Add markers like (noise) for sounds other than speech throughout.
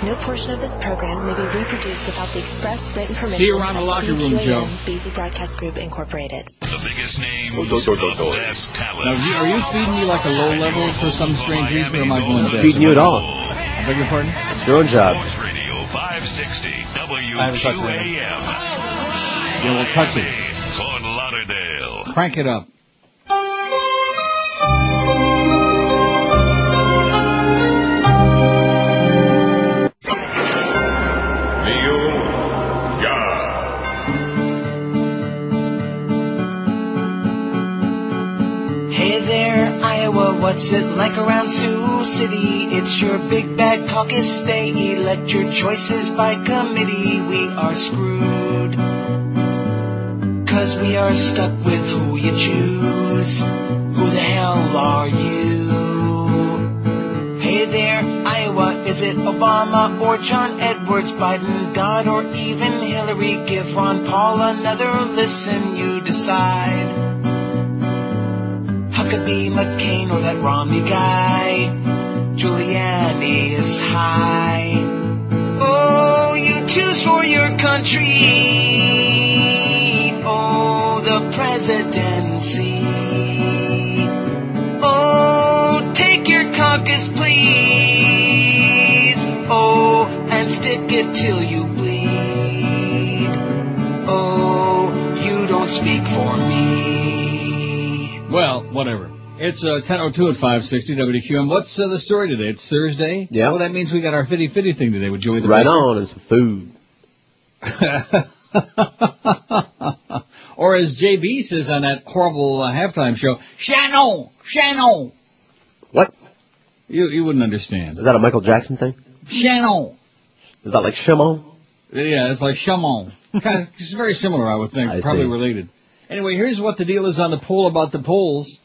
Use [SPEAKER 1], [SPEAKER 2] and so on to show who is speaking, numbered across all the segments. [SPEAKER 1] No portion of this program may be reproduced without the express written permission
[SPEAKER 2] See you around the locker room,
[SPEAKER 1] of E
[SPEAKER 2] Joe.
[SPEAKER 1] BZ Broadcast Group Incorporated.
[SPEAKER 3] The biggest names,
[SPEAKER 4] Oh, don't- don't- don't-
[SPEAKER 3] the
[SPEAKER 4] don't.
[SPEAKER 3] best talent.
[SPEAKER 2] Now, you- are you feeding me like a low level for some strange reason, or am I going dead?
[SPEAKER 4] Feeding you at all.
[SPEAKER 2] I beg your pardon?
[SPEAKER 4] It's your own job.
[SPEAKER 3] Sports Radio 560
[SPEAKER 2] haven't touched it.
[SPEAKER 3] WQAM.
[SPEAKER 2] Yeah, we'll touch it.
[SPEAKER 3] Miami, Fort Lauderdale.
[SPEAKER 2] Crank it up.
[SPEAKER 5] Hey there, Iowa, what's it like around Sioux City? It's your big bad caucus day. Elect your choices by committee. We are screwed. Cause we are stuck with who you choose. Who the hell are you? Hey there, Iowa, is it Obama or John Edwards, Biden, Dodd, or even Hillary? Give Ron Paul another listen, you decide. Huckabee, McCain, or that Romney guy. Giuliani is high. Oh, you choose for your country. Oh, the presidency. Oh, take your caucus, please. Oh, and stick it till you bleed. Oh, you don't speak for me.
[SPEAKER 2] Well, whatever. It's uh, 10.02 at 560 WQM. What's uh, the story today? It's Thursday?
[SPEAKER 4] Yeah.
[SPEAKER 2] Well, that means we got our fitty-fitty thing today with Joey the
[SPEAKER 4] Right
[SPEAKER 2] Baker.
[SPEAKER 4] on, and some food.
[SPEAKER 2] or as JB says on that horrible uh, halftime show, Shannon! Shannon!
[SPEAKER 4] What?
[SPEAKER 2] You, you wouldn't understand.
[SPEAKER 4] Is that a Michael Jackson thing?
[SPEAKER 2] Shannon!
[SPEAKER 4] Is that like Shimon?
[SPEAKER 2] Yeah, it's like
[SPEAKER 4] (laughs)
[SPEAKER 2] Shamon. Kind of, it's very similar, I would think.
[SPEAKER 4] I
[SPEAKER 2] probably
[SPEAKER 4] see.
[SPEAKER 2] related. Anyway, here's what the deal is on the poll about the polls.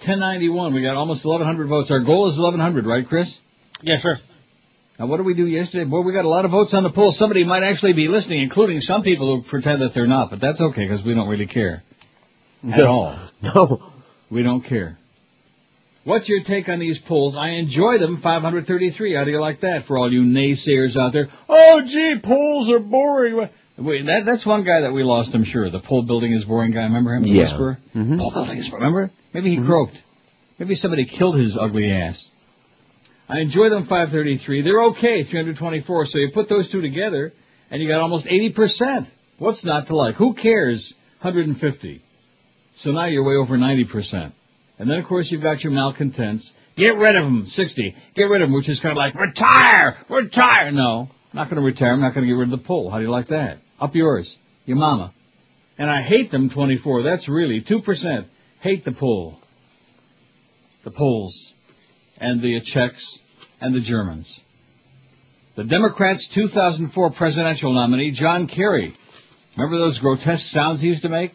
[SPEAKER 2] 1091. We got almost 1,100 votes. Our goal is 1,100, right, Chris?
[SPEAKER 6] Yes, sir.
[SPEAKER 2] Now, what did we do yesterday? Boy, we got a lot of votes on the poll. Somebody might actually be listening, including some people who pretend that they're not, but that's okay because we don't really care at
[SPEAKER 4] No.
[SPEAKER 2] all.
[SPEAKER 4] No.
[SPEAKER 2] We don't care. What's your take on these polls? I enjoy them. 533. How do you like that? For all you naysayers out there. Oh, gee, polls are boring. Wait, that, that's one guy that we lost, I'm sure. The poll building is boring guy. Remember him? The
[SPEAKER 4] Yeah.
[SPEAKER 2] Whisperer? Poll building is Remember? Maybe he croaked. Maybe somebody killed his ugly ass. I enjoy them 533. They're okay, 324. So you put those two together, and you got almost 80%. What's not to like? Who cares? 150. So now you're way over 90%. And then, of course, you've got your malcontents. Get rid of them, 60. Get rid of them, which is kind of like, retire! Retire! No, I'm not going to retire. I'm not going to get rid of the poll. How do you like that? Up yours. Your mama. And I hate them, 24. That's really 2%. Hate the poll. The polls. And the Czechs. And the Germans. The Democrats' 2004 presidential nominee, John Kerry. Remember those grotesque sounds he used to make?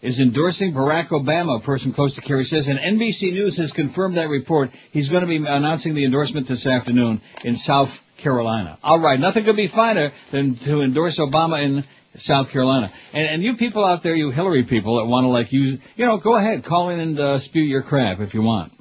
[SPEAKER 2] is endorsing Barack Obama, a person close to Kerry says, and NBC News has confirmed that report. He's going to be announcing the endorsement this afternoon in South Carolina. All right, nothing could be finer than to endorse Obama in South Carolina. And, and you people out there, you Hillary people that want to like use, you know, go ahead, call in and uh, spew your crap if you want.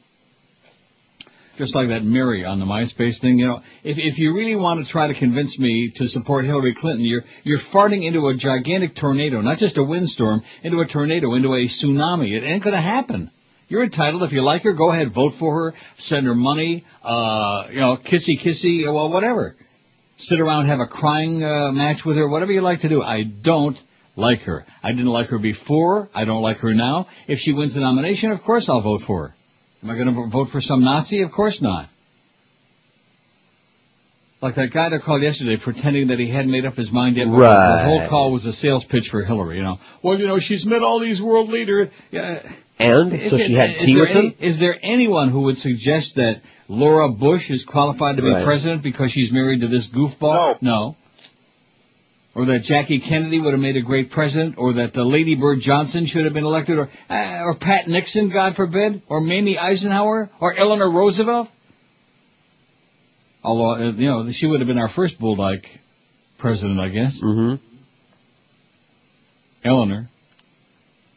[SPEAKER 2] Just like that Mary on the MySpace thing, you know, if if you really want to try to convince me to support Hillary Clinton, you're you're farting into a gigantic tornado, not just a windstorm, into a tornado, into a tsunami. It ain't gonna happen. You're entitled. If you like her, go ahead, vote for her, send her money, uh, you know, kissy kissy, well, whatever. Sit around, have a crying uh, match with her, whatever you like to do. I don't like her. I didn't like her before. I don't like her now. If she wins the nomination, of course I'll vote for her. Am I going to vote for some Nazi? Of course not. Like that guy that called yesterday pretending that he hadn't made up his mind yet. but The
[SPEAKER 4] Right.
[SPEAKER 2] whole call was a sales pitch for Hillary, you know. Well, you know, she's met all these world uh, leaders. Yeah.
[SPEAKER 4] And
[SPEAKER 2] Is
[SPEAKER 4] so
[SPEAKER 2] it-
[SPEAKER 4] she had
[SPEAKER 2] is
[SPEAKER 4] tea
[SPEAKER 2] there
[SPEAKER 4] with
[SPEAKER 2] any-
[SPEAKER 4] him.
[SPEAKER 2] Is there anyone who would suggest that Laura Bush is qualified to be
[SPEAKER 4] Right.
[SPEAKER 2] president because she's married to this goofball? No. Or that Jackie Kennedy would have made a great president, or that uh, Lady Bird Johnson should have been elected, or uh, or Pat Nixon, God forbid, or Mamie Eisenhower, or Eleanor Roosevelt. Although uh, you know she would have been our first bull-like president, I guess.
[SPEAKER 4] Mm-hmm.
[SPEAKER 2] Eleanor.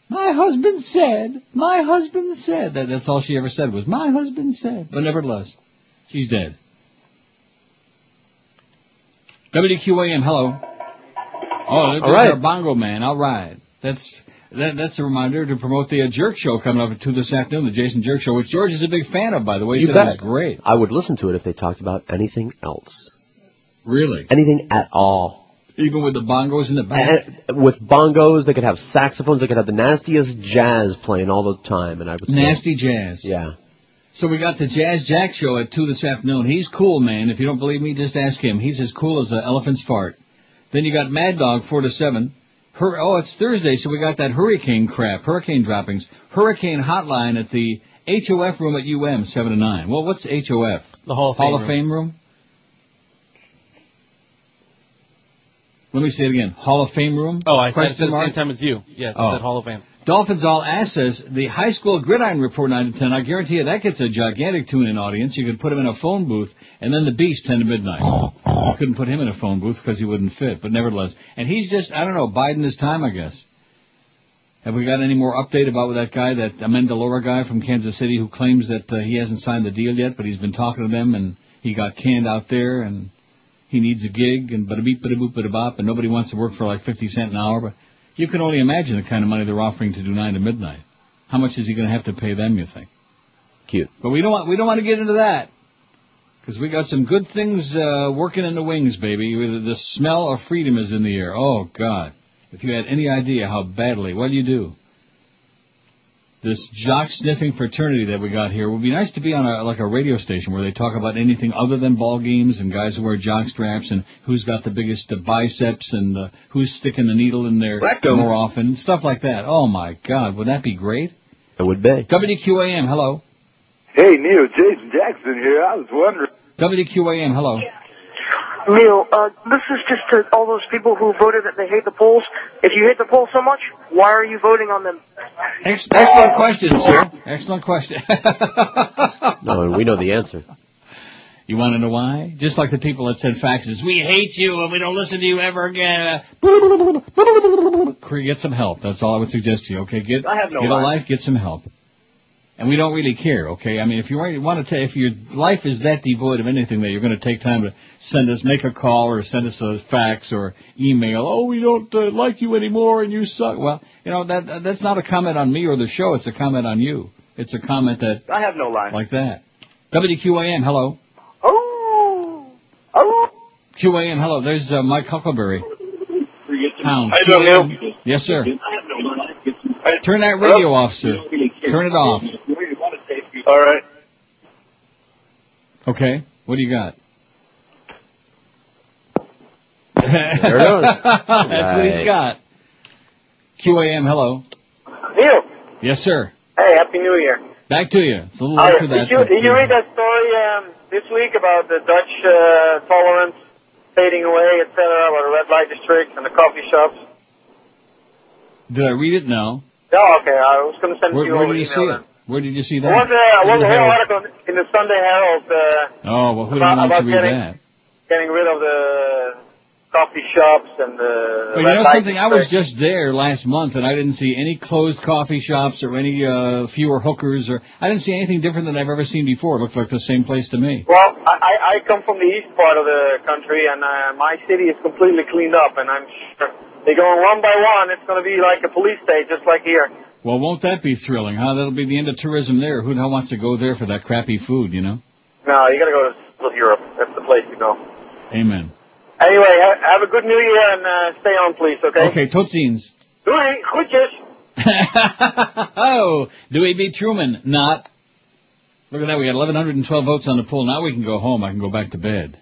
[SPEAKER 2] My husband said, my husband said. That, that's all she ever said was, my husband said. But nevertheless, she's dead. WQAM, hello. Oh, there's
[SPEAKER 4] right.
[SPEAKER 2] our bongo man. All right. That's that, that's a reminder to promote the uh, Jerk Show coming up at 2 this afternoon, the Jason Jerk Show, which George is a big fan of, by the way. He
[SPEAKER 4] You
[SPEAKER 2] said
[SPEAKER 4] bet.
[SPEAKER 2] it was great.
[SPEAKER 4] I would listen to it if they talked about anything else.
[SPEAKER 2] Really?
[SPEAKER 4] Anything at all.
[SPEAKER 2] Even with the bongos in the back?
[SPEAKER 4] And with bongos, they could have saxophones, they could have the nastiest jazz playing all the time, and I would say,
[SPEAKER 2] Nasty jazz.
[SPEAKER 4] Yeah.
[SPEAKER 2] So we got the Jazz Jack Show at 2 this afternoon. He's cool, man. If you don't believe me, just ask him. He's as cool as an elephant's fart. Then you got Mad Dog, 4 to 7. Hur- oh, it's Thursday, so we got that hurricane crap, hurricane droppings. Hurricane hotline at the HOF room at UM, 7 to 9. Well, what's HOF?
[SPEAKER 6] The Hall of Fame.
[SPEAKER 2] Hall of Fame room? Let me say it again. Hall of Fame room?
[SPEAKER 6] Oh, I said it at
[SPEAKER 2] Question
[SPEAKER 6] the
[SPEAKER 2] mark?
[SPEAKER 6] same time as you. Yes,
[SPEAKER 2] Oh.
[SPEAKER 6] I said Hall of Fame.
[SPEAKER 2] Dolphins All Ass says the high school gridiron report 9 to 10. I guarantee you that gets a gigantic tune in audience. You could put him in a phone booth and then the beast 10 to midnight. You couldn't put him in a phone booth because he wouldn't fit, but nevertheless. And he's just, I don't know, biding his time, I guess. Have we got any more update about that guy, that Amendalora guy from Kansas City who claims that uh, he hasn't signed the deal yet, but he's been talking to them and he got canned out there and he needs a gig and bada beep bada boop bada bop and nobody wants to work for like 50 cent an hour, but you can only imagine the kind of money they're offering to do nine to midnight. How much is he going to have to pay them? You think?
[SPEAKER 4] Cute.
[SPEAKER 2] But we don't want we don't want to get into that because we got some good things uh, working in the wings, baby. The the smell of freedom is in the air. Oh God! If you had any idea how badly, what do you do? This jock sniffing fraternity that we got here would be nice to be on a like a radio station where they talk about anything other than ball games and guys who wear jock straps and who's got the biggest uh, biceps and uh, who's sticking the needle in their
[SPEAKER 4] Rectum.
[SPEAKER 2] more often stuff like that. Oh my God! Would that be great?
[SPEAKER 4] It would be.
[SPEAKER 2] WQAM, hello.
[SPEAKER 7] Hey, Neil, Jason Jackson here. I was wondering.
[SPEAKER 2] WQAM, hello.
[SPEAKER 8] Neil, uh, this is just to all those people who voted that they hate the polls. If you hate the polls so much, why are you voting on them?
[SPEAKER 2] Ex- excellent question, sir. Excellent question.
[SPEAKER 4] No, and we know the answer.
[SPEAKER 2] you want to know why? Just like the people that sent faxes, we hate you and we don't listen to you ever again. Get some help. That's all I would suggest to you. Okay, get
[SPEAKER 7] I have no
[SPEAKER 2] get a
[SPEAKER 7] life.
[SPEAKER 2] life, get some help. And we don't really care, okay? I mean, if you want to, ta- if your life is that devoid of anything that you're going to take time to send us, make a call or send us a fax or email. Oh, we don't uh, like you anymore, and you suck. Well, you know that that's not a comment on me or the show. It's a comment on you. It's a comment that
[SPEAKER 7] I have no life.
[SPEAKER 2] like that. WQAM, hello.
[SPEAKER 8] Oh, oh.
[SPEAKER 2] QAM, hello. There's uh, Mike Huckleberry. Pound.
[SPEAKER 7] How you doing, Neil?
[SPEAKER 2] QAM. Yes, sir.
[SPEAKER 7] Hey,
[SPEAKER 2] Turn that
[SPEAKER 7] Hello?
[SPEAKER 2] radio off, sir. Turn it off.
[SPEAKER 7] All right.
[SPEAKER 2] Okay. What do you got?
[SPEAKER 4] There it is.
[SPEAKER 2] (laughs) That's what he's
[SPEAKER 4] Right.
[SPEAKER 2] got. QAM, hello.
[SPEAKER 8] Neil,
[SPEAKER 2] Yes, sir.
[SPEAKER 8] hey, happy New Year.
[SPEAKER 2] Back to you. It's a little
[SPEAKER 8] Hi,
[SPEAKER 2] after that.
[SPEAKER 8] did, you, did you read that story um, this week about the Dutch uh, tolerance fading away, et cetera, about the red light districts and the coffee shops?
[SPEAKER 2] Did I read it? No.
[SPEAKER 8] Oh, okay. I was going to send it to
[SPEAKER 2] Where,
[SPEAKER 8] you
[SPEAKER 2] where
[SPEAKER 8] over
[SPEAKER 2] did you see
[SPEAKER 8] email.
[SPEAKER 2] it? Where did you see
[SPEAKER 8] There was
[SPEAKER 2] that?
[SPEAKER 8] a, was
[SPEAKER 2] In the
[SPEAKER 8] a whole
[SPEAKER 2] Herald.
[SPEAKER 8] article in the Sunday Herald uh,
[SPEAKER 2] Oh, well, who
[SPEAKER 8] About-
[SPEAKER 2] don't want to
[SPEAKER 8] about
[SPEAKER 2] read
[SPEAKER 8] getting-
[SPEAKER 2] that?
[SPEAKER 8] getting rid of the coffee shops and the
[SPEAKER 9] Uh,
[SPEAKER 2] But you
[SPEAKER 8] red
[SPEAKER 2] know
[SPEAKER 8] light
[SPEAKER 2] something? I was
[SPEAKER 8] districts.
[SPEAKER 2] just there last month, and I didn't see any closed coffee shops or any uh, fewer hookers, or I didn't see anything different than I've ever seen before. It looked like the same place to me.
[SPEAKER 8] Well, I, I I come from the east part of the country, and uh, my city is completely cleaned up, and I'm sure they're going one by one. It's going to be like a police state, just like here.
[SPEAKER 2] Well, won't that be thrilling, huh? That'll be the end of tourism there. Who the hell wants to go there for that crappy food, you know?
[SPEAKER 8] No, you got to go to South Europe. That's the place to go.
[SPEAKER 2] Amen.
[SPEAKER 8] Anyway, ha- have a good New Year and uh, stay on, please. Okay.
[SPEAKER 2] Okay, Tootsies.
[SPEAKER 8] Doei, groetjes.
[SPEAKER 2] oh, Dewey B. Truman, not. Look at that. We got 1,112 votes on the poll. Now we can go home. I can go back to bed.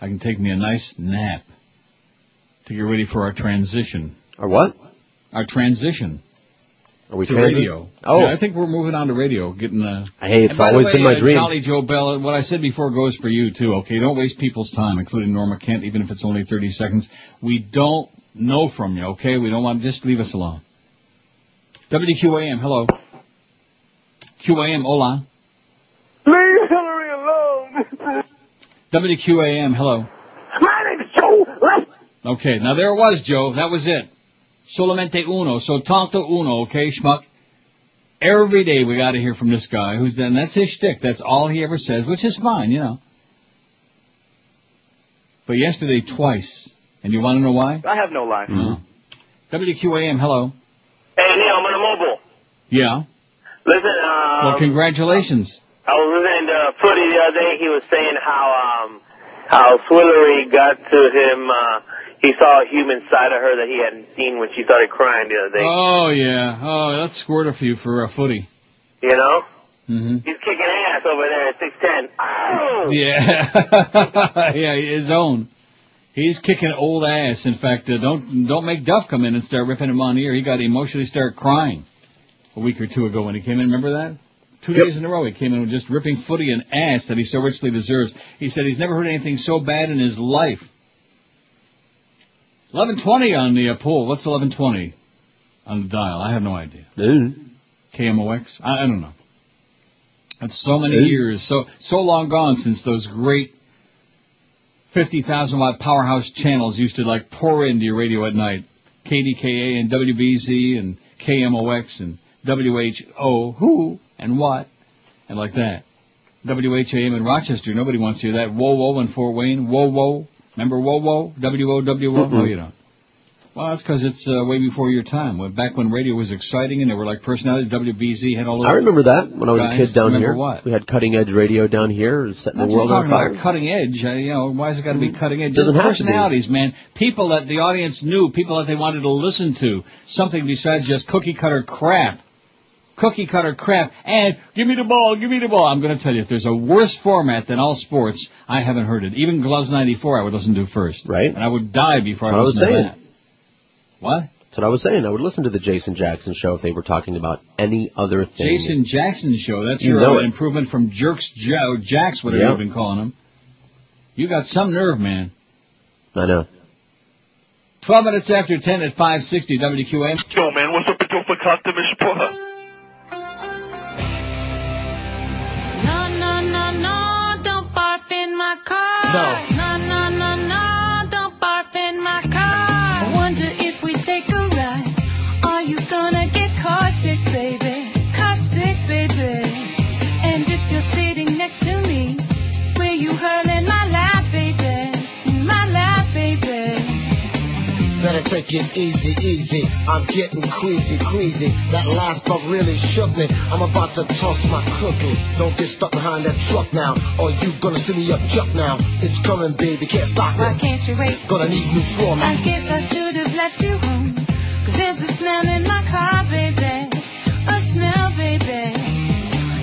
[SPEAKER 2] I can take me a nice nap to get ready for our transition.
[SPEAKER 4] Or what?
[SPEAKER 2] Our transition.
[SPEAKER 4] Are we
[SPEAKER 2] to
[SPEAKER 4] transit?
[SPEAKER 2] radio.
[SPEAKER 4] Oh,
[SPEAKER 2] Yeah, I think we're moving on to radio. Getting uh,
[SPEAKER 4] hey, it's
[SPEAKER 2] and by the
[SPEAKER 4] always
[SPEAKER 2] way,
[SPEAKER 4] been my
[SPEAKER 2] uh,
[SPEAKER 4] dream.
[SPEAKER 2] Jolly Joe Bell. What I said before goes for you too. Okay, don't waste people's time, including Norma Kent, even if it's only thirty seconds. We don't know from you. Okay, we don't want. Just leave us alone. WQAM. Hello. QAM. Hola.
[SPEAKER 8] Leave Hillary alone.
[SPEAKER 2] WQAM. Hello.
[SPEAKER 8] My name's Joe.
[SPEAKER 2] Okay, now there it was, Joe. That was it. Solamente uno. So tanto uno, okay, schmuck? Every day we got to hear from this guy who's then, that's his shtick. That's all he ever says, which is fine, you know. but yesterday twice. And you want to know why?
[SPEAKER 6] I have no life.
[SPEAKER 2] WQAM, hello.
[SPEAKER 8] Hey, Neil, I'm on a mobile.
[SPEAKER 2] Yeah.
[SPEAKER 8] Listen, uh,
[SPEAKER 2] Well, congratulations.
[SPEAKER 8] I was listening to Footy the other day. He was saying how um, how Swillery got to him. Uh, he saw a human side of her that he hadn't seen when she started crying the other
[SPEAKER 10] Uh.
[SPEAKER 8] day.
[SPEAKER 2] Oh yeah. Oh, that's squirt a few for a footy.
[SPEAKER 8] You know,
[SPEAKER 2] hmm
[SPEAKER 8] he's kicking ass over there at six ten. Oh,
[SPEAKER 2] Yeah. (laughs) yeah, his own. He's kicking old ass. In fact, uh, don't don't make Duff come in and start ripping him on the ear. He got emotionally start crying a week or two ago when he came in. Remember that? Two days in a row, he came in with just ripping footy and ass that he so richly deserves. He said he's never heard anything so bad in his life. Eleven twenty on the uh, pool. What's eleven twenty on the dial? I have no idea. KMOX. I, I don't know. That's so many
[SPEAKER 4] Hey.
[SPEAKER 2] years, so so long gone since those great fifty thousand watt powerhouse channels used to like pour into your radio at night. KDKA and WBZ and KMOX and WHO who and what and like that. WHAM in Rochester. Nobody wants to hear that. Whoa whoa in Fort Wayne. Whoa whoa. Remember whoa whoa. W O W O. No, you don't. Well, that's because it's uh, way before your time. When back when radio was exciting and there were like personalities, WBZ had all those.
[SPEAKER 4] I remember that when I was
[SPEAKER 2] Guys,
[SPEAKER 4] a kid down
[SPEAKER 2] remember
[SPEAKER 4] here.
[SPEAKER 2] what?
[SPEAKER 4] We had cutting edge radio down here, setting
[SPEAKER 2] Not
[SPEAKER 4] the
[SPEAKER 2] just
[SPEAKER 4] world on
[SPEAKER 2] talking
[SPEAKER 4] fire. Mm-hmm.
[SPEAKER 2] about cutting edge. I, you know, why is it got to be cutting edge?
[SPEAKER 4] Doesn't
[SPEAKER 2] Just
[SPEAKER 4] have to be.
[SPEAKER 2] personalities, man. People that the audience knew, people that they wanted to listen to. Something besides just cookie cutter crap. Cookie cutter crap. And give me the ball, give me the ball. I'm going to tell you, if there's a worse format than all sports, I haven't heard it. Even Gloves '94, I would listen to first.
[SPEAKER 4] Right.
[SPEAKER 2] And I would die before
[SPEAKER 4] That's
[SPEAKER 2] I
[SPEAKER 4] what I was
[SPEAKER 2] listened
[SPEAKER 4] saying.
[SPEAKER 2] to that. What?
[SPEAKER 4] That's what I was saying. I would listen to the Jason Jackson show if they were talking about any other thing.
[SPEAKER 2] Jason Jackson show. That's
[SPEAKER 4] You
[SPEAKER 2] your
[SPEAKER 4] know
[SPEAKER 2] uh,
[SPEAKER 4] it.
[SPEAKER 2] improvement from Jerks Joe Jacks, whatever
[SPEAKER 4] Yeah.
[SPEAKER 2] you've been calling him. You got some nerve, man.
[SPEAKER 4] I know.
[SPEAKER 2] Twelve minutes after ten at five sixty WQM.
[SPEAKER 6] Yo, man, what's up with your fakakta mishpocha?
[SPEAKER 11] No, no, no, no, don't barf in my car. No. No, no, no, no, don't barf in my car. I wonder if we take a ride. Are you gonna get car sick, baby? Car sick, baby. And if you're sitting next to me, will you hurl in my lap, baby? In my lap, baby.
[SPEAKER 12] Better take it easy, easy. I'm getting queasy, queasy. That last but really shook me. I'm about to toss my cookies. Don't get stuck behind that truck now, or you gonna see me up jump now. It's coming, baby, can't stop
[SPEAKER 11] Why
[SPEAKER 12] me.
[SPEAKER 11] can't you wait?
[SPEAKER 12] Gonna need new
[SPEAKER 11] I
[SPEAKER 12] formats.
[SPEAKER 11] guess I should have left you home. 'Cause there's a smell in my car, baby. A smell, baby.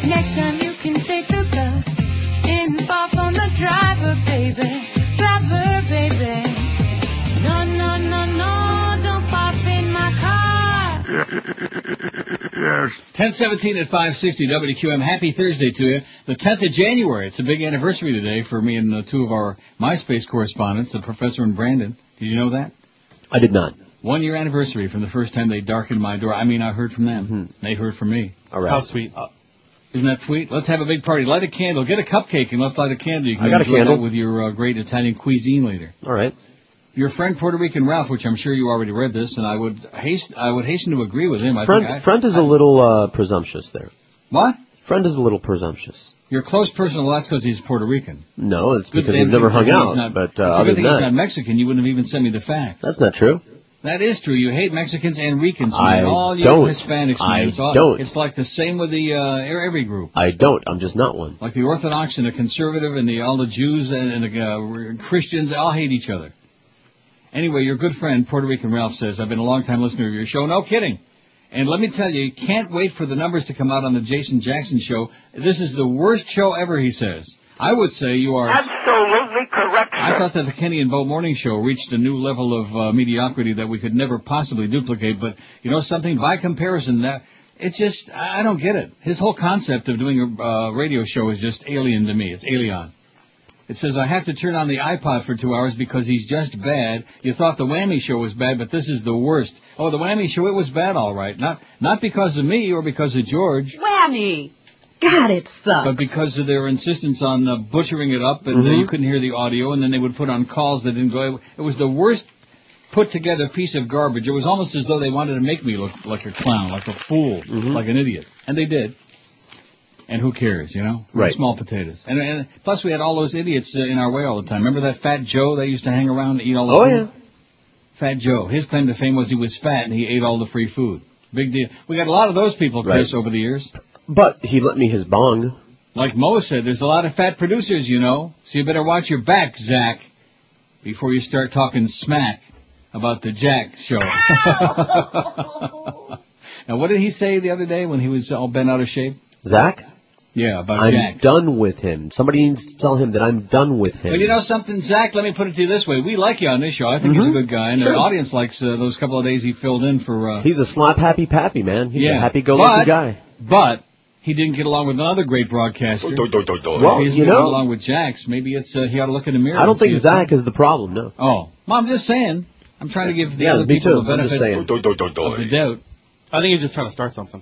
[SPEAKER 11] Next time you can take the bus. And barf on the driver, baby. Driver, baby. No, no, no, no, don't barf in my car.
[SPEAKER 2] Ten seventeen at five sixty WQM. Happy Thursday to you, the tenth of January. It's a big anniversary today for me and uh, two of our MySpace correspondents, the professor and Brandon. Did you know that?
[SPEAKER 4] I did not.
[SPEAKER 2] One year anniversary from the first time they darkened my door. I mean, I heard from them. They heard from me.
[SPEAKER 4] Hmm.
[SPEAKER 2] Uh,
[SPEAKER 4] All right.
[SPEAKER 13] How sweet.
[SPEAKER 2] Isn't that sweet? Let's have a big party. Light a candle. Get a cupcake and let's light a candle. You can
[SPEAKER 4] I got a
[SPEAKER 2] enjoy
[SPEAKER 4] candle.
[SPEAKER 2] that with your uh, great Italian cuisine later.
[SPEAKER 4] All right.
[SPEAKER 2] Your friend Puerto Rican Ralph, which I'm sure you already read this, and I would hasten I would hasten to agree with him. I
[SPEAKER 4] Friend,
[SPEAKER 2] think I,
[SPEAKER 4] friend is a little uh, presumptuous there.
[SPEAKER 2] what
[SPEAKER 4] Friend is a little presumptuous.
[SPEAKER 2] your close personal lot's because he's Puerto Rican.
[SPEAKER 4] No, it's
[SPEAKER 2] Good
[SPEAKER 4] because
[SPEAKER 2] damn
[SPEAKER 4] we've never
[SPEAKER 2] thing
[SPEAKER 4] hung
[SPEAKER 2] he's
[SPEAKER 4] out.
[SPEAKER 2] not-
[SPEAKER 4] but
[SPEAKER 2] it's
[SPEAKER 4] uh,
[SPEAKER 2] a
[SPEAKER 4] other
[SPEAKER 2] good
[SPEAKER 4] than
[SPEAKER 2] thing he's not
[SPEAKER 4] that,
[SPEAKER 2] Mexican. You wouldn't have even sent me the fact.
[SPEAKER 4] that's not true.
[SPEAKER 2] That is true. You hate Mexicans and Ricans.
[SPEAKER 4] I
[SPEAKER 2] man. all you
[SPEAKER 4] don't.
[SPEAKER 2] Hispanics. Man.
[SPEAKER 4] I
[SPEAKER 2] it's all,
[SPEAKER 4] don't.
[SPEAKER 2] It's like the same with the uh, every group.
[SPEAKER 4] I don't. I'm just not one.
[SPEAKER 2] Like the Orthodox and the conservative and the all the Jews and, and the uh, Christians, they all hate each other. Anyway, your good friend Puerto Rican Ralph says, "I've been a long time listener of your show. No kidding." And let me tell you, you can't wait for the numbers to come out on the Jason Jackson show. This is the worst show ever, he says. I would say you are.
[SPEAKER 6] Absolutely correct,
[SPEAKER 2] I
[SPEAKER 6] sir.
[SPEAKER 2] thought that the Kenny and Bo Morning Show reached a new level of uh, mediocrity that we could never possibly duplicate. But you know something? By comparison, that it's just I I don't get it. His whole concept of doing a uh, radio show is just alien to me. It's alien. It says I have to turn on the iPod for two hours because he's just bad. You thought the Whammy Show was bad, but this is the worst. Oh, the Whammy Show it was bad, all right. Not not because of me or because of George.
[SPEAKER 1] Whammy! God, it sucks.
[SPEAKER 2] But because of their insistence on uh, butchering it up, and uh, you couldn't hear the audio, and then they would put on calls that didn't go. It was the worst put together piece of garbage. It was almost as though they wanted to make me look like a clown, like a fool, like an idiot, and they did. and who cares, you know?
[SPEAKER 4] Right.
[SPEAKER 2] Small potatoes. And, and plus, we had all those idiots uh, in our way all the time. Remember that Fat Joe that used to hang around and eat all the
[SPEAKER 4] Oh,
[SPEAKER 2] food?
[SPEAKER 4] yeah.
[SPEAKER 2] Fat Joe. His claim to fame was he was fat and he ate all the free food. Big deal. We got a lot of those people, Chris,
[SPEAKER 4] Right.
[SPEAKER 2] over the years.
[SPEAKER 4] But he lent me his bong.
[SPEAKER 2] Like Mo said, there's a lot of fat producers, you know. So you better watch your back, Zach, before you start talking smack about the Jack show. (laughs) now, what did he say the other day when he was all bent out of shape?
[SPEAKER 4] Zach,
[SPEAKER 2] Yeah, about
[SPEAKER 4] I'm
[SPEAKER 2] Jack.
[SPEAKER 4] done with him. Somebody needs to tell him that I'm done with him.
[SPEAKER 2] Well, you know something, Zach? Let me put it to you this way: we like you on this show. I think he's a good guy, and
[SPEAKER 4] Mm-hmm. Sure.
[SPEAKER 2] the audience likes uh, those couple of days he filled in for. Uh,
[SPEAKER 4] He's a slap happy pappy, man. He's
[SPEAKER 2] yeah,
[SPEAKER 4] a happy go lucky
[SPEAKER 2] But-
[SPEAKER 4] guy.
[SPEAKER 2] But he didn't get along with another great broadcaster.
[SPEAKER 4] Well,
[SPEAKER 2] If he isn't
[SPEAKER 4] you
[SPEAKER 2] getting
[SPEAKER 4] know-
[SPEAKER 2] along with Jax. Maybe it's uh, he ought to look in the mirror.
[SPEAKER 4] I
[SPEAKER 2] and
[SPEAKER 4] don't
[SPEAKER 2] see
[SPEAKER 4] think
[SPEAKER 2] if-
[SPEAKER 4] Zach is the problem, no.
[SPEAKER 2] Oh, well, I'm just saying. I'm trying to give the
[SPEAKER 4] Yeah,
[SPEAKER 2] other
[SPEAKER 4] me
[SPEAKER 2] people
[SPEAKER 4] too.
[SPEAKER 2] the
[SPEAKER 4] I'm just
[SPEAKER 2] benefit
[SPEAKER 4] saying.
[SPEAKER 2] of the doubt.
[SPEAKER 13] I think he's just trying to start something.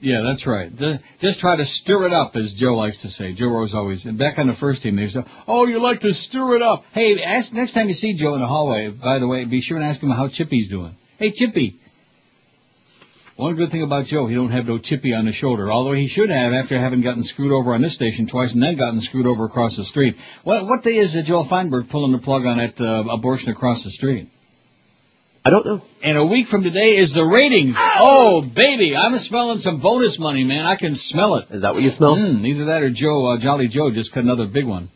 [SPEAKER 2] Yeah, that's right. Ju- Just try to stir it up, as Joe likes to say. Joe Rose always, and back on the first team, they say, "Oh, you like to stir it up." Hey, ask next time you see Joe in the hallway. By the way, be sure and ask him how Chippy's doing. Hey, Chippy. One good thing about Joe, he don't have no Chippy on the shoulder, although he should have after having gotten screwed over on this station twice and then gotten screwed over across the street. What what day is uh, Joel Feinberg pulling the plug on that uh, abortion across the street?
[SPEAKER 4] I don't know.
[SPEAKER 2] And a week from today is the ratings. Oh, baby, I'm smelling some bonus money, man. I can smell it.
[SPEAKER 4] Is that what you smell?
[SPEAKER 2] Mm, either that or Joe uh, Jolly Joe just cut another big one.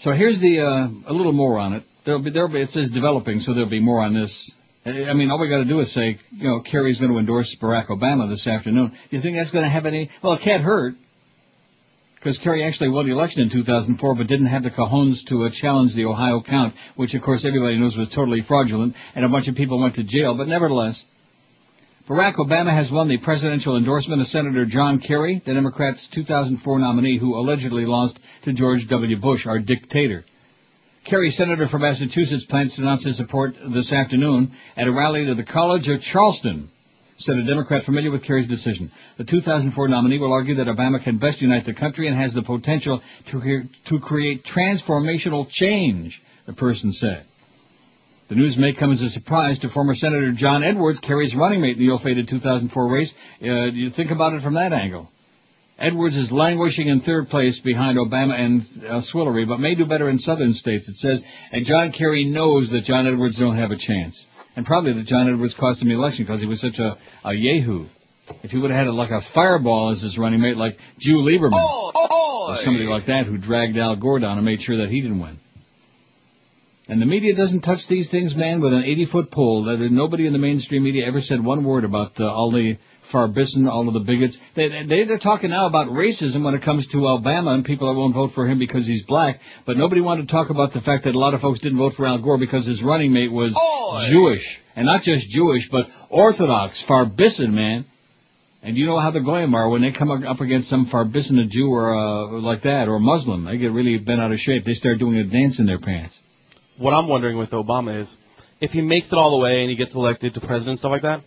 [SPEAKER 2] So here's the uh, a little more on it. There'll be there'll be it says developing, so there'll be more on this. I I mean, all we got to do is say, you know, Kerry's going to endorse Barack Obama this afternoon. Do you think that's going to have any? Well, it can't hurt because Kerry actually won the election in 2004, but didn't have the cojones to uh, challenge the Ohio count, which of course everybody knows was totally fraudulent, and a bunch of people went to jail. But nevertheless, Barack Obama has won the presidential endorsement of Senator John Kerry, the Democrats' 2004 nominee who allegedly lost to George W. Bush, our dictator. Kerry, senator from Massachusetts, plans to announce his support this afternoon at a rally to the College of Charleston, said a Democrat familiar with Kerry's decision. The 2004 nominee will argue that Obama can best unite the country and has the potential to, cre- to create transformational change, the person said. The news may come as a surprise to former Senator John Edwards, Kerry's running mate in the ill-fated 2004 race. Uh, you think about it from that angle. Edwards is languishing in third place behind Obama and uh, Swillery, but may do better in southern states, it says. And John Kerry knows that John Edwards don't have a chance. And probably that John Edwards cost him the election because he was such a, a yahoo. If he would have had like a fireball as his running mate, like Jew Lieberman, or somebody like that who dragged Al Gore down and made sure that he didn't win. And the media doesn't touch these things, man, with an 80 foot pole. That nobody in the mainstream media ever said one word about uh, all the Farbissen, all of the bigots. They, they, they're talking now about racism when it comes to Alabama and people that won't vote for him because he's black. But nobody wanted to talk about the fact that a lot of folks didn't vote for Al Gore because his running mate was Jewish. And not just Jewish, but Orthodox, Farbissen, man. And you know how the goyim are when they come up against some Farbissen, a Jew or uh, like that, or Muslim. They get really bent out of shape. They start doing a dance in their pants.
[SPEAKER 13] What I'm wondering with Obama is, if he makes it all the way and he gets elected to president and stuff like that,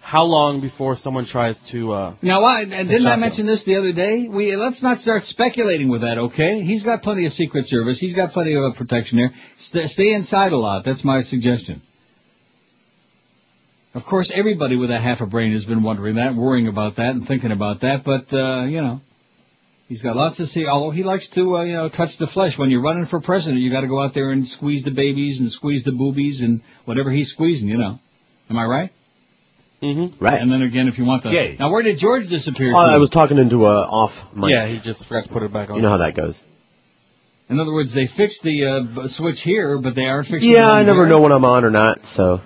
[SPEAKER 13] how long before someone tries to? Uh,
[SPEAKER 2] Now, I, and didn't I
[SPEAKER 13] Exactly.
[SPEAKER 2] mention this the other day? We let's not start speculating with that, okay? He's got plenty of Secret Service. He's got plenty of uh, protection there. St- stay inside a lot. That's my suggestion. Of course, everybody with a half a brain has been wondering that, worrying about that, and thinking about that. But uh, you know, he's got lots to see. Although he likes to, uh, you know, touch the flesh. When you're running for president, you got to go out there and squeeze the babies and squeeze the boobies and whatever he's squeezing. You know, am I right?
[SPEAKER 13] Mm-hmm.
[SPEAKER 4] Right.
[SPEAKER 2] And then again, if you want the
[SPEAKER 13] Yay.
[SPEAKER 2] now, where did George disappear?
[SPEAKER 4] Oh,
[SPEAKER 2] to?
[SPEAKER 4] I was talking into uh, off mic.
[SPEAKER 13] yeah, he just forgot to put it back on.
[SPEAKER 4] You know how that goes.
[SPEAKER 2] In other words, they fixed the uh, b- switch here, but they are fixing.
[SPEAKER 4] Yeah,
[SPEAKER 2] it on
[SPEAKER 4] I never
[SPEAKER 2] there.
[SPEAKER 4] know when I'm on or not, so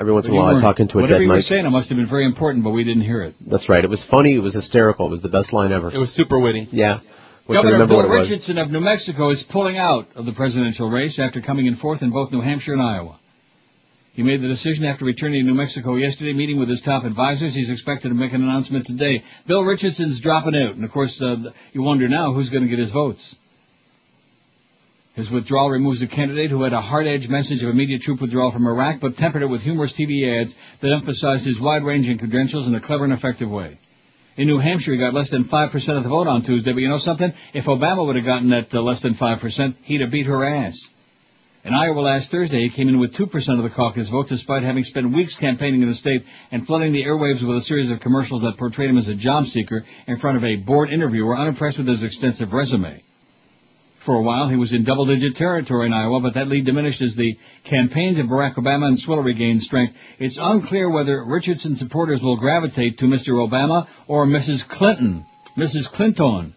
[SPEAKER 4] every once
[SPEAKER 2] But
[SPEAKER 4] in a
[SPEAKER 2] you
[SPEAKER 4] while I
[SPEAKER 2] weren't-
[SPEAKER 4] talk into a
[SPEAKER 2] Whatever
[SPEAKER 4] dead
[SPEAKER 2] you were
[SPEAKER 4] mic.
[SPEAKER 2] saying, it must have been very important, but we didn't hear it.
[SPEAKER 4] That's right. It was funny. It was hysterical. It was the best line ever.
[SPEAKER 13] It was super witty.
[SPEAKER 4] yeah. Wish I
[SPEAKER 2] Governor
[SPEAKER 4] remember
[SPEAKER 2] Bill
[SPEAKER 4] what it was.
[SPEAKER 2] Richardson of New Mexico is pulling out of the presidential race after coming in fourth in both New Hampshire and Iowa. He made the decision after returning to New Mexico yesterday, meeting with his top advisors. He's expected to make an announcement today. Bill Richardson's dropping out, and of course, uh, th- you wonder now who's going to get his votes. His withdrawal removes a candidate who had a hard-edged message of immediate troop withdrawal from Iraq, but tempered it with humorous TV ads that emphasized his wide-ranging credentials in a clever and effective way. In New Hampshire, he got less than 5% of the vote on Tuesday, but you know something? If Obama would have gotten that uh, less than 5%, he'd have beat her ass. In Iowa last Thursday, he came in with 2% of the caucus vote despite having spent weeks campaigning in the state and flooding the airwaves with a series of commercials that portrayed him as a job seeker in front of a bored interviewer unimpressed with his extensive resume. For a while, he was in double digit territory in Iowa, but that lead diminished as the campaigns of Barack Obama and Swillery gained strength. It's unclear whether Richardson supporters will gravitate to Mr. Obama or Mrs. Clinton. Mrs. Clinton.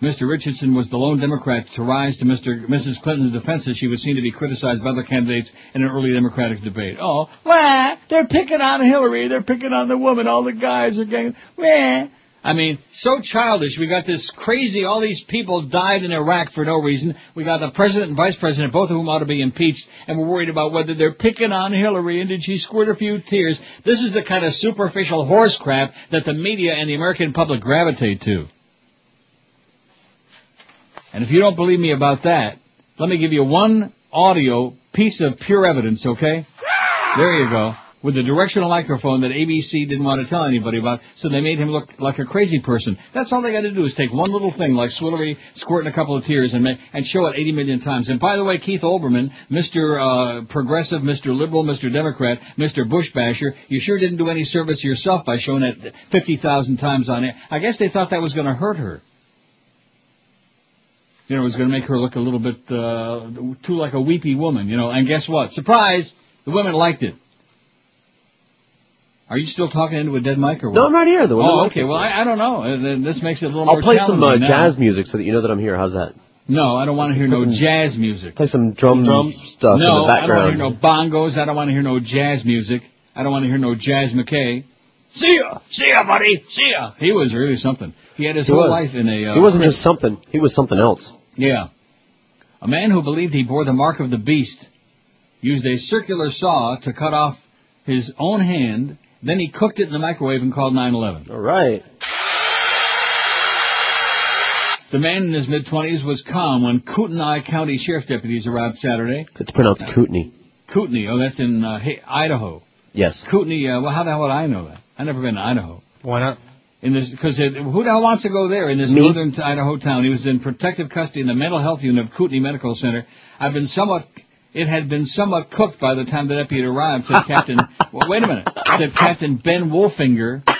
[SPEAKER 2] Mr. Richardson was the lone Democrat to rise to Mr. Mrs. Clinton's defense as she was seen to be criticized by other candidates in an early Democratic debate. Oh, Wah, they're picking on Hillary. They're picking on the woman. All the guys are getting. Wah. I mean, so childish. We got this crazy. All these people died in Iraq for no reason. We got the president and vice president, both of whom ought to be impeached, and we're worried about whether they're picking on Hillary and did she squirt a few tears. This is the kind of superficial horse crap that the media and the American public gravitate to. And if you don't believe me about that, let me give you one audio piece of pure evidence, okay? There you go. With the directional microphone that ABC didn't want to tell anybody about, so they made him look like a crazy person. That's all they got to do is take one little thing like Swillery squirting a couple of tears and, ma- and show it 80 million times. And by the way, Keith Olbermann, Mr. Uh, progressive, Mr. Liberal, Mr. Democrat, Mr. Bush basher, you sure didn't do any service yourself by showing it 50,000 times on air. I guess they thought that was going to hurt her you know, it was going to make her look a little bit uh, too like a weepy woman, you know. And guess what? Surprise! The women liked it. Are you still talking into a dead mic or what?
[SPEAKER 4] No, I'm not here. The women
[SPEAKER 2] oh,
[SPEAKER 4] liked
[SPEAKER 2] okay.
[SPEAKER 4] it.
[SPEAKER 2] Well, I, I don't know. Uh, then This makes it a little
[SPEAKER 4] I'll
[SPEAKER 2] more
[SPEAKER 4] play some uh,
[SPEAKER 2] challenging now.
[SPEAKER 4] jazz music so that you know that I'm here. How's that?
[SPEAKER 2] No, I don't want to hear no
[SPEAKER 4] Play some-
[SPEAKER 2] jazz music.
[SPEAKER 4] Play some drum
[SPEAKER 2] drums?
[SPEAKER 4] stuff
[SPEAKER 2] no,
[SPEAKER 4] in the background.
[SPEAKER 2] I don't want to hear no bongos. I don't want to hear no jazz music. I don't want to hear no jazz McKay. See ya, see ya, buddy, see ya. He was really something. He had his
[SPEAKER 4] He
[SPEAKER 2] whole
[SPEAKER 4] was.
[SPEAKER 2] life in a. Uh,
[SPEAKER 4] he wasn't
[SPEAKER 2] crypt.
[SPEAKER 4] just something. He was something else.
[SPEAKER 2] Yeah. A man who believed he bore the mark of the beast used a circular saw to cut off his own hand, then he cooked it in the microwave and called 911.
[SPEAKER 4] All right.
[SPEAKER 2] The man in his mid 20s was calm when Kootenai County Sheriff deputies arrived Saturday.
[SPEAKER 4] It's pronounced Kootenai.
[SPEAKER 2] Kootenai, oh, that's in uh, Hi- Idaho.
[SPEAKER 4] Yes.
[SPEAKER 2] Kootenai, uh, well, how the hell would I know that? I've never been to Idaho.
[SPEAKER 13] Why not?
[SPEAKER 2] In this, because who the hell wants to go there in this
[SPEAKER 4] Me?
[SPEAKER 2] northern t- Idaho town? He was in protective custody in the mental health unit of Kootenai Medical Center. I've been somewhat, it had been somewhat cooked by the time the deputy
[SPEAKER 4] (laughs)
[SPEAKER 2] arrived. Said Captain, well, wait a minute. Said Captain Ben Wolfinger. (laughs)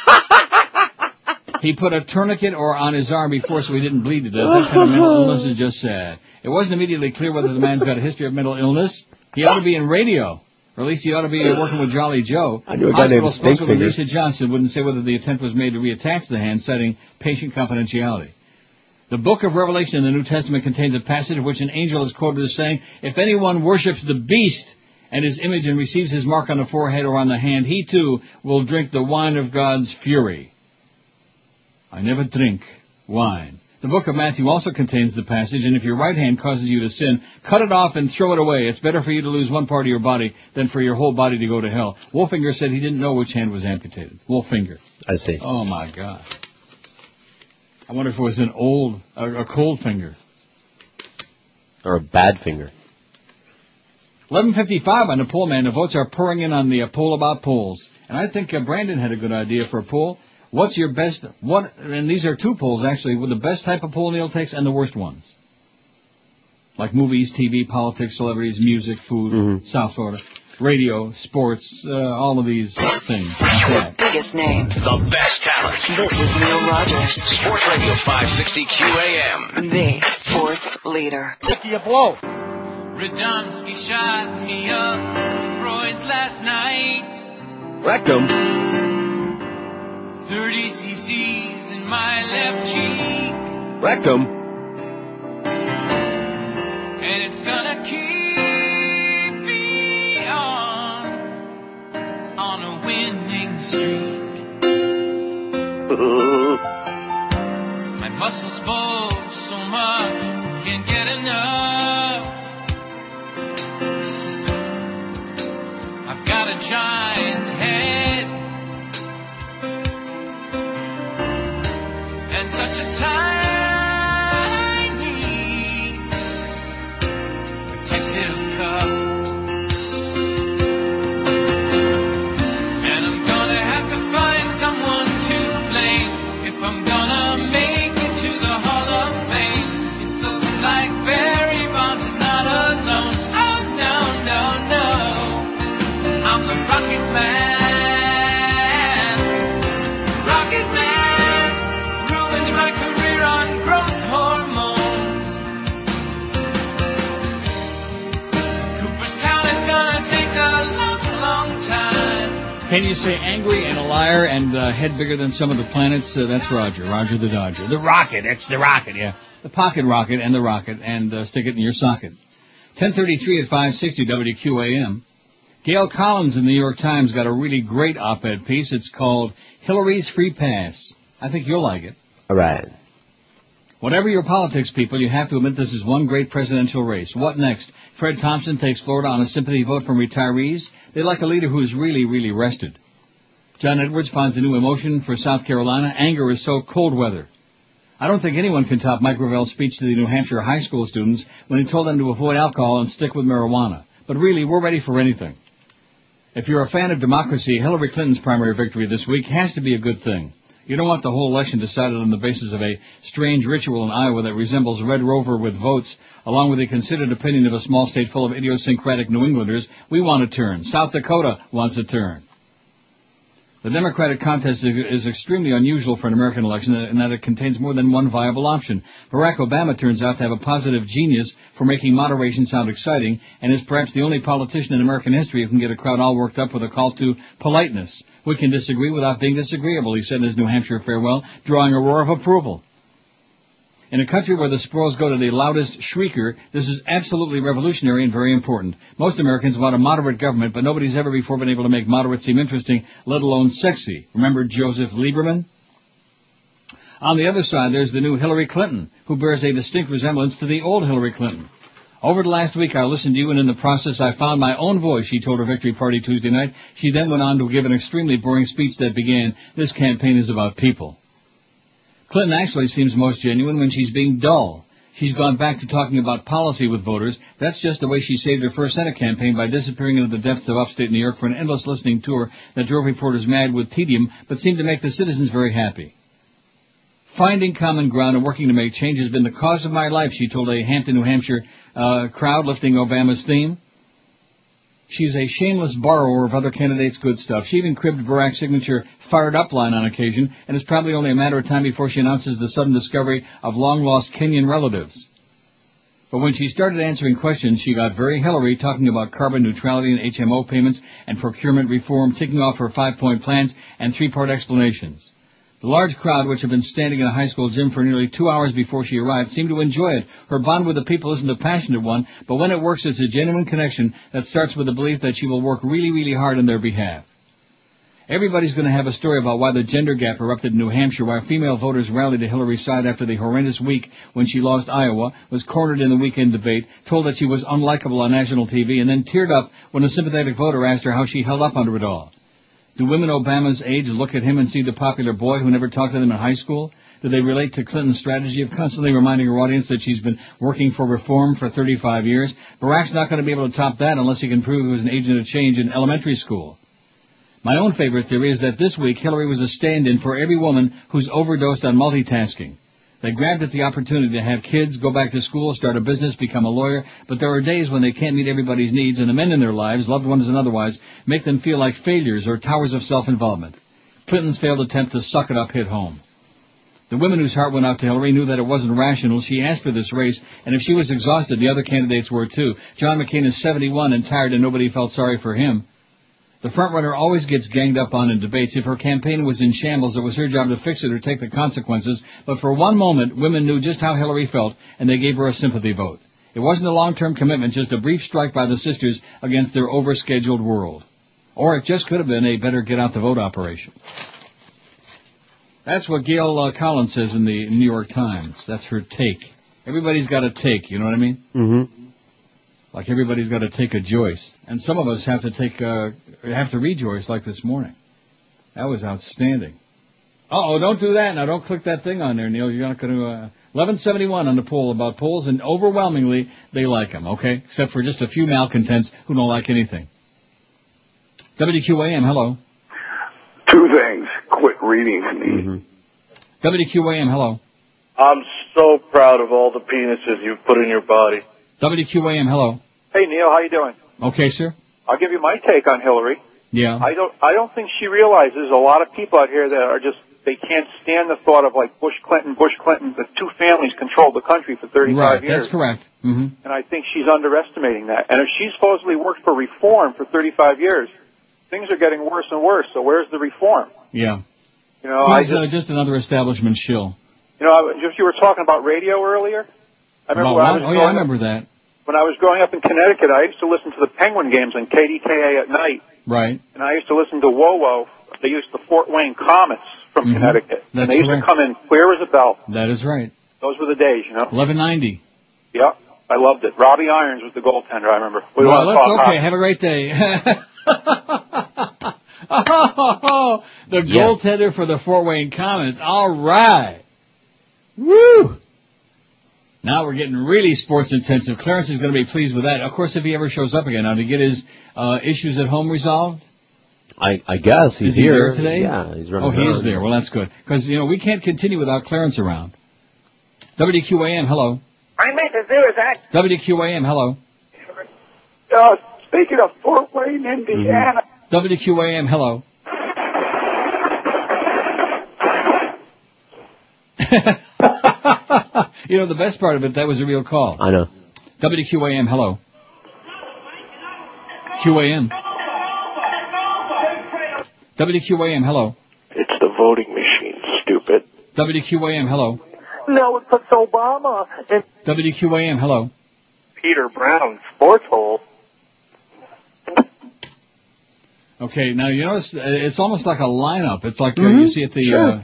[SPEAKER 2] He put a tourniquet or on his arm before so he didn't bleed to death. That kind
[SPEAKER 4] (laughs)
[SPEAKER 2] of mental illness is just sad. It wasn't immediately clear whether the man's got a history of mental illness. He ought to be in radio. Or at least he ought to be working with Jolly Joe.
[SPEAKER 4] I knew a guy named
[SPEAKER 2] Hospital spokeswoman
[SPEAKER 4] Stinkfinger.
[SPEAKER 2] Lisa Johnson wouldn't say whether the attempt was made to reattach the hand, citing patient confidentiality. The book of Revelation in the New Testament contains a passage in which an angel is quoted as saying, If anyone worships the beast and his image and receives his mark on the forehead or on the hand, he too will drink the wine of God's fury. I never drink wine. The book of Matthew also contains the passage, and if your right hand causes you to sin, cut it off and throw it away. It's better for you to lose one part of your body than for your whole body to go to hell. Wolfinger said he didn't know which hand was amputated. Wolfinger.
[SPEAKER 4] I see.
[SPEAKER 2] Oh my God. I wonder if it was an old, a, a cold finger.
[SPEAKER 4] Or a bad finger.
[SPEAKER 2] 11:55 on the poll, man. The votes are pouring in on the uh, poll about polls, and I think uh, Brandon had a good idea for a poll. What's your best? What? And these are two polls actually, with the best type of poll Neil takes and the worst ones, like movies, TV, politics, celebrities, music, food, South Florida, radio, sports, uh, all of these things. Yeah.
[SPEAKER 14] Biggest names.
[SPEAKER 15] The best talent.
[SPEAKER 14] This is Neil Rogers,
[SPEAKER 15] Sports Radio 560 QAM.
[SPEAKER 14] the sports leader.
[SPEAKER 16] Mickey, a blow. Radomski shot me up with Roy's last night.
[SPEAKER 4] Rectum.
[SPEAKER 16] 30 cc's in my left cheek,
[SPEAKER 4] Rectum.
[SPEAKER 16] and it's gonna keep me on on a winning streak. My muscles bulge so much, can't get enough. I've got a giant head and such a tiny protective cup. And I'm gonna have to find someone to blame if I'm gonna make it to the Hall of Fame. It looks like Barry Bonds is not alone. Oh,
[SPEAKER 2] When you say angry and a liar and uh, head bigger than some of the planets, uh, that's Roger. Roger the Dodger. The rocket. That's the rocket, yeah. The pocket rocket and the rocket, and uh, stick it in your socket. 1033 at 560 WQAM. Gail Collins in the New York Times got a really great op-ed piece. It's called Hillary's Free Pass. I think you'll like it.
[SPEAKER 4] All right.
[SPEAKER 2] Whatever your politics, people, you have to admit this is one great presidential race. What next? Fred Thompson takes Florida on a sympathy vote from retirees. They like a leader who is really, really rested. John Edwards finds a new emotion for South Carolina. Anger is so cold weather. I don't think anyone can top Mike Revell's speech to the New Hampshire high school students when he told them to avoid alcohol and stick with marijuana. But really, we're ready for anything. If you're a fan of democracy, Hillary Clinton's primary victory this week has to be a good thing. You don't want the whole election decided on the basis of a strange ritual in Iowa that resembles Red Rover with votes, along with the considered opinion of a small state full of idiosyncratic New Englanders. We want a turn. South Dakota wants a turn. The Democratic contest is is extremely unusual for an American election in that it contains more than one viable option. Barack Obama turns out to have a positive genius for making moderation sound exciting and is perhaps the only politician in American history who can get a crowd all worked up with a call to politeness. We can disagree without being disagreeable, he said in his New Hampshire farewell, drawing a roar of approval. In a country where the spoils go to the loudest shrieker, this is absolutely revolutionary and very important. Most Americans want a moderate government, but nobody's ever before been able to make moderate seem interesting, let alone sexy. Remember Joseph Lieberman? On the other side, there's the new Hillary Clinton, who bears a distinct resemblance to the old Hillary Clinton. Over the last week, I listened to you, and in the process, I found my own voice, she told her victory party Tuesday night. She then went on to give an extremely boring speech that began, This campaign is about people. Clinton actually seems most genuine when she's being dull. She's gone back to talking about policy with voters. That's just the way she saved her first Senate campaign by disappearing into the depths of upstate New York for an endless listening tour that drove reporters mad with tedium, but seemed to make the citizens very happy. Finding common ground and working to make change has been the cause of my life, she told a Hampton, New Hampshire uh, crowd lifting Obama's theme. She's a shameless borrower of other candidates' good stuff. She even cribbed Barack's signature fired up line on occasion, and it's probably only a matter of time before she announces the sudden discovery of long lost Kenyan relatives. But when she started answering questions, she got very Hillary talking about carbon neutrality and HMO payments and procurement reform, ticking off her five point plans and three part explanations. The large crowd, which had been standing in a high school gym for nearly two hours before she arrived, seemed to enjoy it. Her bond with the people isn't a passionate one, but when it works, it's a genuine connection that starts with the belief that she will work really, really hard on their behalf. Everybody's going to have a story about why the gender gap erupted in New Hampshire, why female voters rallied to Hillary's side after the horrendous week when she lost Iowa, was cornered in the weekend debate, told that she was unlikable on national TV, and then teared up when a sympathetic voter asked her how she held up under it all. Do women Obama's age look at him and see the popular boy who never talked to them in high school? Do they relate to Clinton's strategy of constantly reminding her audience that she's been working for reform for 35 years? Barack's not going to be able to top that unless he can prove he was an agent of change in elementary school. My own favorite theory is that this week Hillary was a stand-in for every woman who's overdosed on multitasking. They grabbed at the opportunity to have kids, go back to school, start a business, become a lawyer, but there are days when they can't meet everybody's needs, and the men in their lives, loved ones and otherwise, make them feel like failures or towers of self-involvement. Clinton's failed attempt to suck it up hit home. The woman whose heart went out to Hillary knew that it wasn't rational. She asked for this race, and if she was exhausted, the other candidates were too. John McCain is 71 and tired, and nobody felt sorry for him. The frontrunner always gets ganged up on in debates. If her campaign was in shambles, it was her job to fix it or take the consequences. But for one moment, women knew just how Hillary felt, and they gave her a sympathy vote. It wasn't a long-term commitment, just a brief strike by the sisters against their overscheduled world. Or it just could have been a better get out the vote operation. That's what Gail uh, Collins says in the New York Times. That's her take. Everybody's got a take, you know what I mean?
[SPEAKER 4] Mm-hmm.
[SPEAKER 2] Like everybody's got to take a Joyce, and some of us have to take uh, have to read Joyce like this morning. That was outstanding. Oh, don't do that now. Don't click that thing on there, Neil. You're not going to. Uh, 1171 on the poll about polls, and overwhelmingly they like them. Okay, except for just a few malcontents who don't like anything. WQAM, hello.
[SPEAKER 7] Two things. Quit reading to me.
[SPEAKER 9] Mm-hmm.
[SPEAKER 2] WQAM, hello.
[SPEAKER 10] I'm so proud of all the penises you've put in your body.
[SPEAKER 2] WQAM, hello.
[SPEAKER 10] Hey Neil, how you doing?
[SPEAKER 2] Okay, sir.
[SPEAKER 10] I'll give you my take on Hillary.
[SPEAKER 2] Yeah.
[SPEAKER 10] I don't I don't think she realizes a lot of people out here that are just they can't stand the thought of like Bush Clinton, Bush Clinton, the two families controlled the country for 35
[SPEAKER 2] right,
[SPEAKER 10] years.
[SPEAKER 2] that's correct. hmm
[SPEAKER 10] And I think she's underestimating that. And if she supposedly worked for reform for 35 years,
[SPEAKER 9] things are getting worse and worse. So where's the reform?
[SPEAKER 2] Yeah.
[SPEAKER 9] You know, Oh, I
[SPEAKER 2] He's, uh,
[SPEAKER 9] just,
[SPEAKER 2] just another establishment shill.
[SPEAKER 9] you know, I, if you were talking about radio earlier, I remember
[SPEAKER 2] About
[SPEAKER 9] when I
[SPEAKER 2] what?
[SPEAKER 9] was
[SPEAKER 2] oh, yeah, I
[SPEAKER 9] growing
[SPEAKER 2] remember that.
[SPEAKER 9] when I was growing up in Connecticut, I used to listen to the Penguin games on KDKA at night,
[SPEAKER 2] Right.
[SPEAKER 9] and I used to listen to WoWo. They used the Fort Wayne Comets from
[SPEAKER 2] Mhm.
[SPEAKER 9] Connecticut,
[SPEAKER 2] That's
[SPEAKER 9] and they used
[SPEAKER 2] correct.
[SPEAKER 9] to come in clear as a bell.
[SPEAKER 2] That is right.
[SPEAKER 9] Those were the days, you know.
[SPEAKER 2] 1190.
[SPEAKER 9] Yep, I loved it. Robbie Irons was the goaltender. I remember. We
[SPEAKER 2] well,
[SPEAKER 9] want to
[SPEAKER 2] let's,
[SPEAKER 9] talk
[SPEAKER 2] okay,
[SPEAKER 9] hockey.
[SPEAKER 2] have a great day. (laughs) the
[SPEAKER 9] Yeah.
[SPEAKER 2] goaltender for the Fort Wayne Comets. All right. Woo! Now we're getting really sports intensive. Clarence is going to be pleased with that. Of course, if he ever shows up again, now to get his uh, issues at home resolved.
[SPEAKER 4] I, I guess he's
[SPEAKER 2] is he
[SPEAKER 4] here.
[SPEAKER 2] there today?
[SPEAKER 4] Yeah, he's running.
[SPEAKER 2] Oh, he is
[SPEAKER 4] around.
[SPEAKER 2] there. Well, that's good because you know we can't continue without Clarence around. WQAM, hello.
[SPEAKER 17] I meant to do is that.
[SPEAKER 2] WQAM, hello.
[SPEAKER 17] Uh, speaking of Fort Wayne,
[SPEAKER 2] Mm-hmm.
[SPEAKER 17] Indiana,
[SPEAKER 2] WQAM, hello. (laughs) you know, the best part of it, that was a real call.
[SPEAKER 4] I know.
[SPEAKER 2] WQAM, hello. QAM. WQAM, hello.
[SPEAKER 18] It's the voting machine, stupid.
[SPEAKER 2] WQAM, hello.
[SPEAKER 19] No, it puts Obama in
[SPEAKER 2] WQAM, hello.
[SPEAKER 19] Peter Brown sports hole.
[SPEAKER 2] Okay, now you notice uh, it's almost like a lineup. It's like uh,
[SPEAKER 19] Mhm.
[SPEAKER 2] you see at the
[SPEAKER 19] Sure.
[SPEAKER 2] uh,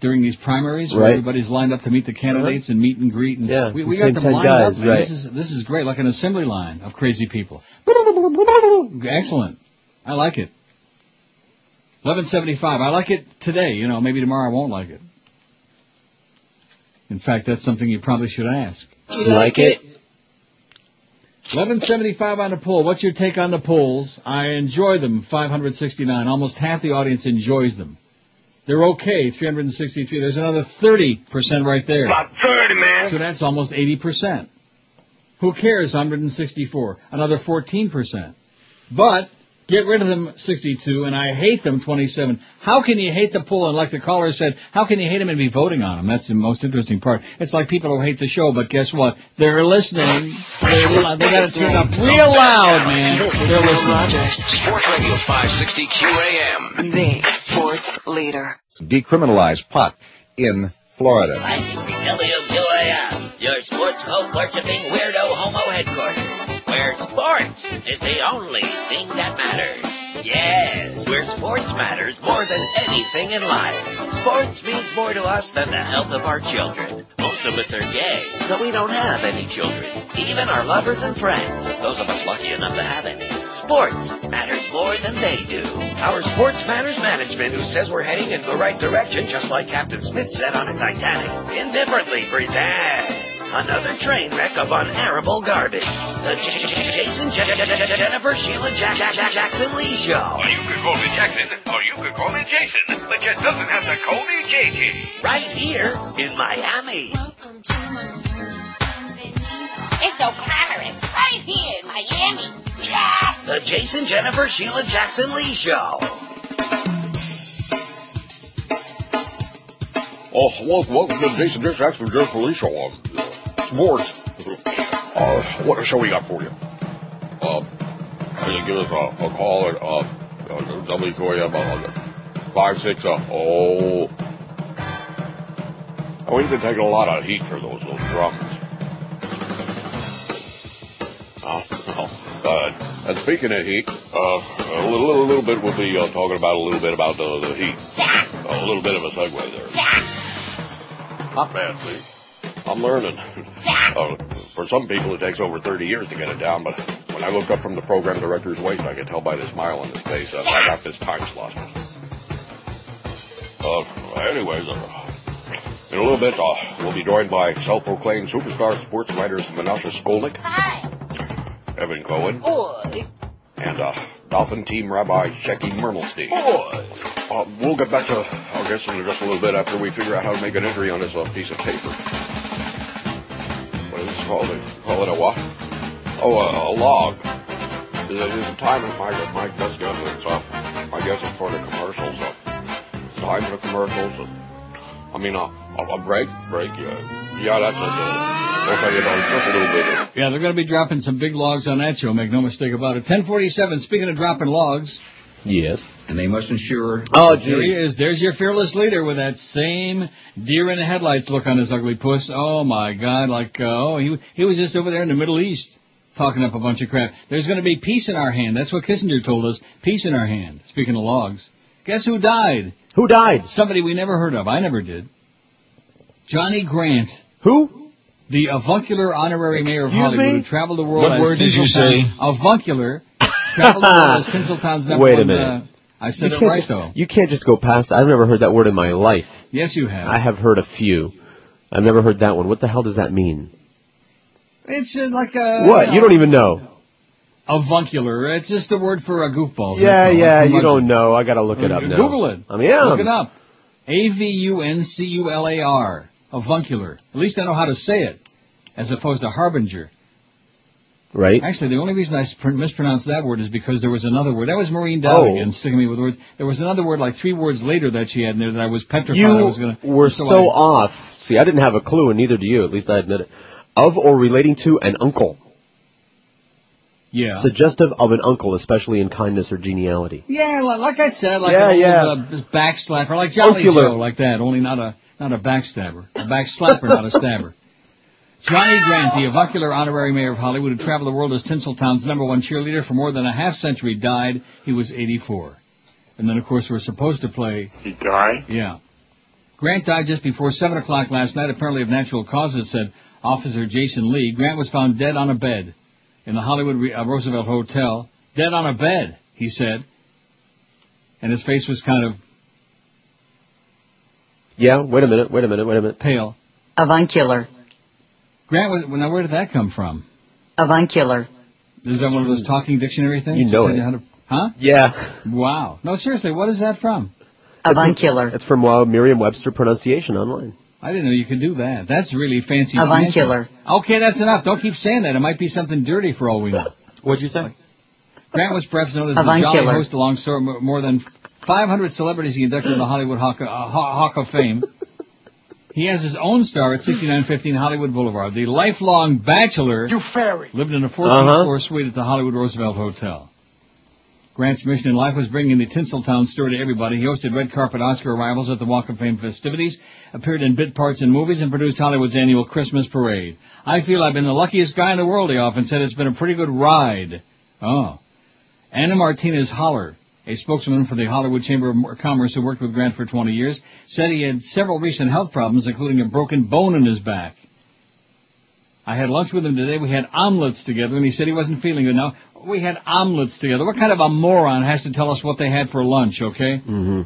[SPEAKER 2] during these primaries
[SPEAKER 4] Mm-hmm.
[SPEAKER 2] where
[SPEAKER 4] Right. Uh-huh.
[SPEAKER 2] everybody's lined up to meet the candidates and meet and greet. And
[SPEAKER 4] Yeah,
[SPEAKER 2] we, we
[SPEAKER 4] the
[SPEAKER 2] got
[SPEAKER 4] same
[SPEAKER 2] them
[SPEAKER 4] 10
[SPEAKER 2] lined
[SPEAKER 4] guys,
[SPEAKER 2] up. man.
[SPEAKER 4] right.
[SPEAKER 2] This is this is great, like an assembly line of crazy people. Excellent. I like it. Eleven seventy five. I like it today. You know, maybe tomorrow I won't like it. In fact, that's something you probably should ask.
[SPEAKER 4] Like it?
[SPEAKER 2] Eleven seventy five on the poll. What's your take on the polls? I enjoy them. Five hundred sixty nine. Almost half the audience enjoys them. They're okay. Three hundred sixty three. There's another thirty percent right there.
[SPEAKER 19] About 30, man.
[SPEAKER 2] So that's almost eighty percent. Who cares? Hundred and sixty four. Another fourteen percent. But get rid of them sixty two, and I hate them twenty seven. How can you hate the poll? And like the caller said, how can you hate them and be voting on them? That's the most interesting part. It's like people who hate the show, but guess what? They're listening. They, will- they got it turned up real loud, man. They're listening.
[SPEAKER 20] Sports Radio 560 QAM.
[SPEAKER 21] The sports leader.
[SPEAKER 22] Decriminalize pot in Florida.
[SPEAKER 5] WQAM, your sports hope worshipping weirdo homo headquarters, where sports is the only thing that matters. Yes, where sports matters more than anything in life. Sports means more to us than the health of our children. Most of us are gay, so we don't have any children, even our lovers and friends, those of us lucky enough to have any. Sports matters more than they do. Our sports matters management, who says we're heading in the right direction, just like Captain Smith said on the Titanic, indifferently presents another train wreck of unarable garbage. The J- J- J- Jason J- J- J- J- Jennifer Sheila Jack- Jack- Jack- Jackson Lee Show.
[SPEAKER 23] Or you could call me Jackson, or you could call me Jason, but you doesn't have to call me JJ.
[SPEAKER 5] Right here in Miami.
[SPEAKER 24] It's O'Connor and right here in Miami.
[SPEAKER 5] The Jason Jennifer Sheila Jackson Lee Show.
[SPEAKER 25] Oh, welcome, welcome to the Jason Dish Jackson with Jennifer Lee Show. Um, sports. Uh, what a show we got for you. Uh, you can give us a, a call at uh, uh, WQAM uh, 56 uh, oh. Oh, we've been taking a lot of heat for those little drums. Uh, uh, and speaking of heat, uh, a little, little, little bit we'll be uh, talking about a little bit about uh, the, the heat. Oh, A little bit of a segue there. Not bad, see. I'm learning. Uh, for some people, it takes over 30 years to get it down, but when I look up from the program director's waist, I can tell by the smile on his face that I got this time slot. Uh, anyways, uh, in a little bit, uh, we'll be joined by self-proclaimed superstar sports writers Menasha Skolnick, Evan Cohen, and uh, Dolphin Team Rabbi Shecky Mermelstein. Uh, we'll get back to our guests in just a little bit after we figure out how to make an entry on this uh, piece of paper. What is this called? They call it a what? Oh, a, a log. There's a, there's a time that my, my guest goes, it's, uh, my guess is for the commercials. Uh, it's time for the commercials. Uh, I mean, uh, a, a break? Break, yeah. Yeah, that's it. Uh, okay, you know, just a little bit. Uh,
[SPEAKER 2] Yeah, they're going to be dropping some big logs on that show. Make no mistake about it. Ten forty seven. Speaking of dropping logs,
[SPEAKER 4] Yes.
[SPEAKER 5] And they must ensure.
[SPEAKER 4] Oh,
[SPEAKER 2] There he is. There's your fearless leader with that same deer in the headlights look on his ugly puss. Oh my God! Like uh, oh, he he was just over there in the Middle East talking up a bunch of crap. There's going to be peace in our hand. That's what Kissinger told us. Peace in our hand. Speaking of logs, guess who died?
[SPEAKER 4] Who died?
[SPEAKER 2] Somebody we never heard of. I never did. Johnny Grant.
[SPEAKER 4] Who?
[SPEAKER 2] The avuncular honorary mayor of
[SPEAKER 4] Excuse
[SPEAKER 2] Hollywood
[SPEAKER 4] me?
[SPEAKER 2] who traveled the world.
[SPEAKER 4] What
[SPEAKER 2] as
[SPEAKER 4] word did you
[SPEAKER 2] Tinseltown-
[SPEAKER 4] say?
[SPEAKER 2] Avuncular. traveled the world as
[SPEAKER 4] (laughs)
[SPEAKER 2] Tinseltown's number
[SPEAKER 4] Wait a
[SPEAKER 2] one,
[SPEAKER 4] minute.
[SPEAKER 2] uh, I said
[SPEAKER 4] you
[SPEAKER 2] it
[SPEAKER 4] can't
[SPEAKER 2] right
[SPEAKER 4] just-
[SPEAKER 2] though.
[SPEAKER 4] You can't just go past. I've never heard that word in my life.
[SPEAKER 2] Yes, you have.
[SPEAKER 4] I have heard a few. I've never heard that one. What the hell does that mean?
[SPEAKER 2] It's just like a
[SPEAKER 4] what? You don't even know.
[SPEAKER 2] avuncular. It's just a word for a goofball.
[SPEAKER 4] yeah,
[SPEAKER 2] That's all.
[SPEAKER 4] yeah.
[SPEAKER 2] Like
[SPEAKER 4] You don't know. I gotta look it up now.
[SPEAKER 2] Google it.
[SPEAKER 4] I mean, yeah.
[SPEAKER 2] Look it up. A v u n c u l a r. Avuncular. At least I know how to say it, as opposed to harbinger.
[SPEAKER 4] Right.
[SPEAKER 2] Actually, the only reason I spr- mispronounced that word is because there was another word. That was Maureen Dowd
[SPEAKER 4] Oh.
[SPEAKER 2] again, sticking me with words. There was another word like three words later that she had in there that I was petrified
[SPEAKER 4] You
[SPEAKER 2] I was going to.
[SPEAKER 4] were so
[SPEAKER 2] I,
[SPEAKER 4] off. See, I didn't have a clue, and neither do you. At least I admit it. Of or relating to an uncle.
[SPEAKER 2] yeah.
[SPEAKER 4] Suggestive of an uncle, especially in kindness or geniality.
[SPEAKER 2] Yeah, li- like I said, like
[SPEAKER 4] Yeah,
[SPEAKER 2] an
[SPEAKER 4] yeah.
[SPEAKER 2] old uh, backslapper, like Jolly
[SPEAKER 4] Ocular.
[SPEAKER 2] Joe, like that. Only not a not a backstabber, a backslapper, not a stabber. Johnny Grant, the avuncular honorary mayor of Hollywood, who traveled the world as Tinseltown's number one cheerleader for more than a half century, died. He was 84. And then, of course, we're supposed to play.
[SPEAKER 26] He died?
[SPEAKER 2] Yeah. Grant died just before 7 o'clock last night, apparently of natural causes, said Officer Jason Lee. Grant was found dead on a bed in the Hollywood Re- uh, Roosevelt Hotel. Dead on a bed, he said. And his face was kind of
[SPEAKER 4] Yeah. Wait a minute. Wait a minute. Wait a minute.
[SPEAKER 2] Pale.
[SPEAKER 27] Avuncular.
[SPEAKER 2] Grant, was, now where did that come from?
[SPEAKER 27] Avuncular.
[SPEAKER 2] Is that one of those talking dictionary things?
[SPEAKER 4] Hmm. You know
[SPEAKER 2] Tell
[SPEAKER 4] it.
[SPEAKER 2] how to- huh?
[SPEAKER 4] Yeah.
[SPEAKER 2] Wow. No, seriously, what is that from?
[SPEAKER 4] Avuncular. It's, from uh, Merriam-Webster pronunciation online.
[SPEAKER 2] I didn't know you could do that. That's really fancy.
[SPEAKER 4] Avuncular.
[SPEAKER 2] fancy. Okay, that's enough. Don't keep saying that. It might be something dirty for all we know.
[SPEAKER 13] What'd you say?
[SPEAKER 2] Grant was perhaps known as the
[SPEAKER 13] Avuncular.
[SPEAKER 2] jolly host along so- more than 500 celebrities he inducted in the Hollywood Hawk, uh, Haw- Hawk of Fame. He has his own star at 6915 Hollywood Boulevard. The lifelong bachelor you fairy. lived in a 14th
[SPEAKER 4] Uh-huh.
[SPEAKER 2] floor suite at the Hollywood Roosevelt Hotel. Grant's mission in life was bringing the Tinseltown story to everybody. He hosted red carpet Oscar arrivals at the Walk of Fame festivities, appeared in bit parts in movies, and produced Hollywood's annual Christmas parade. I feel I've been the luckiest guy in the world, he often said. It's been a pretty good ride. Oh. Anna Martinez Holler, a spokesman for the Hollywood Chamber of Commerce who worked with Grant for 20 years, said he had several recent health problems, including a broken bone in his back. I had lunch with him today. We had omelets together, and he said he wasn't feeling good. Now, we had omelets together. What kind of a moron has to tell us what they had for lunch, okay?
[SPEAKER 4] Mm-hmm.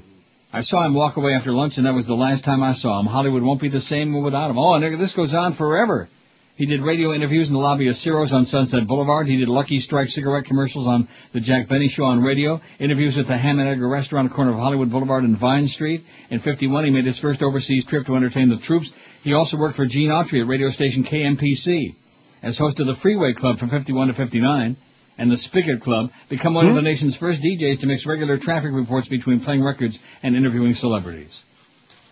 [SPEAKER 2] I saw him walk away after lunch, and that was the last time I saw him. Hollywood won't be the same without him. Oh, and this goes on forever. He did radio interviews in the lobby of Ciro's on Sunset Boulevard. He did Lucky Strike cigarette commercials on the Jack Benny Show on radio. Interviews at the Ham and Edgar restaurant on the corner of Hollywood Boulevard and Vine Street. In 51, he made his first overseas trip to entertain the troops. He also worked for Gene Autry at radio station KMPC as host of the Freeway Club from 51 to 59 and the Spigot Club, become one of the nation's first DJs to mix regular traffic reports between playing records and interviewing celebrities.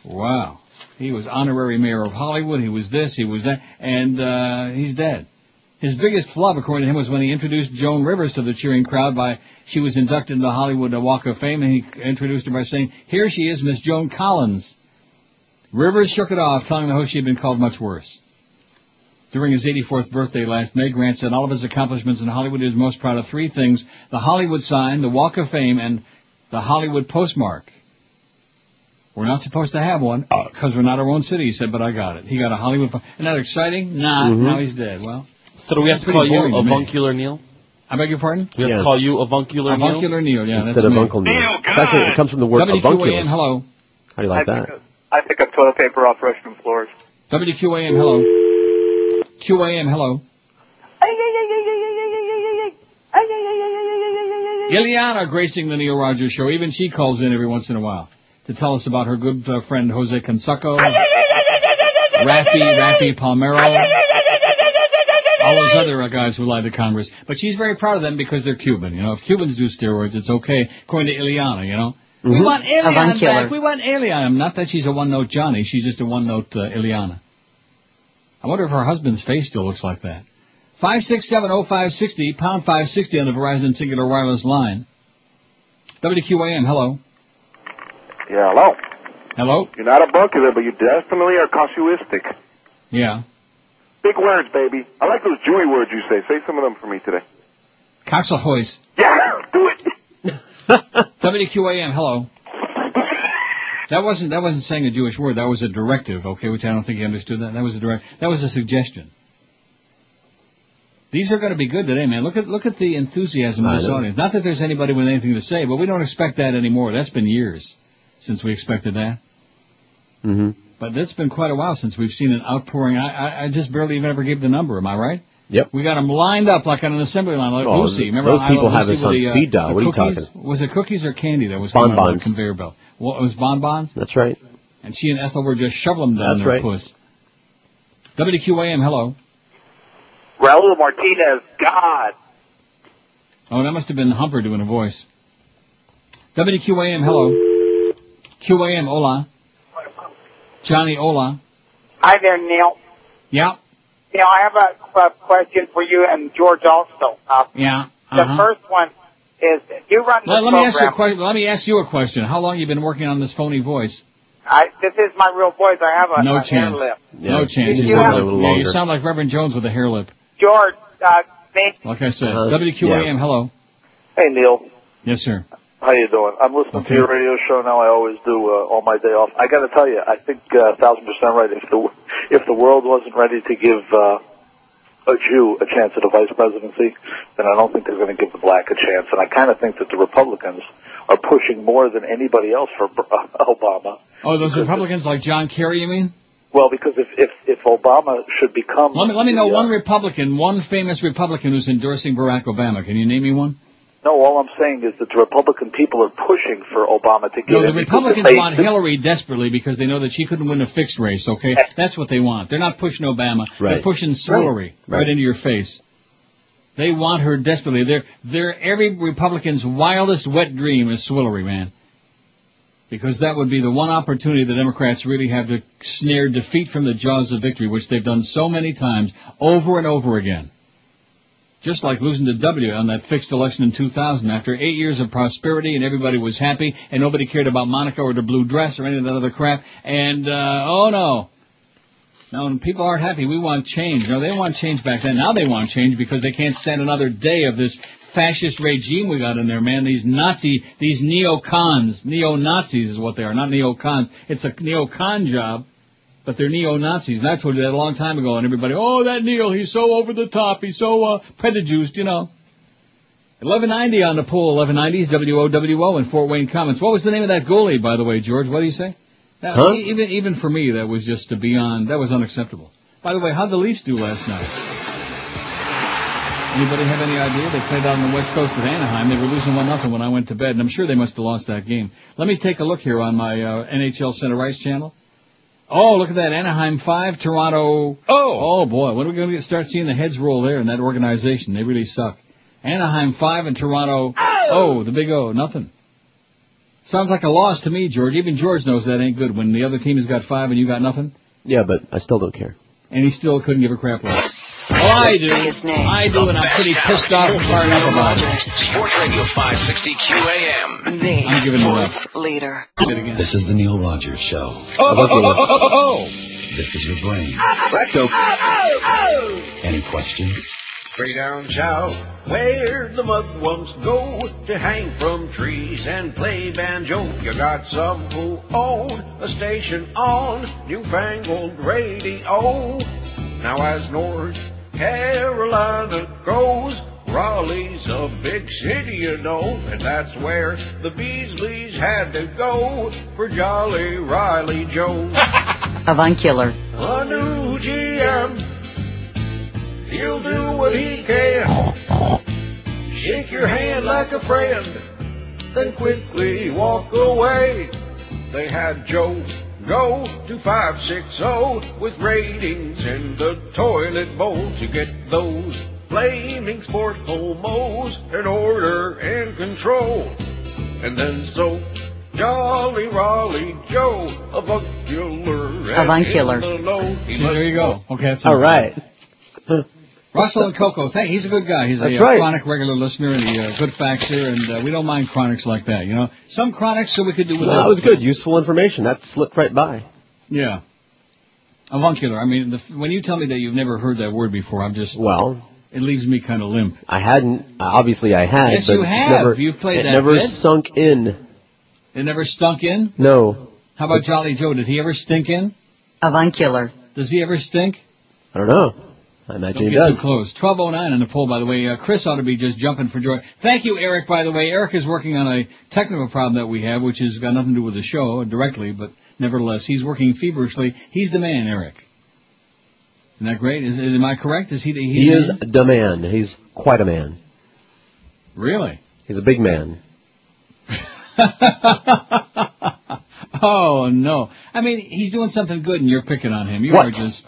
[SPEAKER 2] Wow. He was honorary mayor of Hollywood. He was this, he was that, and uh, he's dead. His biggest flop, according to him, was when he introduced Joan Rivers to the cheering crowd by she was inducted in the Hollywood Walk of Fame, and he introduced her by saying, "Here she is, Miss Joan Collins." Rivers shook it off, telling the host she had been called much worse. During his 84th birthday last May, Grant said all of his accomplishments in Hollywood he was most proud of three things: the Hollywood sign, the Walk of Fame, and the Hollywood postmark. We're not supposed to have one because we're not our own city, he said, but I got it. He got a Hollywood. po- Isn't that exciting? Nah,
[SPEAKER 13] Mhm.
[SPEAKER 2] now he's dead. Well,
[SPEAKER 13] So do we have
[SPEAKER 2] that's
[SPEAKER 13] to call
[SPEAKER 2] pretty boring
[SPEAKER 13] you
[SPEAKER 2] to me.
[SPEAKER 13] avuncular Neil?
[SPEAKER 2] I beg your pardon?
[SPEAKER 13] We have to call you avuncular Neil?
[SPEAKER 2] Avuncular Neil, yeah.
[SPEAKER 4] Instead
[SPEAKER 2] that's
[SPEAKER 4] of
[SPEAKER 2] me.
[SPEAKER 4] Uncle Neil. It's actually- it comes from the word
[SPEAKER 2] WQAM,
[SPEAKER 4] avunculus.
[SPEAKER 2] hello.
[SPEAKER 4] How do you like
[SPEAKER 10] I
[SPEAKER 4] that?
[SPEAKER 10] Pick up, I pick up toilet paper off restroom floors.
[SPEAKER 2] WQAM, hello. QAM, hello. Ileana gracing the Neil Rogers show. Even she calls in every once in a while to tell us about her good uh, friend Jose Canseco, Rafi, Rafi Palmero, all those other uh, guys who lie to Congress. But she's very proud of them because they're Cuban. You know, if Cubans do steroids, it's okay, according to Ileana. You know, we
[SPEAKER 25] Mhm.
[SPEAKER 2] want Ileana
[SPEAKER 25] Avuncular.
[SPEAKER 2] back. We want Ileana. Not that she's a one-note Johnny. She's just a one-note uh, Ileana. I wonder if her husband's face still looks like that. Five six seven oh five sixty pound five sixty on the Verizon Singular Wireless line. WQAM, hello.
[SPEAKER 9] Yeah, hello.
[SPEAKER 2] Hello?
[SPEAKER 9] You're not avuncular, but you definitely are casuistic.
[SPEAKER 2] Yeah.
[SPEAKER 9] Big words, baby. I like those Jewy words you say. Say some of them for me today.
[SPEAKER 2] Coxahoy's.
[SPEAKER 9] Yeah, do it.
[SPEAKER 2] WQAM, hello. That wasn't that wasn't saying a Jewish word. That was a directive, okay? Which I don't think you understood. That that was a direct. That was a suggestion. These are going to be good today, man. Look at look at the enthusiasm of
[SPEAKER 4] I
[SPEAKER 2] this
[SPEAKER 4] know.
[SPEAKER 2] audience. Not that there's anybody with anything to say, but we don't expect that anymore. That's been years since we expected that.
[SPEAKER 4] Mm-hmm.
[SPEAKER 2] But it's been quite a while since we've seen an outpouring. I, I, I just barely even ever gave the number. Am I right?
[SPEAKER 4] Yep.
[SPEAKER 2] We got them lined up like on an assembly line, like
[SPEAKER 4] Oh,
[SPEAKER 2] Lucy.
[SPEAKER 4] th-
[SPEAKER 2] Remember
[SPEAKER 4] those
[SPEAKER 2] I
[SPEAKER 4] people
[SPEAKER 2] Love
[SPEAKER 4] have
[SPEAKER 2] Lucy
[SPEAKER 4] us on
[SPEAKER 2] with the, uh,
[SPEAKER 4] speed dial.
[SPEAKER 2] the
[SPEAKER 4] What are you
[SPEAKER 2] cookies? Was it cookies or candy that was coming on the
[SPEAKER 4] Bonbons.
[SPEAKER 2] conveyor belt? Well, it was bonbons.
[SPEAKER 4] That's right.
[SPEAKER 2] And she and Ethel were just shoveling them down
[SPEAKER 4] That's
[SPEAKER 2] their
[SPEAKER 4] right.
[SPEAKER 2] puss. WQAM, hello.
[SPEAKER 28] Raul Martinez, God.
[SPEAKER 2] Oh, that must have been Humper doing a voice. WQAM, hello. QAM, hola. Johnny, hola.
[SPEAKER 17] Hi there, Neil.
[SPEAKER 2] Yeah,
[SPEAKER 17] Neil, I have a, a question for you and George also. Uh,
[SPEAKER 2] yeah.
[SPEAKER 17] The
[SPEAKER 2] Uh-huh.
[SPEAKER 17] first one is you run the
[SPEAKER 2] Let, let me
[SPEAKER 17] program.
[SPEAKER 2] ask you a question. Let me ask you a question. How long you been working on this phony voice?
[SPEAKER 17] I, this is my real voice. I have a,
[SPEAKER 2] no
[SPEAKER 17] a hair
[SPEAKER 2] chance.
[SPEAKER 17] lip.
[SPEAKER 2] No chance.
[SPEAKER 17] You,
[SPEAKER 2] He's
[SPEAKER 17] you
[SPEAKER 2] working-
[SPEAKER 17] have,
[SPEAKER 2] yeah, you sound like Reverend Jones with a hair lip.
[SPEAKER 17] George, uh, thank
[SPEAKER 2] Like I said. WQAM,
[SPEAKER 9] yeah.
[SPEAKER 2] hello.
[SPEAKER 9] Hey, Neil.
[SPEAKER 2] Yes, sir.
[SPEAKER 9] How you doing? I'm listening to your radio show now. I always do uh, on my day off. I got to tell you, I think uh, a thousand percent right. If the if the world wasn't ready to give uh, a Jew a chance at a vice presidency, then I don't think they're going to give the black a chance. And I kind of think that the Republicans are pushing more than anybody else for uh, (laughs) Obama.
[SPEAKER 2] Oh, those Republicans like John Kerry, you mean?
[SPEAKER 9] Well, because if if if Obama should become uh,
[SPEAKER 2] Let me let me know one Republican, one famous Republican who's endorsing Barack Obama. Can you name me one?
[SPEAKER 9] no, all I'm saying is that the Republican people are pushing for Obama to get
[SPEAKER 2] No,
[SPEAKER 9] in
[SPEAKER 2] the
[SPEAKER 9] because if
[SPEAKER 2] Republicans
[SPEAKER 9] they-
[SPEAKER 2] want Hillary desperately because they know that she couldn't win a fixed race.
[SPEAKER 17] (laughs)
[SPEAKER 2] Okay, that's what they want. They're not pushing Obama. They're
[SPEAKER 4] Right.
[SPEAKER 2] pushing Hillary right.
[SPEAKER 4] Right.
[SPEAKER 2] into your face. They want her desperately. They're they're every Republican's wildest wet dream is Hillary, man. Because that would be the one opportunity the Democrats really have to snare defeat from the jaws of victory, which they've done so many times, over and over again. Just like losing to W on that fixed election in 2000 after eight years of prosperity and everybody was happy and nobody cared about Monica or the blue dress or any of that other crap. And, uh, oh no. No, and people aren't happy. We want change. No, they want change back then. Now they want change because they can't stand another day of this fascist regime we got in there, man. These Nazi, these neocons, neo-Nazis is what they are, not neocons. It's a neocon job. But they're neo-Nazis, and I told you that a long time ago, and everybody, oh, that Neil, he's so over the top, he's so uh, prejudiced, you know. 1190 on the poll, 1190s, WOWO in Fort Wayne Commons. What was the name of that goalie, by the way, George? What do you say? That,
[SPEAKER 4] Huh?
[SPEAKER 2] e- Even even for me, that was just beyond, that was unacceptable. By the way, how'd the Leafs do last night? Anybody have any idea? They played out on the West Coast with Anaheim. They were losing one nothing when I went to bed, and I'm sure they must have lost that game. Let me take a look here on my uh, NHL Center Ice channel. Oh, look at that. Anaheim 5, Toronto. Oh! Oh, boy. When are we going to start seeing the heads roll there in that organization? They really suck. Anaheim 5 and Toronto. Oh! the big O. Nothing. Sounds like a loss to me, George. Even George knows that ain't good when the other team has got 5 and you got nothing.
[SPEAKER 4] Yeah, but I still don't care.
[SPEAKER 2] And he still couldn't give a crap less. Oh, I do. I do, and I'm pretty pissed off and fired up about it.
[SPEAKER 5] Sports Radio 560 QAM.
[SPEAKER 2] I'm giving it up.
[SPEAKER 29] Leader.
[SPEAKER 19] This is the Neil Rogers Show.
[SPEAKER 29] Oh, oh, oh, oh, oh,
[SPEAKER 2] oh.
[SPEAKER 19] This is your brain.
[SPEAKER 29] Recto.
[SPEAKER 5] Oh,
[SPEAKER 19] Any questions?
[SPEAKER 23] Way down south, where the mugwumps go to hang from trees and play banjo. You got some who own a station on newfangled radio. Now as North Carolina goes, Raleigh's a big city, you know, and that's where the Beasleys had to go for Jolly Riley Joe.
[SPEAKER 22] Avuncular.
[SPEAKER 23] A new GM. He'll do what he can. Shake your hand like a friend, then quickly walk away. They had Joe go to 560 with ratings in the toilet bowl to get those flaming sport homos in order and control. And then so Jolly Raleigh Joe, avuncular. and
[SPEAKER 22] Avuncular.
[SPEAKER 23] in the low.
[SPEAKER 2] See, there you go. Okay, that's
[SPEAKER 4] All right.
[SPEAKER 2] (laughs) Russell and Coco, thank. He's a good guy. He's
[SPEAKER 4] That's
[SPEAKER 2] a uh,
[SPEAKER 4] right.
[SPEAKER 2] chronic regular listener and a uh, good faxer, and uh, we don't mind chronics like that. You know, some chronics so we could do
[SPEAKER 4] No,
[SPEAKER 2] with
[SPEAKER 4] that was good. Useful information. That slipped right by.
[SPEAKER 2] Yeah, avuncular. I mean, the, when you tell me that you've never heard that word before, I'm just
[SPEAKER 4] well.
[SPEAKER 2] It leaves me kind of limp.
[SPEAKER 4] I hadn't. Uh, Obviously, I had.
[SPEAKER 2] Yes,
[SPEAKER 4] but
[SPEAKER 2] you
[SPEAKER 4] it
[SPEAKER 2] have.
[SPEAKER 4] Never,
[SPEAKER 2] You played
[SPEAKER 4] it
[SPEAKER 2] that
[SPEAKER 4] never
[SPEAKER 2] bit.
[SPEAKER 4] sunk in.
[SPEAKER 2] It never stunk in.
[SPEAKER 4] No,
[SPEAKER 2] How about Jolly Joe? Did he ever stink in?
[SPEAKER 27] Avuncular.
[SPEAKER 2] Does he ever stink?
[SPEAKER 4] I don't know. I imagine
[SPEAKER 2] Don't
[SPEAKER 4] it
[SPEAKER 2] get
[SPEAKER 4] does.
[SPEAKER 2] too close. 1209 on the poll, by the way. Uh, Chris ought to be just jumping for joy. Thank you, Eric, by the way. Eric is working on a technical problem that we have, which has got nothing to do with the show directly, but nevertheless, he's working feverishly. He's the man, Eric. Isn't that great? Is, am I correct? Is he the he,
[SPEAKER 4] He
[SPEAKER 2] the
[SPEAKER 4] is
[SPEAKER 2] man?
[SPEAKER 4] the man. He's quite a man.
[SPEAKER 2] Really?
[SPEAKER 4] He's a big man.
[SPEAKER 2] Oh, no. I mean, he's doing something good, and you're picking on him. You
[SPEAKER 4] What?
[SPEAKER 2] are just.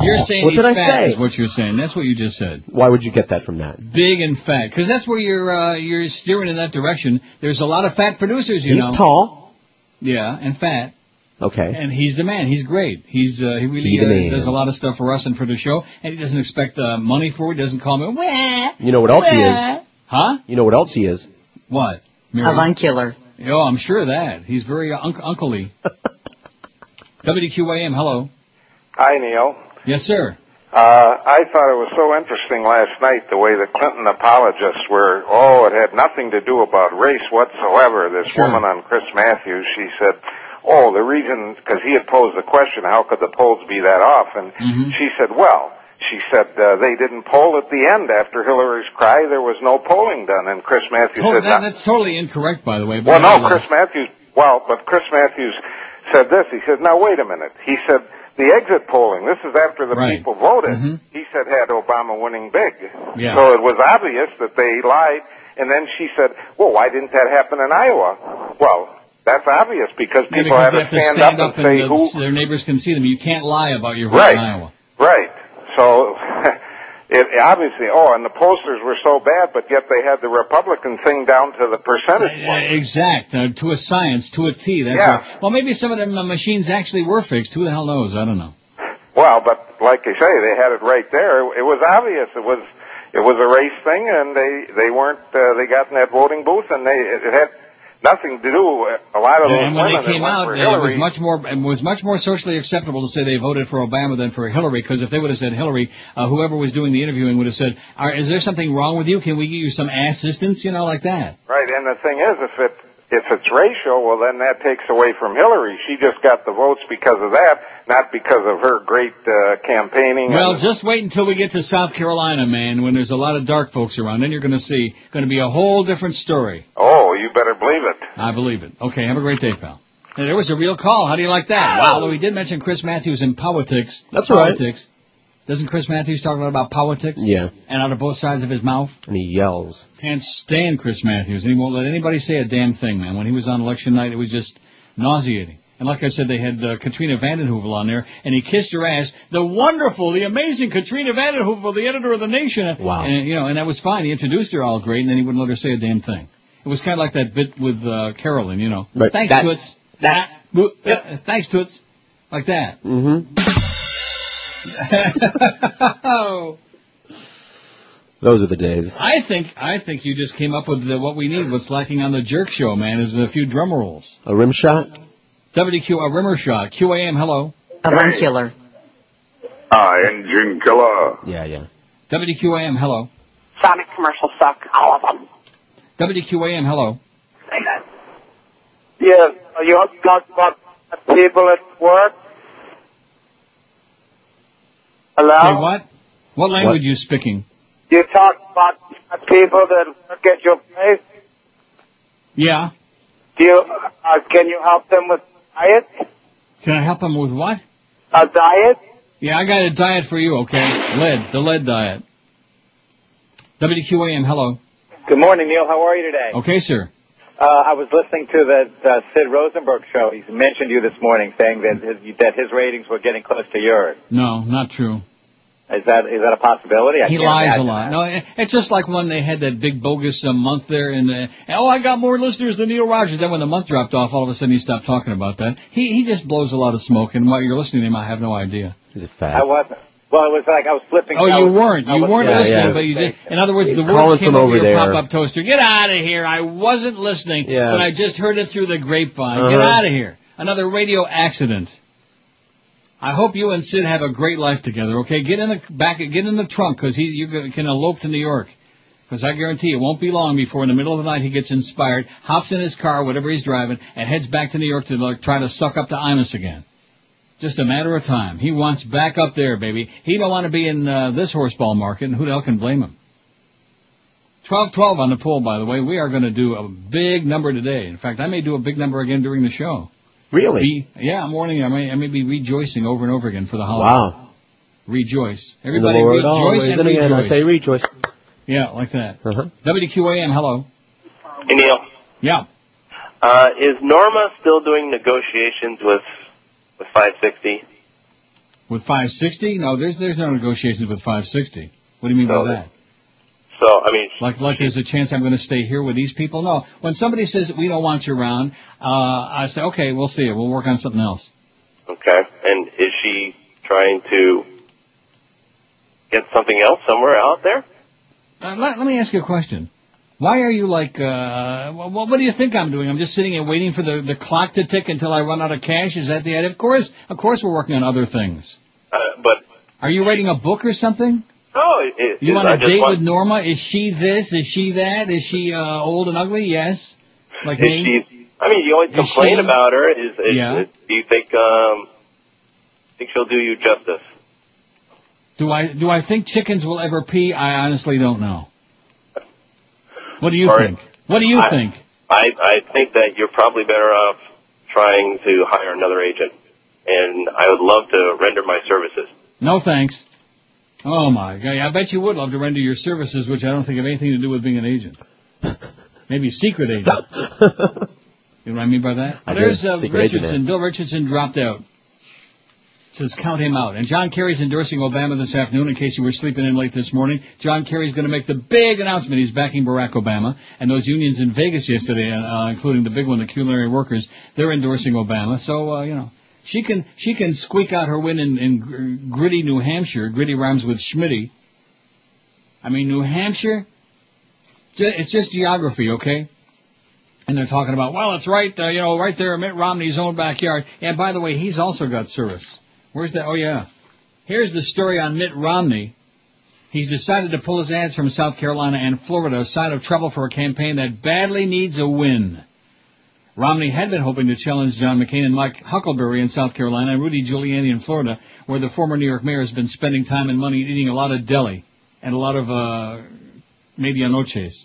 [SPEAKER 2] You're saying
[SPEAKER 4] What
[SPEAKER 2] he's
[SPEAKER 4] did I
[SPEAKER 2] fat,
[SPEAKER 4] say?
[SPEAKER 2] is what you're saying. That's what you just said.
[SPEAKER 4] Why would you get that from that?
[SPEAKER 2] Big and fat, because that's where you're uh, you're steering in that direction. There's a lot of fat producers, you
[SPEAKER 4] He's
[SPEAKER 2] know.
[SPEAKER 4] tall.
[SPEAKER 2] Yeah, and fat.
[SPEAKER 4] Okay.
[SPEAKER 2] And he's the man. He's great. He's uh, he really
[SPEAKER 4] He the
[SPEAKER 2] uh,
[SPEAKER 4] man.
[SPEAKER 2] does a lot of stuff for us and for the show, and he doesn't expect uh, money for it. Doesn't call me. Wah!
[SPEAKER 4] You know what else he
[SPEAKER 2] Wah!
[SPEAKER 4] is?
[SPEAKER 2] Huh?
[SPEAKER 4] You know what else he is?
[SPEAKER 2] What?
[SPEAKER 27] Avuncular.
[SPEAKER 2] Oh, I'm sure of that he's very
[SPEAKER 4] (laughs)
[SPEAKER 2] unc unclely. WQAM. Hello.
[SPEAKER 1] Hi, Neil.
[SPEAKER 2] Yes, sir.
[SPEAKER 1] Uh, I thought it was so interesting last night the way the Clinton apologists were. Oh, it had nothing to do about race whatsoever. This woman on Chris Matthews, she said, "Oh, the reason because he had posed the question, how could the polls be that off?" And
[SPEAKER 19] Mm-hmm.
[SPEAKER 2] Mm-hmm.
[SPEAKER 1] she said, "Well." She said uh, they didn't poll at the end after Hillary's cry. There was no polling done, and Chris Matthews
[SPEAKER 2] Oh,
[SPEAKER 1] said,
[SPEAKER 2] that,
[SPEAKER 1] "No."
[SPEAKER 2] that's totally incorrect, by the way.
[SPEAKER 1] Well,
[SPEAKER 2] but
[SPEAKER 1] no,
[SPEAKER 2] nevertheless-
[SPEAKER 1] Chris Matthews. Well, but Chris Matthews said this. He said, "Now wait a minute." He said the exit polling. This is after the
[SPEAKER 2] Right.
[SPEAKER 1] people voted.
[SPEAKER 4] Mm-hmm.
[SPEAKER 1] He said had Obama winning big.
[SPEAKER 2] Yeah.
[SPEAKER 1] So it was obvious that they lied. And then she said, "Well, why didn't that happen in Iowa?" Well, that's obvious because
[SPEAKER 2] Yeah,
[SPEAKER 1] people
[SPEAKER 2] because
[SPEAKER 1] had
[SPEAKER 2] they
[SPEAKER 1] to stand, up and say
[SPEAKER 2] the-
[SPEAKER 1] who.
[SPEAKER 2] their neighbors can see them. You can't lie about your vote
[SPEAKER 1] Right.
[SPEAKER 2] in Iowa.
[SPEAKER 1] Right. So (laughs) it obviously. Oh, and the pollsters were so bad, but yet they had the Republican thing down to the percentage
[SPEAKER 2] Uh,
[SPEAKER 1] point.
[SPEAKER 2] Exact. Uh, to a science, to a T. That's
[SPEAKER 1] Yeah.
[SPEAKER 2] right. Well, maybe some of them uh, machines actually were fixed. Who the hell knows? I don't know.
[SPEAKER 1] Well, but like you say, they had it right there. It, it was obvious. It was it was a race thing, and they they weren't uh, they got in that voting booth, and they it, it had nothing to do. uh, A lot of those
[SPEAKER 2] and when
[SPEAKER 1] women
[SPEAKER 2] they
[SPEAKER 1] that
[SPEAKER 2] came
[SPEAKER 1] went
[SPEAKER 2] out,
[SPEAKER 1] for
[SPEAKER 2] uh, it
[SPEAKER 1] Hillary,
[SPEAKER 2] was much more it was much more socially acceptable to say they voted for Obama than for Hillary. Because if they would have said Hillary, uh, whoever was doing the interviewing would have said, "Are- "Is there something wrong with you? Can we get you some assistance?" You know, like that.
[SPEAKER 1] right? And the thing is, if it if it's racial, well, then that takes away from Hillary. She just got the votes because of that, not because of her great uh, campaigning.
[SPEAKER 2] Well,
[SPEAKER 1] and,
[SPEAKER 2] just wait until we get to South Carolina, man. When there's a lot of dark folks around, then you're going to see going to be a whole different story.
[SPEAKER 1] oh, you better believe it.
[SPEAKER 2] I believe it. Okay, have a great day, pal. Hey, there was a real call. How do you like that? Wow. Although we did mention Chris Matthews in politics.
[SPEAKER 4] That's all right.
[SPEAKER 2] politics. Doesn't Chris Matthews talk a lot about politics?
[SPEAKER 4] Yeah.
[SPEAKER 2] And out of both sides of his mouth?
[SPEAKER 4] And he yells.
[SPEAKER 2] Can't stand Chris Matthews, and he won't let anybody say a damn thing, man. When he was on election night, it was just nauseating. And like I said, they had uh, Katrina Vandenhoevel on there, and he kissed her ass. The wonderful, the amazing Katrina Vandenhoevel, the editor of the Nation. Wow. And you know, and that was fine. He introduced her all great, and then he wouldn't let her say a damn thing. It was kind of like that bit with uh, Carolyn, you know.
[SPEAKER 4] Right.
[SPEAKER 2] Thanks,
[SPEAKER 4] That-
[SPEAKER 2] Toots. That. Thanks, Toots. Like that.
[SPEAKER 4] Mm-hmm.
[SPEAKER 19] Mm-hmm.
[SPEAKER 7] (laughs)
[SPEAKER 2] oh.
[SPEAKER 4] Those are the days.
[SPEAKER 2] I think I think you just came up with the, what we need. What's lacking on the jerk show, man, is a few drum rolls.
[SPEAKER 4] A rim shot.
[SPEAKER 2] WQ a rimmer shot. QAM, hello.
[SPEAKER 27] Avuncular.
[SPEAKER 11] Ah, engine killer.
[SPEAKER 4] Yeah, yeah.
[SPEAKER 2] WQAM, hello.
[SPEAKER 1] Sonic commercials suck, all of them.
[SPEAKER 2] WQAM, hello.
[SPEAKER 6] Yes, you have got about people at work. Hello?
[SPEAKER 2] Say what? What language you speaking?
[SPEAKER 6] You talk about people that work at your place.
[SPEAKER 2] Yeah.
[SPEAKER 6] Do you, uh, can you help them with diet?
[SPEAKER 2] Can I help them with what?
[SPEAKER 6] A diet?
[SPEAKER 2] Yeah, I got a diet for you, okay? Lead, the lead diet. WQAM, hello.
[SPEAKER 12] Good morning, Neil. How are you today?
[SPEAKER 22] Oh.
[SPEAKER 2] Okay, sir.
[SPEAKER 12] Uh, I was listening to the uh, Sid Rosenberg show. He mentioned you this morning, saying that his, that his ratings were getting close to yours.
[SPEAKER 2] No, not true.
[SPEAKER 12] Is that is that a possibility? I
[SPEAKER 2] he
[SPEAKER 12] can't
[SPEAKER 2] lies a
[SPEAKER 12] imagine
[SPEAKER 2] lot. No, it- it's just like when they had that big bogus uh, month there, and uh, oh, I got more listeners than Neil Rogers. Then when the month dropped off, all of a sudden he stopped talking about that. He he just blows a lot of smoke, and while you're listening to him, I have no idea.
[SPEAKER 4] Is it
[SPEAKER 12] that. I wasn't. Well, it was like I was flipping.
[SPEAKER 2] Oh,
[SPEAKER 12] I
[SPEAKER 2] you
[SPEAKER 12] was-
[SPEAKER 2] weren't.
[SPEAKER 12] I
[SPEAKER 2] You
[SPEAKER 12] was-
[SPEAKER 2] weren't
[SPEAKER 12] yeah,
[SPEAKER 2] listening,
[SPEAKER 12] yeah.
[SPEAKER 2] but you did. In other words,
[SPEAKER 4] He's
[SPEAKER 2] the
[SPEAKER 4] calling
[SPEAKER 2] words came
[SPEAKER 4] from
[SPEAKER 2] over,
[SPEAKER 4] over
[SPEAKER 2] your
[SPEAKER 4] there.
[SPEAKER 2] pop-up toaster. Get out of here! I wasn't listening,
[SPEAKER 4] Yeah.
[SPEAKER 2] but I just heard it through the grapevine. Get
[SPEAKER 4] Uh-huh.
[SPEAKER 2] out of here! Another radio accident. I hope you and Sid have a great life together. Okay, get in the back, get in the trunk, because he you can elope to New York. Because I guarantee it won't be long before, in the middle of the night, he gets inspired, hops in his car, whatever he's driving, and heads back to New York to like, try to suck up to Imus again. Just a matter of time. He wants back up there, baby. He don't want to be in uh, this horseball market, and who the hell can blame him? Twelve twelve on the poll, by the way. We are going to do a big number today. In fact, I may do a big number again during the show.
[SPEAKER 4] Really?
[SPEAKER 2] Be- yeah, I'm warning you. I may, I may be rejoicing over and over again for the holiday.
[SPEAKER 4] Wow.
[SPEAKER 2] Rejoice. Everybody
[SPEAKER 4] the Lord
[SPEAKER 2] rejoice
[SPEAKER 4] always
[SPEAKER 2] and
[SPEAKER 4] and again, I
[SPEAKER 2] rejoice.
[SPEAKER 4] say rejoice.
[SPEAKER 2] yeah, like that. Uh-huh. WQAM, hello.
[SPEAKER 7] Hey, Neil.
[SPEAKER 2] Yeah.
[SPEAKER 7] Uh, is Norma still doing negotiations with with 560?
[SPEAKER 2] With 560? No, there's there's no negotiations with 560. What do you mean by that?
[SPEAKER 7] So I mean,
[SPEAKER 2] Like, like there's a chance I'm going to stay here with these people? No. When somebody says we don't want you around, uh, I say, okay, we'll see it. We'll work on something else.
[SPEAKER 7] okay. And is she trying to get something else somewhere out there?
[SPEAKER 2] Uh, let, let me ask you a question. Why are you like, uh, what, what do you think I'm doing? I'm just sitting here waiting for the, the clock to tick until I run out of cash? Is that the idea? Of course, of course we're working on other things.
[SPEAKER 7] Uh, but
[SPEAKER 2] Are you writing a book or something?
[SPEAKER 7] no, Oh, it, it,
[SPEAKER 2] You
[SPEAKER 7] is-
[SPEAKER 2] want
[SPEAKER 7] I
[SPEAKER 2] a
[SPEAKER 7] just
[SPEAKER 2] date
[SPEAKER 7] want,
[SPEAKER 2] with Norma? Is she this? Is she that? Is she uh, old and ugly? Yes. Like
[SPEAKER 7] is
[SPEAKER 2] me?
[SPEAKER 7] she? I mean, you always
[SPEAKER 2] Is
[SPEAKER 7] complain
[SPEAKER 2] she-
[SPEAKER 7] about her. Is, is,
[SPEAKER 2] Yeah.
[SPEAKER 7] is- do you think um think she'll do you justice?
[SPEAKER 2] Do I do I think chickens will ever pee? I honestly don't know. What do you
[SPEAKER 7] Or-
[SPEAKER 2] think? What do you
[SPEAKER 7] I-
[SPEAKER 2] think?
[SPEAKER 7] I I think that you're probably better off trying to hire another agent. And I would love to render my services.
[SPEAKER 2] No thanks. Oh my god! I bet you would love to render your services, which I don't think have anything to do with being an agent. Maybe a
[SPEAKER 4] (laughs)
[SPEAKER 2] secret agent. you know what I mean by that?
[SPEAKER 4] I do.
[SPEAKER 2] There's uh,
[SPEAKER 4] Secret agent,
[SPEAKER 2] Richardson.
[SPEAKER 4] yeah.
[SPEAKER 2] Bill Richardson dropped out. Says count him out. And John Kerry's endorsing Obama this afternoon. In case you were sleeping in late this morning, John Kerry's going to make the big announcement. He's backing Barack Obama. And those unions in Vegas yesterday, uh, including the big one, the culinary workers, they're endorsing Obama. So uh, you know, she can she can squeak out her win in, in gr- gritty New Hampshire. Gritty rhymes with Schmitty. I mean, New Hampshire. ju- It's just geography, okay? And they're talking about, well, it's right, uh, you know, right there in Mitt Romney's own backyard. And by the way, he's also got service. Where's that? Oh yeah, here's the story on Mitt Romney. He's decided to pull his ads from South Carolina and Florida, a sign of trouble for a campaign that badly needs a win. Romney had been hoping to challenge John McCain and Mike Huckleberry in South Carolina and Rudy Giuliani in Florida, where the former New York mayor has been spending time and money eating a lot of deli and a lot of uh, medianoches.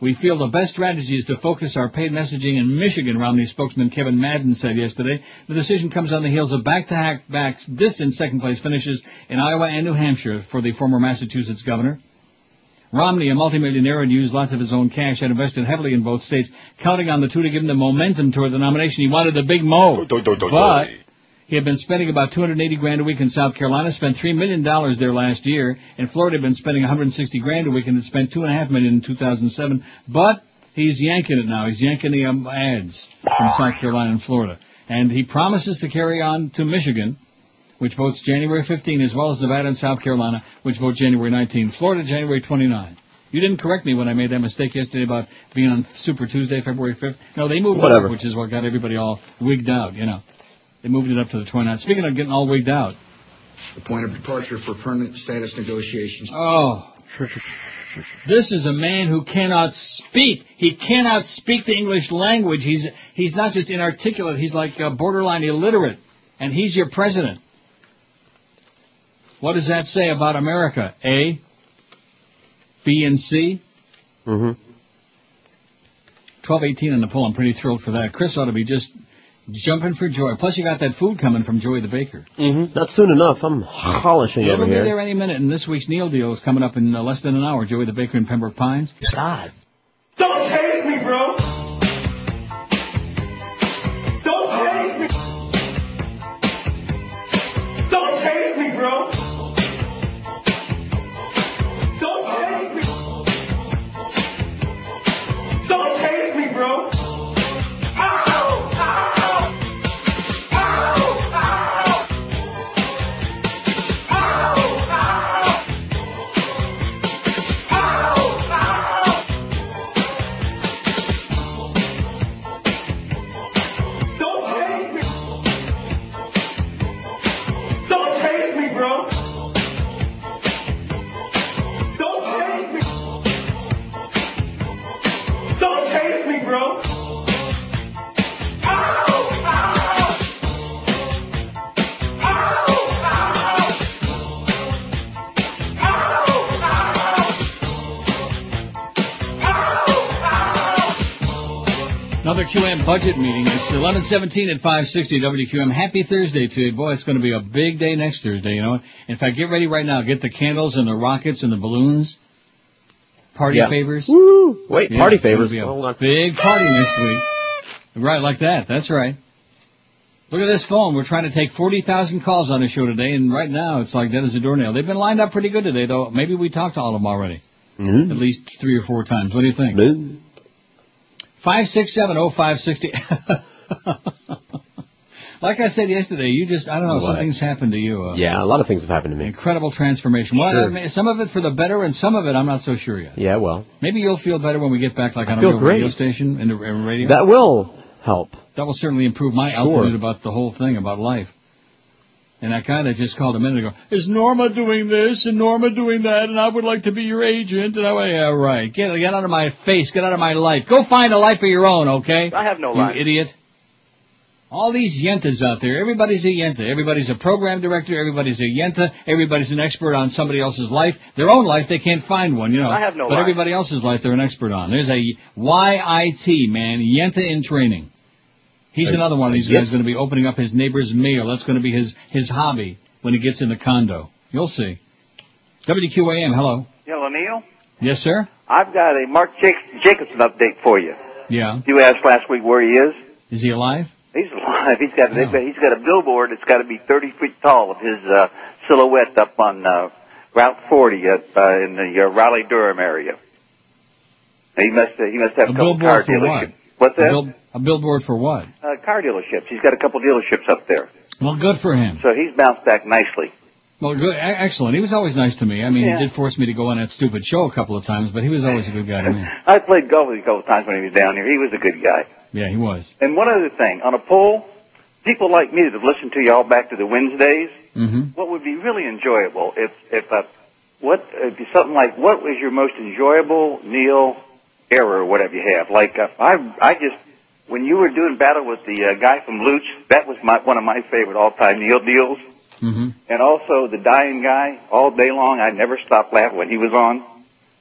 [SPEAKER 2] We feel the best strategy is to focus our paid messaging in Michigan, Romney spokesman Kevin Madden said yesterday. The decision comes on the heels of back-to-back backs, distant second-place finishes in Iowa and New Hampshire for the former Massachusetts governor. Romney, a multimillionaire and used lots of his own cash, had invested heavily in both states, counting on the two to give him the momentum toward the nomination. He wanted the big mo. But he had been spending about 280 grand a week in South Carolina, spent $3 million there last year. In Florida, had been spending 160 grand a week and had spent $2.5 million in 2007. But he's yanking it now. He's yanking the um, ads from South Carolina and Florida. And he promises to carry on to Michigan which votes January 15, as well as Nevada and South Carolina, which vote January 19. Florida, January 29. You didn't correct me when I made that mistake yesterday about being on Super Tuesday, February 5th. No, they moved it
[SPEAKER 4] Whatever.
[SPEAKER 2] up, which is what got everybody all wigged out, you know. They moved it up to the 29th. Speaking of getting all wigged out.
[SPEAKER 16] The point of departure for permanent status negotiations.
[SPEAKER 2] Oh. This is a man who cannot speak. He cannot speak the English language. He's, he's not just inarticulate, he's like uh, borderline illiterate. And he's your president. What does that say about America? A, B, and C? Mm-hmm. 1218 on the poll. I'm pretty thrilled for that. Chris ought to be just jumping for joy. Plus, you got that food coming from Joey the Baker.
[SPEAKER 4] Mm-hmm. Not soon enough. I'm hollishing
[SPEAKER 2] Yeah,
[SPEAKER 4] over
[SPEAKER 2] it'll be
[SPEAKER 4] here.
[SPEAKER 2] there any minute, and this week's Neil deal is coming up in uh, less than an hour. Joey the Baker in Pembroke Pines. God.
[SPEAKER 19] Don't take me, bro. Don't take me. Don't take me, bro. Don't take me. Don't take me, bro. Ow, ow, ow, ow.
[SPEAKER 2] Another QM budget meeting. It's 11:17 at 5:60 WQM. Happy Thursday to you, boy! It's going to be a big day next Thursday. You know. In fact, get ready right now. Get the candles and the rockets and the balloons. Party
[SPEAKER 4] Yeah.
[SPEAKER 2] favors.
[SPEAKER 4] Woo! Wait,
[SPEAKER 2] Yeah,
[SPEAKER 4] party
[SPEAKER 2] it's gonna
[SPEAKER 4] favors.
[SPEAKER 2] be a
[SPEAKER 4] Hold on.
[SPEAKER 2] big party next week. Right, like that. That's right. Look at this phone. We're trying to take 40,000 calls on the show today, and right now it's like dead as a doornail. They've been lined up pretty good today, though. Maybe we talked to all of them already.
[SPEAKER 4] Mm-hmm.
[SPEAKER 2] At least three or four times. What do you think? Five six seven oh five sixty. (laughs) Like I said yesterday, you just—I don't know.
[SPEAKER 4] What?
[SPEAKER 2] Something's happened to you. Uh,
[SPEAKER 4] Yeah, a lot of things have happened to me.
[SPEAKER 2] Incredible transformation. Well,
[SPEAKER 4] Sure.
[SPEAKER 2] I mean, some of it for the better, and some of it I'm not so sure yet.
[SPEAKER 4] Yeah, well,
[SPEAKER 2] Maybe you'll feel better when we get back, like on a
[SPEAKER 4] feel
[SPEAKER 2] real radio
[SPEAKER 4] great.
[SPEAKER 2] station and a- and radio.
[SPEAKER 4] that will help.
[SPEAKER 2] That will certainly improve my
[SPEAKER 4] Sure.
[SPEAKER 2] altitude about the whole thing about life. And that guy that just called a minute ago is Norma doing this and Norma doing that, and I would like to be your agent. And I went, yeah, right. Get get out of my face. Get out of my life. Go find a life of your own, okay? I have no
[SPEAKER 5] life.
[SPEAKER 2] You idiot. All these yentas out there, everybody's a yenta. Everybody's a program director. Everybody's a yenta. Everybody's an expert on somebody else's life. Their own life, they can't find one, you know.
[SPEAKER 5] I have no
[SPEAKER 2] But
[SPEAKER 5] life.
[SPEAKER 2] everybody else's life, they're an expert on. There's a YIT, man, yenta in training. He's
[SPEAKER 5] Uh,
[SPEAKER 2] another one of these
[SPEAKER 5] yes.
[SPEAKER 2] guys going to be opening up his neighbor's mail. That's going to be his, his hobby when he gets in the condo. You'll see. WQAM, hello.
[SPEAKER 22] Yo, O'Neill,
[SPEAKER 2] Yes, sir?
[SPEAKER 22] I've got a Mark Jac- Jacobson update for you.
[SPEAKER 2] Yeah.
[SPEAKER 22] You asked last week where he is.
[SPEAKER 2] Is he alive?
[SPEAKER 22] He's alive. He's got they've got- he's got a billboard that's got to be 30 feet tall of his uh, silhouette up on uh, Route 40 at, uh, in the uh, Raleigh Durham area. He must uh, he must have a,
[SPEAKER 2] A
[SPEAKER 22] couple car
[SPEAKER 2] billboard for what?
[SPEAKER 22] dealerships. What's
[SPEAKER 2] A,
[SPEAKER 22] that?
[SPEAKER 2] bill, a billboard for what?
[SPEAKER 22] uh, car dealerships. He's got a couple dealerships up there,
[SPEAKER 2] Well, good for him.
[SPEAKER 22] so he's bounced back nicely.
[SPEAKER 2] Well, good, e- excellent. He was always nice to me. I mean,
[SPEAKER 22] Yeah.
[SPEAKER 2] he did force me to go on that stupid show a couple of times, but he was always a good guy to me.
[SPEAKER 22] I played golf with him a couple times when he was down here. He was a good guy.
[SPEAKER 2] Yeah, he was.
[SPEAKER 22] And one other thing, on a poll, people like me that have listened to y'all back to the Wednesdays,
[SPEAKER 2] Mm-hmm.
[SPEAKER 22] what would be really enjoyable if if uh what if something like what was your most enjoyable Neil error, whatever you have? Like uh, I I just when you were doing battle with the uh, guy from Luch, that was my one of my favorite all time Neil deals.
[SPEAKER 2] Mm-hmm.
[SPEAKER 22] And also the dying guy, all day long, I never stopped laughing when he was on.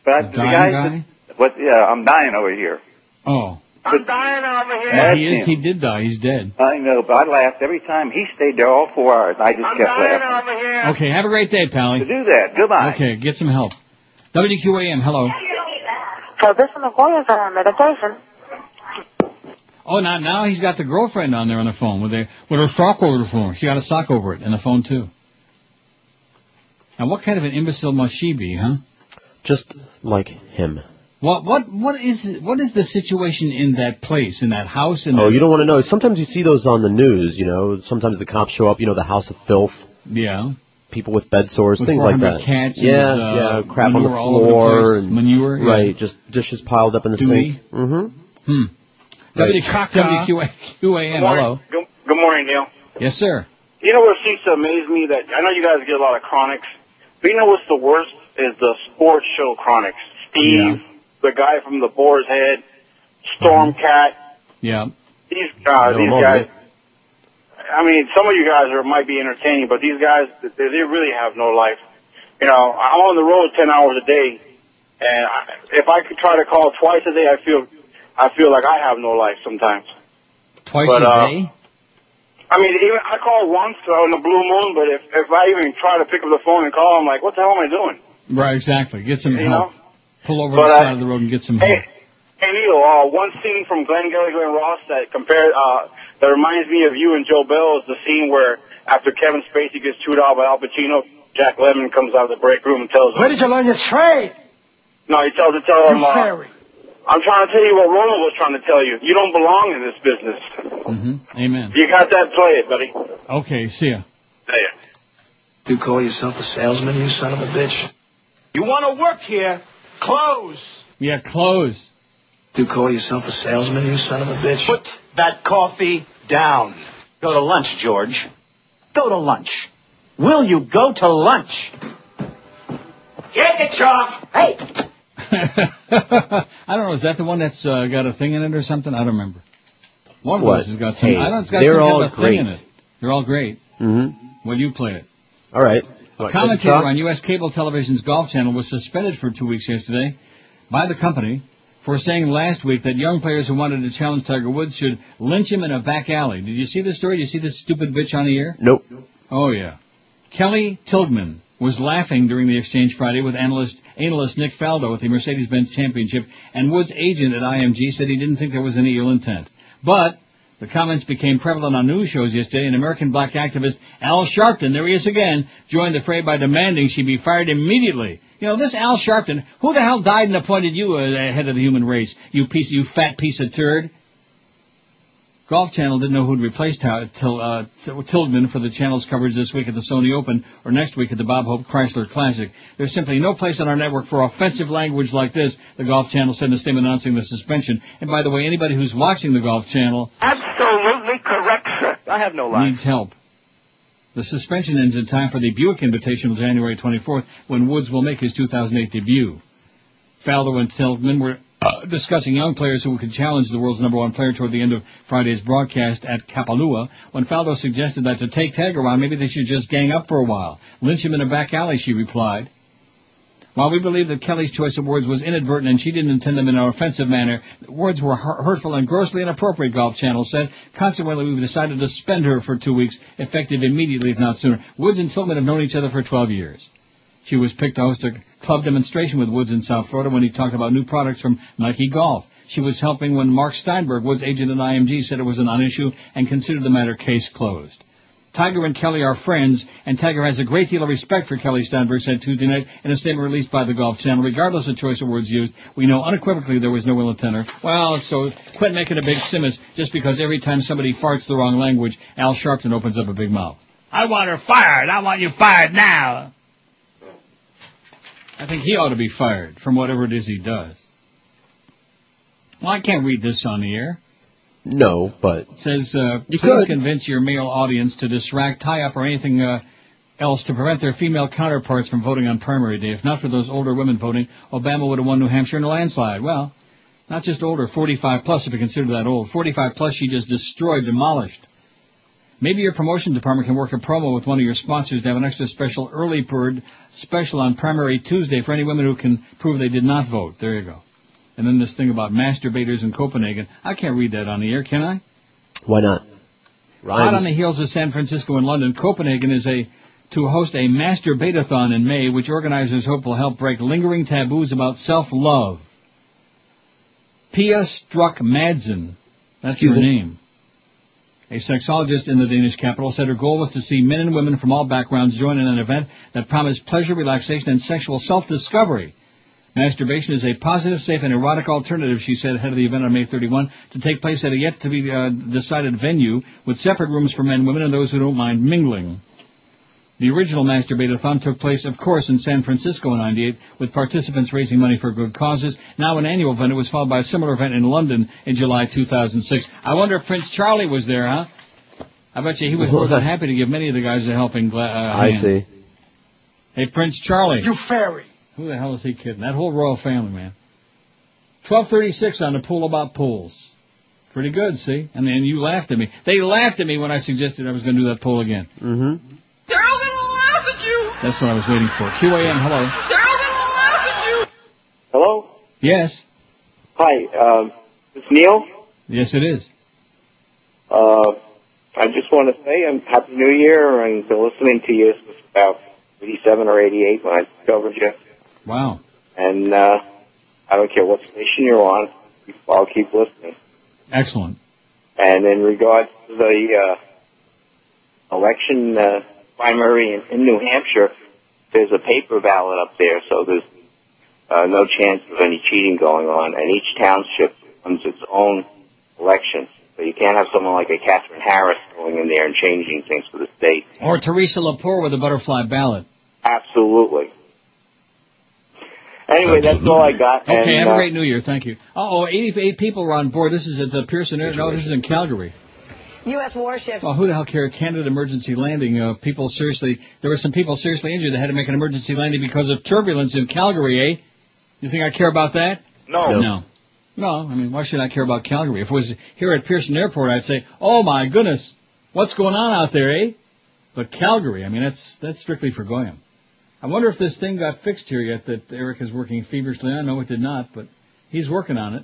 [SPEAKER 22] But I, the, guys,
[SPEAKER 2] Dying
[SPEAKER 22] That, what? Yeah, I'm dying over here.
[SPEAKER 2] guy? Oh.
[SPEAKER 22] I'm dying over
[SPEAKER 2] Yeah, he is. He did die. He's dead.
[SPEAKER 22] I know, but I laughed every time. He stayed there all four hours. I just kept laughing.
[SPEAKER 2] Okay, have a great day, Pally.
[SPEAKER 22] Do that. Goodbye.
[SPEAKER 2] Okay, get some help. WQAM, hello.
[SPEAKER 17] So this little boy is uh, on medication.
[SPEAKER 2] Oh, now now he's got the girlfriend on there on the phone with a with her sock over the phone. She got a sock over it and the phone too. Now, what kind of an imbecile must she be, huh?
[SPEAKER 4] Just like him.
[SPEAKER 2] What what what is what is the situation in that place, in that house, in
[SPEAKER 4] Oh,
[SPEAKER 2] that
[SPEAKER 4] you don't want to know. Sometimes you see those on the news. You know, sometimes the cops show up. You know, the house of filth,
[SPEAKER 2] yeah,
[SPEAKER 4] people with bed sores,
[SPEAKER 2] With
[SPEAKER 4] things like
[SPEAKER 2] 400
[SPEAKER 4] that.
[SPEAKER 2] cats and,
[SPEAKER 4] yeah,
[SPEAKER 2] uh,
[SPEAKER 4] yeah, crap on the
[SPEAKER 2] manure all over the
[SPEAKER 4] floor,
[SPEAKER 2] place,
[SPEAKER 4] and
[SPEAKER 2] manure, yeah.
[SPEAKER 4] Right, just dishes piled up in the
[SPEAKER 2] Dewey.
[SPEAKER 4] sink. Mm-hmm.
[SPEAKER 2] Hmm.
[SPEAKER 4] Right.
[SPEAKER 2] WQAM, hello.
[SPEAKER 9] Good, good morning, Neil.
[SPEAKER 2] Yes, sir.
[SPEAKER 9] You know what seems to amaze me that I know you guys get a lot of chronics, but you know what's the worst is the sports show chronics. Steve, the guy from the Boar's Head, Stormcat,
[SPEAKER 2] Yeah.
[SPEAKER 9] these
[SPEAKER 2] No,
[SPEAKER 9] guys, Ah, these
[SPEAKER 2] I'm
[SPEAKER 9] guys. I mean, some of you guys are might be entertaining, but these guys, they, they really have no life. You know, I'm on the road ten hours a day, and I, if I could try to call twice a day, I feel, I feel like I have no life sometimes.
[SPEAKER 2] Twice
[SPEAKER 9] But,
[SPEAKER 2] a
[SPEAKER 9] uh,
[SPEAKER 2] day.
[SPEAKER 9] I mean, even I call once on the blue moon, but if if I even try to pick up the phone and call, I'm like, what the hell am I doing?
[SPEAKER 2] Right, exactly. Get some
[SPEAKER 9] You
[SPEAKER 2] help. Pull over
[SPEAKER 9] But
[SPEAKER 2] on the
[SPEAKER 9] I-
[SPEAKER 2] side of the road and get some help.
[SPEAKER 9] Hey Neil, uh, one scene from Glenn Gallagher and Ross that compared uh, that reminds me of you and Joe Bell is the scene where after Kevin Spacey gets chewed out by Al Pacino, Jack Lemmon comes out of the break room and tells him.
[SPEAKER 19] Where did you learn your trade?
[SPEAKER 9] No, he tells to tell him.
[SPEAKER 19] You
[SPEAKER 9] Uh,
[SPEAKER 19] fairy.
[SPEAKER 9] I'm trying to tell you what Roland was trying to tell you. You don't belong in this business.
[SPEAKER 2] Amen.
[SPEAKER 9] You got that? Play it, buddy.
[SPEAKER 2] Okay, see ya.
[SPEAKER 9] Play it.
[SPEAKER 19] You call yourself a salesman, you son of a bitch? You want to work here? Close.
[SPEAKER 2] Yeah, close.
[SPEAKER 19] You call yourself a salesman, you son of a bitch? Put that coffee down. Go to lunch, George. Go to lunch. Will you go to lunch? Get the chalk. Hey.
[SPEAKER 2] I don't know. Is that the one that's uh, got a thing in it or something? I don't remember. One
[SPEAKER 4] What?
[SPEAKER 2] of those has got some.
[SPEAKER 4] Hey,
[SPEAKER 2] I don't. It's got
[SPEAKER 4] they're
[SPEAKER 2] some kind
[SPEAKER 4] all
[SPEAKER 2] of a
[SPEAKER 4] great.
[SPEAKER 2] thing in it. They're all great.
[SPEAKER 4] Mm-hmm.
[SPEAKER 2] Well, you play it.
[SPEAKER 4] All right.
[SPEAKER 2] A commentator on U.S. cable television's Golf Channel was suspended for two weeks yesterday by the company for saying last week that young players who wanted to challenge Tiger Woods should lynch him in a back alley. Did you see this story? Did you see this stupid bitch on the air?
[SPEAKER 4] Nope.
[SPEAKER 2] Oh, yeah. Kelly Tilghman was laughing during the exchange Friday with analyst, analyst Nick Faldo at the Mercedes-Benz Championship, and Woods' agent at IMG said he didn't think there was any ill intent. But the comments became prevalent on news shows yesterday, and American black activist Al Sharpton, there he is again, joined the fray by demanding she be fired immediately. You know, this Al Sharpton, who the hell died and appointed you uh, head of the human race, you piece, you fat piece of turd? Golf Channel didn't know who'd replace Til- Til- uh, Til- Tildman for the channel's coverage this week at the Sony Open or next week at the Bob Hope Chrysler Classic. There's simply no place on our network for offensive language like this, the Golf Channel said in a statement announcing the suspension. And by the way, anybody who's watching the Golf Channel
[SPEAKER 19] Absolutely correct, sir. I have no
[SPEAKER 2] needs help. The suspension ends in time for the Buick Invitational January 24th, when Woods will make his 2008 debut. Faldo and Tilghman were uh, discussing young players who could challenge the world's number one player toward the end of Friday's broadcast at Kapalua, when Faldo suggested that to take Tiger on, maybe they should just gang up for a while. Lynch him in a back alley, she replied. While we believe that Kelly's choice of words was inadvertent and she didn't intend them in an offensive manner, the words were hu- hurtful and grossly inappropriate, Golf Channel said. Consequently, we've decided to suspend her for two weeks, effective immediately, if not sooner. Woods and Tillman have known each other for 12 years. She was picked to host a club demonstration with Woods in South Florida when he talked about new products from Nike Golf. She was helping when Mark Steinberg, Woods' agent at IMG, said it was a non-issue and considered the matter case closed. Tiger and Kelly are friends, and Tiger has a great deal of respect for Kelly Steinberg, said Tuesday night in a statement released by the Golf Channel. Regardless of choice of words used, we know unequivocally there was no ill intent. or- Well, so quit making a big simus just because every time somebody farts the wrong language, Al Sharpton opens up a big mouth. I want her fired. I want you fired now. I think he ought to be fired from whatever it is he does. Well, I can't read this on the air.
[SPEAKER 4] No, but
[SPEAKER 2] It says, uh,
[SPEAKER 4] You
[SPEAKER 2] please
[SPEAKER 4] could.
[SPEAKER 2] convince your male audience to distract, tie up, or anything uh, else to prevent their female counterparts from voting on primary day. If not for those older women voting, Obama would have won New Hampshire in a landslide. Well, not just older, 45 plus, if you consider that old. 45 plus, she just destroyed, demolished. Maybe your promotion department can work a promo with one of your sponsors to have an extra special early bird special on primary Tuesday for any women who can prove they did not vote. There you go. And then this thing about masturbators in Copenhagen. I can't read that on the air, can I?
[SPEAKER 4] why not?
[SPEAKER 2] Hot
[SPEAKER 4] Rhymes.
[SPEAKER 2] on the heels of San Francisco and London, Copenhagen is a to host a masturbatathon in May, which organizers hope will help break lingering taboos about self-love. Pia Struck Madsen, that's
[SPEAKER 4] Excuse
[SPEAKER 2] her
[SPEAKER 4] me?
[SPEAKER 2] name. A sexologist in the Danish capital said her goal was to see men and women from all backgrounds join in an event that promised pleasure, relaxation, and sexual self-discovery. Masturbation is a positive, safe, and erotic alternative, she said, ahead of the event on May 31, to take place at a yet to be uh, decided venue with separate rooms for men, women, and those who don't mind mingling. The original masturbatathon took place, of course, in San Francisco in 98, with participants raising money for good causes. Now an annual event, it was followed by a similar event in London in July 2006. I wonder if Prince Charlie was there, huh? I bet you
[SPEAKER 4] (laughs)
[SPEAKER 2] he was more than happy to give many of the guys a helping gla- uh,
[SPEAKER 4] I
[SPEAKER 2] hand.
[SPEAKER 4] see.
[SPEAKER 2] Hey, Prince Charlie.
[SPEAKER 19] You fairy.
[SPEAKER 2] Who the hell is he kidding? That whole royal family, man. 1236 on the pool about pools. Pretty good, see? And then you laughed at me. They laughed at me when I suggested I was going to do that poll again. Mm-hmm.
[SPEAKER 19] They're all gonna laugh at you.
[SPEAKER 2] That's what I was waiting for. QAM, hello.
[SPEAKER 19] They're all gonna laugh at you.
[SPEAKER 5] Hello?
[SPEAKER 2] Yes.
[SPEAKER 5] Hi,
[SPEAKER 9] uh,
[SPEAKER 5] um, it's Neil.
[SPEAKER 2] Yes, it is.
[SPEAKER 5] Uh, I just want to say I'm Happy New Year and been listening to you since about 87 or 88 when I discovered you.
[SPEAKER 2] Wow.
[SPEAKER 5] And, uh, I don't care what station you're on, I'll keep listening.
[SPEAKER 2] Excellent.
[SPEAKER 5] And in regards to the uh, election uh, primary in, in New Hampshire, there's a paper ballot up there, so there's uh, no chance of any cheating going on. And each township runs its own election, so you can't have someone like a Catherine Harris going in there and changing things for the state.
[SPEAKER 2] Or Teresa Lepore with a butterfly ballot.
[SPEAKER 5] Absolutely. Anyway, that's all I got.
[SPEAKER 2] Okay,
[SPEAKER 5] and,
[SPEAKER 2] have a
[SPEAKER 5] uh,
[SPEAKER 2] great New Year. Thank you. Oh, 88 people were on board. This is at the Pearson Air. No, this is in Calgary.
[SPEAKER 3] U.S. warships.
[SPEAKER 2] Well, who the hell cared? Canada emergency landing. Uh, people seriously, there were some people seriously injured that had to make an emergency landing because of turbulence in Calgary, eh? You think I care about that?
[SPEAKER 19] No.
[SPEAKER 2] No. No. I mean, why should I care about Calgary? If it was here at Pearson Airport, I'd say, oh my goodness, what's going on out there, eh? But Calgary, I mean, that's, that's strictly for Goyam. I wonder if this thing got fixed here yet that Eric is working feverishly on. No, it did not, but He's working on it,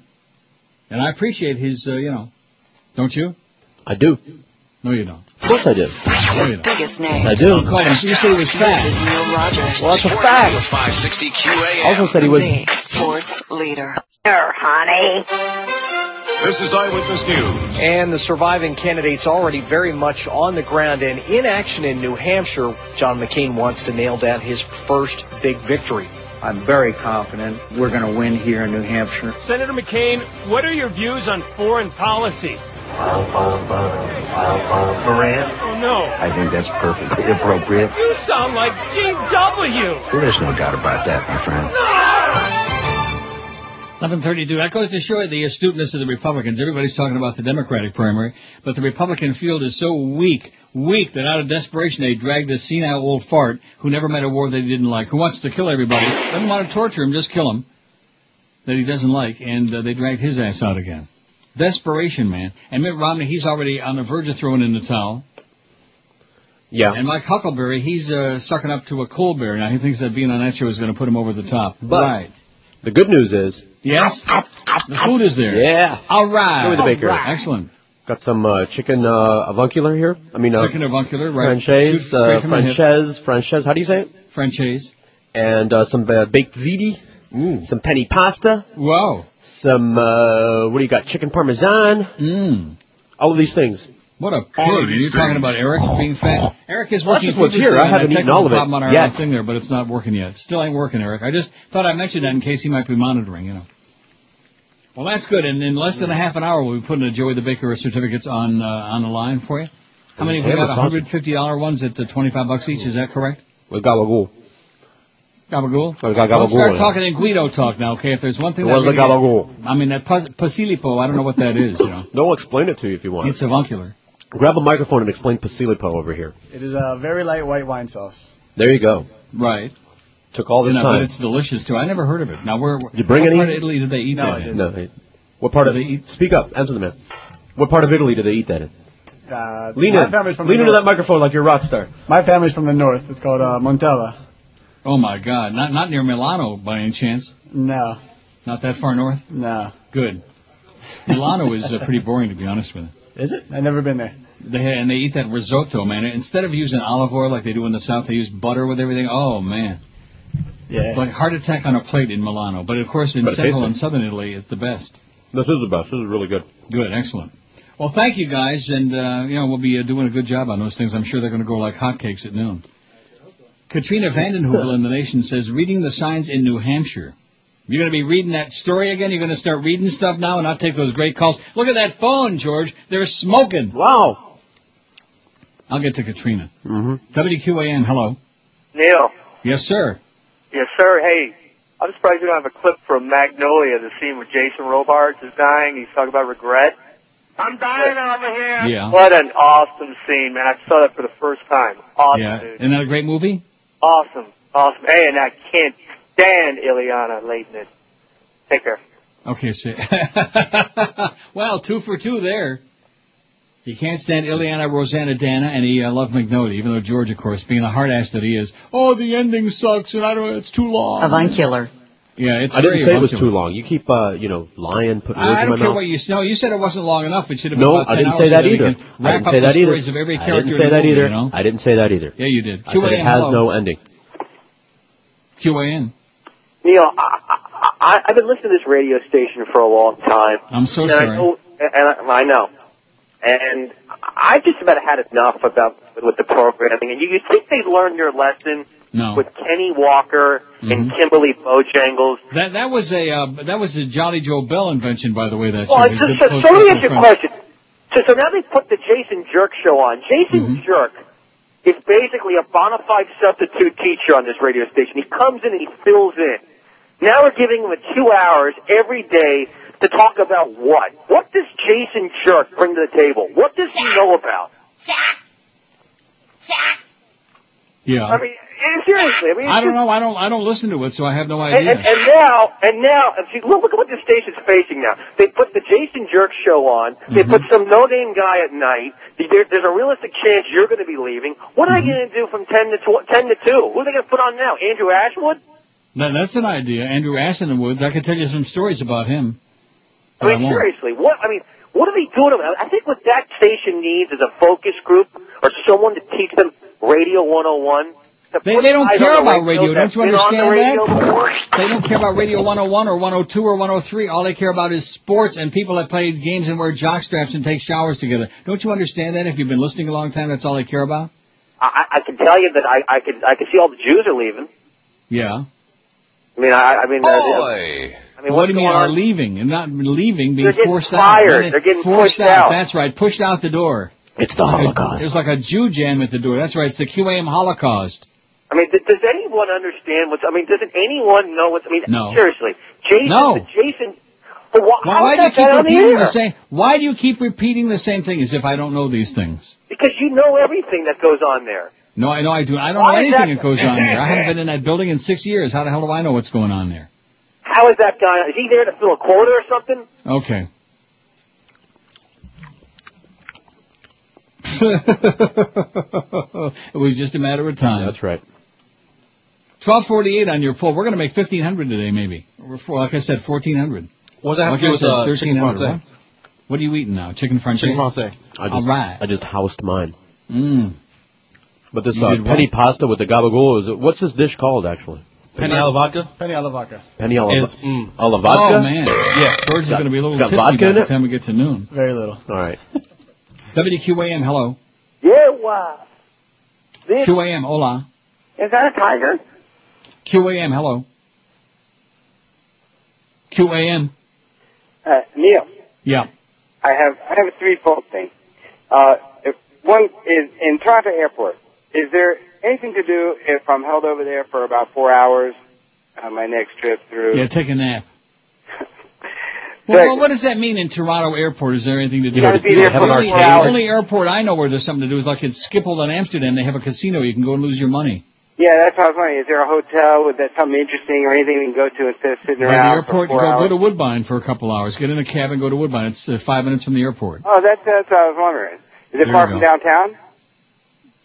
[SPEAKER 2] and I appreciate his. Uh, you know, don't you?
[SPEAKER 4] I do.
[SPEAKER 2] No, you don't.
[SPEAKER 4] Of course I do.
[SPEAKER 2] No, you don't.
[SPEAKER 14] Biggest name.
[SPEAKER 4] I do.
[SPEAKER 2] Come on, you said he was fat.
[SPEAKER 14] Is Neil Rogers.
[SPEAKER 4] Well, that's a
[SPEAKER 14] Sports
[SPEAKER 4] fact.
[SPEAKER 14] Radio
[SPEAKER 15] 560 QAM.
[SPEAKER 4] Also said he was.
[SPEAKER 14] Big sports leader. Sure, honey.
[SPEAKER 15] This is Eyewitness News.
[SPEAKER 13] And the surviving candidates already very much on the ground and in action in New Hampshire. John McCain wants to nail down his first big victory. I'm very confident we're going to win here in New Hampshire.
[SPEAKER 10] Senator McCain, what are your views on foreign policy?
[SPEAKER 13] Moran?
[SPEAKER 10] Oh, no.
[SPEAKER 13] I think that's perfectly appropriate.
[SPEAKER 10] You sound like G.W.
[SPEAKER 13] There's no doubt about that, my friend.
[SPEAKER 2] 1132. That goes to show the astuteness of the Republicans. Everybody's talking about the Democratic primary, but the Republican field is so weak, weak that out of desperation they drag this senile old fart who never met a war that he didn't like, who wants to kill everybody, doesn't want to torture him, just kill him, that he doesn't like, and uh, they dragged his ass out again. Desperation, man. And Mitt Romney, he's already on the verge of throwing in the towel.
[SPEAKER 4] Yeah.
[SPEAKER 2] And Mike Huckleberry, he's uh, sucking up to a Colbert. Now he thinks that being on that show is going to put him over the top. But right.
[SPEAKER 4] The good news is.
[SPEAKER 2] Yes. The food is there.
[SPEAKER 4] Yeah.
[SPEAKER 2] All right.
[SPEAKER 4] Show
[SPEAKER 5] Oh,
[SPEAKER 4] me the baker.
[SPEAKER 2] All right. Excellent.
[SPEAKER 4] Got some uh, chicken uh, avuncular here. I mean, uh,
[SPEAKER 2] Chicken avuncular, right?
[SPEAKER 4] franchise,
[SPEAKER 2] Shoot straight
[SPEAKER 4] uh,
[SPEAKER 2] from the hip.
[SPEAKER 4] franchise, franchise. How do you say it?
[SPEAKER 2] Franchise. Mm.
[SPEAKER 4] And uh, some uh, baked ziti, some penny pasta.
[SPEAKER 2] Wow.
[SPEAKER 4] Some uh, what do you got? Chicken parmesan.
[SPEAKER 2] Mm.
[SPEAKER 4] All of these things.
[SPEAKER 2] What a pig! Are you talking about Eric being fat? Eric is
[SPEAKER 4] Well, that's
[SPEAKER 2] working.
[SPEAKER 4] just what's here. Oh.
[SPEAKER 2] feverishly
[SPEAKER 4] I
[SPEAKER 2] on
[SPEAKER 4] haven't
[SPEAKER 2] that
[SPEAKER 4] eaten all of
[SPEAKER 2] technical
[SPEAKER 4] it
[SPEAKER 2] problem on our
[SPEAKER 4] yet.
[SPEAKER 2] own thing there, but it's not working yet. Still ain't working, Eric. I just thought I mentioned that in case he might be monitoring. You know. Well, that's good. And in less than a half an hour, we'll be putting the Joey the Baker certificates on uh, on the line for you. How many? We
[SPEAKER 4] Hammer
[SPEAKER 2] got hundred fifty dollar ones at uh, twenty five bucks each. Is that correct?
[SPEAKER 4] We gabagool.
[SPEAKER 2] Gabagool.
[SPEAKER 4] We got
[SPEAKER 2] Don't start
[SPEAKER 4] gabagool.
[SPEAKER 2] talking in Guido talk now, okay? If there's one thing
[SPEAKER 4] Well,
[SPEAKER 2] that
[SPEAKER 4] the gabagool.
[SPEAKER 2] I mean that pas- pasilipo, I don't know what that is.
[SPEAKER 4] (laughs)
[SPEAKER 2] You know,
[SPEAKER 4] No, I'll explain it to you if you want.
[SPEAKER 2] it's avuncular.
[SPEAKER 4] Grab a microphone and explain pasilipo over here.
[SPEAKER 26] It is a very light white wine sauce.
[SPEAKER 4] There you go.
[SPEAKER 2] Right.
[SPEAKER 4] Took all this
[SPEAKER 2] you know,
[SPEAKER 4] time.
[SPEAKER 2] But it's delicious too. I never heard of it. Now, where
[SPEAKER 4] Did you bring
[SPEAKER 2] what
[SPEAKER 4] any?
[SPEAKER 2] part of Italy did they eat that? in?
[SPEAKER 4] No. it- What part of? Speak up. Answer the man. What part of Italy do they eat that in?
[SPEAKER 26] Uh,
[SPEAKER 4] Lean
[SPEAKER 26] my
[SPEAKER 4] in.
[SPEAKER 26] family's from
[SPEAKER 4] Lean
[SPEAKER 26] the
[SPEAKER 4] into that
[SPEAKER 26] north.
[SPEAKER 4] microphone like you're a rock star.
[SPEAKER 26] My family's from the north. It's called uh, Montella.
[SPEAKER 2] Oh my God! Not not near Milano by any chance?
[SPEAKER 26] No,
[SPEAKER 2] Not that far north?
[SPEAKER 26] no.
[SPEAKER 2] Good. Milano is uh, pretty boring to be honest with you.
[SPEAKER 26] Is it? I've never been there.
[SPEAKER 2] They ha- and they eat that risotto, man. Instead of using olive oil like they do in the south, they use butter with everything. Oh man!
[SPEAKER 26] Yeah.
[SPEAKER 2] Like heart attack on a plate in Milano. But of course, in
[SPEAKER 4] But it tastes
[SPEAKER 2] central
[SPEAKER 4] good.
[SPEAKER 2] and southern Italy, it's the best.
[SPEAKER 4] This is the best. This is really good.
[SPEAKER 2] Good, excellent. Well, thank you guys, and uh, you know we'll be uh, doing a good job on those things. I'm sure they're going to go like hotcakes at noon. Katrina Vandenhoevel in the Nation says, reading the signs in New Hampshire. You're going to be reading that story again. You're going to start reading stuff now, and I'll take those great calls. Look at that phone, George. They're smoking.
[SPEAKER 4] Wow.
[SPEAKER 2] I'll get to Katrina.
[SPEAKER 4] Mm-hmm.
[SPEAKER 2] WQAM. Hello.
[SPEAKER 17] Neil.
[SPEAKER 2] Yes, sir.
[SPEAKER 17] Yes, sir. Hey, I'm surprised you don't have a clip from Magnolia, the scene where Jason Robards is dying. He's talking about regret.
[SPEAKER 30] I'm dying over here.
[SPEAKER 2] Yeah.
[SPEAKER 17] What an awesome scene, man. I saw that for the first time. Awesome,
[SPEAKER 2] yeah.
[SPEAKER 17] dude.
[SPEAKER 2] Isn't that a great movie?
[SPEAKER 17] Awesome. Awesome. Hey, and I can't stand Ileana Leighton. Take care.
[SPEAKER 2] Okay, see. (laughs) well, two for two there. He can't stand Ileana Rosanna Dana, and he uh, loved Magnolia, even though George, of course, being the hard ass that he is, oh, the ending sucks, and I don't, it's too long.
[SPEAKER 27] Avuncular.
[SPEAKER 2] Yeah, it's.
[SPEAKER 4] I didn't
[SPEAKER 2] very
[SPEAKER 4] say it was
[SPEAKER 2] avuncular.
[SPEAKER 4] too long. You keep, uh, you know, lying, putting words
[SPEAKER 2] I
[SPEAKER 4] in my
[SPEAKER 2] don't care
[SPEAKER 4] mouth.
[SPEAKER 2] what you know. You said it wasn't long enough. It should have been.
[SPEAKER 4] no,
[SPEAKER 2] about
[SPEAKER 4] I
[SPEAKER 2] 10
[SPEAKER 4] didn't say
[SPEAKER 2] hours
[SPEAKER 4] that
[SPEAKER 2] so we
[SPEAKER 4] either. I
[SPEAKER 2] can
[SPEAKER 4] didn't
[SPEAKER 2] Wrap up
[SPEAKER 4] say
[SPEAKER 2] the
[SPEAKER 4] that either.
[SPEAKER 2] stories Of every
[SPEAKER 4] I
[SPEAKER 2] character
[SPEAKER 4] didn't
[SPEAKER 2] in
[SPEAKER 4] say
[SPEAKER 2] the
[SPEAKER 4] that
[SPEAKER 2] movie,
[SPEAKER 4] either.
[SPEAKER 2] You know?
[SPEAKER 4] I didn't say that either.
[SPEAKER 2] Yeah, you did.
[SPEAKER 4] I said it
[SPEAKER 2] QAM,
[SPEAKER 4] has
[SPEAKER 2] hello.
[SPEAKER 4] no ending.
[SPEAKER 2] QAM.
[SPEAKER 17] Neil, I, I, I, I've been listening to this radio station for a long time.
[SPEAKER 2] I'm so
[SPEAKER 17] and I
[SPEAKER 2] sorry.
[SPEAKER 17] know, and I, I know. And I just about had enough about with the programming. And you, you think they learned their lesson
[SPEAKER 2] No.
[SPEAKER 17] with Kenny Walker and
[SPEAKER 2] Mhm.
[SPEAKER 17] Kimberly Bojangles.
[SPEAKER 2] That that was a uh, that was a Jolly Joe Bell invention, by the way. That
[SPEAKER 17] Well, Oh, I
[SPEAKER 2] show. His
[SPEAKER 17] just
[SPEAKER 2] good
[SPEAKER 17] so,
[SPEAKER 2] close
[SPEAKER 17] so let me
[SPEAKER 2] personal
[SPEAKER 17] ask you a
[SPEAKER 2] friend.
[SPEAKER 17] question. So, so now they put the Jason Jerk show on. Jason
[SPEAKER 2] Mm-hmm.
[SPEAKER 17] Jerk is basically a bona fide substitute teacher on this radio station. He comes in and he fills in. Now we're giving him a two hours every day to talk about what? What does Jason Jerk bring to the table? What does he know about?
[SPEAKER 2] Yeah.
[SPEAKER 17] I mean, and seriously, I mean, it's
[SPEAKER 2] I don't
[SPEAKER 17] just-
[SPEAKER 2] know. I don't. I don't listen to it, so I have no
[SPEAKER 17] And,
[SPEAKER 2] idea.
[SPEAKER 17] and, and now, and now, and see, look, look at what the station's facing now. They put the Jason Jerk show on.
[SPEAKER 2] Mm-hmm.
[SPEAKER 17] They put some no-name guy at night. There, there's a realistic chance you're
[SPEAKER 2] Mm-hmm.
[SPEAKER 17] going to be leaving. What are they going to do from ten to tw- ten to two? Who are they going to put on now? Andrew Ashwood?
[SPEAKER 2] Now, that's an idea. Andrew Ass in the Woods. I could tell you some stories about him. But
[SPEAKER 17] I
[SPEAKER 2] I
[SPEAKER 17] mean,
[SPEAKER 2] won't.
[SPEAKER 17] seriously, what I mean, what are they doing? about- I think what that station needs is a focus group or someone to teach them Radio 101. to
[SPEAKER 2] They,
[SPEAKER 17] put
[SPEAKER 2] they don't
[SPEAKER 17] eyes
[SPEAKER 2] care
[SPEAKER 17] on the
[SPEAKER 2] about radio. Don't
[SPEAKER 17] that's
[SPEAKER 2] you
[SPEAKER 17] been on the
[SPEAKER 2] understand
[SPEAKER 17] radio before.
[SPEAKER 2] that? They don't care about Radio 101 or 102 or 103. All they care about is sports and people that play games and wear jock straps and take showers together. Don't you understand that? If you've been listening a long time, that's all they care about?
[SPEAKER 17] I, I can tell you that I, I can I can see all the Jews are leaving.
[SPEAKER 2] Yeah.
[SPEAKER 17] I mean, I, I mean, uh, I mean,
[SPEAKER 2] what
[SPEAKER 17] what's
[SPEAKER 2] do you mean
[SPEAKER 17] going
[SPEAKER 2] are
[SPEAKER 17] on?
[SPEAKER 2] leaving? And not leaving, being
[SPEAKER 17] They're getting
[SPEAKER 2] forced out.
[SPEAKER 17] fired.
[SPEAKER 2] Minute-
[SPEAKER 17] They're getting
[SPEAKER 2] forced
[SPEAKER 17] pushed out.
[SPEAKER 2] That's right, pushed out the door. It's the Holocaust. There's like a Jew jam at the door. That's right, it's the QAM Holocaust.
[SPEAKER 17] I mean, th- does anyone understand what's? I mean, doesn't anyone know what's? I mean,
[SPEAKER 2] No.
[SPEAKER 17] seriously, Jason.
[SPEAKER 2] No.
[SPEAKER 17] the Jason. Well, why,
[SPEAKER 2] Why, why do
[SPEAKER 17] how
[SPEAKER 2] you
[SPEAKER 17] is that
[SPEAKER 2] keep
[SPEAKER 17] on the
[SPEAKER 2] repeating
[SPEAKER 17] air?
[SPEAKER 2] the same? Why do you keep repeating the same thing as if I don't know these things?
[SPEAKER 17] Because you know everything that goes on there.
[SPEAKER 2] No, I know I do. I don't
[SPEAKER 17] Why
[SPEAKER 2] know
[SPEAKER 17] is
[SPEAKER 2] anything that
[SPEAKER 17] that-
[SPEAKER 2] goes
[SPEAKER 17] (laughs)
[SPEAKER 2] on there. I haven't been in that building in six years. How the hell do I know what's going on there?
[SPEAKER 17] How is that guy? Is he there to fill a quota or
[SPEAKER 2] (laughs)
[SPEAKER 17] something?
[SPEAKER 2] Okay. it was just a matter of time. That's
[SPEAKER 4] right.
[SPEAKER 2] Twelve forty-eight on your poll. We're going to make fifteen hundred today, maybe. Or four, like I said, fourteen hundred.
[SPEAKER 1] What does that have
[SPEAKER 2] like
[SPEAKER 1] to do
[SPEAKER 2] I
[SPEAKER 1] with,
[SPEAKER 2] said,
[SPEAKER 1] uh, chicken
[SPEAKER 2] 1300,
[SPEAKER 1] francais?
[SPEAKER 2] What? What are you eating now? Chicken francais.
[SPEAKER 4] Chicken
[SPEAKER 1] francais.
[SPEAKER 4] I just,
[SPEAKER 2] All right.
[SPEAKER 4] I just housed mine.
[SPEAKER 2] Mm.
[SPEAKER 4] But this
[SPEAKER 2] You
[SPEAKER 4] uh,
[SPEAKER 2] did what?
[SPEAKER 4] penny pasta with the gabagool is what's this dish called actually?
[SPEAKER 1] Penny alla vodka?
[SPEAKER 26] Penny alla vodka.
[SPEAKER 4] Penny alla,
[SPEAKER 1] It's- mm.
[SPEAKER 4] alla vodka.
[SPEAKER 2] Oh man.
[SPEAKER 1] Yeah.
[SPEAKER 2] George is
[SPEAKER 4] Got-
[SPEAKER 2] going to be a little
[SPEAKER 4] it's got
[SPEAKER 2] tipsy
[SPEAKER 4] vodka
[SPEAKER 2] by
[SPEAKER 4] in
[SPEAKER 2] the
[SPEAKER 4] it?
[SPEAKER 2] time we get to noon.
[SPEAKER 26] Very little.
[SPEAKER 4] All
[SPEAKER 2] (laughs)
[SPEAKER 4] right.
[SPEAKER 2] WQAM. Hello.
[SPEAKER 8] Yeah, wow. uh, This,
[SPEAKER 2] QAM. Hola.
[SPEAKER 8] is that a tiger?
[SPEAKER 2] QAM. Hello. QAM.
[SPEAKER 11] Uh, Neil,
[SPEAKER 2] Yeah.
[SPEAKER 11] I have I have a threefold thing. Uh, if one is in Toronto Airport. Is there anything to do if I'm held over there for about four hours on my next trip through?
[SPEAKER 2] Yeah. Take
[SPEAKER 11] (laughs)
[SPEAKER 2] a nap. Well, well, what does that mean in Toronto Airport? Is there anything to do
[SPEAKER 11] You gotta
[SPEAKER 2] with it?
[SPEAKER 11] be there
[SPEAKER 2] The
[SPEAKER 11] for
[SPEAKER 2] only-
[SPEAKER 11] four
[SPEAKER 2] the
[SPEAKER 11] hours.
[SPEAKER 2] only airport I know where there's something to do is like at Schiphol in Amsterdam. They have a casino. You can go and lose your money.
[SPEAKER 11] Yeah, that's what I was wondering. Is there a hotel with that something interesting or anything we can go to instead of sitting
[SPEAKER 2] By the
[SPEAKER 11] around
[SPEAKER 2] airport,
[SPEAKER 11] for four
[SPEAKER 2] go, go
[SPEAKER 11] hours?
[SPEAKER 2] to Woodbine for a couple hours. Get in a cab and go to Woodbine. It's uh, five minutes from the airport.
[SPEAKER 11] Oh, that's that's what I was wondering. Is
[SPEAKER 2] There
[SPEAKER 11] it
[SPEAKER 2] you
[SPEAKER 11] far
[SPEAKER 2] go.
[SPEAKER 11] from downtown?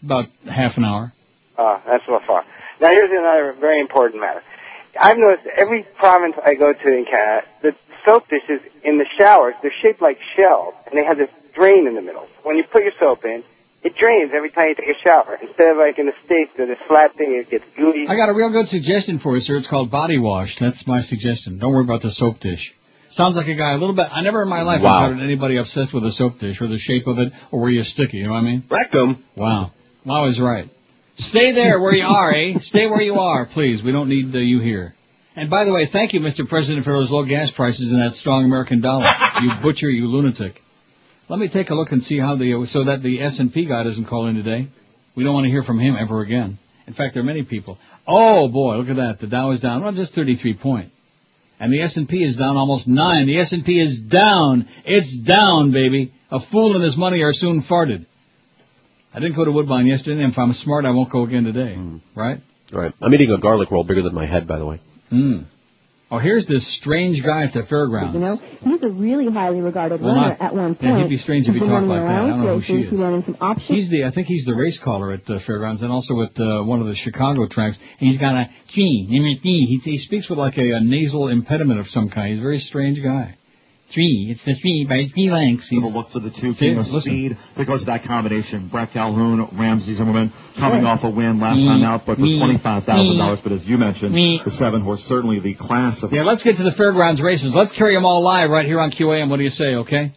[SPEAKER 2] About half an hour.
[SPEAKER 11] Oh, that's a little far. Now here's another very important matter. I've noticed every province I go to in Canada, the soap dishes in the showers, they're shaped like shells, and they have this drain in the middle. When you put your soap in, it drains every time you take a shower. Instead of like in the States, there's this flat thing, it gets gooey.
[SPEAKER 2] I got a real good suggestion for you, sir. It's called body wash. That's my suggestion. Don't worry about the soap dish. Sounds like a guy a little bit. I never in my life
[SPEAKER 4] Wow.
[SPEAKER 2] encountered anybody obsessed with a soap dish or the shape of it or where you stick it. You know what I mean? Rectum. Wow. Wow is right. Stay there where you are, (laughs) eh? Stay where you are, please. We don't need uh, you here. And by the way, thank you, Mr. President, for those low gas prices and that strong American (laughs) dollar. You butcher, you lunatic. Let me take a look and see how the uh, so that the S and P guy doesn't call in today. We don't want to hear from him ever again. In fact, there are many people. Oh boy, look at that. The Dow is down. Well, just 33 point. And the S&P is down almost 9. The S&P is down. It's down, baby. A fool and his money are soon farted. I didn't go to Woodbine yesterday, and if I'm smart, I won't go again today.
[SPEAKER 9] Hmm.
[SPEAKER 2] Right?
[SPEAKER 4] All right. I'm eating a garlic roll bigger than my head, by the way.
[SPEAKER 2] Hmm. Oh, here's this strange guy at the fairground.
[SPEAKER 25] You know, he was a really highly regarded
[SPEAKER 2] Well,
[SPEAKER 25] runner
[SPEAKER 2] not-
[SPEAKER 25] at one
[SPEAKER 2] yeah,
[SPEAKER 25] point.
[SPEAKER 2] he'd be strange if he talked
[SPEAKER 25] running
[SPEAKER 2] like that. I
[SPEAKER 25] around
[SPEAKER 2] don't know who she
[SPEAKER 25] races,
[SPEAKER 2] is.
[SPEAKER 25] He ran in some options.
[SPEAKER 2] He's the I think he's the race caller at the fairgrounds and also at uh, one of the Chicago tracks. And he's got a three, number three. He he speaks with like a, a nasal impediment of some kind. He's a very strange guy. Three, it's the three by three lengths. He's,
[SPEAKER 9] look to the two
[SPEAKER 2] See,
[SPEAKER 9] king of
[SPEAKER 2] listen.
[SPEAKER 9] speed because of that combination. Brett Calhoun, Ramsey Zimmerman, coming
[SPEAKER 2] Yeah.
[SPEAKER 9] off a win last
[SPEAKER 2] Me,
[SPEAKER 9] time out, but for
[SPEAKER 2] me,
[SPEAKER 9] twenty-five thousand dollars. But as you mentioned,
[SPEAKER 2] me.
[SPEAKER 9] the seven horse certainly the class of
[SPEAKER 2] yeah, let's get to the fairgrounds races. Let's carry them all live right here on QAM. What do you say? Okay.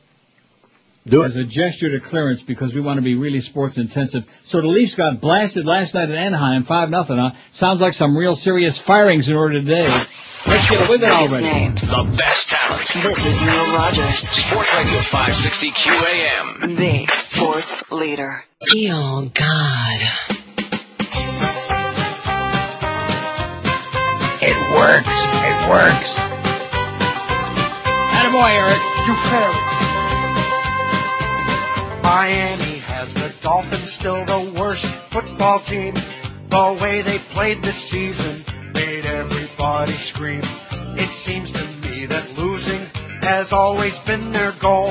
[SPEAKER 2] Do it. As a gesture to clearance, because we want to be really sports intensive. So the Leafs got blasted last night at Anaheim, five nothing. Huh? Sounds like some real serious firings in order today. Let's get with it already.
[SPEAKER 15] The best talent. This is Neil Rogers. Sports Radio 560 QAM.
[SPEAKER 14] The sports leader. Deal God.
[SPEAKER 15] It works. It works.
[SPEAKER 2] Attaboy, Eric.
[SPEAKER 15] You fairy.
[SPEAKER 23] Miami has the Dolphins still the worst football team. The way they played this season made everybody scream. It seems to me that losing has always been their goal.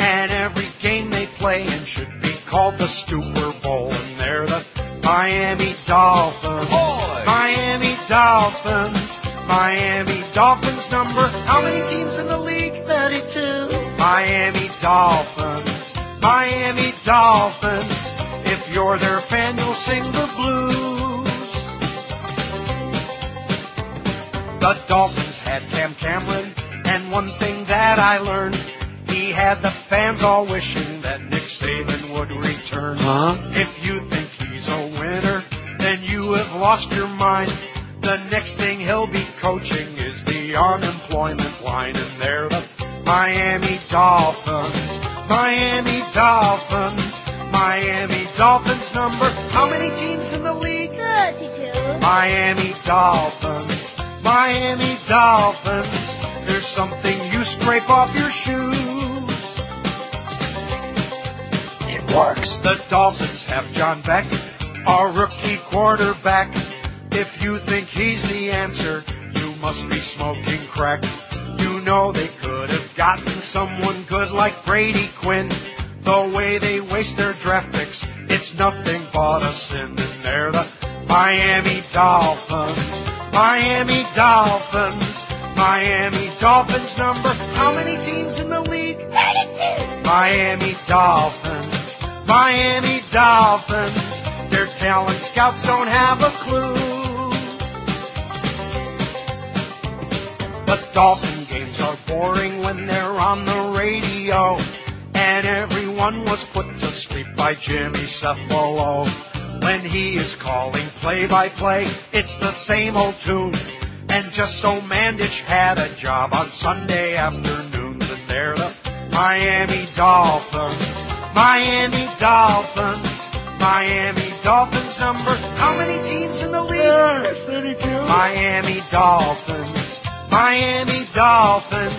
[SPEAKER 23] And every game they play in should be called the Super Bowl. And they're the Miami Dolphins. Miami Dolphins. Miami Dolphins number. How many teams in the league? 32. Miami Dolphins. Miami Dolphins. If you're their fan, you'll sing the blues. The Dolphins had Cam Cameron, and one thing that I learned, he had the fans all wishing that Nick Saban would return.
[SPEAKER 19] Huh?
[SPEAKER 23] If you think he's a winner, then you have lost your mind. The next thing he'll be coaching is the unemployment line, and they're the Miami Dolphins. Miami Dolphins. Miami Dolphins number. How many teams in the league?
[SPEAKER 19] 32.
[SPEAKER 23] Miami Dolphins. Miami Dolphins. There's something you scrape off your shoes. It works. The Dolphins have John Beck, our rookie quarterback. If you think he's the answer, you must be smoking crack. You know they could have gotten someone good like Brady Quinn. The way they waste their draft picks, it's nothing but a sin. And they're the Miami Dolphins. Miami Dolphins. Miami Dolphins number. How many teams in the league? 32. Miami Dolphins. Miami Dolphins. Their talent scouts don't have a clue. But Dolphin games are boring when they're on the radio. And everyone was put to sleep by Jimmy Cephalo. When he is calling play by play, it's the same old tune. And just so Mandich had a job on Sunday afternoons, and they're the Miami Dolphins. Miami Dolphins. Miami Dolphins number. How many teams in the league? 32. Miami Dolphins. Miami Dolphins.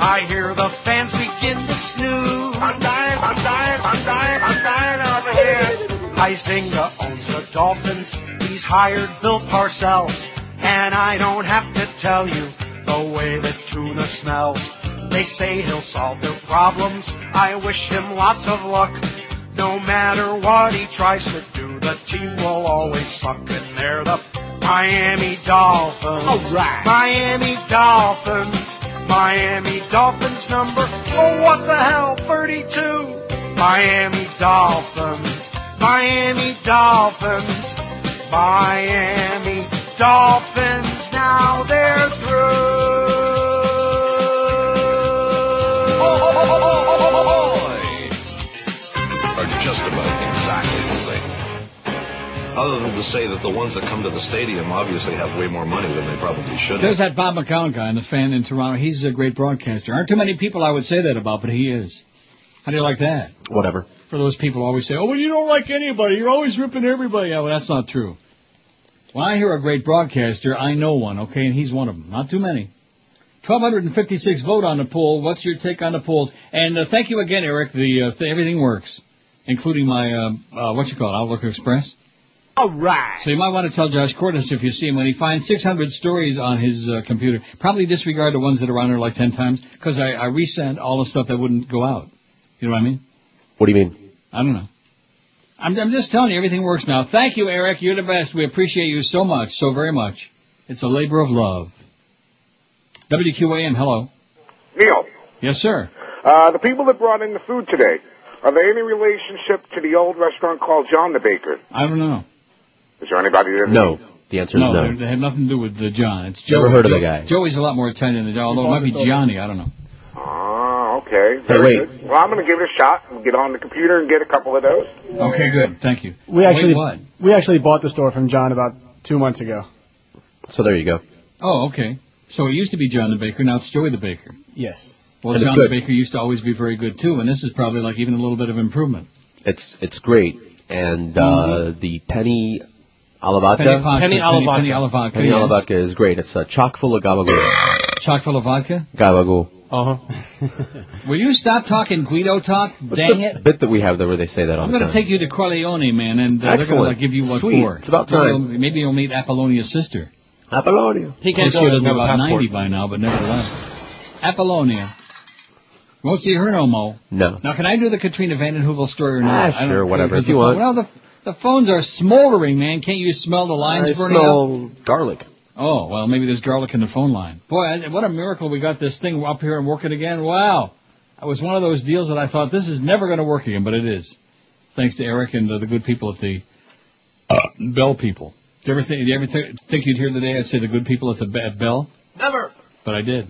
[SPEAKER 23] I hear the fans begin to snooze. I'm dying, I'm dying, I'm dying, I'm dying over here. Izinga owns the Dolphins. He's hired Bill Parcells. And I don't have to tell you the way that tuna smells. They say he'll solve their problems. I wish him lots of luck. No matter what he tries to do, the team will always suck. And they're the Miami Dolphins. All right. Miami Dolphins. Miami Dolphins number. Oh, what the hell? 32. Miami Dolphins. Miami Dolphins. Miami Dolphins. Now they're through.
[SPEAKER 15] Are just about exactly the same. Other than to say that the ones that come to the stadium obviously have way more money than they probably should have.
[SPEAKER 2] There's that Bob McCown guy, the fan in Toronto. He's a great broadcaster. Aren't too many people I would say that about, but he is. How do you like that?
[SPEAKER 4] Whatever.
[SPEAKER 2] For those people who always say, "Oh, well, you don't like anybody. You're always ripping everybody out." Well, that's not true. When I hear a great broadcaster, I know one, okay, and he's one of them. Not too many. 1,256 vote on the poll. What's your take on the polls? And uh, thank you again, Eric. The uh, th- everything works, including my uh, uh, what you call it, Outlook Express.
[SPEAKER 1] All right.
[SPEAKER 2] So you might want to tell Josh Cordes if you see him when he finds 600 stories on his uh, computer. Probably disregard the ones that are on there like 10 times because I, I resent all the stuff that wouldn't go out. You know what I mean?
[SPEAKER 4] What do you mean?
[SPEAKER 2] I don't know. I'm, I'm just telling you, everything works now. Thank you, Eric. You're the best. We appreciate you so much, so very much. It's a labor of love. WQAM, hello.
[SPEAKER 6] Neil,
[SPEAKER 2] Yes, sir.
[SPEAKER 6] uh, the people that brought in the food today, are they any relationship to the old restaurant called John the Baker?
[SPEAKER 2] I don't know.
[SPEAKER 6] Is there anybody that
[SPEAKER 4] No. The answer is
[SPEAKER 2] No,
[SPEAKER 4] no.
[SPEAKER 2] they're- they have nothing to do with uh, John. It's Joe.
[SPEAKER 4] Never heard of the
[SPEAKER 2] Joe-
[SPEAKER 4] guy.
[SPEAKER 2] Joey's a lot more Italian than John, although it might be Johnny. I don't know.
[SPEAKER 6] Ah, okay.
[SPEAKER 4] Hey,
[SPEAKER 6] Very
[SPEAKER 4] wait.
[SPEAKER 6] Good. Well, I'm going to give it a shot and get on the computer and get a couple of those.
[SPEAKER 2] Okay, good. Thank you.
[SPEAKER 26] We actually
[SPEAKER 2] Wait, what?
[SPEAKER 26] we actually bought the store from John about two months ago.
[SPEAKER 4] So there you go.
[SPEAKER 2] Oh, okay. So it used to be John the Baker. Now it's Joey the Baker.
[SPEAKER 26] Yes.
[SPEAKER 2] Well,
[SPEAKER 4] And it's
[SPEAKER 2] John
[SPEAKER 4] good.
[SPEAKER 2] the Baker used to always be very good too, and this is probably like even a little bit of improvement.
[SPEAKER 4] It's it's great. And uh, the penny alavata.
[SPEAKER 2] Mm-hmm. Penny pasta, Penny penny- penny alavodka,
[SPEAKER 4] Penny
[SPEAKER 2] yes.
[SPEAKER 4] alavodka is great. It's uh, chock full of gabagool.
[SPEAKER 2] Chock full of vodka.
[SPEAKER 4] gabagool.
[SPEAKER 2] Uh huh. (laughs) Will you stop talking Guido talk?
[SPEAKER 4] Uh-huh. What's
[SPEAKER 2] Dang
[SPEAKER 4] the
[SPEAKER 2] it!
[SPEAKER 4] bit that we have there where they say that all
[SPEAKER 2] I'm
[SPEAKER 4] the
[SPEAKER 2] going to
[SPEAKER 4] time?
[SPEAKER 2] take you to Corleone, man, and uh, they're going to
[SPEAKER 4] Excellent.
[SPEAKER 2] like, give you what
[SPEAKER 4] Sweet.
[SPEAKER 2] for.
[SPEAKER 4] It's about
[SPEAKER 2] Maybe
[SPEAKER 4] time.
[SPEAKER 2] you'll- Maybe you'll meet Apollonia's sister.
[SPEAKER 4] Apollonia.
[SPEAKER 2] He can't go to about 90 by now, but nevertheless. Apollonia. Won't see her no more.
[SPEAKER 4] No.
[SPEAKER 2] Now, can I do the Katrina Vandenhoevel story or not?
[SPEAKER 4] Ah,
[SPEAKER 2] I don't
[SPEAKER 4] sure,
[SPEAKER 2] care,
[SPEAKER 4] whatever,
[SPEAKER 2] 'cause
[SPEAKER 4] if you
[SPEAKER 2] the-
[SPEAKER 4] want.
[SPEAKER 2] Well, the, the phones are smoldering, man. Can't you smell the lines
[SPEAKER 4] I
[SPEAKER 2] burning up?
[SPEAKER 4] smell garlic.
[SPEAKER 2] Oh, well, maybe there's garlic in the phone line. Boy, I, what a miracle we got this thing up here and working again. Wow. It was one of those deals that I thought this is never going to work again, but it is. Thanks to Eric and the, the good people at the uh, Bell people. Do you ever think, do you ever th- think you'd hear the day I'd say the good people at the Be- at Bell?
[SPEAKER 31] Never.
[SPEAKER 2] But I did.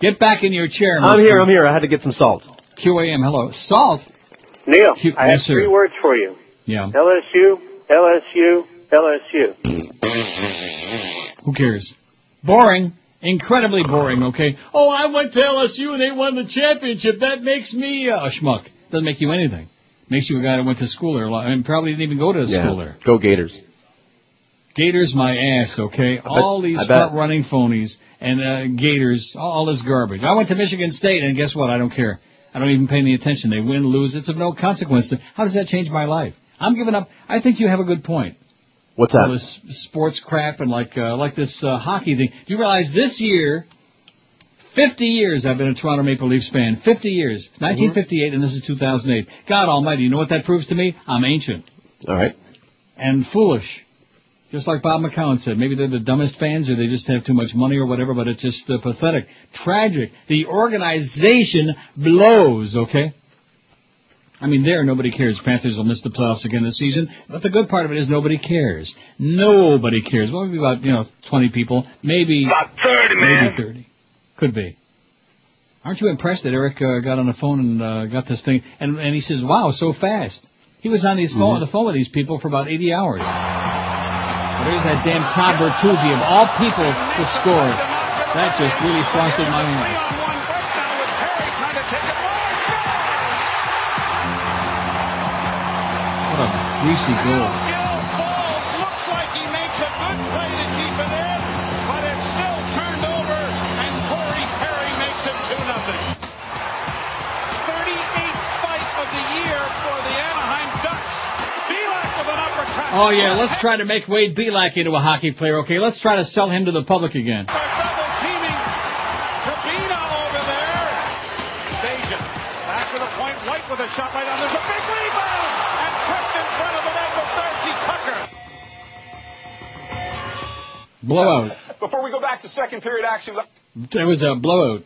[SPEAKER 2] Get back in your chair.
[SPEAKER 4] I'm
[SPEAKER 2] mister.
[SPEAKER 4] here. I'm here. I had to get some salt.
[SPEAKER 2] QAM. Hello. Salt.
[SPEAKER 17] Neil,
[SPEAKER 2] Q-
[SPEAKER 17] I have
[SPEAKER 2] yes, sir.
[SPEAKER 17] three words for you.
[SPEAKER 2] Yeah.
[SPEAKER 17] LSU, LSU, LSU.
[SPEAKER 2] Who cares? Boring. Incredibly boring. Okay. Oh, I went to LSU and they won the championship. That makes me uh, a schmuck. Doesn't make you anything. Makes you a guy that went to school there a lot and probably didn't even go to
[SPEAKER 4] Yeah.
[SPEAKER 2] school there.
[SPEAKER 4] Go Gators.
[SPEAKER 2] Gators, my ass, okay? all these
[SPEAKER 4] I bet.
[SPEAKER 2] front running phonies and uh, Gators, all, all this garbage. I went to Michigan State, and guess what? I don't care. I don't even pay any attention. They win, lose. It's of no consequence. How does that change my life? I'm giving up. I think you have a good point.
[SPEAKER 4] What's that?
[SPEAKER 2] All this sports crap and like uh, like this uh, hockey thing. Do you realize this year, 50 years I've been a Toronto Maple Leafs fan. 50 years,
[SPEAKER 4] Mm-hmm.
[SPEAKER 2] 1958, and this is 2008. God Almighty, you know what that proves to me? I'm ancient.
[SPEAKER 4] All right.
[SPEAKER 2] And foolish. Just like Bob McCown said, maybe they're the dumbest fans or they just have too much money or whatever, but it's just uh, pathetic. Tragic. The organization blows, okay? I mean, there nobody cares. Panthers will miss the playoffs again this season, but the good part of it is nobody cares. Nobody cares. Well, maybe about, you know, 20 people. Maybe. About 30, man. Maybe 30. Could be. Aren't you impressed that Eric uh, got on the phone and uh, got this thing? And, and he says, wow, so fast. He was on his phone, on the phone with these people for about 80 hours. But there's that damn Todd Bertuzzi of all people to score. That just really frosted my mind. What a greasy goal. Oh yeah, let's try to make Wade Belak into a hockey player. Okay, let's try to sell him to the public again.
[SPEAKER 5] Back to the point, White with a shot right on. There's a big rebound and tripped in front of the net with Darcy Tucker.
[SPEAKER 2] Blowout.
[SPEAKER 32] Before we go back to second period action,
[SPEAKER 2] It was a blowout.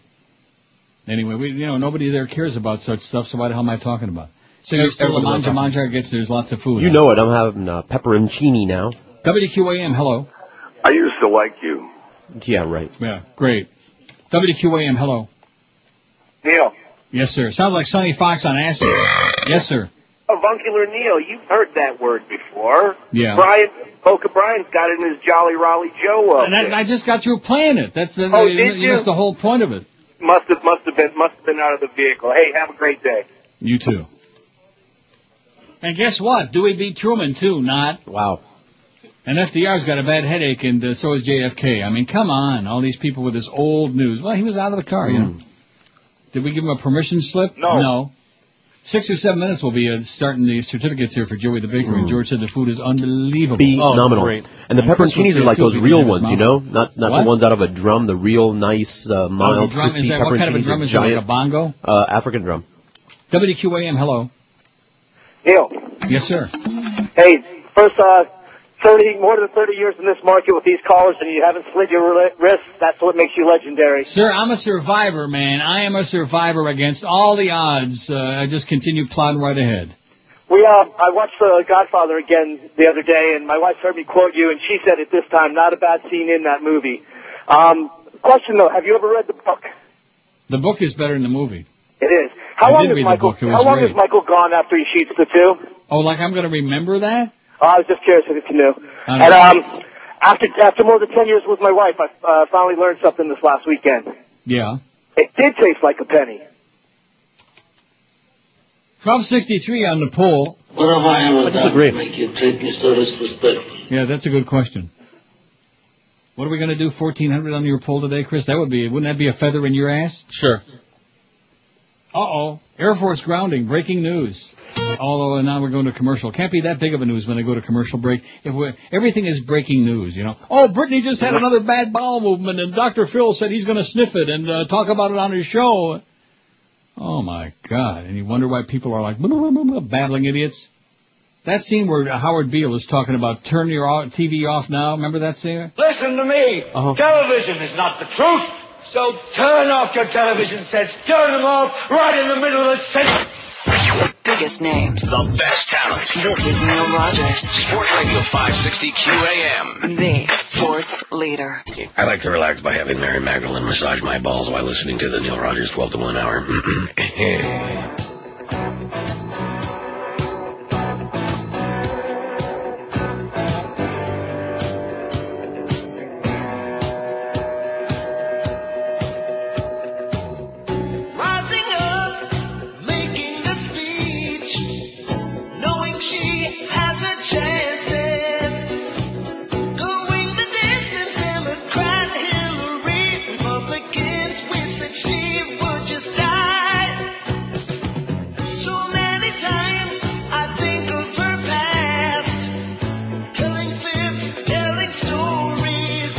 [SPEAKER 2] Anyway, we you know nobody there cares about such stuff, so why the hell am I talking about? it? So you're still a
[SPEAKER 4] Everybody loves
[SPEAKER 2] manja manja gets there's lots of food.
[SPEAKER 4] You know it. I'm having uh, pepperoncini now.
[SPEAKER 2] WQAM, hello.
[SPEAKER 33] I used to like you.
[SPEAKER 4] Yeah, right.
[SPEAKER 2] Yeah, great. WQAM, hello.
[SPEAKER 33] Neil.
[SPEAKER 2] Yes, sir. Sounds like Sonny Fox on acid. yes, sir.
[SPEAKER 17] Avuncular Neil, Oh, you've heard that word before.
[SPEAKER 2] Yeah.
[SPEAKER 17] Brian, Boca Brian's got it in his Jolly Raleigh Joe up
[SPEAKER 2] And that,
[SPEAKER 17] there.
[SPEAKER 2] I just got through playing it. That's the,
[SPEAKER 17] Oh,
[SPEAKER 2] you,
[SPEAKER 17] did you?
[SPEAKER 2] missed the whole point of it.
[SPEAKER 17] Must have, must have been, must have been out of the vehicle. Hey, have a great day.
[SPEAKER 2] You too. And guess what? Dewey beat Truman too. Not
[SPEAKER 4] wow.
[SPEAKER 2] And FDR's got a bad headache, and uh, so is JFK. I mean, come on, all these people with this old news. Well, he was out of the
[SPEAKER 4] Hmm.
[SPEAKER 2] car. You know. Did we give him a permission slip?
[SPEAKER 32] No.
[SPEAKER 2] No. Six or seven minutes, we'll be uh, starting the certificates here for Joey the Baker. And George said the food is unbelievable. Oh,
[SPEAKER 13] Oh,
[SPEAKER 4] Phenomenal. Hmm. And the
[SPEAKER 2] Chris
[SPEAKER 4] pepperoncinis
[SPEAKER 2] will
[SPEAKER 4] are
[SPEAKER 2] say
[SPEAKER 4] like
[SPEAKER 2] too,
[SPEAKER 4] those
[SPEAKER 2] if he
[SPEAKER 4] real
[SPEAKER 2] can have
[SPEAKER 4] ones,
[SPEAKER 2] his
[SPEAKER 4] you know,
[SPEAKER 2] mouth.
[SPEAKER 4] not not
[SPEAKER 2] What? Oh,
[SPEAKER 4] the ones out of a drum. The real nice, uh, mild,
[SPEAKER 2] drum, is
[SPEAKER 4] crispy
[SPEAKER 2] that- what kind of
[SPEAKER 4] pepperoncinis
[SPEAKER 2] a drum
[SPEAKER 4] are
[SPEAKER 2] is that, like
[SPEAKER 4] giant.
[SPEAKER 2] a bongo?
[SPEAKER 4] Uh, African drum.
[SPEAKER 2] WQAM, hello.
[SPEAKER 17] Neil.
[SPEAKER 2] Yes, sir.
[SPEAKER 17] Hey, first, uh, 30, more than 30 years in this market with these callers and you haven't slid your re- wrists, that's what makes you legendary.
[SPEAKER 2] Sir, I'm a survivor, man. I am a survivor against all the odds. Uh, I just continue plodding right ahead.
[SPEAKER 17] We, uh, I watched The Godfather again the other day and my wife heard me quote you and she said it this time, not a bad scene in that movie. Um, question though, have you ever read the book?
[SPEAKER 2] The book is better than the movie.
[SPEAKER 17] It is. How
[SPEAKER 2] I
[SPEAKER 17] long
[SPEAKER 2] did
[SPEAKER 17] is
[SPEAKER 2] read the
[SPEAKER 17] Michael?
[SPEAKER 2] book. It
[SPEAKER 17] How
[SPEAKER 2] was
[SPEAKER 17] long
[SPEAKER 2] great.
[SPEAKER 17] is Michael gone after he shoots the two?
[SPEAKER 2] Oh, like I'm going to remember that?
[SPEAKER 17] Uh, I was just curious if you knew.
[SPEAKER 2] I
[SPEAKER 17] And
[SPEAKER 2] don't
[SPEAKER 17] um, after after more than ten years with my wife, I uh, finally learned something this last weekend.
[SPEAKER 2] Yeah.
[SPEAKER 17] It did taste like a penny.
[SPEAKER 2] 1263 on the poll.
[SPEAKER 9] What have I ever done
[SPEAKER 2] disagree.
[SPEAKER 9] to make you treat me so disrespectful?
[SPEAKER 2] Yeah, that's a good question. What are we going to do? 1400 on your poll today, Chris? That would be, wouldn't that be a feather in your ass? Sure. Uh oh. Air Force grounding, breaking news. Although now we're going to commercial. Can't be that big of a news when I go to commercial break. If we everything is breaking news, you know. Oh, Brittany just had another bad bowel movement, and Dr. Phil said he's going to sniff it and uh, talk about it on his show. Oh my God! And you wonder why people are like "Blah, blah, blah, blah," babbling idiots. That scene where Howard Beale is talking about turn your au- TV off now. Remember that scene?
[SPEAKER 3] Listen to me.
[SPEAKER 2] Uh-huh.
[SPEAKER 3] Television is not the truth. So turn off your television sets. Turn them off right in the middle of the sentence.
[SPEAKER 14] Biggest names.
[SPEAKER 7] The best talent.
[SPEAKER 14] This is Neil Rogers,
[SPEAKER 7] Sports Radio 560 QAM.
[SPEAKER 14] the sports leader.
[SPEAKER 5] I like to relax by having Mary Magdalene massage my balls while listening to the Neil Rogers 12 to 1 hour. (clears throat)
[SPEAKER 19] Rising up, making the speech, knowing she has a chance. Going the distance, Democrat Hillary, Republicans wish that she would just die. So many times I think of her past, telling fibs, telling stories.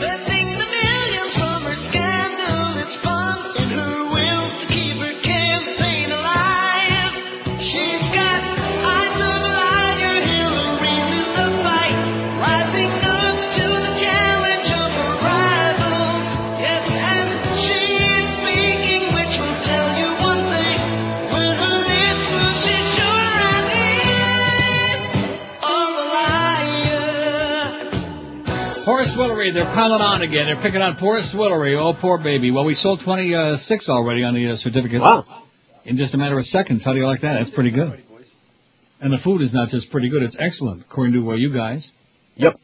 [SPEAKER 19] Spending the millions from her scandalous funds in her will to keep her campaign alive. She's got eyes of a liar. Hillary's in the fight, rising up to the challenge of her rivals. Yes, and she's speaking, which will tell you one thing: with her lips, will she show her eyes of a liar?
[SPEAKER 2] Horace Willery, they're piling on again. They're picking on Horace Willery. Oh, poor baby. Well, we sold 26 already on the uh, certificate. Wow. In just a matter of seconds. How do you like that? That's pretty good. And the food is not just pretty good, it's excellent, according to uh, you guys. Yep.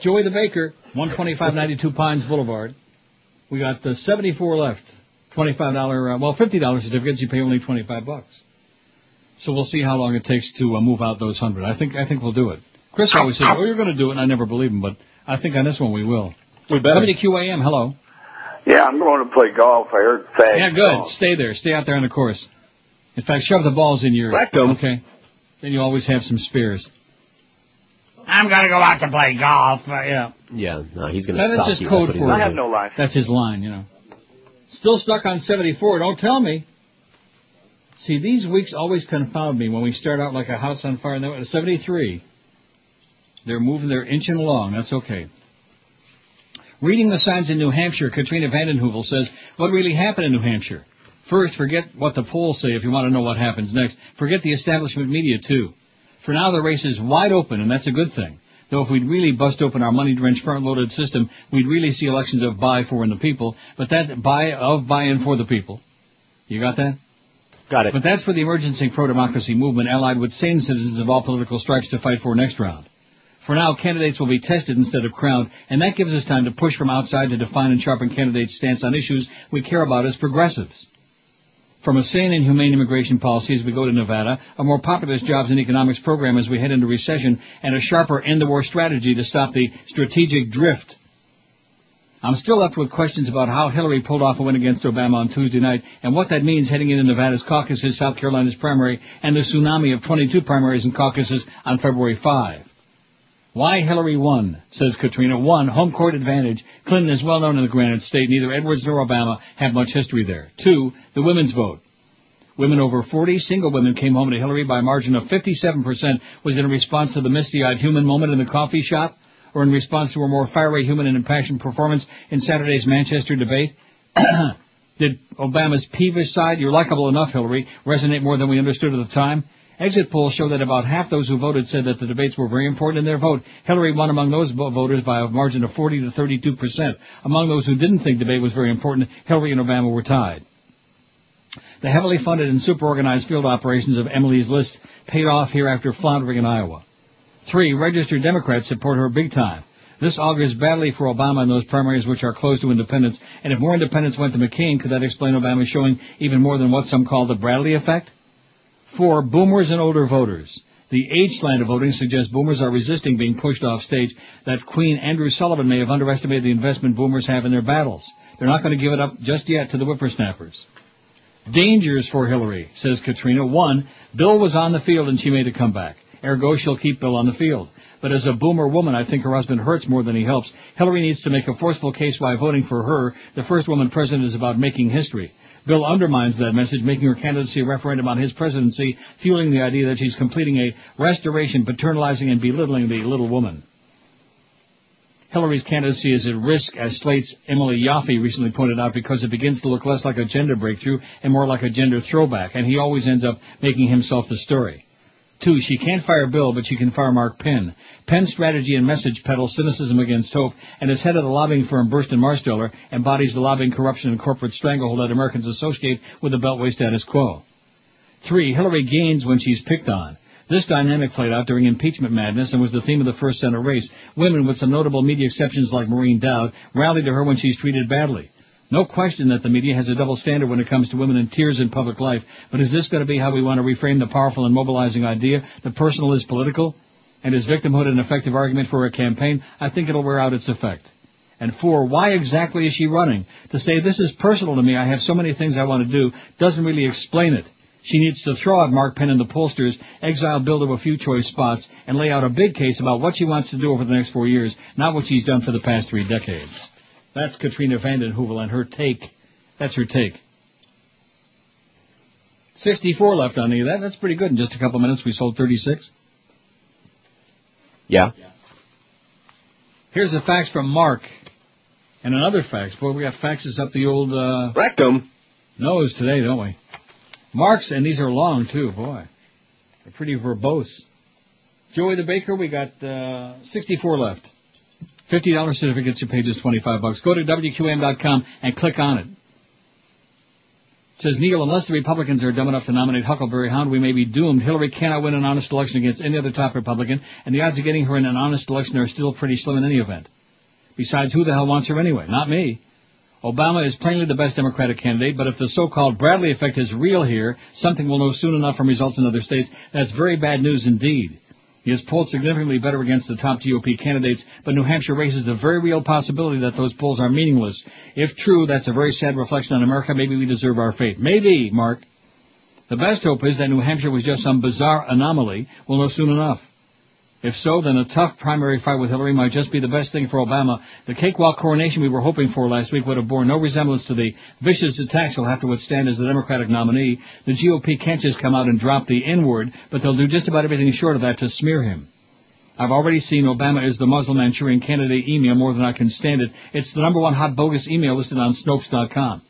[SPEAKER 2] Joey the Baker, 12592 Pines Boulevard. We got uh, 74 left. $25, uh, well, $50 certificates. You pay only 25 bucks. So we'll see how long it takes to uh, move out those 100. I think, I think we'll do it. Chris always says, oh, you're going to do it, and I never believe him, but I think on this one we will. We better. WQAM, hello.
[SPEAKER 12] Yeah, I'm going to play golf. I heard fag.
[SPEAKER 2] Yeah, good. Stay there. Stay out there on the course. In fact, shove the balls in your... Rectum. Okay. Then you always have some spears. I'm gonna go out to play golf. Uh, yeah.
[SPEAKER 4] Yeah, no, he's going to
[SPEAKER 2] That
[SPEAKER 4] stop
[SPEAKER 2] is just
[SPEAKER 4] you.
[SPEAKER 2] code
[SPEAKER 4] That's what he's
[SPEAKER 2] for...
[SPEAKER 4] gonna do.
[SPEAKER 2] life. That's his line, you know. Still stuck on 74. Don't tell me. See, these weeks always confound me when we start out like a house on fire. And then 73. They're moving. They're inching along. That's okay. Reading the signs in New Hampshire, Katrina Vandenhoevel says, "What really happened in New Hampshire? First, forget what the polls say if you want to know what happens next. Forget the establishment media too. For now, the race is wide open, and that's a good thing. Though if we'd really bust open our money-drenched, front-loaded system, we'd really see elections of by, for, and the people. But that by of, by, and for the people. You got that? Got it. But that's for the emergency pro-democracy movement, allied with sane citizens of all political stripes to fight for next round. For now, candidates will be tested instead of crowned, and that gives us time to push from outside to define and sharpen candidates' stance on issues we care about as progressives. From a sane and humane immigration policy as we go to Nevada, a more populous jobs and economics program as we head into recession, and a sharper end the war strategy to stop the strategic drift. I'm still left with questions about how Hillary pulled off a win against Obama on Tuesday night and what that means heading into Nevada's caucuses, South Carolina's primary, and the tsunami of 22 primaries and caucuses on February 5. Why Hillary won, says Katrina. One, home court advantage. Clinton is well known in the Granite State. Neither Edwards nor Obama have much history there. Two, the women's vote. Women over 40, single women came home to Hillary by a margin of 57%. Was in response to the misty-eyed human moment in the coffee shop? Or in response to a more fiery human and impassioned performance in Saturday's Manchester debate? (clears throat) Did Obama's peevish side, you're likable enough, Hillary, resonate more than we understood at the time? Exit polls show that about half those who voted said that the debates were very important in their vote. Hillary won among those vo- voters by a margin of 40 to 32 percent. Among those who didn't think debate was very important, Hillary and Obama were tied. The heavily funded and super organized field operations of Emily's List paid off here after floundering in Iowa. Three, registered Democrats support her big time. This augurs badly for Obama in those primaries which are closed to independents. And if more independents went to McCain, could that explain Obama showing even more than what some call the Bradley effect? Four, boomers and older voters. The age slant of voting suggests boomers are resisting being pushed off stage. That Queen Andrew Sullivan may have underestimated the investment boomers have in their battles. They're not going to give it up just yet to the whippersnappers. Dangers for Hillary, says Katrina. One, Bill was on the field and she made a comeback. Ergo, she'll keep Bill on the field. But as a boomer woman, I think her husband hurts more than he helps. Hillary needs to make a forceful case why voting for her, the first woman president, is about making history. Bill undermines that message, making her candidacy a referendum on his presidency, fueling the idea that she's completing a restoration, paternalizing and belittling the little woman. Hillary's candidacy is at risk, as Slate's Emily Yaffe recently pointed out, because it begins to look less like a gender breakthrough and more like a gender throwback, and he always ends up making himself the story. Two, she can't fire Bill, but she can fire Mark Penn. Penn's strategy and message peddle cynicism against hope, and as head of the lobbying firm Burston Marsteller, embodies the lobbying corruption and corporate stranglehold that Americans associate with the Beltway status quo. Three, Hillary gains when she's picked on. This dynamic played out during impeachment madness and was the theme of the first Senate race. Women, with some notable media exceptions like Maureen Dowd, rallied to her when she's treated badly. No question that the media has a double standard when it comes to women in tears in public life, but is this going to be how we want to reframe the powerful and mobilizing idea that personal is political? And is victimhood an effective argument for a campaign? I think it'll wear out its effect. And four, why exactly is she running? To say this is personal to me, I have so many things I want to do, doesn't really explain it. She needs to throw out Mark Penn and the pollsters, exile Bill to a few choice spots, and lay out a big case about what she wants to do over the next four years, not what she's done for the past three decades. That's Katrina Vanden Heuvel and her take. That's her take. 64 left on any of that. That's pretty good. In just a couple minutes, we sold 36.
[SPEAKER 4] Yeah.
[SPEAKER 2] Here's the facts from Mark. And another fax. Boy, we got faxes up the old uh,
[SPEAKER 4] rectum
[SPEAKER 2] nose today, don't we? Marks, and these are long too, boy. They're pretty verbose. Joey the Baker, we got uh, 64 left. $50 certificates, your page is 25 bucks. Go to WQM.com and click on it. It says Neil, unless the Republicans are dumb enough to nominate Huckleberry Hound, we may be doomed. Hillary cannot win an honest election against any other top Republican, and the odds of getting her in an honest election are still pretty slim in any event. Besides, who the hell wants her anyway? Not me. Obama is plainly the best Democratic candidate, but if the so-called Bradley effect is real here, something we'll know soon enough from results in other states. That's very bad news indeed. He has polled significantly better against the top GOP candidates, but New Hampshire raises the very real possibility that those polls are meaningless. If true, that's a very sad reflection on America. Maybe we deserve our fate. Maybe, Mark. The best hope is that New Hampshire was just some bizarre anomaly. We'll know soon enough. If so, then a tough primary fight with Hillary might just be the best thing for Obama. The cakewalk coronation we were hoping for last week would have borne no resemblance to the vicious attacks he'll have to withstand as the Democratic nominee. The GOP can't just come out and drop the N-word, but they'll do just about everything short of that to smear him. I've already seen Obama is the Muslim Manchurian candidate email more than I can stand it. It's the number one hot bogus email listed on Snopes.com.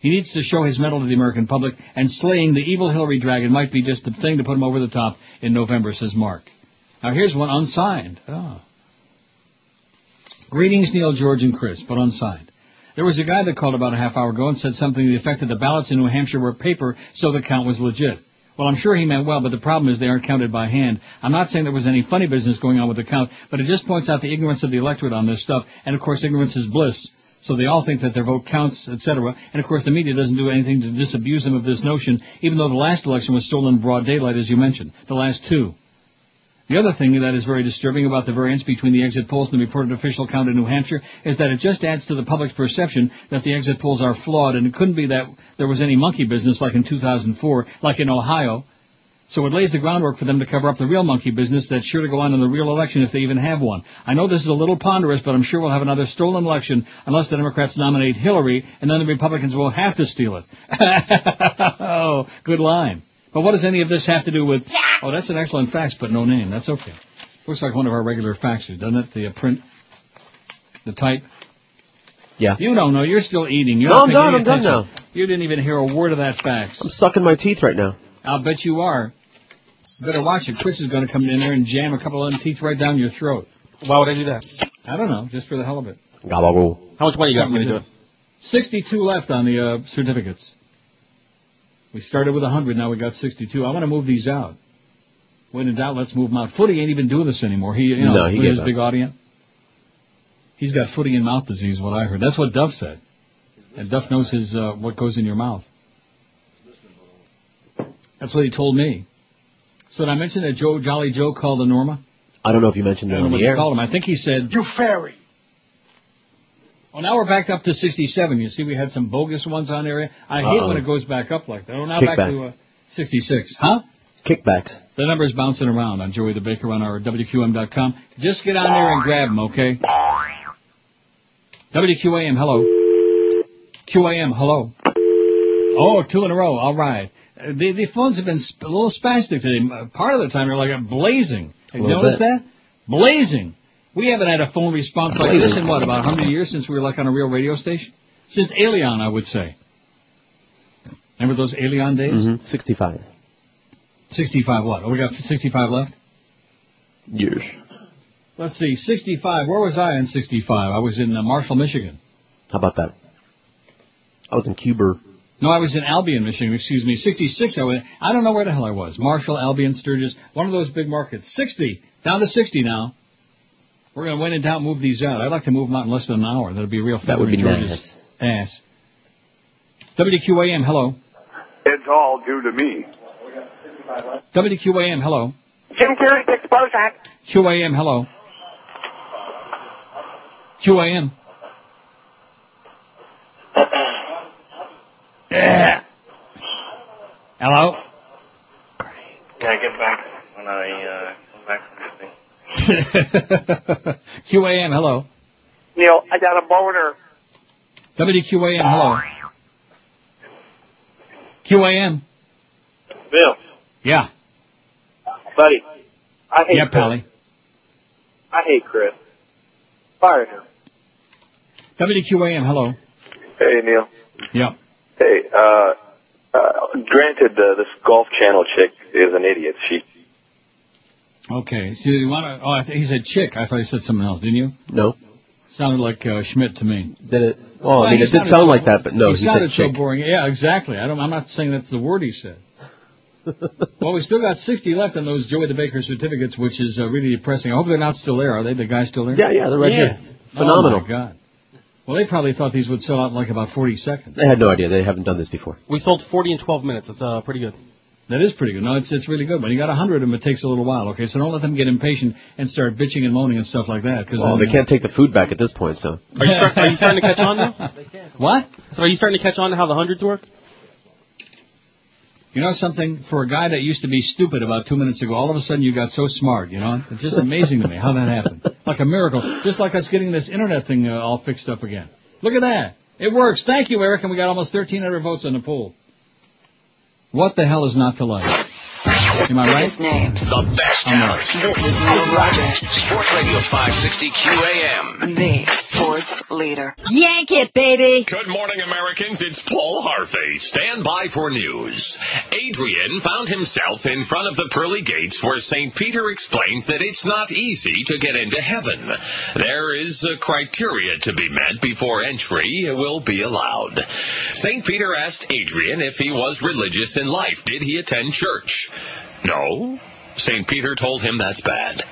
[SPEAKER 2] He needs to show his mettle to the American public, and slaying the evil Hillary dragon might be just the thing to put him over the top in November, says Mark. Now here's one unsigned. Oh. Greetings, Neil, George, and Chris, but unsigned. There was a guy that called about a half hour ago and said something to the effect that the ballots in New Hampshire were paper, so the count was legit. Well, I'm sure he meant well, but the problem is they aren't counted by hand. I'm not saying there was any funny business going on with the count, but it just points out the ignorance of the electorate on this stuff, and of course ignorance is bliss. So they all think that their vote counts, etc. And of course the media doesn't do anything to disabuse them of this notion, even though the last election was stolen in broad daylight, as you mentioned. The last two. The other thing that is very disturbing about the variance between the exit polls and the reported official count in New Hampshire is that it just adds to the public's perception that the exit polls are flawed, and it couldn't be that there was any monkey business like in 2004, like in Ohio. So it lays the groundwork for them to cover up the real monkey business that's sure to go on in the real election if they even have one. I know this is a little ponderous, but I'm sure we'll have another stolen election unless the Democrats nominate Hillary, and then the Republicans will have to steal it. (laughs) oh, good line. But what does any of this have to do with? Oh, that's an excellent fax, but no name. That's okay. Looks like one of our regular faxes, doesn't it? The uh, print, the type.
[SPEAKER 4] Yeah.
[SPEAKER 2] You don't know. You're still eating. You're
[SPEAKER 4] No,
[SPEAKER 2] not
[SPEAKER 4] I'm
[SPEAKER 2] paying
[SPEAKER 4] done.
[SPEAKER 2] any
[SPEAKER 4] I'm done
[SPEAKER 2] attention.
[SPEAKER 4] now.
[SPEAKER 2] You didn't even hear a word of that fax.
[SPEAKER 4] I'm sucking my teeth right now.
[SPEAKER 2] I'll bet you are. Better watch it. Chris is going to come in there and jam a couple of them teeth right down your throat.
[SPEAKER 13] Why would I do that?
[SPEAKER 2] I don't know, just for the hell of it.
[SPEAKER 4] Gobble.
[SPEAKER 13] How much money you got? I'm
[SPEAKER 2] Something
[SPEAKER 13] going to
[SPEAKER 2] to
[SPEAKER 13] do it.
[SPEAKER 2] 62 left on the uh, certificates. We started with 100, now we got 62. I want to move these out. When in doubt, let's move them out. Footy ain't even doing this anymore. He, you know,
[SPEAKER 4] No, he
[SPEAKER 2] with
[SPEAKER 4] gave
[SPEAKER 2] his
[SPEAKER 4] up.
[SPEAKER 2] big audience. He's got footy and mouth disease, what I heard. That's what Duff said. And Duff knows his uh, what goes in your mouth. That's what he told me. So did I mention that Joe Jolly Joe called a Norma?
[SPEAKER 4] I don't know if you mentioned
[SPEAKER 2] I
[SPEAKER 4] it
[SPEAKER 2] don't know
[SPEAKER 4] on
[SPEAKER 2] what
[SPEAKER 4] the
[SPEAKER 2] he
[SPEAKER 4] air.
[SPEAKER 2] called him. I think he said, You fairy. Well, now we're back up to 67. You see, we had some bogus ones on there. I hate
[SPEAKER 4] Uh-oh.
[SPEAKER 2] when it goes back up like that. Oh, now back
[SPEAKER 4] Kickbacks.
[SPEAKER 2] to uh, 66. Huh?
[SPEAKER 4] Kickbacks.
[SPEAKER 2] The number's bouncing around on Joey the Baker on our WQM.com. Just get on there and grab them, okay? WQAM, hello. QAM, hello. Oh, two in a row. All right. Uh, the, the phones have been sp- a little spastic today. Uh, Part of the time they're like uh, blazing. Have you
[SPEAKER 19] Little
[SPEAKER 2] noticed
[SPEAKER 19] bit.
[SPEAKER 2] that? Blazing. We haven't had a phone response like this in what about 100 years since we were like on a real radio station? Since Alien, I would say. Remember those Alien days?
[SPEAKER 4] Mm-hmm. 65.
[SPEAKER 2] 65 what? Oh, we got 65 left?
[SPEAKER 4] Years.
[SPEAKER 2] Let's see, 65. Where was I in 65? I was in uh, Marshall, Michigan.
[SPEAKER 4] How about that? I was in Cuba.
[SPEAKER 2] No, I was in Albion, Michigan. Excuse me. 66. I was, I don't know where the hell I was. Marshall, Albion, Sturgis. One of those big markets. 60. Down to 60 now. We're going to win and down move these out. I'd like to move them out in less than an hour. That'd be a real feather
[SPEAKER 4] would
[SPEAKER 2] in
[SPEAKER 4] be
[SPEAKER 2] George's
[SPEAKER 4] nice.
[SPEAKER 2] ass. WQAM, hello.
[SPEAKER 12] It's all due to me.
[SPEAKER 2] WQAM, hello.
[SPEAKER 8] Jim Carrey picks Bozak.
[SPEAKER 2] QAM, hello. (laughs) QAM. Yeah. Hello?
[SPEAKER 13] Yeah, get back when I uh, come back from this thing.
[SPEAKER 2] QAM, hello.
[SPEAKER 13] Neil, I got a boner.
[SPEAKER 2] WQAM, hello. QAM.
[SPEAKER 13] Bill,
[SPEAKER 2] Yeah.
[SPEAKER 13] buddy, I hate
[SPEAKER 2] Yeah,
[SPEAKER 13] Chris.
[SPEAKER 2] Pally.
[SPEAKER 13] I hate Chris. Fire him.
[SPEAKER 2] WQAM, hello.
[SPEAKER 10] Hey, Neil.
[SPEAKER 2] Yeah.
[SPEAKER 10] Hey, uh, uh, granted, uh, this Golf Channel chick is an idiot. She,
[SPEAKER 2] Okay. So you want to, oh, I th- he said chick. I thought he said something else, didn't you?
[SPEAKER 4] No.
[SPEAKER 2] Sounded like uh, Schmidt to me.
[SPEAKER 4] Did it? Well, I mean,
[SPEAKER 2] he
[SPEAKER 4] it did
[SPEAKER 2] sounded
[SPEAKER 4] sound
[SPEAKER 2] so-
[SPEAKER 4] like that, but no,
[SPEAKER 2] he,
[SPEAKER 4] he said
[SPEAKER 2] sounded so
[SPEAKER 4] chick.
[SPEAKER 2] boring. Yeah, exactly. I don't. I'm not saying that's the word he said. (laughs) well, we still got 60 left on those Joey the Baker certificates, which is uh, really depressing. I hope they're not still there. Are they? The guys still there?
[SPEAKER 4] Yeah, yeah, they're right here. Phenomenal.
[SPEAKER 2] Oh my God. Well, they probably thought these would sell out in like about 40 seconds.
[SPEAKER 4] They had no idea. They haven't done this before.
[SPEAKER 22] We sold 40 in 12 minutes. It's uh, pretty good.
[SPEAKER 2] That is pretty good. No, it's it's really good. When you got 100 of them, it takes a little while. Okay, so don't let them get impatient and start bitching and moaning and stuff like that. Cause
[SPEAKER 4] Well,
[SPEAKER 2] then,
[SPEAKER 4] they can't take the food back at this point, so.
[SPEAKER 22] Are you, start, are you starting to catch on now?
[SPEAKER 2] What?
[SPEAKER 22] So are you starting to catch on to how the hundreds work?
[SPEAKER 2] You know something? For a guy that used to be stupid about two minutes ago, all of a sudden you got so smart. You know, it's just amazing to me how that happened, like a miracle. Just like us getting this internet thing uh, all fixed up again. Look at that, it works. Thank you, Eric, and we got almost 1,300 votes on the poll. What the hell is not to like? Am I right?
[SPEAKER 14] Biggest names.
[SPEAKER 7] The best
[SPEAKER 2] I'm
[SPEAKER 7] talent.
[SPEAKER 14] This is Neil Rogers,
[SPEAKER 7] Sports Radio 560 QAM.
[SPEAKER 14] the sports leader. Yank it, baby.
[SPEAKER 32] Good morning, Americans. It's Paul Harvey. Stand by for news. Adrian found himself in front of the pearly gates where St. Peter explains that it's not easy to get into heaven. There is a criteria to be met before entry will be allowed. St. Peter asked Adrian if he was religious in life. Did he attend church? No. St. Peter told him that's bad.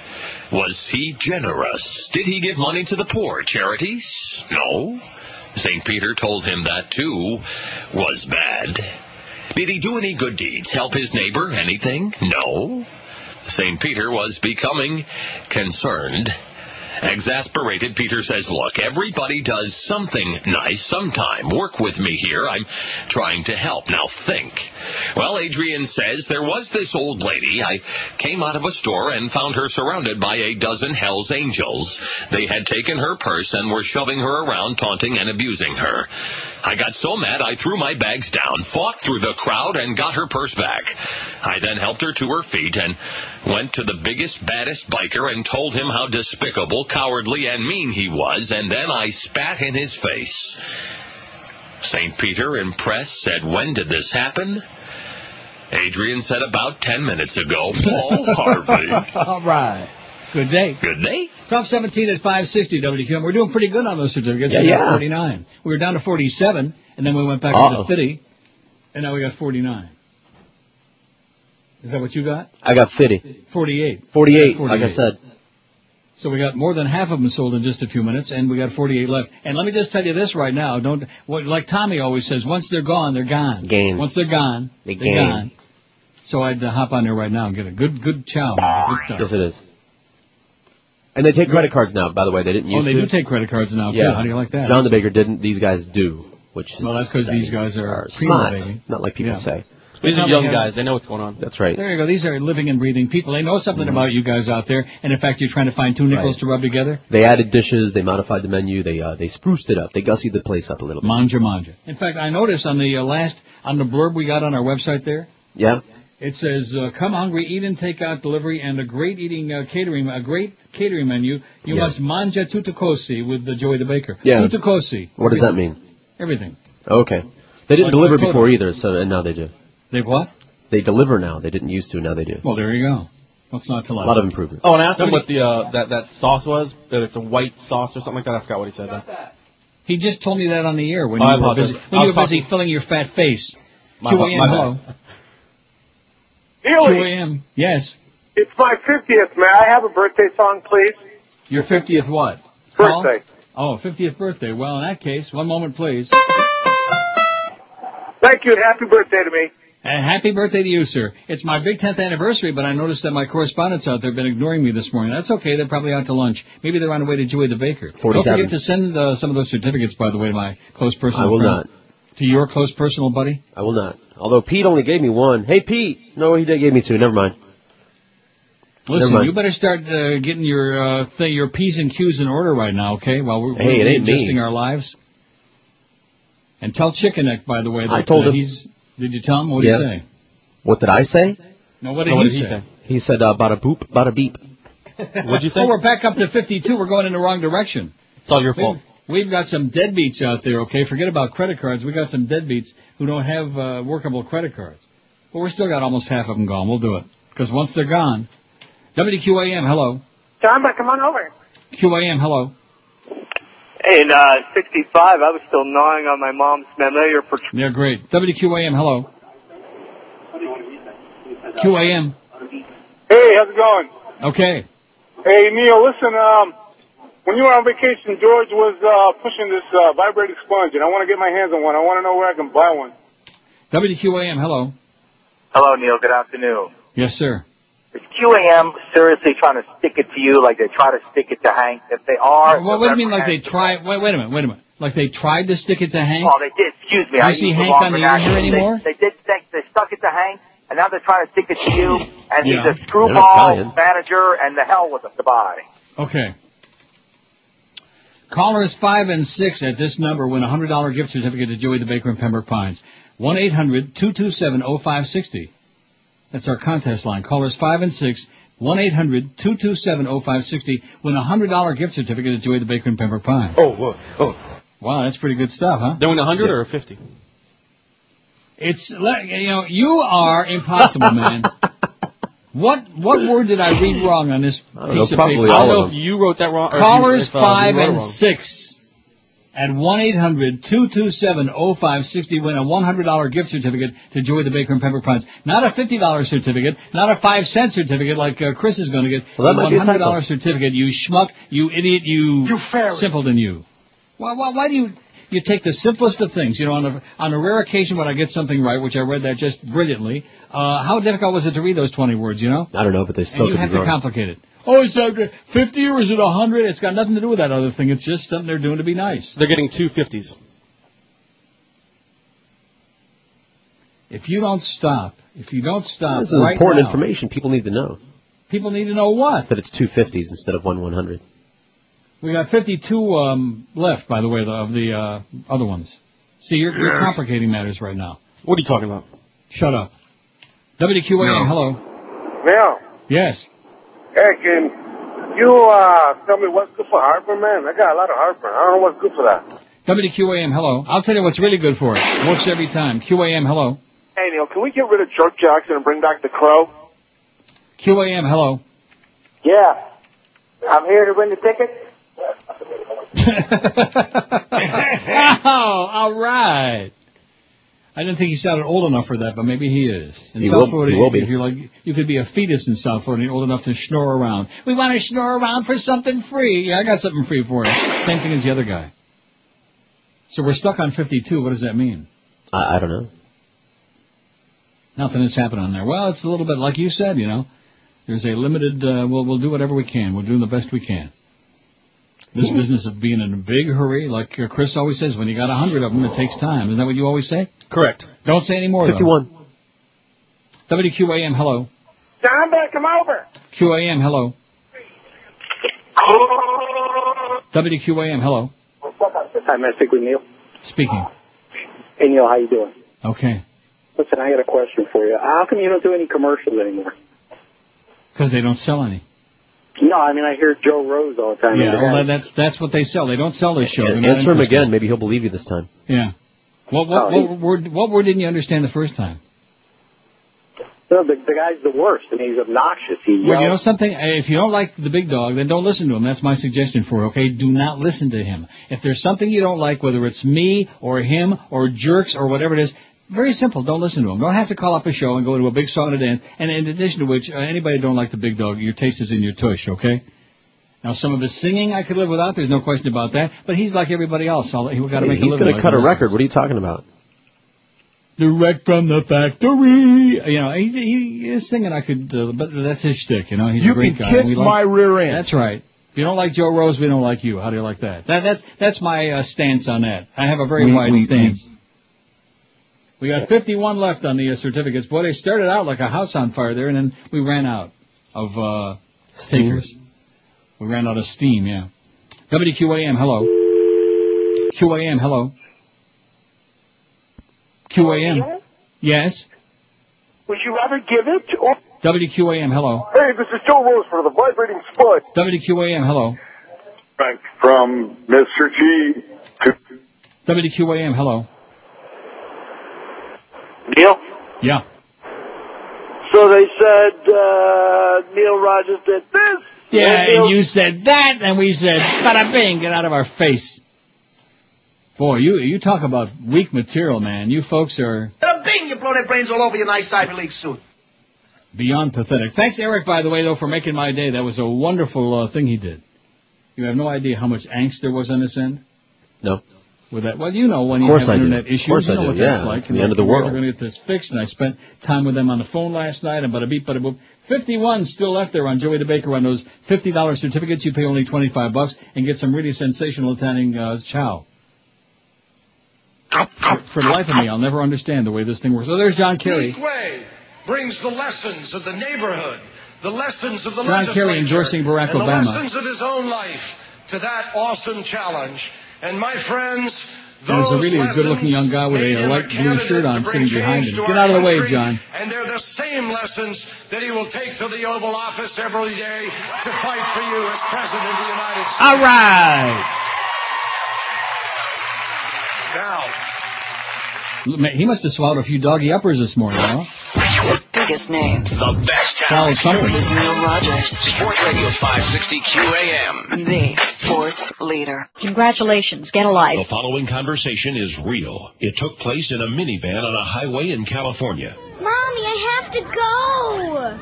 [SPEAKER 32] Was he generous? Did he give money to the poor charities? No. St. Peter told him that too was bad. Did he do any good deeds? Help his neighbor? Anything? No. St. Peter was becoming concerned. Exasperated, Peter says, Look, everybody does something nice sometime. Work with me here. I'm trying to help. Now think. Well, Adrian says, There was this old lady. I came out of a store and found her surrounded by a dozen Hell's Angels. They had taken her purse and were shoving her around, taunting and abusing her. I got so mad I threw my bags down, fought through the crowd, and got her purse back. I then helped her to her feet and went to the biggest, baddest biker and told him how despicable, cowardly, and mean he was, and then I spat in his face. St. Peter, impressed, said, When did this happen? Adrian said about 10 minutes ago. Paul Harvey.
[SPEAKER 2] (laughs) All right. Good day.
[SPEAKER 32] Good day.
[SPEAKER 2] Top 17 at 560 WQM. We're doing pretty good on those certificates.
[SPEAKER 4] Yeah,
[SPEAKER 2] we got
[SPEAKER 4] yeah.
[SPEAKER 2] 49. We were down to 47, and then we went back
[SPEAKER 4] Uh-oh.
[SPEAKER 2] to the 50, and now we got 49. Is that what you got?
[SPEAKER 4] I got 50.
[SPEAKER 2] 48.
[SPEAKER 4] 48,
[SPEAKER 2] We got
[SPEAKER 4] like I said.
[SPEAKER 2] So we got more than half of them sold in just a few minutes, and we got 48 left. And let me just tell you this right now: don't what like Tommy always says. Once they're gone, they're gone.
[SPEAKER 4] Game.
[SPEAKER 2] Once they're gone,
[SPEAKER 4] They
[SPEAKER 2] are
[SPEAKER 4] game.
[SPEAKER 2] gone. So I'd uh, hop on there right now and get a good good chow. Good stuff.
[SPEAKER 4] Yes, it is. And they take credit cards now, by the way. They didn't
[SPEAKER 2] Oh,
[SPEAKER 4] use
[SPEAKER 2] they
[SPEAKER 4] to.
[SPEAKER 2] do take credit cards now too.
[SPEAKER 4] Yeah.
[SPEAKER 2] How do you like that?
[SPEAKER 4] John the Baker didn't. These guys do, which is
[SPEAKER 2] Well, that's because these guys are
[SPEAKER 4] smart.
[SPEAKER 2] primo, baby.
[SPEAKER 4] Not like people
[SPEAKER 2] Yeah.
[SPEAKER 4] say.
[SPEAKER 22] These are young guys. They know what's going on.
[SPEAKER 4] That's right. Mm-hmm.
[SPEAKER 2] There you go. These are living and breathing people. They know something about you guys out there, and in fact, you're trying to find two nickels to rub together.
[SPEAKER 4] They added dishes. They modified the menu. They uh, they spruced it up. They gussied the place up a little. bit.
[SPEAKER 2] Manja manja. In fact, I noticed on the uh, last on the blurb we got on our website there,
[SPEAKER 4] Yeah.
[SPEAKER 2] it says, uh, "Come hungry, eat and take out delivery, and a great eating uh, catering a great catering menu. You
[SPEAKER 4] Yeah.
[SPEAKER 2] must manja tutakosi with uh, Joey the Baker.
[SPEAKER 4] Yeah.
[SPEAKER 2] Tutakosi.
[SPEAKER 4] What does that mean?
[SPEAKER 2] Everything.
[SPEAKER 4] Okay. They didn't
[SPEAKER 2] Like
[SPEAKER 4] deliver
[SPEAKER 2] Dakota.
[SPEAKER 4] before either, so and now they do.
[SPEAKER 2] They what?
[SPEAKER 4] They deliver now. They didn't used to. Now they do.
[SPEAKER 2] Well, there you go. That's not to
[SPEAKER 4] A lot of improvement.
[SPEAKER 22] Oh, and I asked him what the uh, that that sauce was. That it's a white sauce or something like that. I forgot what he said. Though.
[SPEAKER 2] He just told me that on the air when
[SPEAKER 22] Oh, I
[SPEAKER 2] you were
[SPEAKER 22] apologize.
[SPEAKER 2] busy,
[SPEAKER 22] I
[SPEAKER 2] when you
[SPEAKER 22] was
[SPEAKER 2] were busy filling your fat face.
[SPEAKER 22] My-
[SPEAKER 2] 2
[SPEAKER 22] my-
[SPEAKER 2] a.m.
[SPEAKER 22] my
[SPEAKER 2] hello.
[SPEAKER 11] Neely.
[SPEAKER 2] 2 a.m. Yes.
[SPEAKER 11] It's my 50th. May I have a birthday song, please?
[SPEAKER 2] Your 50th what?
[SPEAKER 11] Birthday.
[SPEAKER 2] Oh, 50th birthday. Well, in that case, one moment, please.
[SPEAKER 11] Thank you, and happy birthday to me.
[SPEAKER 2] And Uh, happy birthday to you, sir. It's my big 10th anniversary, but I noticed that my correspondents out there have been ignoring me this morning. That's okay. They're probably out to lunch. Maybe they're on their way to Joey the Baker. Don't
[SPEAKER 4] 47.
[SPEAKER 2] forget to send uh, some of those certificates, by the way, to my close personal
[SPEAKER 4] I will
[SPEAKER 2] friend.
[SPEAKER 4] not.
[SPEAKER 2] To your close personal buddy?
[SPEAKER 4] I will not. Although Pete only gave me one. Hey Pete. No, he did gave me two. Never mind. Never
[SPEAKER 2] Listen,
[SPEAKER 4] mind.
[SPEAKER 2] you better start uh, getting your uh, thing, your P's and Q's in order right now, okay? While we're,
[SPEAKER 4] Hey, it
[SPEAKER 2] we're
[SPEAKER 4] ain't me.
[SPEAKER 2] adjusting our lives. And tell Chicken Neck, by the way, that
[SPEAKER 4] I told
[SPEAKER 2] uh,
[SPEAKER 4] him-
[SPEAKER 2] he's. Did you tell him? What did
[SPEAKER 4] Yeah.
[SPEAKER 2] he say?
[SPEAKER 4] What did I say?
[SPEAKER 2] No, what did, he, say?
[SPEAKER 4] He said uh, bada boop, bada beep.
[SPEAKER 22] (laughs)
[SPEAKER 4] What'd you say?
[SPEAKER 2] Oh, we're back up to 52. We're going in the wrong direction.
[SPEAKER 22] It's all your
[SPEAKER 2] We've-
[SPEAKER 22] fault.
[SPEAKER 2] We've, got some deadbeats out there, okay? Forget about credit cards. We got some deadbeats who don't have uh, workable credit cards. But we're still got almost half of them gone. We'll do it. Because once they're gone, WQAM, hello.
[SPEAKER 8] John, but come on over.
[SPEAKER 2] QAM, hello.
[SPEAKER 11] In uh, 65, I was still gnawing on my mom's memory or portray.
[SPEAKER 2] They're great. WQAM, hello. QAM,
[SPEAKER 11] Hey, how's it going?
[SPEAKER 2] okay.
[SPEAKER 11] Hey, Neil, listen, um, when you were on vacation, George was uh, pushing this uh, vibrating sponge, and I want to get my hands on one. I want to know where I can buy one.
[SPEAKER 2] WQAM, hello.
[SPEAKER 17] Hello, Neil. Good afternoon.
[SPEAKER 2] Yes, sir.
[SPEAKER 17] Is QAM seriously trying to stick it to you like they try to stick it to Hank? If they are,
[SPEAKER 2] What, what do you mean, like they tried? Wait, wait a minute, wait a minute. Like they tried to stick it to Hank?
[SPEAKER 17] Oh, they did. Excuse me.
[SPEAKER 2] You
[SPEAKER 17] I
[SPEAKER 2] see
[SPEAKER 17] used
[SPEAKER 2] Hank
[SPEAKER 17] wrong
[SPEAKER 2] on the air
[SPEAKER 17] vernacular.
[SPEAKER 2] anymore?
[SPEAKER 17] They, they did. They, they stuck it to Hank, and now they're trying to stick it to you. And
[SPEAKER 2] Yeah.
[SPEAKER 17] he's a
[SPEAKER 2] They're
[SPEAKER 17] screwball
[SPEAKER 2] Italian.
[SPEAKER 17] manager, and the hell with him. Goodbye.
[SPEAKER 2] Okay. Callers five and six at this number win a hundred dollar gift certificate to Joey the Baker in Pembroke Pines. One 560 That's our contest line. Callers five and six. One 560 Win a hundred dollar gift certificate to Joey the Baker in Pembroke Pines.
[SPEAKER 22] Oh, whoa, oh.
[SPEAKER 2] Wow, that's pretty good stuff, huh?
[SPEAKER 22] They win a hundred or a fifty.
[SPEAKER 2] It's le- you know you are impossible,
[SPEAKER 22] (laughs)
[SPEAKER 2] man. What what word did I read wrong on this
[SPEAKER 22] I
[SPEAKER 2] piece
[SPEAKER 22] don't know,
[SPEAKER 2] of
[SPEAKER 22] probably
[SPEAKER 2] paper?
[SPEAKER 22] all I don't know of if them. you wrote that wrong or if you-
[SPEAKER 2] Callers
[SPEAKER 22] if, uh, you
[SPEAKER 2] five
[SPEAKER 22] wrote it
[SPEAKER 2] and
[SPEAKER 22] wrong.
[SPEAKER 2] six at one 560 win a one hundred dollar gift certificate to Joy the Baker and Pembroke Pines. Not a fifty dollar certificate, not a five cent certificate like uh, Chris is going to get.
[SPEAKER 4] Well, that might
[SPEAKER 2] one
[SPEAKER 4] be a
[SPEAKER 2] hundred
[SPEAKER 4] typo.
[SPEAKER 2] dollar certificate. You schmuck, you idiot, you, you simpleton, you. Why, why, why do you you take the simplest of things? You know, on a on a rare occasion when I get something right, which I read that just brilliantly. Uh, how difficult was it to read those twenty words? You know,
[SPEAKER 4] I don't know, but they still
[SPEAKER 2] and you
[SPEAKER 4] could
[SPEAKER 2] have
[SPEAKER 4] be
[SPEAKER 2] to
[SPEAKER 4] wrong.
[SPEAKER 2] complicate it. Oh, is that fifty or is it a hundred? It's got nothing to do with that other thing. It's just something they're doing to be nice.
[SPEAKER 22] They're getting two fifties.
[SPEAKER 2] If you don't stop, if you don't stop,
[SPEAKER 4] this is
[SPEAKER 2] right
[SPEAKER 4] important
[SPEAKER 2] now,
[SPEAKER 4] information. People need to know
[SPEAKER 2] People need to know what.
[SPEAKER 4] that it's two fifties instead of one one hundred.
[SPEAKER 2] We got 52 um, left, by the way, the- of the uh, other ones. See, you're,
[SPEAKER 22] (clears throat)
[SPEAKER 2] you're complicating matters right now.
[SPEAKER 22] What are you talking about?
[SPEAKER 2] Shut up. WQAM,
[SPEAKER 22] No.
[SPEAKER 2] hello.
[SPEAKER 11] Now,
[SPEAKER 2] Yes.
[SPEAKER 11] hey, can you uh, tell me what's good for heartburn, man? I got a lot of heartburn. I don't know what's good for that.
[SPEAKER 2] WQAM, hello. I'll tell you what's really good for it. Works every time. QAM, hello.
[SPEAKER 11] Hey, Neil, can we get rid of Jerk Jackson and bring back the Crow?
[SPEAKER 2] QAM, hello.
[SPEAKER 11] Yeah. I'm here to win the ticket.
[SPEAKER 4] (laughs)
[SPEAKER 2] oh, all right. I didn't think he sounded old enough for that, but maybe he is. In
[SPEAKER 4] He
[SPEAKER 2] South
[SPEAKER 4] will-
[SPEAKER 2] Florida,
[SPEAKER 4] he will be.
[SPEAKER 2] If you're like, you could be a fetus in South Florida, and old enough to snore around. We want to snore around for something free. Yeah, I got something free for you. Same thing as the other guy. So we're stuck on 52. What does that mean?
[SPEAKER 4] I, I don't know.
[SPEAKER 2] Nothing has happened on there. Well, it's a little bit like you said, you know. There's a limited. Uh, we'll we'll do whatever we can. We're doing the best we can. This business of being in a big hurry, like uh, Chris always says, when you got a hundred of them, it takes time. Isn't that what you always say?
[SPEAKER 22] Correct.
[SPEAKER 2] Don't say any more. though.
[SPEAKER 4] Fifty-one.
[SPEAKER 2] WQAM, hello.
[SPEAKER 34] John, better come over.
[SPEAKER 2] QAM, hello. WQAM, hello.
[SPEAKER 9] Hi, may I speak with Neil?
[SPEAKER 2] Speaking.
[SPEAKER 9] Hey, Neil, how you doing?
[SPEAKER 2] Okay.
[SPEAKER 9] Listen, I got a question for you. How come you don't do any commercials anymore?
[SPEAKER 2] Because they don't sell any.
[SPEAKER 9] No, I mean I hear Joe Rose all the time.
[SPEAKER 2] yeah, well, that's that's what they sell. They don't sell this show. They're not
[SPEAKER 4] Answer him
[SPEAKER 2] interested.
[SPEAKER 4] again. Maybe he'll believe you this time.
[SPEAKER 2] Yeah. What what, what word what word didn't you understand the first time?
[SPEAKER 9] No, the, the guy's the worst, and he's obnoxious. He
[SPEAKER 2] Well, you know
[SPEAKER 9] yells.
[SPEAKER 2] something. If you don't like the big dog, then don't listen to him. That's my suggestion for you. Okay, do not listen to him. If there's something you don't like, whether it's me or him or jerks or whatever it is. Very simple. Don't listen to him. Don't have to call up a show and go to a big song and dance. And in addition to which, uh, anybody who don't like the big dog, your taste is in your tush, okay? Now, some of his singing I could live without. There's no question about that. But he's like everybody else. All he got to make
[SPEAKER 4] He's
[SPEAKER 2] a living
[SPEAKER 4] going to
[SPEAKER 2] like
[SPEAKER 4] cut a
[SPEAKER 2] most of us.
[SPEAKER 4] record. What are you talking about?
[SPEAKER 2] direct from the factory. You know, he's, he is singing. I could, uh, but that's his shtick. You know, he's
[SPEAKER 35] You
[SPEAKER 2] a great
[SPEAKER 35] can
[SPEAKER 2] guy.
[SPEAKER 35] kiss
[SPEAKER 2] We
[SPEAKER 35] my rear end.
[SPEAKER 2] That's right. If you don't like Joe Rose, we don't like you. How do you like that? that that's that's my uh, stance on that. I have a very
[SPEAKER 35] We-
[SPEAKER 2] wide
[SPEAKER 35] we-
[SPEAKER 2] stance. We got 51 left on the uh, certificates. Boy, they started out like a house on fire there, and then we ran out of uh, takers. We ran out of steam. Yeah. WQAM, hello. QAM, hello. QAM. Yes.
[SPEAKER 17] Would you rather give it or?
[SPEAKER 2] WQAM, hello.
[SPEAKER 17] Hey, this is Joe Rose for the Vibrating Spud.
[SPEAKER 2] WQAM, hello.
[SPEAKER 36] Frank from Mr. G.
[SPEAKER 2] WQAM, hello.
[SPEAKER 17] Neil?
[SPEAKER 2] Yeah.
[SPEAKER 17] So they said uh, Neil Rogers did this.
[SPEAKER 2] Yeah,
[SPEAKER 17] Neil-
[SPEAKER 2] and you said that, and we said, bada bing, get out of our face. Boy, you you talk about weak material, man. You folks are
[SPEAKER 37] Bing! You blow their brains all over your nice Ivy League suit.
[SPEAKER 2] beyond pathetic. Thanks, Eric, by the way, though, for making my day. That was a wonderful uh, thing he did. You have no idea how much angst there was on this end.
[SPEAKER 4] No.
[SPEAKER 2] With that, well, you know when
[SPEAKER 4] Of
[SPEAKER 2] you
[SPEAKER 4] course
[SPEAKER 2] have
[SPEAKER 4] I do.
[SPEAKER 2] internet
[SPEAKER 4] Of
[SPEAKER 2] issues,
[SPEAKER 4] course
[SPEAKER 2] you
[SPEAKER 4] I
[SPEAKER 2] know
[SPEAKER 4] do,
[SPEAKER 2] what
[SPEAKER 4] yeah.
[SPEAKER 2] that's like.
[SPEAKER 4] It's
[SPEAKER 2] and
[SPEAKER 4] the end of the
[SPEAKER 2] we're
[SPEAKER 4] world.
[SPEAKER 2] going to get this fixed. And I spent time with them on the phone last night. And bada beep, bada boop. Fifty-one still left there on Joey DeBaker on those fifty-dollar certificates. You pay only twenty-five bucks and get some really sensational Italian uh, chow. For, for the life of me, I'll never understand the way this thing works. So there's John Kerry.
[SPEAKER 23] Unique way brings the lessons of the neighborhood, the lessons of the
[SPEAKER 2] John
[SPEAKER 23] legislature,
[SPEAKER 2] Kerry endorsing Barack
[SPEAKER 23] and the
[SPEAKER 2] Obama.
[SPEAKER 23] lessons of his own life to that awesome challenge. And my friends,
[SPEAKER 2] There's a
[SPEAKER 23] those
[SPEAKER 2] really
[SPEAKER 23] lessons
[SPEAKER 2] good-looking young guy with a light blue shirt on sitting behind him.
[SPEAKER 23] to
[SPEAKER 2] Get out
[SPEAKER 23] our
[SPEAKER 2] of the way,
[SPEAKER 23] country,
[SPEAKER 2] John.
[SPEAKER 23] And they're the same lessons that he will take to the Oval Office every day to fight for you as President of the United States.
[SPEAKER 2] All right.
[SPEAKER 23] Now,
[SPEAKER 2] Man, He must have swallowed a few doggy uppers this morning. Huh?
[SPEAKER 38] Biggest names.
[SPEAKER 39] The best
[SPEAKER 2] Swallowed
[SPEAKER 39] talent.
[SPEAKER 2] something.
[SPEAKER 38] Neil Rogers,
[SPEAKER 39] Sports Radio 560 QAM.
[SPEAKER 38] the sports leader. Congratulations. Get a
[SPEAKER 16] The
[SPEAKER 38] life.
[SPEAKER 16] following conversation is real. It took place in a minivan on a highway in California.
[SPEAKER 5] Mommy, I have to go.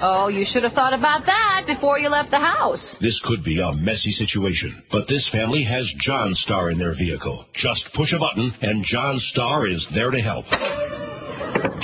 [SPEAKER 5] Oh, you should have thought about that before you left the house.
[SPEAKER 16] This could be a messy situation, but this family has John Star in their vehicle. Just push a button, and John Star is there to help.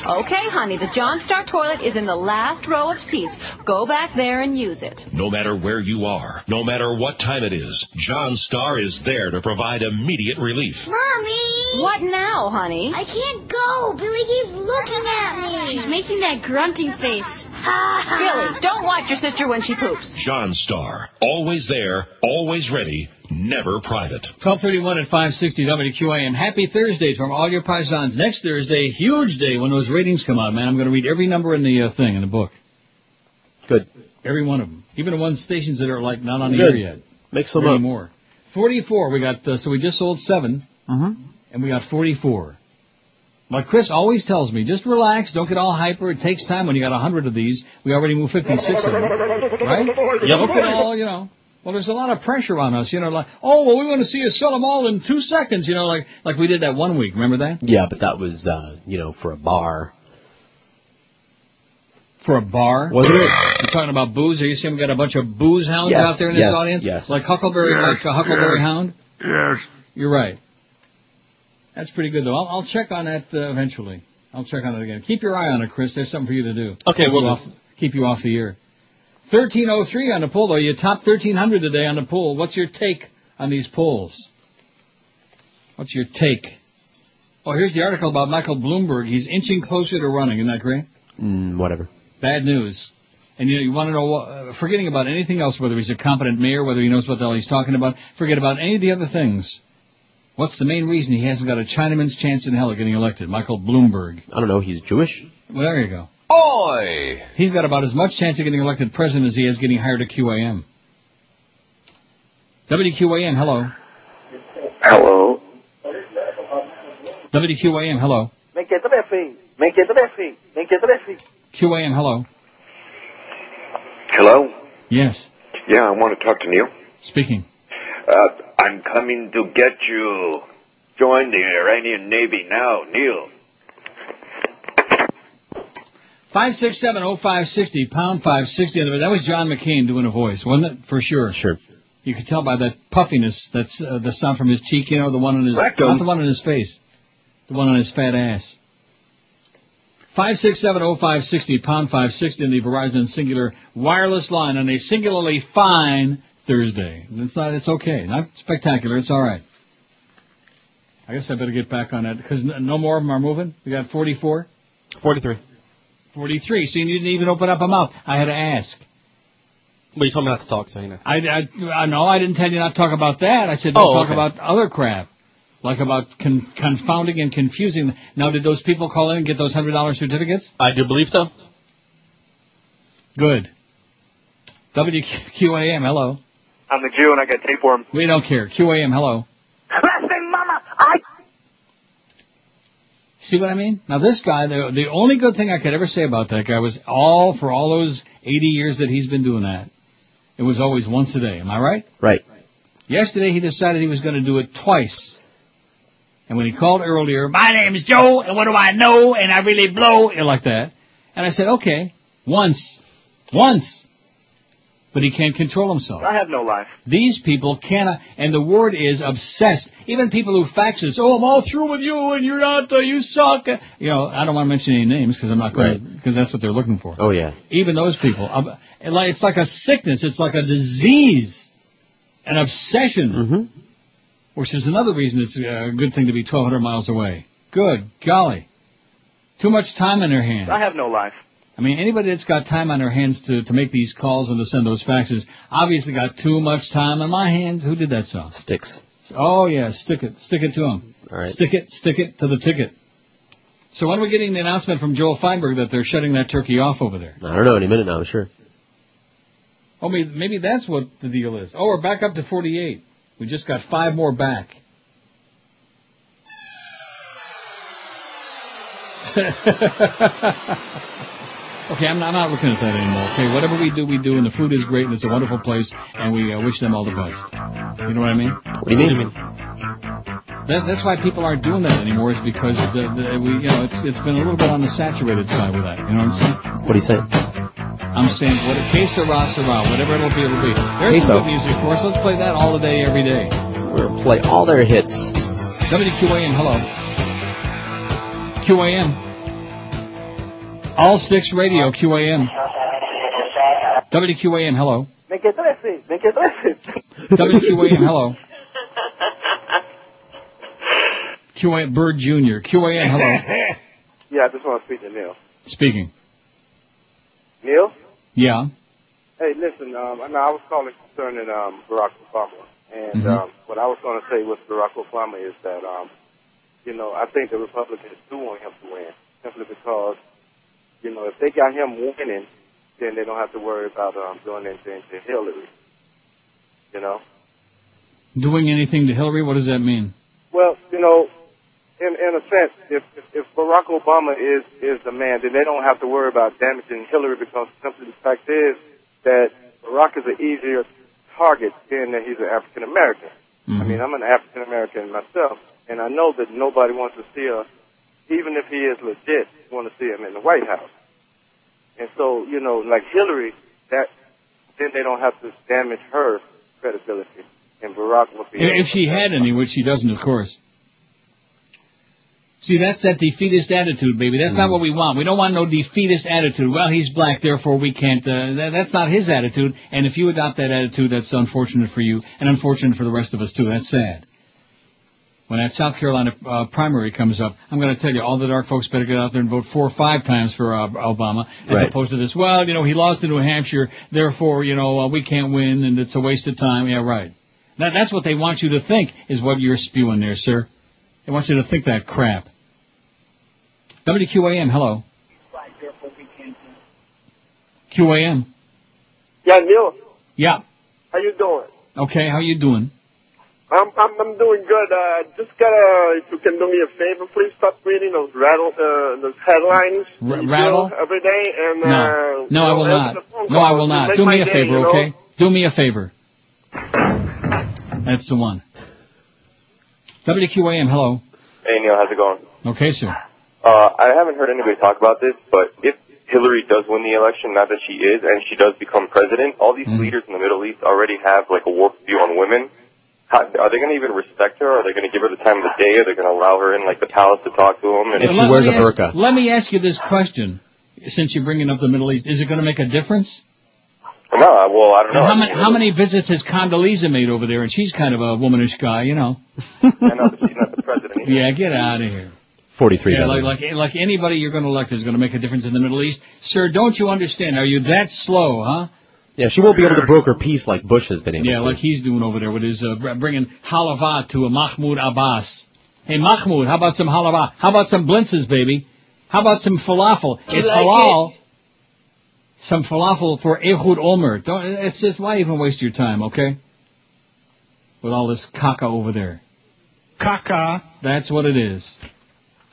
[SPEAKER 5] Okay, honey, the John Star toilet is in the last row of seats. Go back there and use it.
[SPEAKER 16] No matter where you are, no matter what time it is, John Star is there to provide immediate relief.
[SPEAKER 5] Mommy! What now, honey? I can't go. Billy keeps looking at me. She's making that grunting (laughs) face. Billy, don't watch your sister when she poops.
[SPEAKER 16] John Star, always there, always ready, never private.
[SPEAKER 2] 1231 at 560 WQAM. Happy Thursday from all your Paisans. Next Thursday, huge day when those ratings come out, man. I'm going to read every number in the uh, thing, in the book.
[SPEAKER 4] Good.
[SPEAKER 2] Every one of them. Even the ones stations that are, like, not on the
[SPEAKER 4] Good.
[SPEAKER 2] air yet.
[SPEAKER 4] Make some
[SPEAKER 2] Or
[SPEAKER 4] up.
[SPEAKER 2] anymore. 44. We got, uh, so we just sold 7
[SPEAKER 4] Mm-hmm.
[SPEAKER 2] And we got 44. Like Chris always tells me, just relax, don't get all hyper. It takes time when you got 100 of these. We already moved 56 of them. Right?
[SPEAKER 19] Yep.
[SPEAKER 2] Look at all, you know. Well, there's a lot of pressure on us, you know. Like, oh, well, we want to see you sell them all in two seconds, you know, like like we did that one week. Remember that?
[SPEAKER 4] Yeah, but that was, uh, you know, for a bar.
[SPEAKER 2] For a bar?
[SPEAKER 4] Wasn't it?
[SPEAKER 2] You're talking about booze. Are you saying we got a bunch of booze hounds
[SPEAKER 4] Yes,
[SPEAKER 2] out there in this
[SPEAKER 4] yes,
[SPEAKER 2] audience?
[SPEAKER 4] yes.
[SPEAKER 2] Like Huckleberry,
[SPEAKER 4] Yes,
[SPEAKER 2] like a Huckleberry
[SPEAKER 4] yes.
[SPEAKER 2] Hound.
[SPEAKER 4] Yes.
[SPEAKER 2] You're right. That's pretty good though. I'll, I'll check on that uh, eventually. I'll check on it again. Keep your eye on it, Chris. There's something for you to do.
[SPEAKER 25] Okay,
[SPEAKER 2] keep
[SPEAKER 25] we'll
[SPEAKER 2] you
[SPEAKER 25] do.
[SPEAKER 2] off, keep you off the air. 1303 on the poll though. You top 1300 today on the poll. What's your take on these polls? What's your take? Oh, here's the article about Michael Bloomberg. He's inching closer to running. Isn't that great?
[SPEAKER 4] Mm, whatever.
[SPEAKER 2] Bad news. And you, know, you want to know, what- uh, forgetting about anything else, whether he's a competent mayor, whether he knows what the hell he's talking about, forget about any of the other things. What's the main reason he hasn't got a Chinaman's chance in hell of getting elected? Michael Bloomberg.
[SPEAKER 4] I don't know. He's Jewish.
[SPEAKER 2] Well, there you go. Oi! He's got about as much chance of getting elected president as he has getting hired at QAM. WQAM, hello.
[SPEAKER 25] Hello.
[SPEAKER 2] WQAM, hello.
[SPEAKER 17] Vem aqui também, filho. Vem aqui também, filho. Vem aqui também, filho.
[SPEAKER 2] QAM, hello.
[SPEAKER 25] Hello?
[SPEAKER 2] Yes,
[SPEAKER 25] Yeah, I want to talk to Neil.
[SPEAKER 2] speaking.
[SPEAKER 25] Uh, I'm coming to get you. Join the Iranian Navy now, Neil.
[SPEAKER 2] 5670560, pound 560. on the- That was John McCain doing a voice, wasn't it? For sure.
[SPEAKER 4] Sure.
[SPEAKER 2] You could tell by that puffiness, that's uh, the sound from his cheek, you know, the one on his,
[SPEAKER 4] Rectum.
[SPEAKER 2] not the one on his face, the one on his fat ass. 5670560, pound 560 in the Verizon Singular wireless line on a singularly fine Thursday. It's not, it's okay. Not spectacular, it's alright. I guess I better get back on that, because no more of them are moving. We got 44?
[SPEAKER 19] 43.
[SPEAKER 2] 43. See, and you didn't even open up a mouth. I had to ask.
[SPEAKER 19] Well, you told me not to talk, so you know.
[SPEAKER 2] I, I, I know I didn't tell you not to talk about that. I said don't
[SPEAKER 19] Oh,
[SPEAKER 2] talk
[SPEAKER 19] okay.
[SPEAKER 2] about other crap, like about con- confounding and confusing. Now, did those people call in and get those hundred dollar certificates?
[SPEAKER 19] I do believe so.
[SPEAKER 2] Good. WQAM, hello.
[SPEAKER 9] I'm a Jew and I got tapeworm.
[SPEAKER 2] We don't care. QAM, hello.
[SPEAKER 9] Listen, Mama, I.
[SPEAKER 2] See what I mean? Now, this guy, the, the only good thing I could ever say about that guy was all for all those 80 years that he's been doing that. It was always once a day. Am I right?
[SPEAKER 4] Right.
[SPEAKER 2] Yesterday he decided he was going to do it twice. And when he called earlier, my name is Joe, and what do I know? And I really blow and like that. And I said, okay, once, once. But he can't control himself.
[SPEAKER 9] I have no life.
[SPEAKER 2] These people cannot, and the word is obsessed. Even people who fax us, oh, I'm all through with you, and you're not, uh, you suck. You know, I don't want to mention any names because I'm not going to, because that's what they're looking for.
[SPEAKER 4] Oh yeah.
[SPEAKER 2] Even those people, um, it like- it's like a sickness, it's like a disease, an obsession, mm-hmm. which is another reason it's a good thing to be 1,200 miles away. Good golly, too much time on their hands.
[SPEAKER 9] I have no life.
[SPEAKER 2] I mean, anybody that's got time on their hands to, to make these calls and to send those faxes obviously got too much time on my hands. Who did that song?
[SPEAKER 4] Sticks.
[SPEAKER 2] Oh, yeah, stick it. Stick it to them.
[SPEAKER 4] All right.
[SPEAKER 2] Stick it, stick it to the ticket. So when are we getting the announcement from Joel Feinberg that they're shutting that turkey off over there?
[SPEAKER 4] I don't know. Any minute now, I'm sure.
[SPEAKER 2] Oh, maybe, maybe that's what the deal is. Oh, we're back up to 48. We just got five more back. (laughs) okay, I'm not, I'm not looking at that anymore. Okay, whatever we do, we do, and the food is great, and it's a wonderful place, and we uh, wish them all the best. You know what I mean?
[SPEAKER 4] What do you mean?
[SPEAKER 2] That, that's why people aren't doing that anymore, is because the, the, we, you know, it's, it's been a little bit on the saturated side with that. You know what I'm saying?
[SPEAKER 4] What do you say?
[SPEAKER 2] I'm saying what a que sera, sera, whatever it'll be, it'll be. There's
[SPEAKER 4] Queso.
[SPEAKER 2] some good music for us. Let's play that all the day, every day.
[SPEAKER 4] We're gonna play all their hits.
[SPEAKER 2] WQAM, hello. QAM. All Sticks Radio, QAM. WQAM, hello.
[SPEAKER 17] Vem aqui também, filho. Vem aqui também, filho.
[SPEAKER 2] WQAM, hello. QAM, Bird Jr. QAM,
[SPEAKER 9] (laughs)
[SPEAKER 2] hello.
[SPEAKER 25] (laughs)
[SPEAKER 9] Yeah, I just want to speak to Neil.
[SPEAKER 2] Speaking.
[SPEAKER 9] Neil?
[SPEAKER 2] Yeah.
[SPEAKER 9] Hey, listen, um, I know I was calling concerning um, Barack Obama. And
[SPEAKER 2] Mhm.
[SPEAKER 9] um, what I was going to say with Barack Obama is that, um, you know, I think the Republicans do want him to win simply because, you know, if they got him winning, then they don't have to worry about um, doing anything to Hillary. You know?
[SPEAKER 2] Doing anything to Hillary? What does that mean?
[SPEAKER 9] Well, you know, in in a sense, if if, if Barack Obama is is the man, then they don't have to worry about damaging Hillary because simply the fact is that Barack is an easier target being that he's an African American. I mean, I'm an African American myself, and I know that nobody wants to see us, even if he is legit, want to see him in the White House. And so, you know, like Hillary, that then they don't have to damage her credibility, and Barack would be.
[SPEAKER 2] If she had any, which she doesn't, of course. See, that's that defeatist attitude, baby. That's not what we want. We don't want no defeatist attitude. Well, he's black, therefore we can't. Uh, that, that's not his attitude. And if you adopt that attitude, that's unfortunate for you and unfortunate for the rest of us too. That's sad. When when that South Carolina uh, primary comes up, I'm going to tell you all the dark folks better get out there and vote four or five times for uh, Obama, as
[SPEAKER 40] Right.
[SPEAKER 2] opposed to this. Well, you know, he lost in New Hampshire, therefore, you know, uh, we can't win, and it's a waste of time. Yeah, right. That, that's what they want you to think is what you're spewing there, sir. They want you to think that crap. WQAM, hello. QAM.
[SPEAKER 17] Yeah, Neil,
[SPEAKER 2] Yeah.
[SPEAKER 17] how you doing?
[SPEAKER 2] Okay, how you doing?
[SPEAKER 17] I'm I'm, I'm doing good. Uh, just gotta, if you can do me a favor, please stop reading those rattle uh, those headlines.
[SPEAKER 2] R-
[SPEAKER 17] you
[SPEAKER 2] rattle?
[SPEAKER 17] do every day and
[SPEAKER 2] No.
[SPEAKER 17] uh,
[SPEAKER 2] No, I will
[SPEAKER 17] you know,
[SPEAKER 2] not.
[SPEAKER 17] answer the phone
[SPEAKER 2] No, I will
[SPEAKER 17] calls. You
[SPEAKER 2] not.
[SPEAKER 17] make
[SPEAKER 2] Do
[SPEAKER 17] my
[SPEAKER 2] me a
[SPEAKER 17] day,
[SPEAKER 2] favor,
[SPEAKER 17] you know?
[SPEAKER 2] okay? Do me a favor. That's the one. WQAM, hello.
[SPEAKER 9] Hey Neil, how's it going?
[SPEAKER 2] Okay, sir.
[SPEAKER 9] Uh, I haven't heard anybody talk about this, but if Hillary does win the election, not that she is, and she does become president, all these leaders in the Middle East already have like a warped view on women. How, are they going to even respect her? Are they going to give her the time of the day? Are they going to allow her in like the palace to talk to them?
[SPEAKER 2] Now, let me ask- let me ask you this question, since you're bringing up the Middle East. Is it going to make a difference?
[SPEAKER 9] No, I- well, I don't know.
[SPEAKER 2] How many, how many visits has Condoleezza made over there? And she's kind of a womanish guy, you know. yeah, get out of here.
[SPEAKER 4] 43
[SPEAKER 2] Yeah, like, like like anybody you're going to elect is going to make a difference in the Middle East. Sir, don't you understand? Are you that slow, huh?
[SPEAKER 4] Yeah, she won't be able to broker peace like Bush has been able
[SPEAKER 2] Yeah,
[SPEAKER 4] to.
[SPEAKER 2] like he's doing over there with his uh, br- bringing halava to a Mahmoud Abbas. Hey, Mahmoud, how about some halava? How about some blintzes, baby? How about some falafel?
[SPEAKER 40] You
[SPEAKER 2] it's
[SPEAKER 40] like
[SPEAKER 2] halal. Some falafel for Ehud Olmert. Don't, it's just why even waste your time, okay? With all this caca over there. Caca. That's what it is.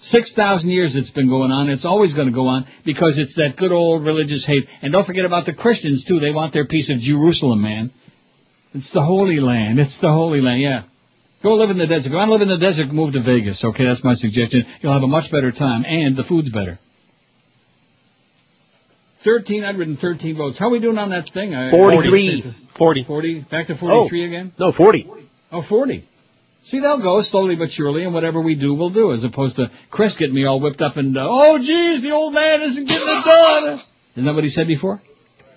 [SPEAKER 2] Six thousand years it's been going on. It's always going to go on because it's that good old religious hate. And don't forget about the Christians too. They want their piece of Jerusalem, man. It's the Holy Land. It's the Holy Land. Yeah. Go live in the desert. Go on live in the desert. Move to Vegas. Okay, that's my suggestion. You'll have a much better time, and the food's better. Thirteen hundred and thirteen votes. How are we doing on that thing? I-
[SPEAKER 4] 43.
[SPEAKER 2] 40. 40. Back to 43 again?
[SPEAKER 4] No, 40.
[SPEAKER 2] Oh, 40. See, they'll go slowly but surely, and whatever we do, we'll do, as opposed to Chris getting me all whipped up and, uh, oh, geez, the old man isn't getting it done. Isn't that what he said before?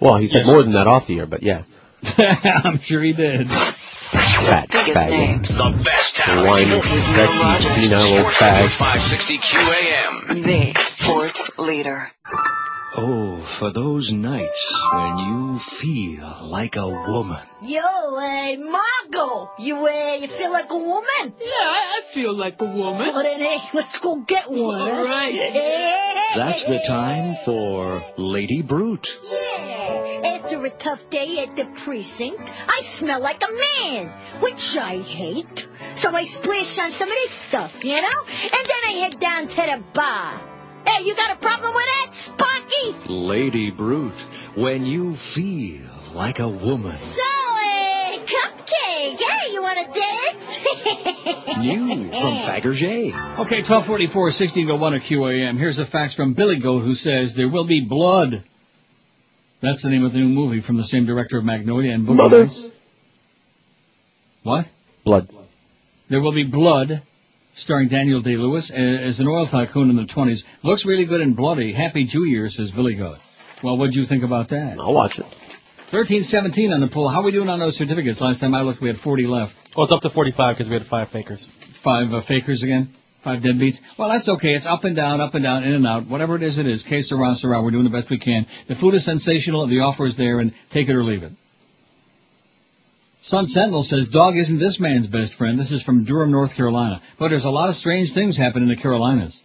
[SPEAKER 4] Well, he said more than that off the air, but yeah.
[SPEAKER 2] (laughs) I'm sure he did.
[SPEAKER 4] Fat faggot.
[SPEAKER 41] The best talent.
[SPEAKER 4] Whiny, becky, senile old fag.
[SPEAKER 41] 560 QAM.
[SPEAKER 42] The sports leader.
[SPEAKER 19] Oh, for those nights when you feel like a woman.
[SPEAKER 5] Yo, uh, Margot, you, uh, you feel like a woman? Yeah, I feel like a woman. Well, then, hey, let's go get one.
[SPEAKER 19] All
[SPEAKER 5] huh?
[SPEAKER 19] right.
[SPEAKER 5] Hey,
[SPEAKER 19] That's the time for Lady Brute.
[SPEAKER 5] (laughs) After a tough day at the precinct, I smell like a man, which I hate. So I splash on some of this stuff, you know? And then I head down to the bar. Hey, you got a problem with that, Sparky?
[SPEAKER 19] Lady Brute, when you feel like a woman.
[SPEAKER 5] So, uh, Cupcake, hey, you want to dance?
[SPEAKER 19] You from Fabergé.
[SPEAKER 2] Okay, 1244, 16 to 1 at QAM. Here's a fax from Billy Goat who says, There will be blood. That's the name of the new movie from the same director of Magnolia and Boogie
[SPEAKER 4] Mother.
[SPEAKER 2] Nights. What?
[SPEAKER 4] Blood.
[SPEAKER 2] There will be blood. Starring Daniel Day Lewis as an oil tycoon in the 20s. Looks really good and bloody. Happy Jew Year, says Billy Goat. Well, what'd you think about that?
[SPEAKER 4] I'll watch it.
[SPEAKER 2] 1317 on the poll. How are we doing on those certificates? Last time I looked, we had 40 left.
[SPEAKER 43] Well, it's up to 45 because we had five fakers.
[SPEAKER 2] five uh, fakers again, five deadbeats. Well, that's okay. It's up and down, up and down, in and out. Whatever it is, it is. Case around, around. We're doing the best we can. The food is sensational. The offer is there, and take it or leave it. Sun Sentinel says, "Dog isn't this man's best friend." This is from Durham, North Carolina. But there's a lot of strange things happen in the Carolinas.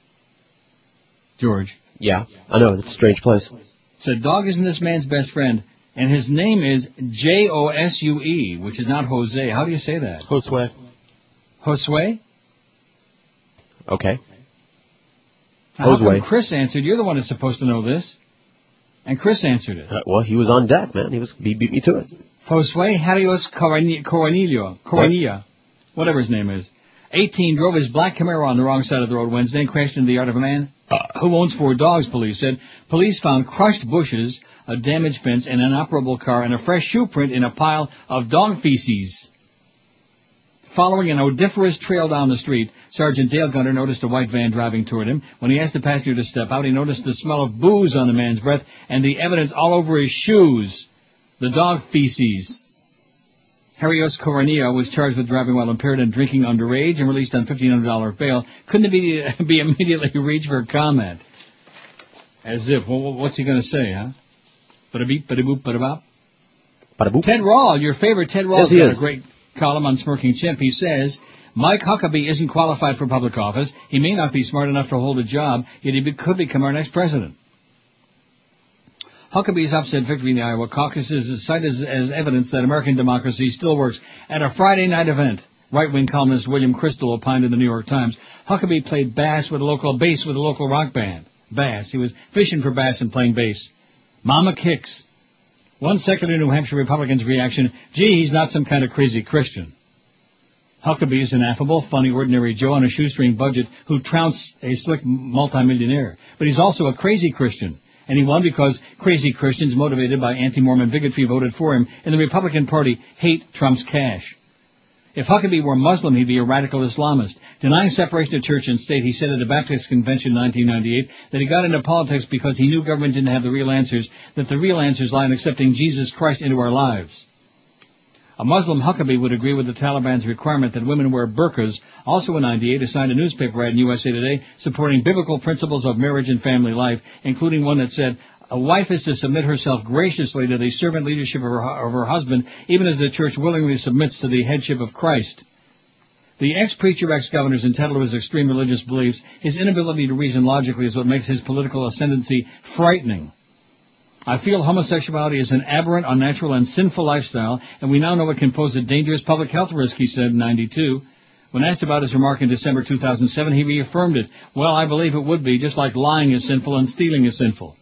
[SPEAKER 2] George
[SPEAKER 4] Yeah, I know. It's a strange place.
[SPEAKER 2] said, "Dog isn't this man's best friend." And his name is J O S U E, which is not Jose. How do you say that?
[SPEAKER 43] Josue.
[SPEAKER 2] Josue?
[SPEAKER 4] Okay.
[SPEAKER 2] Now, How
[SPEAKER 4] Josue.
[SPEAKER 2] come Chris answered? You're the one that's supposed to know this. And Chris answered it.
[SPEAKER 4] Uh, well, he was on deck, man. He was he beat me to it.
[SPEAKER 2] Josue Harrios Corani- Coronillo, Coronilla, whatever his name is. 18 drove his black Camaro on the wrong side of the road Wednesday and crashed into the yard of a man
[SPEAKER 4] Uh.
[SPEAKER 2] who owns four dogs, police said. Police found crushed bushes, a damaged fence, an inoperable car, and a fresh shoe print in a pile of dog feces. Following an odoriferous trail down the street, Sergeant Dale Gunner noticed a white van driving toward him. When he asked the passenger to step out, he noticed the smell of booze on the man's breath and the evidence all over his shoes. The dog feces. Harrios Coronillo was charged with driving while impaired and drinking underage and released on $1,500 bail. Couldn't be, (laughs) be immediately reached for comment. As if. Well, what's he going to say, huh? Bada beep, bada boop, bada bop. Ted Rawl, your favorite Ted Rawl,
[SPEAKER 4] Yes, he
[SPEAKER 2] got
[SPEAKER 4] is.
[SPEAKER 2] a great column on Smirking Chimp. He says, Mike Huckabee isn't qualified for public office. He may not be smart enough to hold a job, yet he be- could become our next president. Huckabee's upset victory in the Iowa caucuses is cited as, as evidence that American democracy still works. At a Friday night event, right-wing columnist William Kristol opined in the New York Times, Huckabee played bass with a local bass with a local rock band. Bass. He was fishing for bass and playing bass. Mama kicks. One second in New Hampshire Republicans' reaction, gee, he's not some kind of crazy Christian. Huckabee is an affable, funny, ordinary Joe on a shoestring budget who trounced a slick multimillionaire. But he's also a crazy Christian. And he won because crazy Christians motivated by anti-Mormon bigotry voted for him, and the Republican Party hate Trump's cash. If Huckabee were Muslim, he'd be a radical Islamist. Denying separation of church and state, he said at a Baptist convention in 1998 that he got into politics because he knew government didn't have the real answers, that the real answers lie in accepting Jesus Christ into our lives. A Muslim Huckabee would agree with the Taliban's requirement that women wear burqas. Also in 98, assigned a newspaper ad in USA Today supporting biblical principles of marriage and family life, including one that said, a wife is to submit herself graciously to the servant leadership of her, of her husband, even as the church willingly submits to the headship of Christ. The ex-preacher, ex-governor's entitled to his extreme religious beliefs. His inability to reason logically is what makes his political ascendancy frightening. I feel homosexuality is an aberrant, unnatural, and sinful lifestyle, and we now know it can pose a dangerous public health risk, he said in 92. When asked about his remark in December 2007, he reaffirmed it. Well, I believe it would be, just like lying is sinful and stealing is sinful.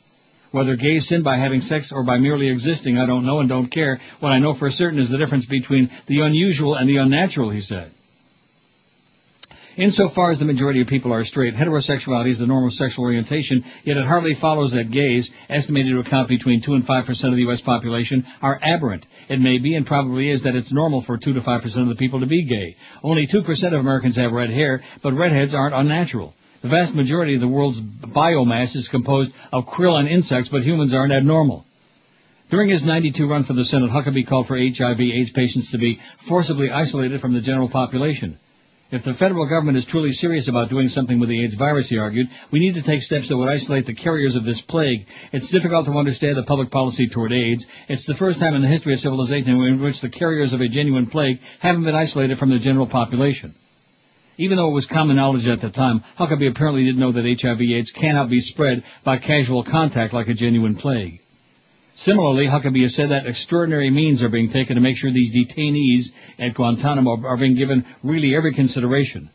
[SPEAKER 2] Whether gays sin by having sex or by merely existing, I don't know and don't care. What I know for certain is the difference between the unusual and the unnatural, he said. Insofar as the majority of people are straight, heterosexuality is the normal sexual orientation, yet it hardly follows that gays, estimated to account between 2 and 5 percent of the U.S. population, are aberrant. It may be and probably is that it's normal for 2 to 5 percent of the people to be gay. Only 2 percent of Americans have red hair, but redheads aren't unnatural. The vast majority of the world's biomass is composed of krill and insects, but humans aren't abnormal. During his 92 run for the Senate, Huckabee called for HIV/AIDS patients to be forcibly isolated from the general population. If the federal government is truly serious about doing something with the AIDS virus, he argued, we need to take steps that would isolate the carriers of this plague. It's difficult to understand the public policy toward AIDS. It's the first time in the history of civilization in which the carriers of a genuine plague haven't been isolated from the general population. Even though it was common knowledge at the time, Huckabee apparently didn't know that HIV/AIDS cannot be spread by casual contact like a genuine plague. Similarly, Huckabee has said that extraordinary means are being taken to make sure these detainees at Guantanamo are being given really every consideration.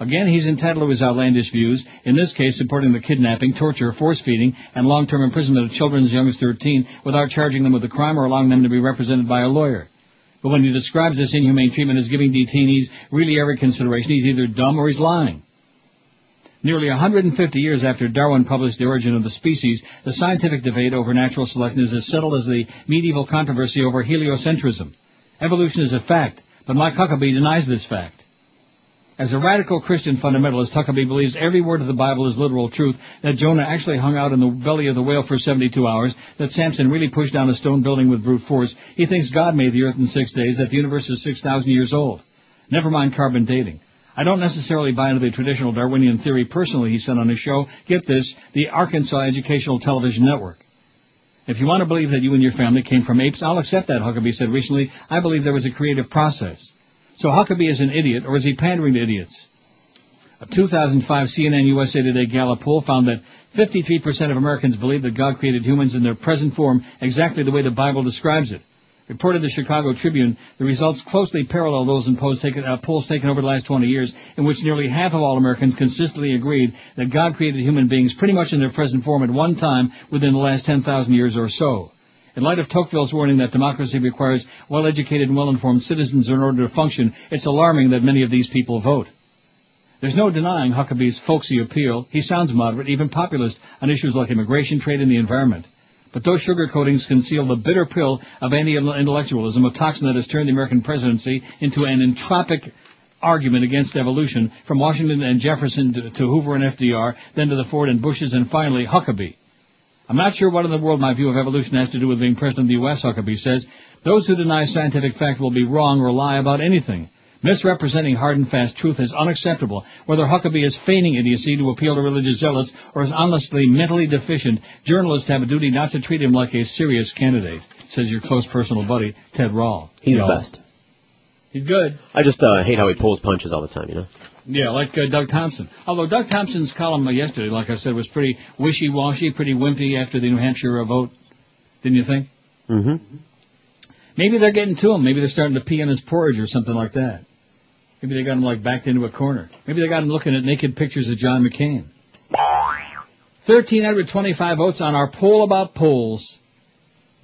[SPEAKER 2] Again, he's entitled to his outlandish views, in this case supporting the kidnapping, torture, force feeding, and long-term imprisonment of children as young as 13 without charging them with a crime or allowing them to be represented by a lawyer. But when he describes this inhumane treatment as giving detainees really every consideration, he's either dumb or he's lying. Nearly 150 years after Darwin published The Origin of the Species, the scientific debate over natural selection is as settled as the medieval controversy over heliocentrism. Evolution is a fact, but Mike Huckabee denies this fact. As a radical Christian fundamentalist, Huckabee believes every word of the Bible is literal truth, that Jonah actually hung out in the belly of the whale for 72 hours, that Samson really pushed down a stone building with brute force. He thinks God made the earth in six days, that the universe is 6,000 years old. Never mind carbon dating. I don't necessarily buy into the traditional Darwinian theory personally, he said on his show, get this, the Arkansas Educational Television Network. If you want to believe that you and your family came from apes, I'll accept that, Huckabee said recently. I believe there was a creative process. So Huckabee is an idiot, or is he pandering to idiots? A 2005 CNN USA Today Gallup poll found that 53% of Americans believe that God created humans in their present form exactly the way the Bible describes it. Reported the Chicago Tribune, the results closely parallel those in polls taken, uh, polls taken over the last 20 years, in which nearly half of all Americans consistently agreed that God created human beings pretty much in their present form at one time within the last 10,000 years or so. In light of Tocqueville's warning that democracy requires well-educated and well-informed citizens in order to function, it's alarming that many of these people vote. There's no denying Huckabee's folksy appeal. He sounds moderate, even populist, on issues like immigration, trade, and the environment. But those sugar coatings conceal the bitter pill of anti-intellectualism, a toxin that has turned the American presidency into an entropic argument against evolution, from Washington and Jefferson to, to Hoover and FDR, then to the Ford and Bushes, and finally Huckabee. I'm not sure what in the world my view of evolution has to do with being president of the U.S., Huckabee says, Those who deny scientific fact will be wrong or lie about anything. Misrepresenting hard and fast truth is unacceptable, whether Huckabee is feigning idiocy to appeal to religious zealots or is honestly mentally deficient. Journalists have a duty not to treat him like a serious candidate, says your close personal buddy, Ted Rawl.
[SPEAKER 4] He's
[SPEAKER 2] Yo.
[SPEAKER 4] the best.
[SPEAKER 2] He's good.
[SPEAKER 4] I just uh, hate how he pulls punches all the time, you know?
[SPEAKER 2] Yeah, like uh, Doug Thompson. Although Doug Thompson's column uh, yesterday, like I said, was pretty wishy-washy, pretty wimpy after the New Hampshire uh, vote. Didn't you think?
[SPEAKER 4] Mm-hmm.
[SPEAKER 2] Maybe they're getting to him. Maybe they're starting to pee on his porridge or something like that. Maybe they got him like backed into a corner. Maybe they got him looking at naked pictures of John McCain. 1,325 votes on our poll about polls.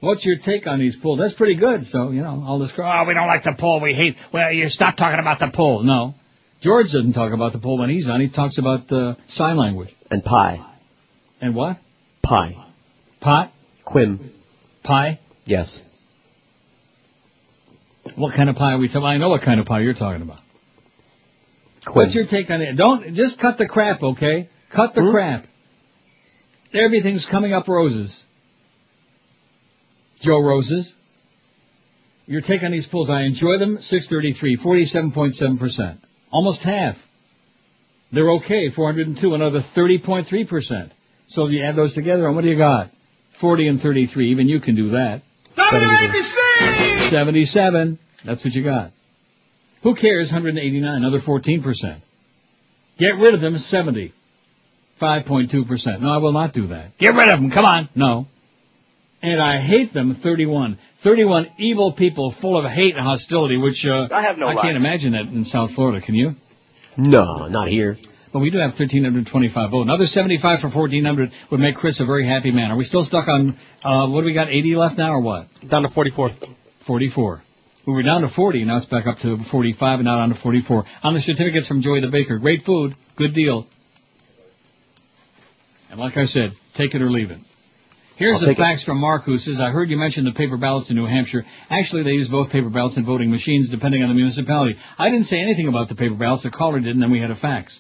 [SPEAKER 2] What's your take on these polls? That's pretty good. So, you know, all this, oh, we don't like the poll. We hate, well, you stop talking about the poll. No. George doesn't talk about the poll when he's on. He talks about uh, sign language.
[SPEAKER 4] And pie.
[SPEAKER 2] And what?
[SPEAKER 4] Pie.
[SPEAKER 2] Pot?
[SPEAKER 4] Quim.
[SPEAKER 2] Pie?
[SPEAKER 4] Yes.
[SPEAKER 2] What kind of pie are we talking? I know what kind of pie you're talking about. What's your take on it? Don't just cut the crap, okay? Cut the crap. Everything's coming up roses. Joe Roses. Your take on these polls? I enjoy them. 633, 47.7 percent, almost half. They're okay. 402, another 30.3 percent. So if you add those together, and what do you got? 40 and 33. Even you can do that.
[SPEAKER 19] WABC!
[SPEAKER 2] 77. That's what you got. Who cares? 189, another 14%. Get rid of them, 70. 5.2%. No, I will not do that. Get rid of them, come on. No. And I hate them, 31. 31 evil people full of hate and hostility, which uh,
[SPEAKER 4] I have no
[SPEAKER 2] I
[SPEAKER 4] right.
[SPEAKER 2] can't imagine that in South Florida, can you?
[SPEAKER 4] No, not here.
[SPEAKER 2] But we do have 1,325 votes. Oh, Another 75 for 1,400 would make Chris a very happy man. Are we still stuck on, uh, what do we got, 80 left now or what?
[SPEAKER 22] Down to 44.
[SPEAKER 2] 44. We were down to 40, now it's back up to 45 and now down to 44. On the certificates from Joy the Baker. Great food, good deal. And like I said, take it or leave it. Here's
[SPEAKER 11] I'll
[SPEAKER 2] the
[SPEAKER 11] take it.
[SPEAKER 2] fax from Mark who says, I heard you mention the paper ballots in New Hampshire. Actually, they use both paper ballots and voting machines depending on the municipality. I didn't say anything about the paper ballots. The caller did, and then we had a fax.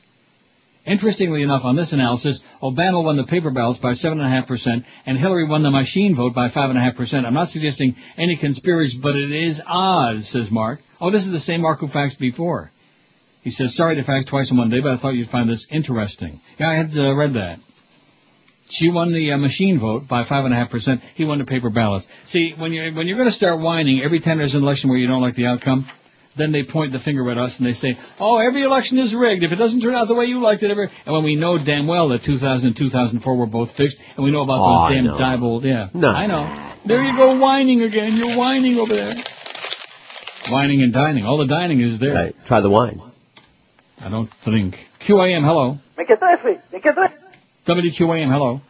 [SPEAKER 2] Interestingly enough, on this analysis, Obama won the paper ballots by 7.5%, and Hillary won the machine vote by 5.5%. I'm not suggesting any conspiracy, but it is odd, says Mark. Oh, this is the same Mark who faxed before. He says, sorry to fax twice in one day, but I thought you'd find this interesting. Yeah, I had uh, read that. She won the uh, machine vote by 5.5%. He won the paper ballots. See, when you're, when you're going to start whining every time there's an election where you don't like the outcome, then they point the finger at us and they say, oh, every election is rigged. If it doesn't turn out the way you liked it, every... and when we know damn well that 2000 and 2004 were both fixed, and we know about
[SPEAKER 4] Oh, I
[SPEAKER 2] those damn
[SPEAKER 4] know.
[SPEAKER 2] Diebold, yeah.
[SPEAKER 4] No.
[SPEAKER 2] I know. There you go, whining again. You're whining over there. Whining and dining. All the dining is there.
[SPEAKER 4] Right. Try the wine.
[SPEAKER 2] I don't think. QAM, hello.
[SPEAKER 1] Make it messy. Make it messy.
[SPEAKER 2] WQAM, hello.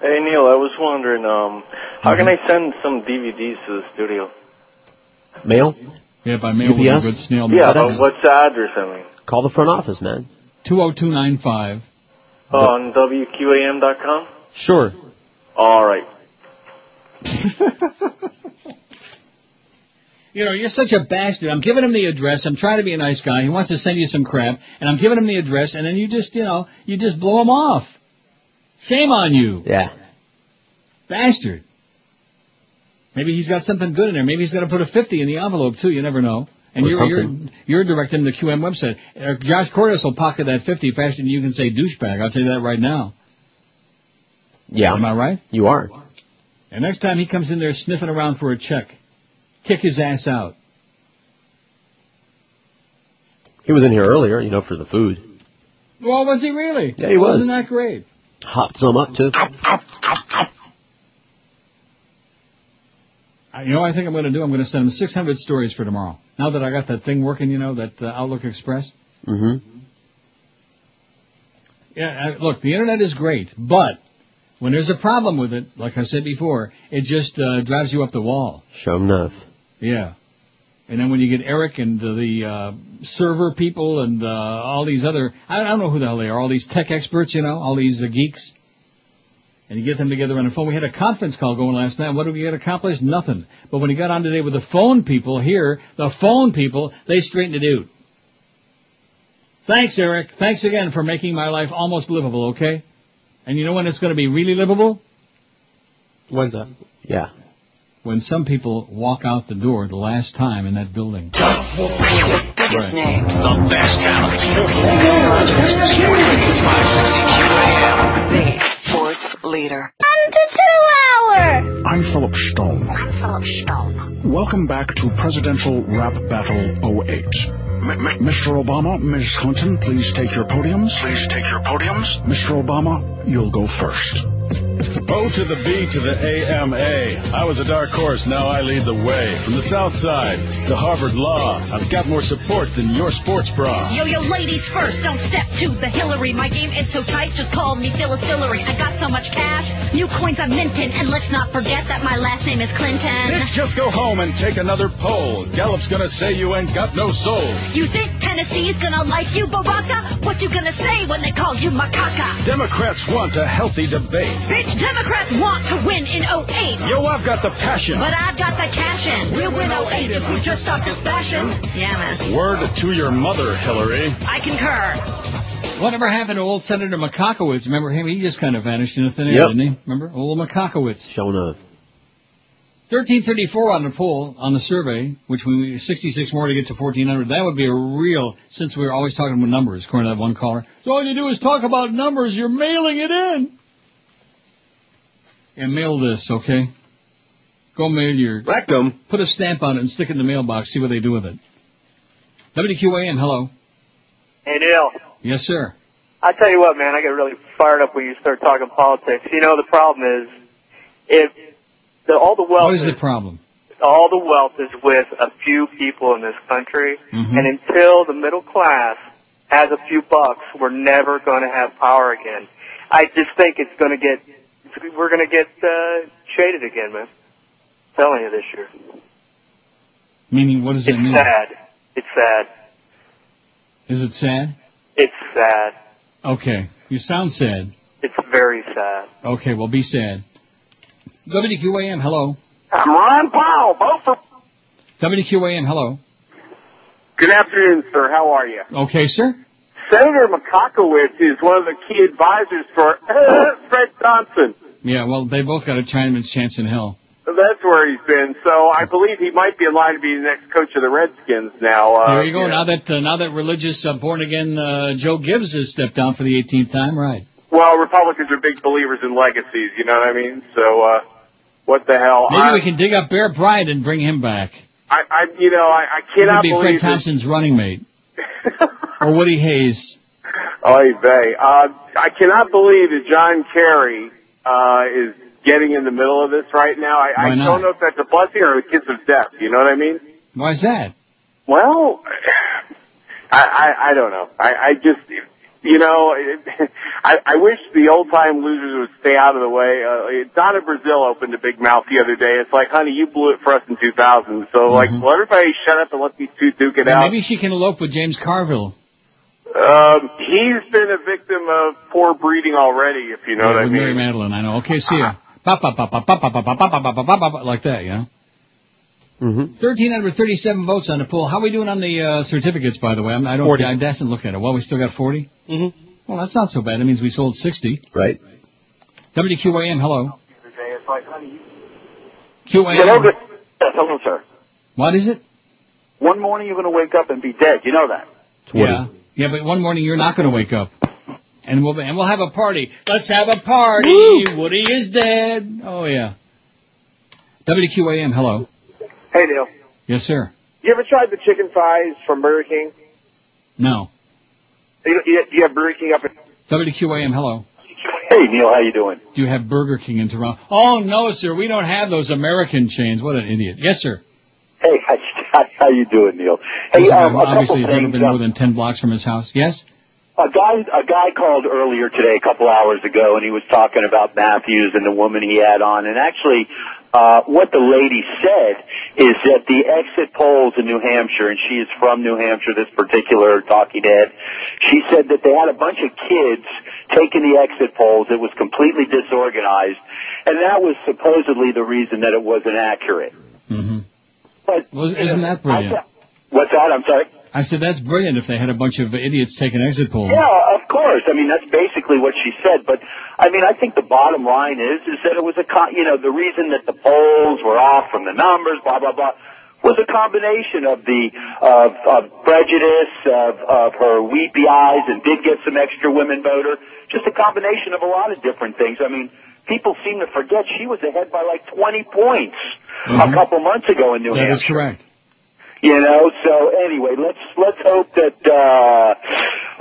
[SPEAKER 13] Hey Neil, I was wondering, um, how can I send some DVDs to the studio?
[SPEAKER 4] Mail?
[SPEAKER 2] Yeah, by mail would be
[SPEAKER 4] UPS?
[SPEAKER 2] good. Snail mail.
[SPEAKER 13] Yeah, but what's the address? I mean,
[SPEAKER 4] Call the front office, man.
[SPEAKER 2] 20295.
[SPEAKER 13] on WQAM.com.
[SPEAKER 22] Sure.
[SPEAKER 13] All right.
[SPEAKER 2] You know, you're such a bastard. I'm giving him the address. I'm trying to be a nice guy. He wants to send you some crap, and I'm giving him the address, and then you just, you know, you just blow him off. Shame on you.
[SPEAKER 4] Yeah.
[SPEAKER 2] Bastard. Maybe he's got something good in there. Maybe he's going to put a 50 in the envelope, too. You never know. And
[SPEAKER 4] Or
[SPEAKER 2] you're, you're,
[SPEAKER 4] something.
[SPEAKER 2] you're directing the QM website. Uh, Josh Cordes will pocket that 50 faster than you can say douchebag. I'll tell you that right now.
[SPEAKER 4] Yeah.
[SPEAKER 2] Am I right?
[SPEAKER 4] You are.
[SPEAKER 2] And next time he comes in there sniffing around for a check, kick his ass out.
[SPEAKER 4] He was in here earlier, you know, for the food.
[SPEAKER 2] Well, was he really?
[SPEAKER 4] Yeah, he was.
[SPEAKER 2] Wasn't that great?
[SPEAKER 4] Hopped some up, too.
[SPEAKER 2] I- You know, what I think I'm going to do. I'm going to send him 600 stories for tomorrow. Now that I got that thing working, you know, that uh, Outlook Express.
[SPEAKER 4] Mm-hmm.
[SPEAKER 2] Yeah. I, look, the internet is great, but when there's a problem with it, like I said before, it just uh, drives you up the wall.
[SPEAKER 4] Show enough.
[SPEAKER 2] Yeah. And then when you get Eric and uh, the uh, server people and uh, all these other, I I don't know who the hell they are, all these tech experts, you know, all these uh, geeks. And you get them together on the phone. We had a conference call going last night. What did we get accomplished? Nothing. But when he got on today with the phone people here, the phone people, they straightened it out. Thanks, Eric. Thanks again for making my life almost livable, okay? And you know when it's going to be really livable?
[SPEAKER 22] When's that?
[SPEAKER 4] Yeah.
[SPEAKER 2] when some people walk out the door the last time in that building.
[SPEAKER 44] Biggest names.
[SPEAKER 45] The best talent.
[SPEAKER 44] Sports leader.
[SPEAKER 25] I'm Philip Stone. I'm Philip Stone. Welcome back to Presidential Rap Battle 08. M- M- Mr. Obama, Ms. Clinton, please take your podiums. Please take your podiums. Mr. Obama, you'll go first.
[SPEAKER 19] O to the B to the AMA. I was a dark horse, now I lead the way. From the South Side to Harvard Law, I've got more support than your sports bra.
[SPEAKER 5] Yo, yo, ladies first, don't step to the Hillary. My game is so tight, just call me Phyllis Hillary. I got so much cash, new coins I'm minting, and let's not forget that my last name is Clinton.
[SPEAKER 19] Bitch, just go home and take another poll. Gallup's gonna say you ain't got no soul.
[SPEAKER 5] You think Tennessee's gonna like you, Baraka? What you gonna say when they call you Macaca?
[SPEAKER 19] Democrats want a healthy debate.
[SPEAKER 5] Bitch, Democrats want to win in 08.
[SPEAKER 19] Yo, I've got the passion.
[SPEAKER 5] But I've got the cash in. We'll win 08 if we just stop this fashion. Yeah, man.
[SPEAKER 19] Word to your mother, Hillary.
[SPEAKER 5] I concur.
[SPEAKER 2] Whatever happened to old Senator Makakowitz? Remember him? He just kind of vanished into thin air,
[SPEAKER 22] Yep.
[SPEAKER 2] didn't he? Remember? Old Makakowitz.
[SPEAKER 22] Shown up.
[SPEAKER 2] 1334 on the poll, on the survey, which we need 66 more to get to 1400. That would be a real, since we were always talking about numbers, according to that one caller. So all you do is talk about numbers. You're mailing it in. And mail this, okay? Go mail your...
[SPEAKER 22] Rectum.
[SPEAKER 2] Put a stamp on it and stick it in the mailbox. See what they do with it. WQAM, hello.
[SPEAKER 17] Hey, Neil.
[SPEAKER 2] Yes, sir.
[SPEAKER 17] I tell you what, man, I get really fired up when you start talking politics. You know, the problem is, if the, all the wealth
[SPEAKER 2] What is the problem?
[SPEAKER 17] all the wealth is with a few people in this country,
[SPEAKER 2] Mhm.
[SPEAKER 17] and until the middle class has a few bucks, we're never going to have power again. I just think it's going to get, it's, we're going to get uh, shaded again, man. I'm telling you this year,
[SPEAKER 2] Meaning, what does that mean?
[SPEAKER 17] sad. It's sad.
[SPEAKER 2] Is it sad?
[SPEAKER 17] It's sad.
[SPEAKER 2] Okay. You sound sad.
[SPEAKER 17] It's very sad.
[SPEAKER 2] Okay, well, be sad. WQAM, hello.
[SPEAKER 9] I'm Ron Paul, both for.
[SPEAKER 2] WQAM, hello.
[SPEAKER 9] Good afternoon, sir. How are you?
[SPEAKER 2] Okay, sir.
[SPEAKER 9] Senator Makakowicz is one of the key advisors for (coughs) Fred Johnson.
[SPEAKER 2] Yeah, well, they both got a Chinaman's chance in hell.
[SPEAKER 9] That's where he's been. So I believe he might be in line to be the next coach of the Redskins now. Uh,
[SPEAKER 2] there you go. Now that uh, now that religious uh, born again uh, Joe Gibbs has stepped down for the 18th time, right?
[SPEAKER 9] Well, Republicans are big believers in legacies. You know what I mean? So uh, what the hell?
[SPEAKER 2] Maybe
[SPEAKER 9] I,
[SPEAKER 2] we can dig up Bear Bryant and bring him back.
[SPEAKER 9] I, I, you know, I, I
[SPEAKER 2] He would
[SPEAKER 9] cannot
[SPEAKER 2] be
[SPEAKER 9] believe
[SPEAKER 2] Fred
[SPEAKER 9] this.
[SPEAKER 2] Thompson's running
[SPEAKER 9] (laughs)
[SPEAKER 2] mate, or Woody Hayes.
[SPEAKER 9] Oy vey. Uh, I cannot believe that John Kerry uh, is getting in the middle of this right now. I,
[SPEAKER 2] Why
[SPEAKER 9] I
[SPEAKER 2] not?
[SPEAKER 9] don't know if that's a blessing or a kiss of death. You know what I mean?
[SPEAKER 2] Why's that?
[SPEAKER 9] Well, (sighs) I, I, I don't know. I, I just, you know, (laughs) it, I, I wish the old time losers would stay out of the way. Uh, Donna Brazil opened a big mouth the other day. It's like, honey, you blew it for us in 2000. So, like, let everybody shut up and let these two duke it
[SPEAKER 2] Well,
[SPEAKER 9] out.
[SPEAKER 2] maybe she can elope with James Carville.
[SPEAKER 9] Um, he's been a victim of poor breeding already, if you know what I
[SPEAKER 2] with
[SPEAKER 9] mean.
[SPEAKER 2] Mary Madeline, I know. Okay, see ya. Ba, ba, ba, ba, ba, ba, ba, ba, ba, ba, ba, ba, ba, ba, Like that, yeah.
[SPEAKER 22] Mm-hmm.
[SPEAKER 2] 1,337 votes on the poll. How are we doing on the uh, certificates, by the way? I'm, I don't.
[SPEAKER 22] 40.
[SPEAKER 2] I doesn't look at it. Well, we still got 40. Mm-hmm. Well, that's not so bad. That means we sold 60.
[SPEAKER 22] Right.
[SPEAKER 2] WQAM, hello.
[SPEAKER 46] Hello,
[SPEAKER 2] QAM.
[SPEAKER 46] good- yes, hello, sir.
[SPEAKER 2] What is it?
[SPEAKER 46] One morning you're going to wake up and be dead. You know that.
[SPEAKER 2] Yeah. Yeah, but one morning you're not going to wake up. And we'll and we'll have a party. Let's have a party. Woody is dead. Oh yeah. WQAM, hello.
[SPEAKER 47] Hey, Neil.
[SPEAKER 2] Yes, sir.
[SPEAKER 47] You ever tried the chicken fries from Burger King?
[SPEAKER 2] No.
[SPEAKER 47] You, you, you have Burger King up in...
[SPEAKER 2] WQAM, hello.
[SPEAKER 46] Hey, Neil, how you doing? (laughs)
[SPEAKER 2] Do you have Burger King in Toronto? Oh no, sir. We don't have those American chains. What an idiot. Yes, sir.
[SPEAKER 46] Hey, how, how you doing, Neil?
[SPEAKER 2] This
[SPEAKER 46] Hey,
[SPEAKER 2] guy
[SPEAKER 46] um, a couple
[SPEAKER 2] obviously has never
[SPEAKER 46] things.
[SPEAKER 2] been more than ten blocks from his house. Yes.
[SPEAKER 46] A guy, a guy called earlier today, a couple hours ago, and he was talking about Matthews and the woman he had on. And actually, uh, what the lady said is that the exit polls in New Hampshire, and she is from New Hampshire, this particular talking head, she said that they had a bunch of kids taking the exit polls. It was completely disorganized, and that was supposedly the reason that it wasn't accurate.
[SPEAKER 2] Mm-hmm.
[SPEAKER 46] But
[SPEAKER 2] Well, isn't that brilliant?
[SPEAKER 46] What's that? I'm sorry.
[SPEAKER 2] I said that's brilliant. If they had a bunch of idiots taking exit polls,
[SPEAKER 9] Yeah, of course. I mean, that's basically what she said. But I mean, I think the bottom line is is that it was a con- you know the reason that the polls were off from the numbers, blah blah blah, was a combination of the of, of prejudice, of of her weepy eyes, and did get some extra women voter. Just a combination of a lot of different things. I mean. People seem to forget she was ahead by like 20 points a couple months ago in New
[SPEAKER 2] Mm-hmm. that
[SPEAKER 9] Hampshire.
[SPEAKER 2] is correct.
[SPEAKER 9] You know, so anyway, let's let's hope that uh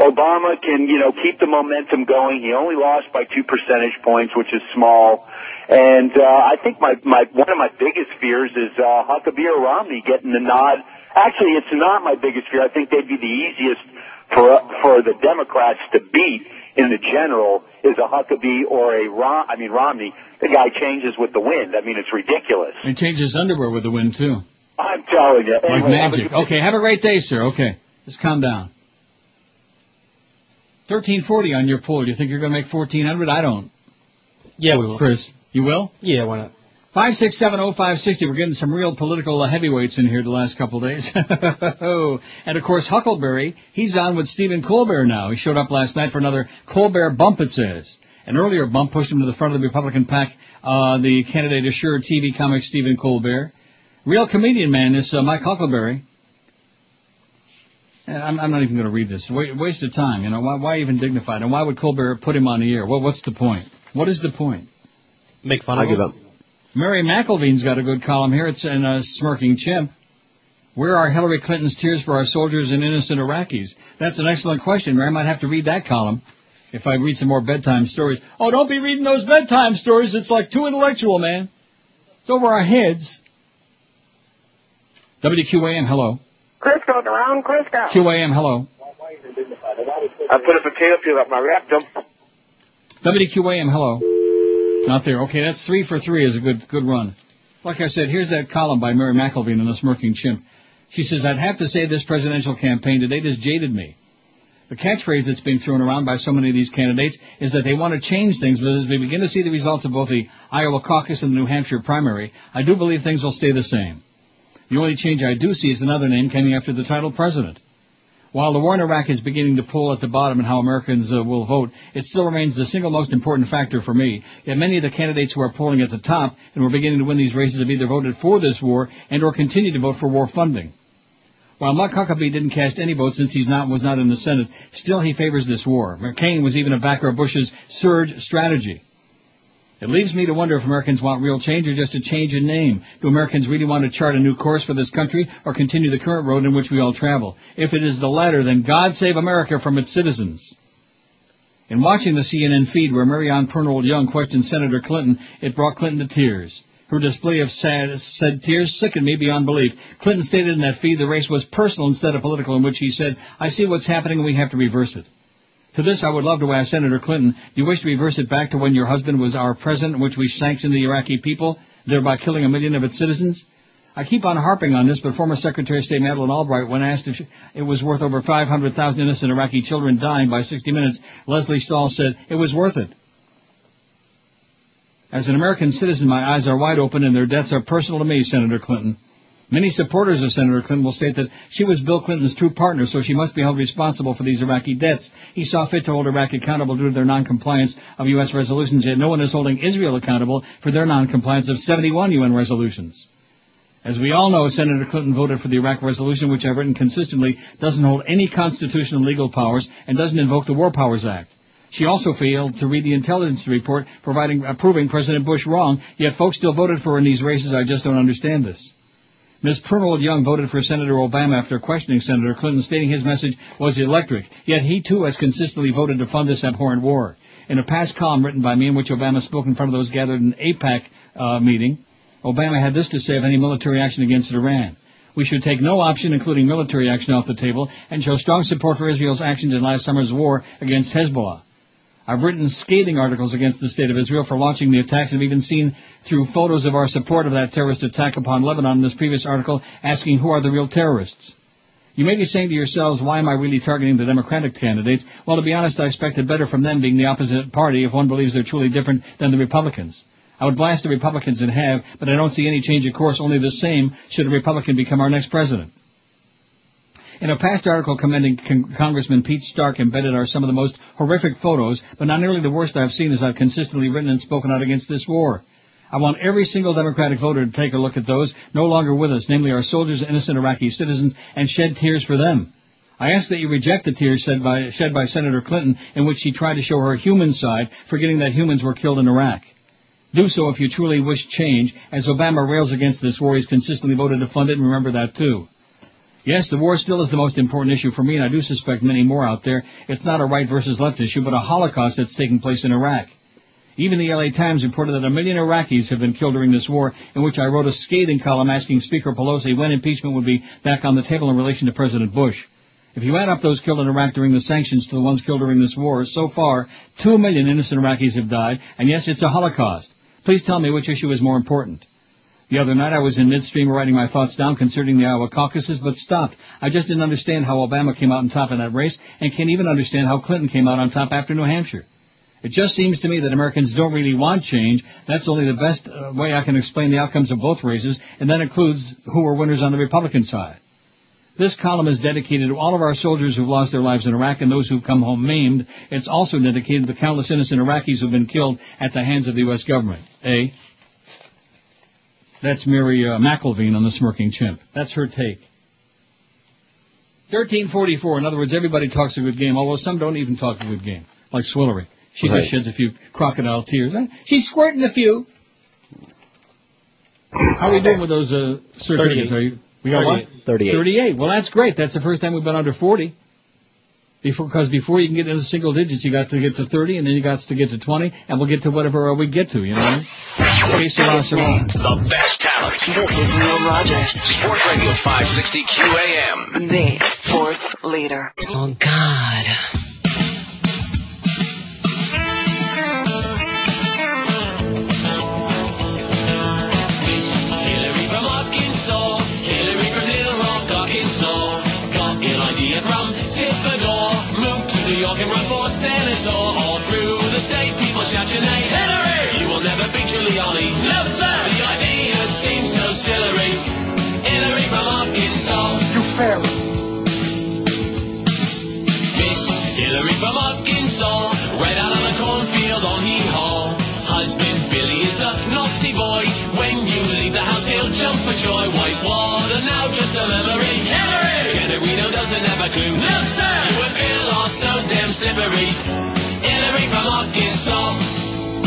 [SPEAKER 9] Obama can, you know, keep the momentum going. He only lost by two percentage points, which is small. And uh I think my my one of my biggest fears is uh Huckabee or Romney getting the nod. Actually, it's not my biggest fear. I think they'd be the easiest for for the Democrats to beat in the general is a Huckabee or a Rom I mean Romney. The guy changes with the wind. I mean, it's ridiculous.
[SPEAKER 2] And changes his underwear with the wind too,
[SPEAKER 9] I'm telling you.
[SPEAKER 2] like
[SPEAKER 9] Anyway, have a
[SPEAKER 2] magic. Okay, have a great day, sir. Okay, just calm down. Thirteen forty on your poll. Do you think you're going to make fourteen hundred? I don't.
[SPEAKER 22] Yeah, we will.
[SPEAKER 2] Chris, you will?
[SPEAKER 22] Yeah, why not?
[SPEAKER 2] Five six seven oh five sixty. We're getting some real political uh, heavyweights in here the last couple of days. (laughs) and of course Huckleberry, he's on with Stephen Colbert now. He showed up last night for another Colbert bump. It says an earlier bump pushed him to the front of the Republican pack. Uh, the candidate assured TV comic Stephen Colbert, real comedian man is uh, Mike Huckleberry. And I'm, I'm not even going to read this. Wa waste of time. You know why? Why even dignified? And why would Colbert put him on the air? Well, what's the point? What is the point?
[SPEAKER 22] Make fun
[SPEAKER 2] I
[SPEAKER 22] of him.
[SPEAKER 2] give up. Mary McElveen's got a good column here. It's in uh, Smirking Chimp. Where are Hillary Clinton's tears for our soldiers and innocent Iraqis? That's an excellent question, Mary. I might have to read that column if I read some more bedtime stories. Oh, don't be reading those bedtime stories. It's like too intellectual, man. It's over our heads. WQAM, hello.
[SPEAKER 3] Crisco, around Crisco.
[SPEAKER 2] QAM, hello.
[SPEAKER 3] I put a potato peel up my rectum.
[SPEAKER 2] WQAM, hello. Not there. Okay, that's three for three is a good good run. Like I said, here's that column by Mary McElveen in the Smirking Chimp. She says, I'd have to say this presidential campaign today just jaded me. The catchphrase that's being thrown around by so many of these candidates is that they want to change things, but as we begin to see the results of both the Iowa caucus and the New Hampshire primary, I do believe things will stay the same. The only change I do see is another name coming after the title president. While the war in Iraq is beginning to pull at the bottom in how Americans uh, will vote, it still remains the single most important factor for me. Yet many of the candidates who are polling at the top and were beginning to win these races have either voted for this war and or continue to vote for war funding. While Mark Huckabee didn't cast any vote since he's not was not in the Senate, still he favors this war. McCain was even a backer of Bush's surge strategy. It leaves me to wonder if Americans want real change or just a change in name. Do Americans really want to chart a new course for this country or continue the current road in which we all travel? If it is the latter, then God save America from its citizens. In watching the CNN feed where Marianne Pernald Young questioned Senator Clinton, it brought Clinton to tears. Her display of sad, said tears sickened me beyond belief. Clinton stated in that feed the race was personal instead of political, in which he said, I see what's happening and we have to reverse it. To this, I would love to ask Senator Clinton, do you wish to reverse it back to when your husband was our president, in which we sanctioned the Iraqi people, thereby killing a million of its citizens? I keep on harping on this, but former Secretary of State Madeleine Albright, when asked if she- it was worth over 500,000 innocent Iraqi children dying by 60 Minutes, Leslie Stahl said, it was worth it. As an American citizen, my eyes are wide open and their deaths are personal to me, Senator Clinton. Many supporters of Senator Clinton will state that she was Bill Clinton's true partner, so she must be held responsible for these Iraqi deaths. He saw fit to hold Iraq accountable due to their noncompliance of U.S. resolutions, yet no one is holding Israel accountable for their noncompliance of 71 U.N. resolutions. As we all know, Senator Clinton voted for the Iraq resolution, which I've written consistently doesn't hold any constitutional legal powers and doesn't invoke the War Powers Act. She also failed to read the intelligence report providing, approving President Bush wrong, yet folks still voted for her in these races. I just don't understand this. Ms. Pernald Young voted for Senator Obama after questioning Senator Clinton, stating his message was electric. Yet he too has consistently voted to fund this abhorrent war. In a past column written by me in which Obama spoke in front of those gathered in an APAC uh, meeting, Obama had this to say of any military action against Iran. We should take no option, including military action, off the table and show strong support for Israel's actions in last summer's war against Hezbollah. I've written scathing articles against the state of Israel for launching the attacks and have even seen through photos of our support of that terrorist attack upon Lebanon in this previous article asking who are the real terrorists. You may be saying to yourselves, why am I really targeting the Democratic candidates? Well, to be honest, I expected better from them being the opposite party if one believes they're truly different than the Republicans. I would blast the Republicans in half, but I don't see any change of course, only the same should a Republican become our next president. In a past article commending Con- Congressman Pete Stark embedded are some of the most horrific photos, but not nearly the worst I've seen as I've consistently written and spoken out against this war. I want every single Democratic voter to take a look at those no longer with us, namely our soldiers, innocent Iraqi citizens, and shed tears for them. I ask that you reject the tears shed by, shed by Senator Clinton in which she tried to show her human side, forgetting that humans were killed in Iraq. Do so if you truly wish change. As Obama rails against this war, he's consistently voted to fund it, and remember that too. Yes, the war still is the most important issue for me, and I do suspect many more out there. It's not a right versus left issue, but a Holocaust that's taking place in Iraq. Even the LA Times reported that a million Iraqis have been killed during this war, in which I wrote a scathing column asking Speaker Pelosi when impeachment would be back on the table in relation to President Bush. If you add up those killed in Iraq during the sanctions to the ones killed during this war, so far, two million innocent Iraqis have died, and yes, it's a Holocaust. Please tell me which issue is more important. The other night I was in midstream writing my thoughts down concerning the Iowa caucuses, but stopped. I just didn't understand how Obama came out on top in that race, and can't even understand how Clinton came out on top after New Hampshire. It just seems to me that Americans don't really want change. That's only the best uh, way I can explain the outcomes of both races, and that includes who were winners on the Republican side. This column is dedicated to all of our soldiers who've lost their lives in Iraq and those who've come home maimed. It's also dedicated to the countless innocent Iraqis who've been killed at the hands of the U.S. government. A. That's Mary uh, McElveen on the smirking chimp. That's her take. 1344. In other words, everybody talks a good game, although some don't even talk a good game, like Swillery. She
[SPEAKER 19] Right.
[SPEAKER 2] just sheds a few crocodile tears. Eh, She's squirting a few. How are we doing with those uh, certificates? Are you? We got what?
[SPEAKER 4] 38.
[SPEAKER 2] 38. Well, that's great. That's the first time we've been under 40. Before, because before you can get into single digits, you got to get to 30, and then you got to get to 20, and we'll get to whatever uh, we get to. You know. What I mean? Okay, Sarah, Sarah.
[SPEAKER 7] The best talent. This is Neil Rogers. Sports Radio 560 QAM.
[SPEAKER 6] The sports leader. Oh, God.
[SPEAKER 19] Hillary from Arkansas, Hillary from Little Rock, Arkansas. Got an idea from Tiffinor, moved to New York and run for senator. All through the state, people shout your name, Hillary. You will never beat Giuliani. No sir, the idea seems so silly. Hillary from Arkansas. You fail. Miss Hillary from Arkansas, right out on the cornfield on hee haw. Husband Billy is a naughty boy. When you leave the house, he'll jump for joy. White water now just a memory. Hillary! Generino doesn't have a clue. No, sir! You and Bill are so damn slippery. Hillary from Arkansas.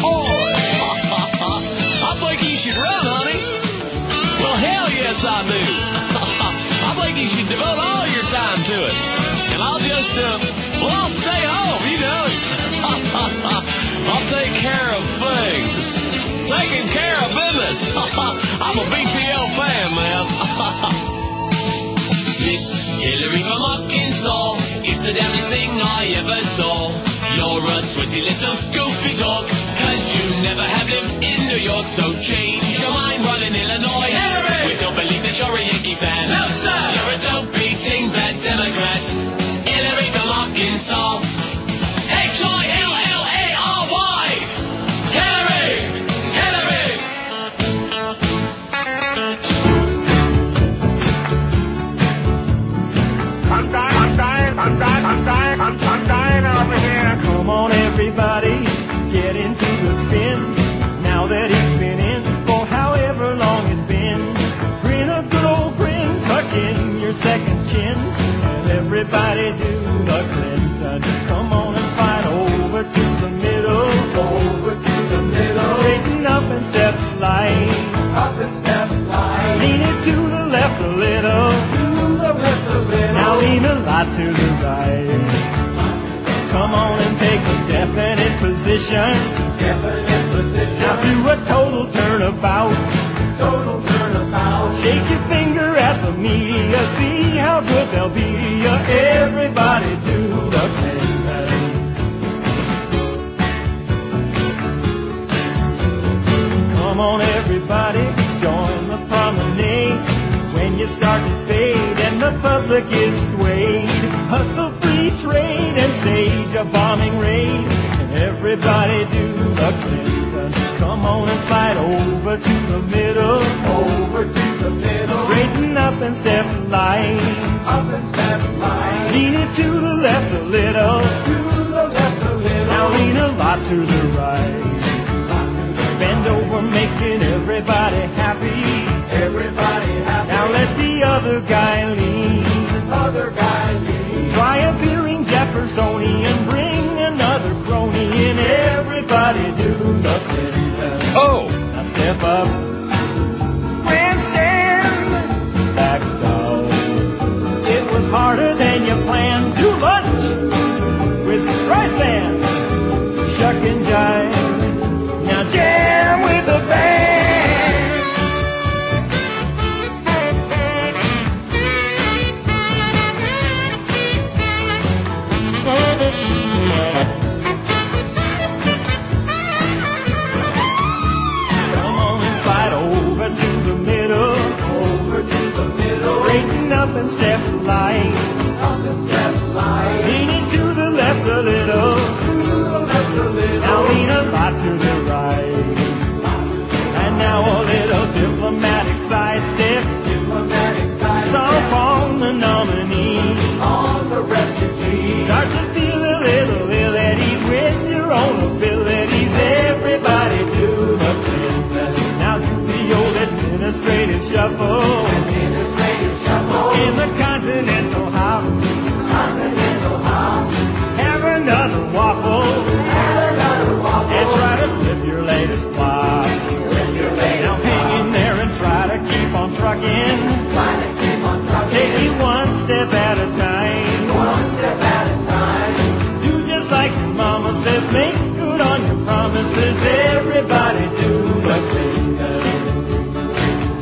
[SPEAKER 19] Oh! (laughs) I think you should run, honey. Well, hell yes, I do. (laughs) I think you should devote all your time to it. And I'll just, uh, well, I'll stay home, you know. (laughs) I'll take care of things. Taking care of business. (laughs) I'm a BTO fan, man. (laughs) Miss Hillary from Arkansas is the damnest thing I ever saw. You're a sweaty little goofy dog, cause you never have lived in New York, so change your mind while in Illinois. We don't believe that you're a Yankee fan. No, sir. You're a dope-beating bad Democrat. Hillary from Arkansas. H-I-L-L-A-R-Y. Hillary! Hillary!
[SPEAKER 5] I'm dying, I'm dying, I'm dying, I'm dying, I'm, I'm dying over here. Come on, everybody, get into the spin. Now that it's been in for however long it's been, grin a good old grin, tuck in your second chin. And everybody do the Clinton. Come on and fight over to the middle, over to the middle. Straighten up and step light, up and step light. Lean it to the left a little, now lean a lot to the right. Come on and take a definite position. Definite position. Now do a total turnabout. Total turnabout. Shake your finger at the media. See how good they'll be. ya. Everybody do the Clinton. Come on, everybody, join the promenade. When you start to fade and the public is swayed, hustle free trade and stage a bombing raid. And everybody do the Clinton. Come on and slide over to the middle, over to the middle. Straighten up and step light, up and step Lean it to the left a little. Now lean a lot to the right. Bend over, making everybody happy. Everybody happy. Now let the other guy lean. Other guy lean. Try a veering Jeffersonian. Bring another crony in. Everybody do the fifth. Oh. Now step up. Grandstand. Back down. It was harder than you planned. Do lunch with Streisand. Shuck and jive. Now jam with the band. Come on and slide over to the middle. Over to the middle. Straighten up and step light. Leaning to the left a little. Now lean a lot to the right. And now a little diplomatic side step. So on the nominee. Start to feel a little ill at ease with your own abilities. Everybody do the business. Now do the old administrative shuffle. In the continental hop. Have another waffle. And try to flip your latest flop. Now hang in there and try to keep on trucking. Take it one step at a time. Do just like your mama says. Make good on your promises. Everybody do the fingers.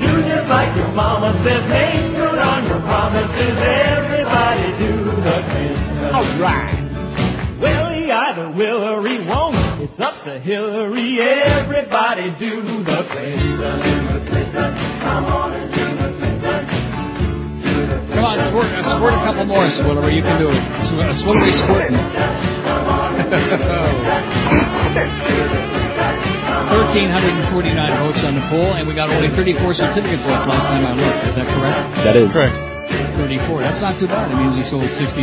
[SPEAKER 5] Do just like your mama says. Make good on your promises. Everybody do the fingers. All right. Well, he either will or he won't. It's up to Hillary. Everybody do the Clinton. Come on and do the Clinton.
[SPEAKER 2] Come on, squirt, uh, squirt a couple more, Swillery. You can do it. Sw- uh, Swillery squirting. (laughs) 1,349 votes on the poll, and we got only 34 certificates left last time I looked. Is that correct?
[SPEAKER 4] That is.
[SPEAKER 2] Correct. 34. That's not too bad. It means we sold 66.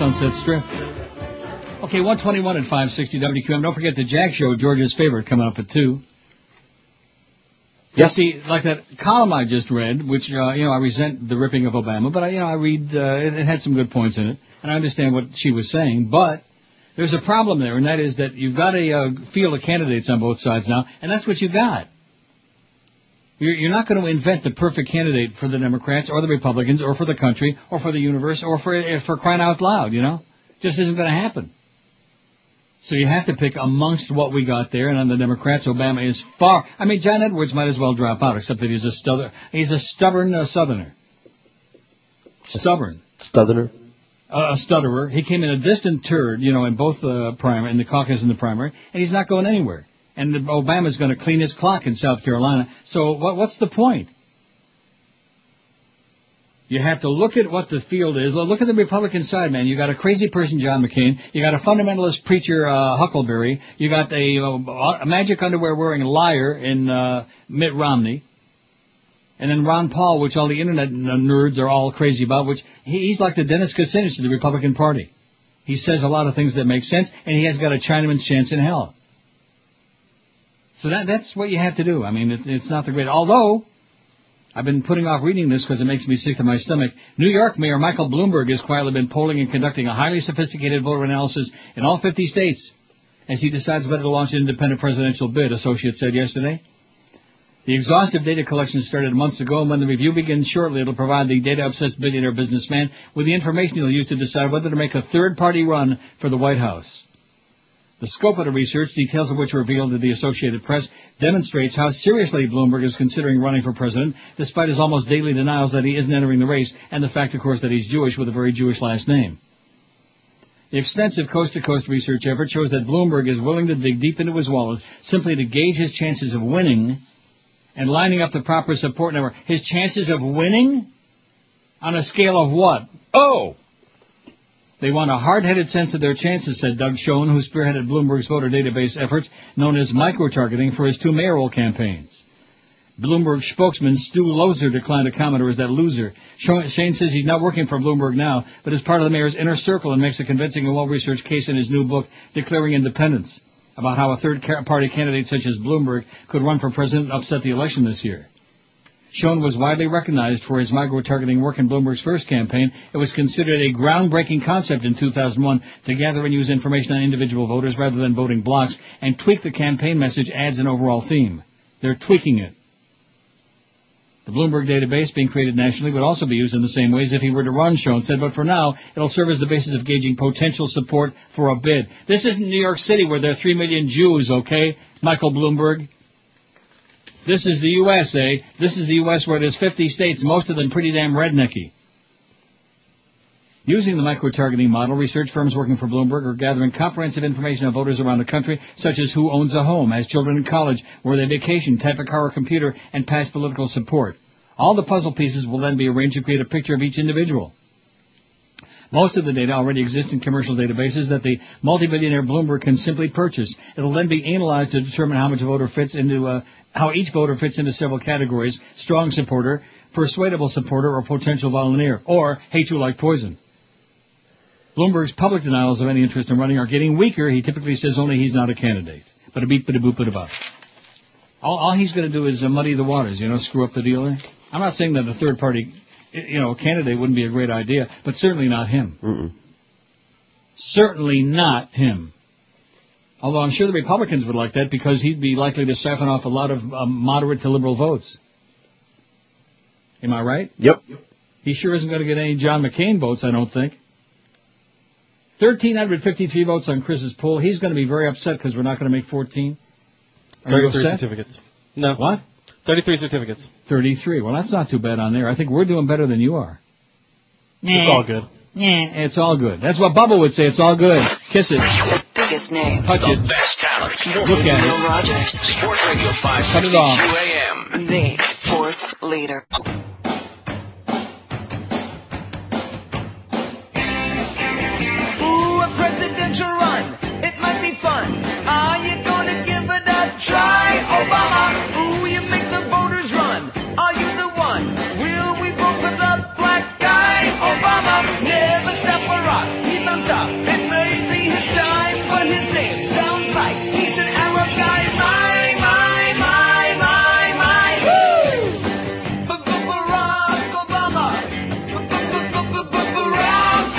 [SPEAKER 2] Sunset Strip. Okay, 121 at 560 WQM. Don't forget the Jack Show, George's favorite, coming up at 2. You see, like that column I just read, which uh, you know I resent the ripping of Obama, but I, you know I read uh, it, it had some good points in it, and I understand what she was saying. But there's a problem there, and that is that you've got a uh, field of candidates on both sides now, and that's what you got. You're, you're not going to invent the perfect candidate for the Democrats or the Republicans or for the country or for the universe or for eh, for crying out loud, you know, just isn't going to happen. So you have to pick amongst what we got there, and on the Democrats, Obama is far. I mean, John Edwards might as well drop out, except that he's a stubborn, he's a stubborn uh, Southerner. Stubborn,
[SPEAKER 4] Southerner.
[SPEAKER 2] uh, a stutterer. He came in a distant third, you know, in both uh, primary, in the caucus and the primary, and he's not going anywhere. And Obama's going to clean his clock in South Carolina. So what, what's the point? You have to look at what the field is. Look at the Republican side, man. You got a crazy person, John McCain. You got a fundamentalist preacher, uh, Huckleberry. You got a, uh, a magic underwear wearing liar in uh, Mitt Romney. And then Ron Paul, which all the internet n- nerds are all crazy about, which he, he's like the Dennis Kucinich of the Republican Party. He says a lot of things that make sense, and he has got a Chinaman's chance in hell. So that, that's what you have to do. I mean, it, it's not the great. Although, I've been putting off reading this because it makes me sick to my stomach. New York Mayor Michael Bloomberg has quietly been polling and conducting a highly sophisticated voter analysis in all 50 states as he decides whether to launch an independent presidential bid, Associates said yesterday. The exhaustive data collection started months ago, and when the review begins shortly, it'll provide the data-obsessed billionaire businessman with the information he'll use to decide whether to make a third-party run for the White House. The scope of the research, details of which are revealed to the Associated Press, demonstrates how seriously Bloomberg is considering running for president, despite his almost daily denials that he isn't entering the race, and the fact, of course, that he's Jewish with a very Jewish last name. The extensive coast-to-coast research effort shows that Bloomberg is willing to dig deep into his wallet simply to gauge his chances of winning and lining up the proper support network. His chances of winning? On a scale of what? Oh! They want a hard-headed sense of their chances, said Doug Schoen, who spearheaded Bloomberg's voter database efforts known as micro-targeting for his two mayoral campaigns. Bloomberg spokesman Stu Lozer declined to comment or is that loser. Sho- Shane says he's not working for Bloomberg now, but is part of the mayor's inner circle and makes a convincing and well-researched case in his new book, Declaring Independence, about how a third-party candidate such as Bloomberg could run for president and upset the election this year. Schoen was widely recognized for his micro-targeting work in Bloomberg's first campaign. It was considered a groundbreaking concept in 2001 to gather and use information on individual voters rather than voting blocks and tweak the campaign message, ads, and overall theme. They're tweaking it. The Bloomberg database being created nationally would also be used in the same ways if he were to run, Schoen said, but for now, it'll serve as the basis of gauging potential support for a bid. This isn't New York City where there are three million Jews, okay, Michael Bloomberg? This is the USA. This is the US where there's 50 states, most of them pretty damn rednecky. Using the micro-targeting model, research firms working for Bloomberg are gathering comprehensive information on voters around the country, such as who owns a home, has children in college, where they vacation, type of car or computer, and past political support. All the puzzle pieces will then be arranged to create a picture of each individual. Most of the data already exists in commercial databases that the multimillionaire Bloomberg can simply purchase. It'll then be analyzed to determine how much a voter fits into uh, how each voter fits into several categories: strong supporter, persuadable supporter, or potential volunteer, or hate you like poison. Bloomberg's public denials of any interest in running are getting weaker. He typically says only he's not a candidate. But a beep, but a boop, but a All, all he's going to do is uh, muddy the waters, you know, screw up the dealer. I'm not saying that a third party you know, a candidate wouldn't be a great idea, but certainly not him. Certainly not him. Although I'm sure the Republicans would like that because he'd be likely to siphon off a lot of um, moderate to liberal votes. Am I right?
[SPEAKER 4] Yep.
[SPEAKER 2] He sure isn't going to get any John McCain votes, I don't think. 1,353 votes on Chris's poll. He's going to be very upset because we're not going to make 14. Are you
[SPEAKER 19] 33
[SPEAKER 2] upset?
[SPEAKER 19] certificates. No.
[SPEAKER 2] What?
[SPEAKER 19] 33 certificates.
[SPEAKER 2] 33. Well, that's not too bad on there. I think we're doing better than you are.
[SPEAKER 19] It's all good.
[SPEAKER 48] Yeah.
[SPEAKER 2] It's all good. That's what Bubba would say. It's all good. Kiss it.
[SPEAKER 23] Biggest name.
[SPEAKER 2] Touch
[SPEAKER 23] the
[SPEAKER 2] it.
[SPEAKER 23] best talent.
[SPEAKER 2] Look at
[SPEAKER 23] Neil
[SPEAKER 2] it.
[SPEAKER 23] Rogers. Sports Radio
[SPEAKER 2] Cut
[SPEAKER 23] 560
[SPEAKER 2] it off.
[SPEAKER 23] QAM. The sports leader.
[SPEAKER 5] Ooh, a presidential run. It might be fun. Are you gonna give it a try, Obama? Ooh, you make the voters run. Are you the one? Will we vote for the black guy, Obama? Never stop for rock. He's on top. It may be his time, but his name sounds like he's an Arab guy. My, my, my, my, my. Woo! Barack Obama. Barack Obama. Barack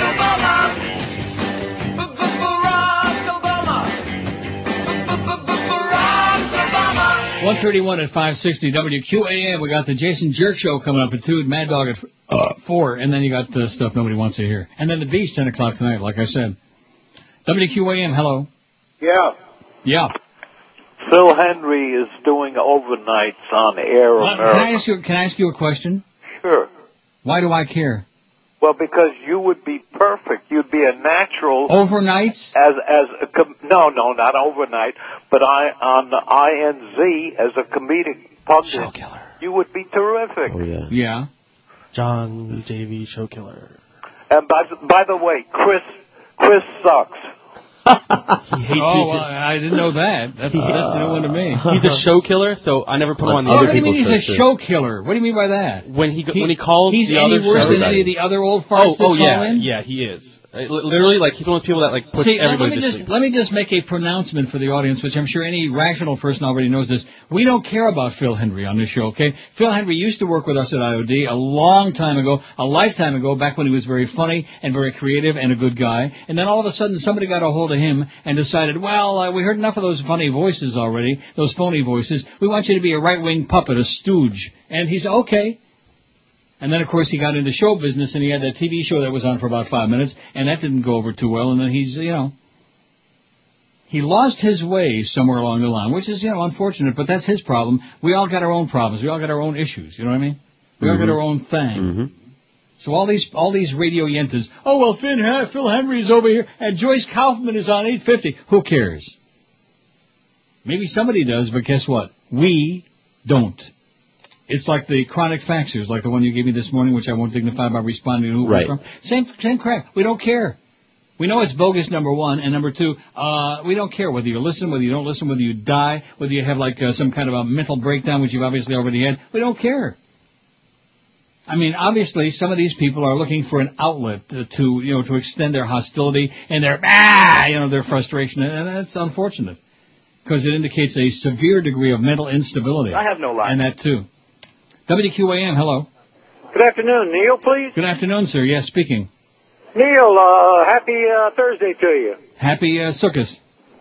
[SPEAKER 5] Obama. Barack Obama.
[SPEAKER 2] 131 at 560 WQAM. We got the Jason Jerk Show coming up at 2, and Mad Dog at uh, 4, and then you got the stuff nobody wants to hear. And then the Beast, 10 o'clock tonight, like I said. WQAM, hello.
[SPEAKER 9] Yeah.
[SPEAKER 2] Yeah.
[SPEAKER 9] Phil Henry is doing overnights on Air
[SPEAKER 2] Well, can, I
[SPEAKER 9] America.
[SPEAKER 2] ask you, can I ask you a question?
[SPEAKER 9] Sure.
[SPEAKER 2] Why do I care?
[SPEAKER 9] Well, because you would be perfect. You'd be a natural
[SPEAKER 2] Overnights?
[SPEAKER 9] as as a com- no, no, not overnight, but I on the INZ as a comedic pundit. You would be terrific.
[SPEAKER 4] yeah.
[SPEAKER 2] Yeah.
[SPEAKER 19] John J.V. Showkiller.
[SPEAKER 9] And by the- by the way, Chris Chris sucks.
[SPEAKER 2] oh, well, I didn't know that. That's, that's new one to me.
[SPEAKER 19] He's a show killer, so I never put him on the
[SPEAKER 2] oh,
[SPEAKER 19] other
[SPEAKER 2] what do you mean
[SPEAKER 19] people's
[SPEAKER 2] he's a
[SPEAKER 19] shows, too.
[SPEAKER 2] show killer? What do you mean by that?
[SPEAKER 19] When he, go- when he calls
[SPEAKER 2] he's
[SPEAKER 19] the
[SPEAKER 2] any
[SPEAKER 19] other
[SPEAKER 2] worse
[SPEAKER 19] show-
[SPEAKER 2] than any of the other old farts
[SPEAKER 19] oh,
[SPEAKER 2] that
[SPEAKER 19] oh
[SPEAKER 2] call
[SPEAKER 19] yeah,
[SPEAKER 2] in?
[SPEAKER 19] yeah, he is. Uh, li- Literally, like he's one of the people that like puts
[SPEAKER 2] See, let me
[SPEAKER 19] everybody to
[SPEAKER 2] just
[SPEAKER 19] sleep.
[SPEAKER 2] let me just make a pronouncement for the audience, which I'm sure any rational person already knows this. We don't care about Phil Henry on this show, okay? Phil Henry used to work with us at IOD a long time ago, a lifetime ago, back when he was very funny and very creative and a good guy. And then all of a sudden, somebody got a hold of him and decided, well, uh, we heard enough of those funny voices already, those phony voices. We want you to be a right-wing puppet, a stooge. And he's okay. And then, of course, he got into show business, and he had that TV show that was on for about five minutes, and that didn't go over too well. And then he's, you know, he lost his way somewhere along the line, which is, you know, unfortunate, but that's his problem. We all got our own problems. We all got our own issues. You know what I mean? We all got our own thing. So all these all these radio yentas, oh well, Finn, Hen- Phil Henry's over here, and Joyce Kaufman is on 850. Who cares? Maybe somebody does, but guess what? We don't. It's like the chronic faxers, like the one you gave me this morning, which I won't dignify by responding to who it was
[SPEAKER 4] Right.
[SPEAKER 2] from. Same same crap. We don't care. We know it's bogus, number one, and number two, uh, we don't care whether you listen, whether you don't listen, whether you die, whether you have like uh, some kind of a mental breakdown, which you've obviously already had. We don't care. I mean, obviously, some of these people are looking for an outlet to, to you know, to extend their hostility and their ah, you know, their frustration, and that's unfortunate because it indicates a severe degree of mental instability.
[SPEAKER 9] I have no life.
[SPEAKER 2] And that too. WQAM, hello.
[SPEAKER 9] Good afternoon, Neil, please.
[SPEAKER 2] Good afternoon, sir. Yes, speaking.
[SPEAKER 9] Neil, uh, happy uh, Thursday to you.
[SPEAKER 2] Happy uh, Sukkot.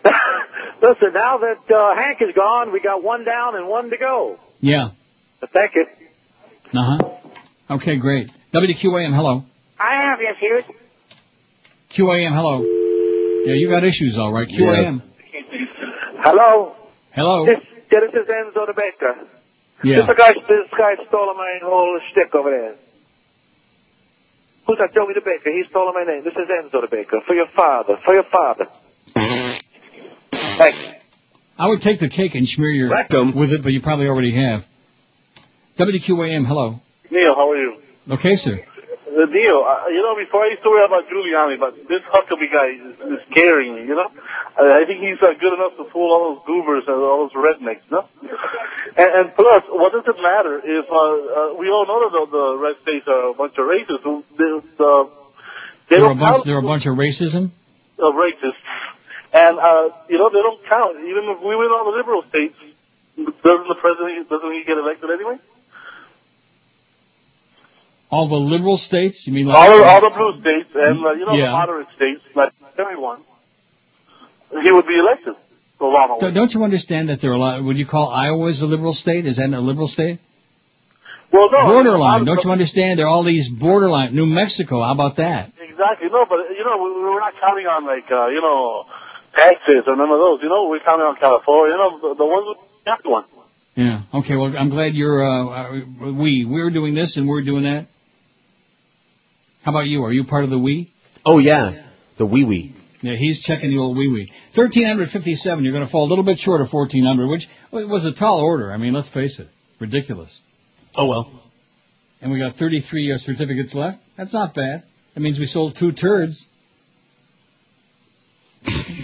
[SPEAKER 9] (laughs) Listen, now that uh, Hank is gone, we got one down and one to go.
[SPEAKER 2] Yeah.
[SPEAKER 9] Thank you.
[SPEAKER 2] Uh huh. Okay, great. WQAM, hello.
[SPEAKER 49] I have issues.
[SPEAKER 2] QAM, hello. Yeah, you got issues, all right. QAM.
[SPEAKER 9] Hello.
[SPEAKER 2] Hello.
[SPEAKER 9] This, yeah, this is Enzo the Baker.
[SPEAKER 2] Yeah.
[SPEAKER 9] This guy, this guy stole my whole shtick over there. Who's that? Joey the Baker. He stole my name. This is Enzo the Baker. For your father. For your father. Thank you.
[SPEAKER 2] I would take the cake and smear your rectum with it, but you probably already have. WQAM, hello.
[SPEAKER 50] Neil, how are you?
[SPEAKER 2] Okay, sir.
[SPEAKER 50] The deal, uh, you know, before I used to worry about Giuliani, but this Huckabee guy is, is scaring me, you know? I, I think he's uh, good enough to fool all those goobers and all those rednecks, no? And, and plus, what does it matter if, uh, uh, we all know that the, the red states are a bunch of racists. who- They, uh, they
[SPEAKER 2] They're a
[SPEAKER 50] don't
[SPEAKER 2] bunch,
[SPEAKER 50] count
[SPEAKER 2] they're a bunch of racism.
[SPEAKER 50] of racists. And, uh, you know, they don't count. Even if we win all the liberal states, doesn't the president, doesn't he get elected anyway?
[SPEAKER 2] All the liberal states? You mean like
[SPEAKER 50] All, all the blue states and, uh, you know,
[SPEAKER 2] Yeah.
[SPEAKER 50] the moderate states, like everyone, he would be elected. Obama would.
[SPEAKER 2] Don't- Don't you understand that there are a lot? Would you call Iowa is a liberal state? Is that a liberal state?
[SPEAKER 50] Well, no.
[SPEAKER 2] borderline.
[SPEAKER 50] I'm-
[SPEAKER 2] Don't you understand? There are all these borderline. New Mexico. How about that?
[SPEAKER 50] Exactly. No, but, you know, we- we're not counting on, like, uh, you know, Texas or none of those. You know, we're counting on California. You know, the, the ones with the best one.
[SPEAKER 2] Yeah. Okay. Well, I'm glad you're. Uh, uh, we we're doing this and we're doing that. How about you? Are you part of the we?
[SPEAKER 4] Oh yeah, the wee wee.
[SPEAKER 2] Yeah, he's checking the old wee wee. Thirteen hundred fifty-seven. You're going to fall a little bit short of fourteen hundred, which was a tall order. I mean, let's face it, ridiculous.
[SPEAKER 51] Oh well.
[SPEAKER 2] And we got thirty-three uh, certificates left. That's not bad. That means we sold two turds. (laughs)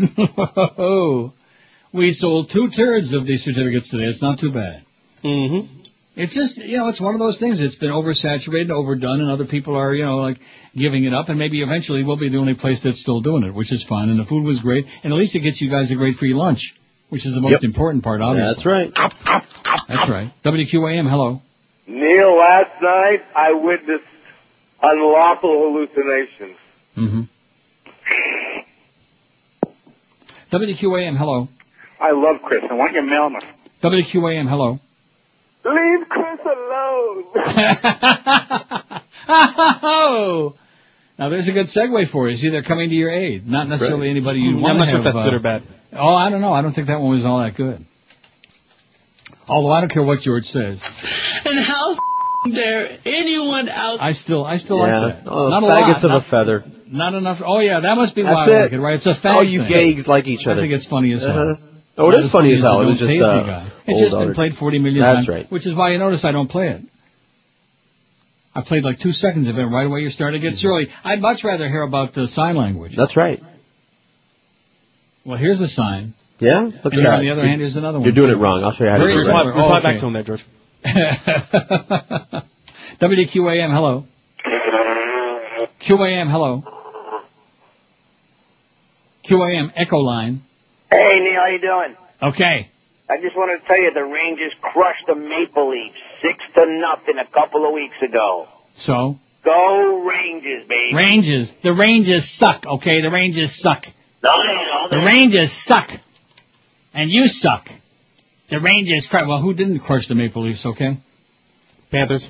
[SPEAKER 2] we sold two turds of these certificates today. It's not too bad. Mm-hmm. It's just, you know, it's one of those things. It's been oversaturated, overdone, and other people are, you know, like giving it up. And maybe eventually we'll be the only place that's still doing it, which is fine. And the food was great, and at least it gets you guys a great free lunch, which is the most
[SPEAKER 4] Yep.
[SPEAKER 2] important part, obviously.
[SPEAKER 4] That's right.
[SPEAKER 2] That's right. WQAM, hello.
[SPEAKER 5] Neil, last night I witnessed unlawful hallucinations.
[SPEAKER 2] Mm-hmm. WQAM, hello.
[SPEAKER 5] I love Chris. I want you to mail him. a-
[SPEAKER 2] WQAM, hello.
[SPEAKER 5] Leave Chris alone.
[SPEAKER 2] Oh! Now there's a good segue for you. See, they're coming to your aid. Not necessarily
[SPEAKER 51] Right.
[SPEAKER 2] anybody you
[SPEAKER 51] Mm,
[SPEAKER 2] want
[SPEAKER 51] I'm
[SPEAKER 2] to
[SPEAKER 51] not sure
[SPEAKER 2] have.
[SPEAKER 51] if that's good or bad.
[SPEAKER 2] uh, Oh, I don't know. I don't think that one was all that good. Although I don't care what George says,
[SPEAKER 19] And how dare anyone out
[SPEAKER 2] I still, I still
[SPEAKER 4] yeah.
[SPEAKER 2] like that.
[SPEAKER 4] Oh,
[SPEAKER 2] not
[SPEAKER 4] faggots
[SPEAKER 2] a lot.
[SPEAKER 4] of a feather.
[SPEAKER 2] not, not enough. Oh yeah, that must be
[SPEAKER 4] That's
[SPEAKER 2] why
[SPEAKER 4] it.
[SPEAKER 2] I like it, right? It's a fact.
[SPEAKER 4] Oh, you
[SPEAKER 2] thing.
[SPEAKER 4] gags like each other.
[SPEAKER 2] I think it's funny as hell.
[SPEAKER 4] Uh-huh. Oh, it
[SPEAKER 2] Not
[SPEAKER 4] is funny as hell.
[SPEAKER 2] the
[SPEAKER 4] It was
[SPEAKER 2] Bill
[SPEAKER 4] just, uh,
[SPEAKER 2] Paisley guy. It's
[SPEAKER 4] old
[SPEAKER 2] just been
[SPEAKER 4] Albert.
[SPEAKER 2] played 40 million
[SPEAKER 4] That's
[SPEAKER 2] times.
[SPEAKER 4] right.
[SPEAKER 2] Which is why you notice I don't play it. I played like two seconds of it, and right away you're starting to get surly. I'd much rather hear about the sign language.
[SPEAKER 4] That's right.
[SPEAKER 2] Well, here's a sign.
[SPEAKER 4] Yeah. Look at
[SPEAKER 2] And
[SPEAKER 4] that.
[SPEAKER 2] on the other hand, here's another one.
[SPEAKER 4] You're doing it wrong. I'll show you how to
[SPEAKER 2] Very
[SPEAKER 4] do it.
[SPEAKER 2] similar.
[SPEAKER 4] right.
[SPEAKER 2] Oh, okay.
[SPEAKER 51] him there, George.
[SPEAKER 2] (laughs) WQAM, hello. QAM, hello. QAM, Echo Line.
[SPEAKER 17] Hey Neil, how you doing?
[SPEAKER 2] Okay.
[SPEAKER 17] I just wanted to tell you the Rangers crushed the Maple Leafs six to nothing a couple of weeks ago.
[SPEAKER 2] So,
[SPEAKER 17] Go Rangers, baby!
[SPEAKER 2] Rangers. The Rangers suck, okay? The Rangers suck.
[SPEAKER 17] No, no, no,
[SPEAKER 2] The Rangers suck. And you suck. The Rangers crush. Well, who didn't crush the Maple Leafs, okay? Panthers.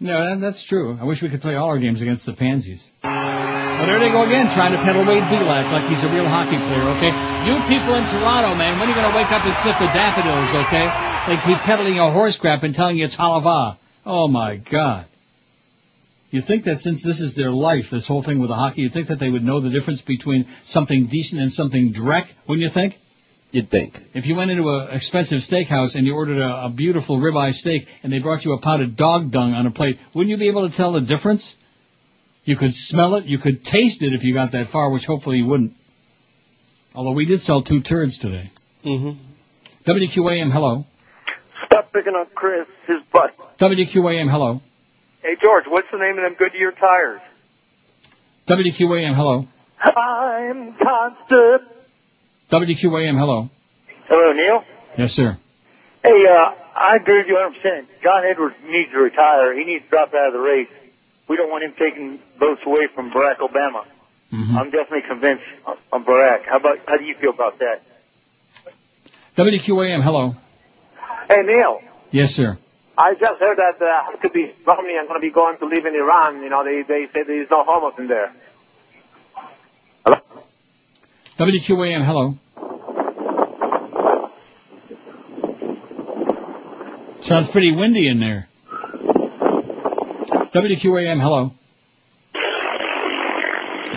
[SPEAKER 2] No, that, that's true. I wish we could play all our games against the Pansies. Well, there they go again, trying to peddle Wade Belak like he's a real hockey player, okay? You people in Toronto, man, when are you going to wake up and sniff the daffodils, okay? They keep peddling your horse crap and telling you it's halava. Oh, my God. You think that since this is their life, this whole thing with the hockey, you think that they would know the difference between something decent and something dreck, wouldn't you think?
[SPEAKER 4] You'd think.
[SPEAKER 2] If you went into an expensive steakhouse and you ordered a, a beautiful ribeye steak and they brought you a pound of dog dung on a plate, wouldn't you be able to tell the difference? You could smell it. You could taste it if you got that far, which hopefully you wouldn't. Although we did sell two turds today. Mm-hmm. WQAM, hello.
[SPEAKER 9] Stop picking on Chris, his butt.
[SPEAKER 2] WQAM, hello.
[SPEAKER 9] Hey, George, what's the name of them Goodyear tires?
[SPEAKER 2] WQAM, hello.
[SPEAKER 9] I'm constant.
[SPEAKER 2] WQAM, hello.
[SPEAKER 9] Hello, Neil.
[SPEAKER 2] Yes, sir.
[SPEAKER 9] Hey, uh, I agree with you 100%. John Edwards needs to retire. He needs to drop out of the race. We don't want him taking votes away from Barack Obama. I'm definitely convinced on Barack. How about, how do you feel about that?
[SPEAKER 2] WQAM, hello.
[SPEAKER 9] Hey, Neil.
[SPEAKER 2] Yes, sir.
[SPEAKER 9] I just heard that uh, Huckabee Romney is going to be going to live in Iran. You know, they they say there's no homos in there.
[SPEAKER 2] WQAM, hello. Sounds pretty windy in there. WQAM, hello. (laughs)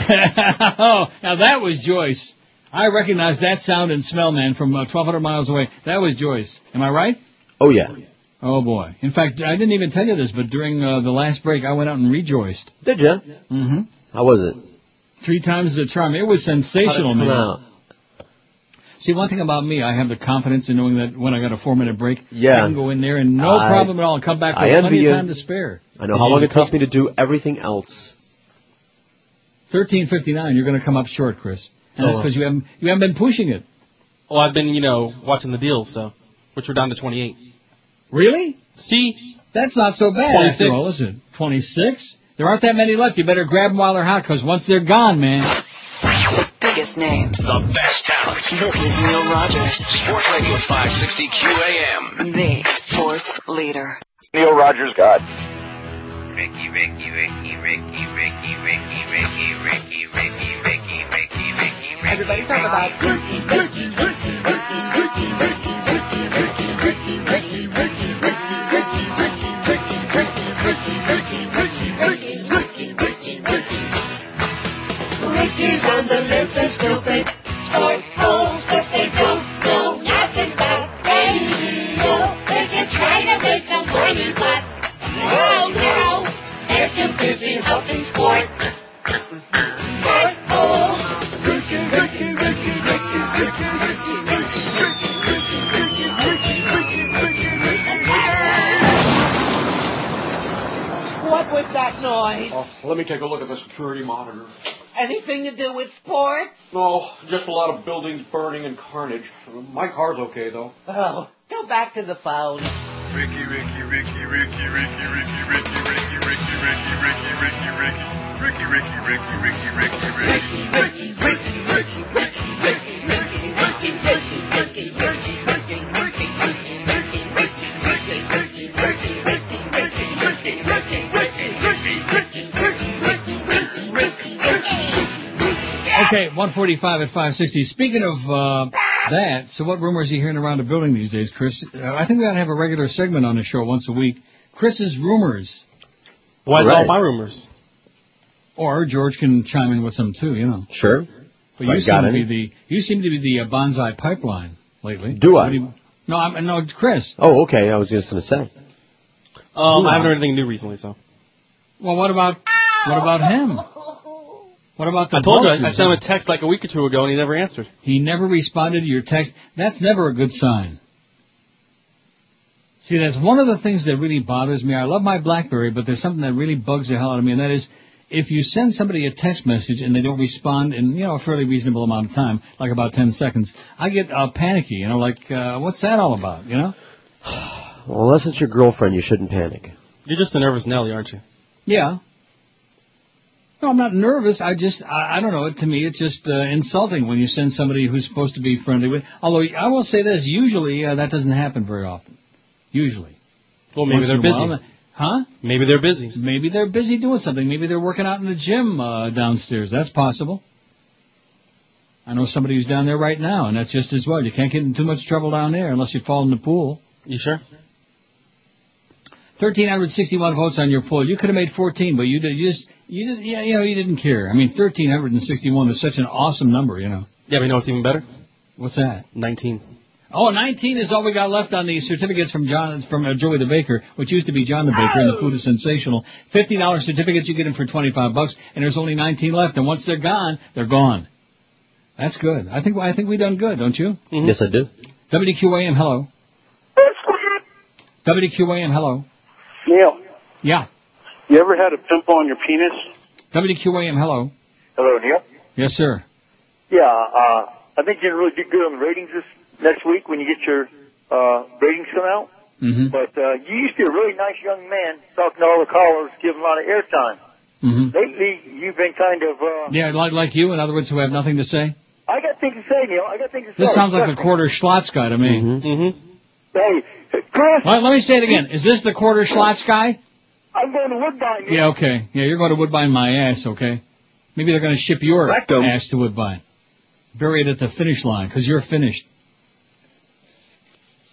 [SPEAKER 2] oh, now that was Joyce. I recognize that sound and smell, man, from uh, 1,200 miles away. That was Joyce. Am I right?
[SPEAKER 4] Oh yeah.
[SPEAKER 2] Oh boy! In fact, I didn't even tell you this, but during uh, the last break, I went out and rejoiced.
[SPEAKER 4] Did you?
[SPEAKER 2] Mm-hmm.
[SPEAKER 4] How was it?
[SPEAKER 2] Three times the charm. It was sensational,
[SPEAKER 4] How did it come
[SPEAKER 2] man.
[SPEAKER 4] out?
[SPEAKER 2] See, one thing about me, I have the confidence in knowing that when I got a four-minute break,
[SPEAKER 4] Yeah.
[SPEAKER 2] I can go in there and no
[SPEAKER 4] I-
[SPEAKER 2] problem at all, and come back
[SPEAKER 4] I
[SPEAKER 2] with
[SPEAKER 4] envy
[SPEAKER 2] plenty
[SPEAKER 4] you.
[SPEAKER 2] of time to spare.
[SPEAKER 4] I know how long it takes me to do everything else.
[SPEAKER 2] Thirteen fifty-nine. You're going to come up short, Chris, and that's
[SPEAKER 19] Oh.
[SPEAKER 2] because you haven't you haven't been pushing it.
[SPEAKER 19] Well, I've been, you know, watching the deals, so which were down to 28.
[SPEAKER 2] Really?
[SPEAKER 19] See,
[SPEAKER 2] that's not so bad. After all, is it? Twenty-six. There aren't that many left. You better grab them while they're hot, because once they're gone, man.
[SPEAKER 52] Biggest names.
[SPEAKER 53] The best talent.
[SPEAKER 52] This is Neil Rogers.
[SPEAKER 53] Sports Radio 560 QAM.
[SPEAKER 52] The sports leader.
[SPEAKER 53] Neil Rogers God.
[SPEAKER 5] Ricky, Ricky, Ricky, Ricky, Ricky, Ricky, Ricky, Ricky, Ricky, Ricky, Ricky, Ricky, Ricky. Everybody talk about Ricky, Ricky, Ricky, Ricky, Ricky, Ricky, Ricky, Ricky, Ricky, Ricky, Ricky, Ricky, Ricky, Ricky, Ricky, Ricky, Ricky, Ricky, Ricky, Ricky, Ricky, Ricky, Ricky. Ricky's on the list of stupid sport fools, but they don't know nothing about radio. They can try to make them horny, but oh no, they're too busy helping sport. Sport fools. Ricky, Ricky, Ricky, Ricky, Ricky, Ricky, Ricky, Ricky, Ricky, Ricky, Ricky, Ricky, Ricky, Ricky.
[SPEAKER 23] What was that noise?
[SPEAKER 25] let me take a look at the security monitor.
[SPEAKER 23] Anything to do with sports?
[SPEAKER 25] No, just a lot of buildings burning and carnage. My car's okay, though.
[SPEAKER 23] Oh, go back to the phone.
[SPEAKER 25] Ricky, Ricky, Ricky, Ricky, Ricky, Ricky, Ricky, Ricky, Ricky, Ricky, Ricky, Ricky, Ricky. Ricky, Ricky, Ricky, Ricky, Ricky, Ricky. Ricky, Ricky, Ricky, Ricky, Ricky, Ricky, Ricky, Ricky, Ricky, Ricky, Ricky, Ricky, Ricky, Ricky, Ricky, Ricky, Ricky, Ricky, Ricky, Ricky, Ricky, Ricky, Ricky, Ricky, Ricky, Ricky, Ricky, Ricky, Ricky, Ricky.
[SPEAKER 2] Okay, 145 at 560. Speaking of uh, that, so what rumors are you hearing around the building these days, Chris? Uh, I think we ought to have a regular segment on the show once a week. Chris's rumors.
[SPEAKER 19] Why is
[SPEAKER 2] Right.
[SPEAKER 19] all my rumors?
[SPEAKER 2] Or George can chime in with some too, you know.
[SPEAKER 4] Sure.
[SPEAKER 2] But
[SPEAKER 4] If I
[SPEAKER 2] you
[SPEAKER 4] got
[SPEAKER 2] seem to
[SPEAKER 4] any.
[SPEAKER 2] be the you seem to be the uh, bonsai pipeline lately.
[SPEAKER 4] Do I?
[SPEAKER 2] What you- no, I'm no Chris.
[SPEAKER 4] Oh, okay. I was just going to say.
[SPEAKER 19] Um,
[SPEAKER 4] Oh,
[SPEAKER 2] Who
[SPEAKER 19] I
[SPEAKER 2] am
[SPEAKER 19] haven't
[SPEAKER 2] I?
[SPEAKER 19] heard anything new recently, so.
[SPEAKER 2] Well, what about what about him? What about the
[SPEAKER 19] I told you I, I
[SPEAKER 2] vultures?
[SPEAKER 19] sent him a text like a week or two ago, and he never answered.
[SPEAKER 2] He never responded to your text. That's never a good sign. See, that's one of the things that really bothers me. I love my BlackBerry, but there's something that really bugs the hell out of me, and that is if you send somebody a text message and they don't respond in you know a fairly reasonable amount of time, like about 10 seconds, I get uh, panicky. You know, like uh, what's that all about? You know?
[SPEAKER 4] Well, unless it's your girlfriend, you shouldn't panic.
[SPEAKER 19] You're just a nervous Nelly, aren't you?
[SPEAKER 2] Yeah. No, I'm not nervous. I just, I, I don't know. To me, it's just uh, insulting when you send somebody who's supposed to be friendly with. Although I will say this, usually uh, that doesn't happen very often. Usually.
[SPEAKER 19] Well, maybe
[SPEAKER 2] Once
[SPEAKER 19] they're
[SPEAKER 2] in a
[SPEAKER 19] busy.
[SPEAKER 2] while, huh?
[SPEAKER 19] Maybe they're busy.
[SPEAKER 2] Maybe they're busy doing something. Maybe they're working out in the gym uh, downstairs. That's possible. I know somebody who's down there right now, and that's just as well. You can't get in too much trouble down there unless you fall in the pool.
[SPEAKER 19] You sure?
[SPEAKER 2] 1,361 votes on your poll. You could have made 14, but you did. You just, you did, yeah, you know, you didn't care. I mean, 1,361 is such an awesome number, you know.
[SPEAKER 19] Yeah, but you know what's even better?
[SPEAKER 2] What's that?
[SPEAKER 19] 19.
[SPEAKER 2] Oh, 19 is all we got left on these certificates from John from uh, Joey the Baker, which used to be John the Baker, and the food is sensational. Fifty dollars certificates, you get them for 25 bucks, and there's only 19 left. And once they're gone, they're gone. That's good. I think I think we done good, don't you?
[SPEAKER 4] Yes, I do.
[SPEAKER 2] WQAM, hello. WQAM, hello.
[SPEAKER 54] Neil,
[SPEAKER 2] Yeah.
[SPEAKER 54] you ever had a pimple on your penis?
[SPEAKER 2] WQAM, hello.
[SPEAKER 54] Hello, Neil.
[SPEAKER 2] Yes, sir.
[SPEAKER 9] Yeah, uh, I think you're really good on the ratings this next week when you get your uh, ratings come out.
[SPEAKER 2] Mm-hmm.
[SPEAKER 9] But uh, you used to be a really nice young man, talking to all the callers, giving a lot of airtime.
[SPEAKER 2] Mm-hmm.
[SPEAKER 9] Lately, you've been kind of. Uh,
[SPEAKER 2] Yeah, like like you, in other words, who have nothing to say.
[SPEAKER 9] I got things to say, Neil. I got things to say.
[SPEAKER 2] This sounds like a quarter Schlotz guy to me. Mm-hmm.
[SPEAKER 9] Hey, Chris.
[SPEAKER 2] All right, let me say it again. Is this the quarter Schlotz guy?
[SPEAKER 9] I'm going to Woodbine.
[SPEAKER 2] (laughs) Yeah, okay. Yeah, you're going to Woodbine my ass, okay? Maybe they're going to ship your
[SPEAKER 9] Rectum.
[SPEAKER 2] ass to Woodbine. Bury it at the finish line, because you're finished.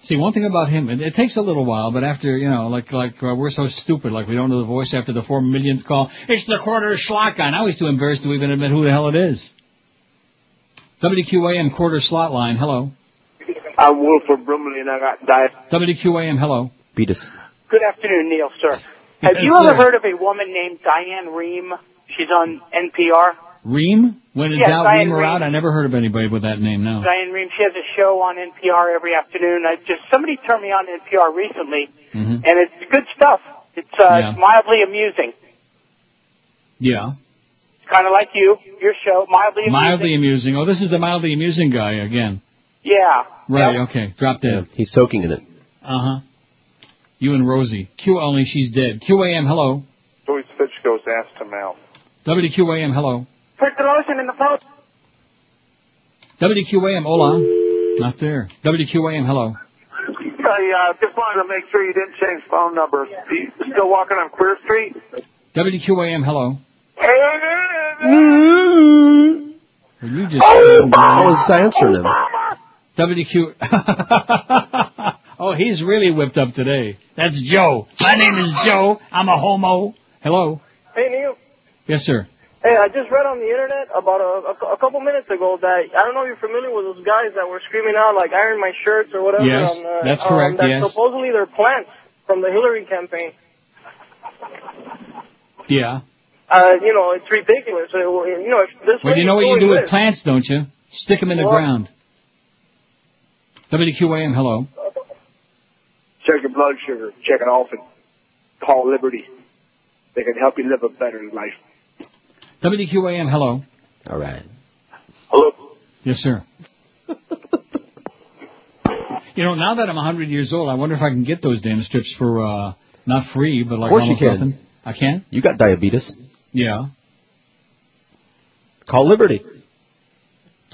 [SPEAKER 2] See, one thing about him, it, it takes a little while, but after, you know, like, like uh, we're so stupid, like we don't know the voice after the four millionth call. It's the quarter slot guy. Now he's too embarrassed to even admit who the hell it is. WQAM quarter slot line, hello.
[SPEAKER 54] I'm Wilford Brumley, and I got diet.
[SPEAKER 2] WQAM, hello.
[SPEAKER 4] Beatus.
[SPEAKER 17] Good afternoon, Neil, sir.
[SPEAKER 2] Yes,
[SPEAKER 17] Have you ever
[SPEAKER 2] sir.
[SPEAKER 17] heard of a woman named Diane Rehm? She's on NPR.
[SPEAKER 2] Ream? When did
[SPEAKER 17] Yes,
[SPEAKER 2] that
[SPEAKER 17] Diane
[SPEAKER 2] Ream were
[SPEAKER 17] Rehm.
[SPEAKER 2] out? I never heard of anybody with that name, no.
[SPEAKER 17] Diane Rehm. She has a show on NPR every afternoon. I just somebody turned me on to NPR recently,
[SPEAKER 2] Mm-hmm.
[SPEAKER 17] and it's good stuff. It's uh,
[SPEAKER 2] Yeah.
[SPEAKER 17] it's mildly amusing.
[SPEAKER 2] Yeah.
[SPEAKER 17] It's kind of like you, your show, mildly amusing.
[SPEAKER 2] Mildly amusing. Oh, this is the mildly amusing guy again.
[SPEAKER 17] Yeah.
[SPEAKER 2] Right, okay. Drop dead.
[SPEAKER 4] He's soaking in it.
[SPEAKER 2] Uh huh. You and Rosie. Q only, she's dead. QAM, hello.
[SPEAKER 1] Joey Fitch goes ass to mouth.
[SPEAKER 2] WQAM, hello.
[SPEAKER 17] Put the lotion in the post.
[SPEAKER 2] WQAM, hola. Not there. WQAM, hello.
[SPEAKER 1] Hey, uh, just wanted to make sure you didn't change phone numbers. You still walking on Queer Street?
[SPEAKER 2] WQAM, hello. Well, you just.
[SPEAKER 4] Oh, I was answering him.
[SPEAKER 2] WQ. (laughs) oh, he's really whipped up today. That's Joe. My name is Joe. I'm a homo. Hello.
[SPEAKER 19] Hey Neil.
[SPEAKER 2] Yes, sir.
[SPEAKER 19] Hey, I just read on the internet about a, a, cou- a couple minutes ago that I don't know if you're familiar with those guys that were screaming out like "iron my shirts" or whatever.
[SPEAKER 2] Yes,
[SPEAKER 19] on, uh,
[SPEAKER 2] that's
[SPEAKER 19] um,
[SPEAKER 2] correct,
[SPEAKER 19] that
[SPEAKER 2] yes.
[SPEAKER 19] supposedly they're plants from the Hillary campaign.
[SPEAKER 2] Yeah.
[SPEAKER 19] Uh, you know, it's ridiculous. Uh, well, you know, if this
[SPEAKER 2] Well,
[SPEAKER 19] way
[SPEAKER 2] you know what you
[SPEAKER 19] it's
[SPEAKER 2] do
[SPEAKER 19] going
[SPEAKER 2] with plants, don't you? Stick them in the
[SPEAKER 19] Well-
[SPEAKER 2] ground. WQAM, hello.
[SPEAKER 54] Check your blood sugar. Check it off and call Liberty. They can help you live a better life.
[SPEAKER 2] WQAM, hello.
[SPEAKER 4] All right.
[SPEAKER 2] Yes, sir. you know, now that I'm 100 years old, I wonder if I can get those damn strips for, uh, not free, but like
[SPEAKER 4] Of course you
[SPEAKER 2] almost
[SPEAKER 4] can.
[SPEAKER 2] nothing. I can?
[SPEAKER 4] You got diabetes.
[SPEAKER 2] Yeah.
[SPEAKER 4] Call Liberty.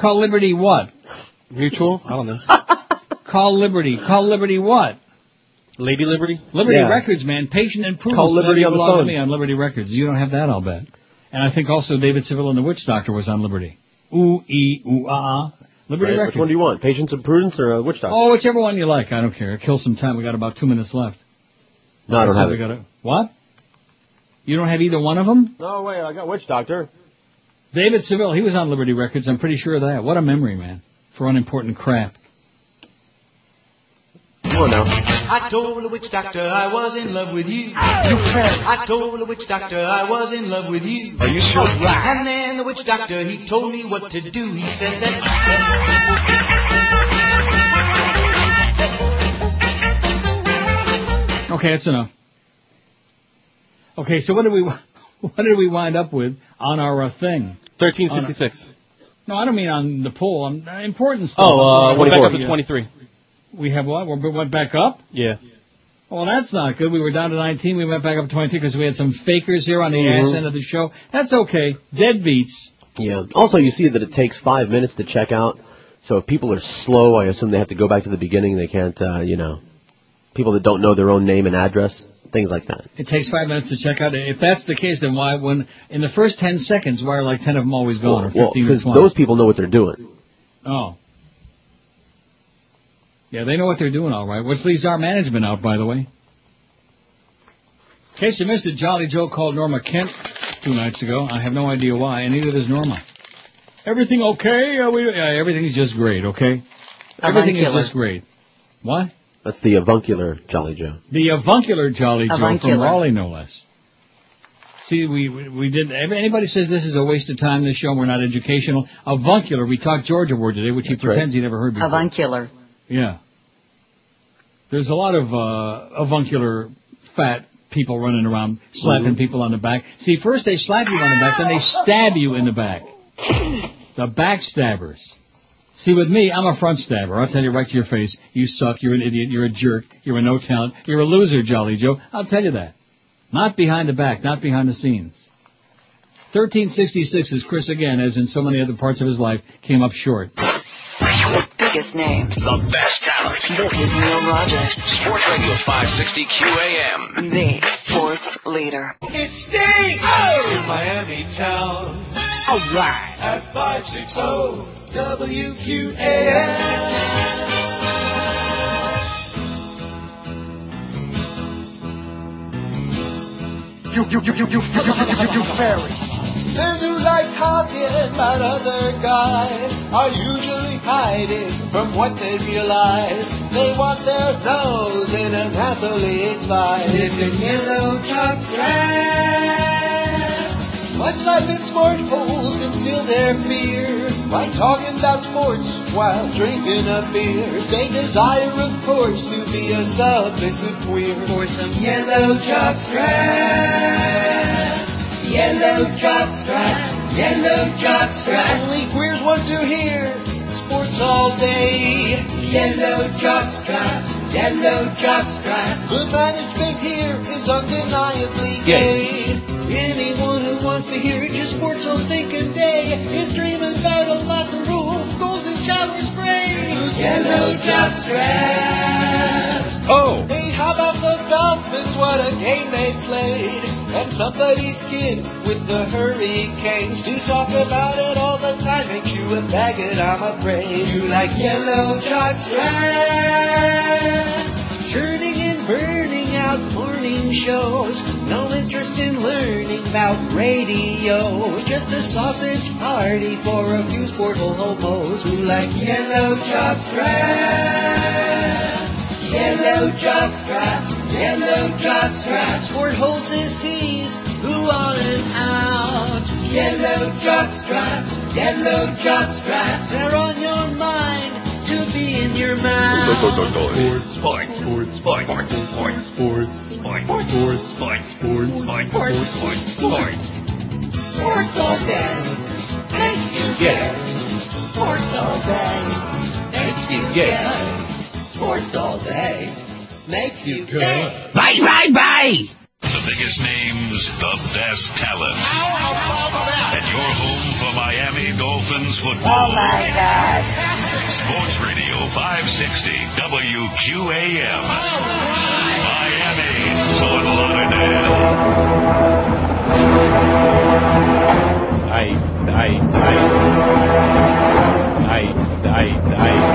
[SPEAKER 2] Call Liberty what? Mutual? I don't know. (laughs) Call Liberty. Call Liberty what? Lady Liberty? Liberty
[SPEAKER 4] Yeah.
[SPEAKER 2] Records, man. Patient improvement.
[SPEAKER 4] Call Liberty
[SPEAKER 2] They
[SPEAKER 4] on the
[SPEAKER 2] belong to
[SPEAKER 4] phone.
[SPEAKER 2] me on Liberty Records. You don't have that, I'll bet. And I think also David Seville and the Witch Doctor was on Liberty. Ooh, ee, ooh, ah, ah. Liberty
[SPEAKER 4] Right,
[SPEAKER 2] Records.
[SPEAKER 4] Which one do you want? Patience and Prudence or uh, Witch Doctor?
[SPEAKER 2] Oh, whichever one you like. I don't care. Kill some time. We got about two minutes left.
[SPEAKER 4] no, I don't
[SPEAKER 2] So
[SPEAKER 4] have
[SPEAKER 2] we
[SPEAKER 4] it.
[SPEAKER 2] gotta- what? You don't have either one of them?
[SPEAKER 4] No, wait, I got Witch Doctor.
[SPEAKER 2] David Seville, he was on Liberty Records. I'm pretty sure of that. What a memory, man, for unimportant crap.
[SPEAKER 4] Come
[SPEAKER 11] Oh,
[SPEAKER 4] on now.
[SPEAKER 5] I told the witch doctor I was in love with you. You fell. I told the witch doctor I was in love with you.
[SPEAKER 11] Are you sure?
[SPEAKER 5] And then the witch doctor he told me what to do. He said that.
[SPEAKER 2] Okay, that's enough. Okay, so what did we (laughs) what did we wind up with on our uh, thing? Thirteen
[SPEAKER 55] 1366.
[SPEAKER 2] No, I don't mean on the poll. On uh, important stuff.
[SPEAKER 55] Oh, uh, we're back up to
[SPEAKER 2] Yeah.
[SPEAKER 55] 23.
[SPEAKER 2] We have what? We went back up.
[SPEAKER 55] Yeah.
[SPEAKER 2] Well, that's not good. We were down to 19. We went back up to 23 because we had some fakers here on the ass
[SPEAKER 55] Mm-hmm.
[SPEAKER 4] Mhm.
[SPEAKER 2] end of the show. That's okay. Deadbeats.
[SPEAKER 4] Yeah. Also, you see that it takes five minutes to check out. So if people are slow, I assume they have to go back to the beginning. They can't, uh, you know, people that don't know their own name and address, things like that.
[SPEAKER 2] It takes five minutes to check out. If that's the case, then why, when in the first 10 seconds, why are like 10 of them always gone or 15
[SPEAKER 4] Well,
[SPEAKER 2] or
[SPEAKER 4] because
[SPEAKER 2] 20?
[SPEAKER 4] those people know what they're doing.
[SPEAKER 2] Oh. Yeah, they know what they're doing all right, which leaves our management out, by the way. In case you missed it, Jolly Joe called Norma Kent two nights ago. I have no idea why, and neither does Norma. Everything okay? Are we, yeah, everything's just great, okay? Everything is
[SPEAKER 4] Avuncular.
[SPEAKER 2] just great. What?
[SPEAKER 4] That's the avuncular Jolly Joe.
[SPEAKER 2] The avuncular Jolly Joe
[SPEAKER 4] Avuncular.
[SPEAKER 2] from Raleigh, no less. See, we we- we did. Anybody says this is a waste of time. This show we're not educational. Avuncular. We talked Georgia word today, which he pretends he never heard before.
[SPEAKER 22] Avuncular.
[SPEAKER 2] Yeah. There's a lot of uh, avuncular fat people running around slapping people on the back. See, first they slap you on the back, then they stab you in the back. The backstabbers. See, with me, I'm a front stabber. I'll tell you right to your face, you suck, you're an idiot, you're a jerk, you're a no talent, you're a loser, Jolly Joe. I'll tell you that. Not behind the back, not behind the scenes. 1366 is Chris again, as in so many other parts of his life, came up short.
[SPEAKER 56] Biggest names. The best talent. This is Neil Rogers.
[SPEAKER 57] Sports Radio 560 QAM.
[SPEAKER 56] The sports leader.
[SPEAKER 5] It stinks! Oh! In Miami town. Alright. At 560 WQAM.
[SPEAKER 16] You, you, you, you, you, you, you, you, you fairy.
[SPEAKER 5] Men who like hockey and not other guys are usually hiding from what they realize. They want their nose in an athlete's eyes. It's a yellow top strap. Much like in sport holes conceal their fear by talking about sports while drinking a beer. They desire, of course, to be a submissive queer. For some yellow top straps, yellow top straps, yellow top straps. Only queers want to hear sports all day. Yellow job straps, yellow job straps. Good management here is undeniably gay. Anyone who wants to hear just sports all stinking day is dreaming about a locker room of golden shower spray. Yellow job straps.
[SPEAKER 2] Oh.
[SPEAKER 5] Hey, how about the Dolphins? What a game they played. And somebody's kid with the Hurricanes. Do talk about it all the time. Ain't you a faggot? I'm afraid. You like yellow jock straps. Churning and burning out morning shows. No interest in learning about radio. Just a sausage party for a few sportful hobos who like yellow jock straps. Yellow job straps, yellow job straps. Sport holes is these who aren't out. Yellow job straps, yellow job straps. They're on your mind to be in your mouth.
[SPEAKER 16] Sports, sports, sports, sports, sports, sports, sports, sports, sports, sports, sports, sports, sports, sports, sports.
[SPEAKER 5] Sports all day makes you gay. Sports all day makes you gay. Sports all day makes you gay.
[SPEAKER 16] Bye, bye, bye. The biggest names, the best talent. And your home for Miami Dolphins football.
[SPEAKER 5] Oh, my God.
[SPEAKER 16] Sports Radio 560 WQAM. Miami, Fort Lauderdale.
[SPEAKER 58] I, I, I, I, I, I.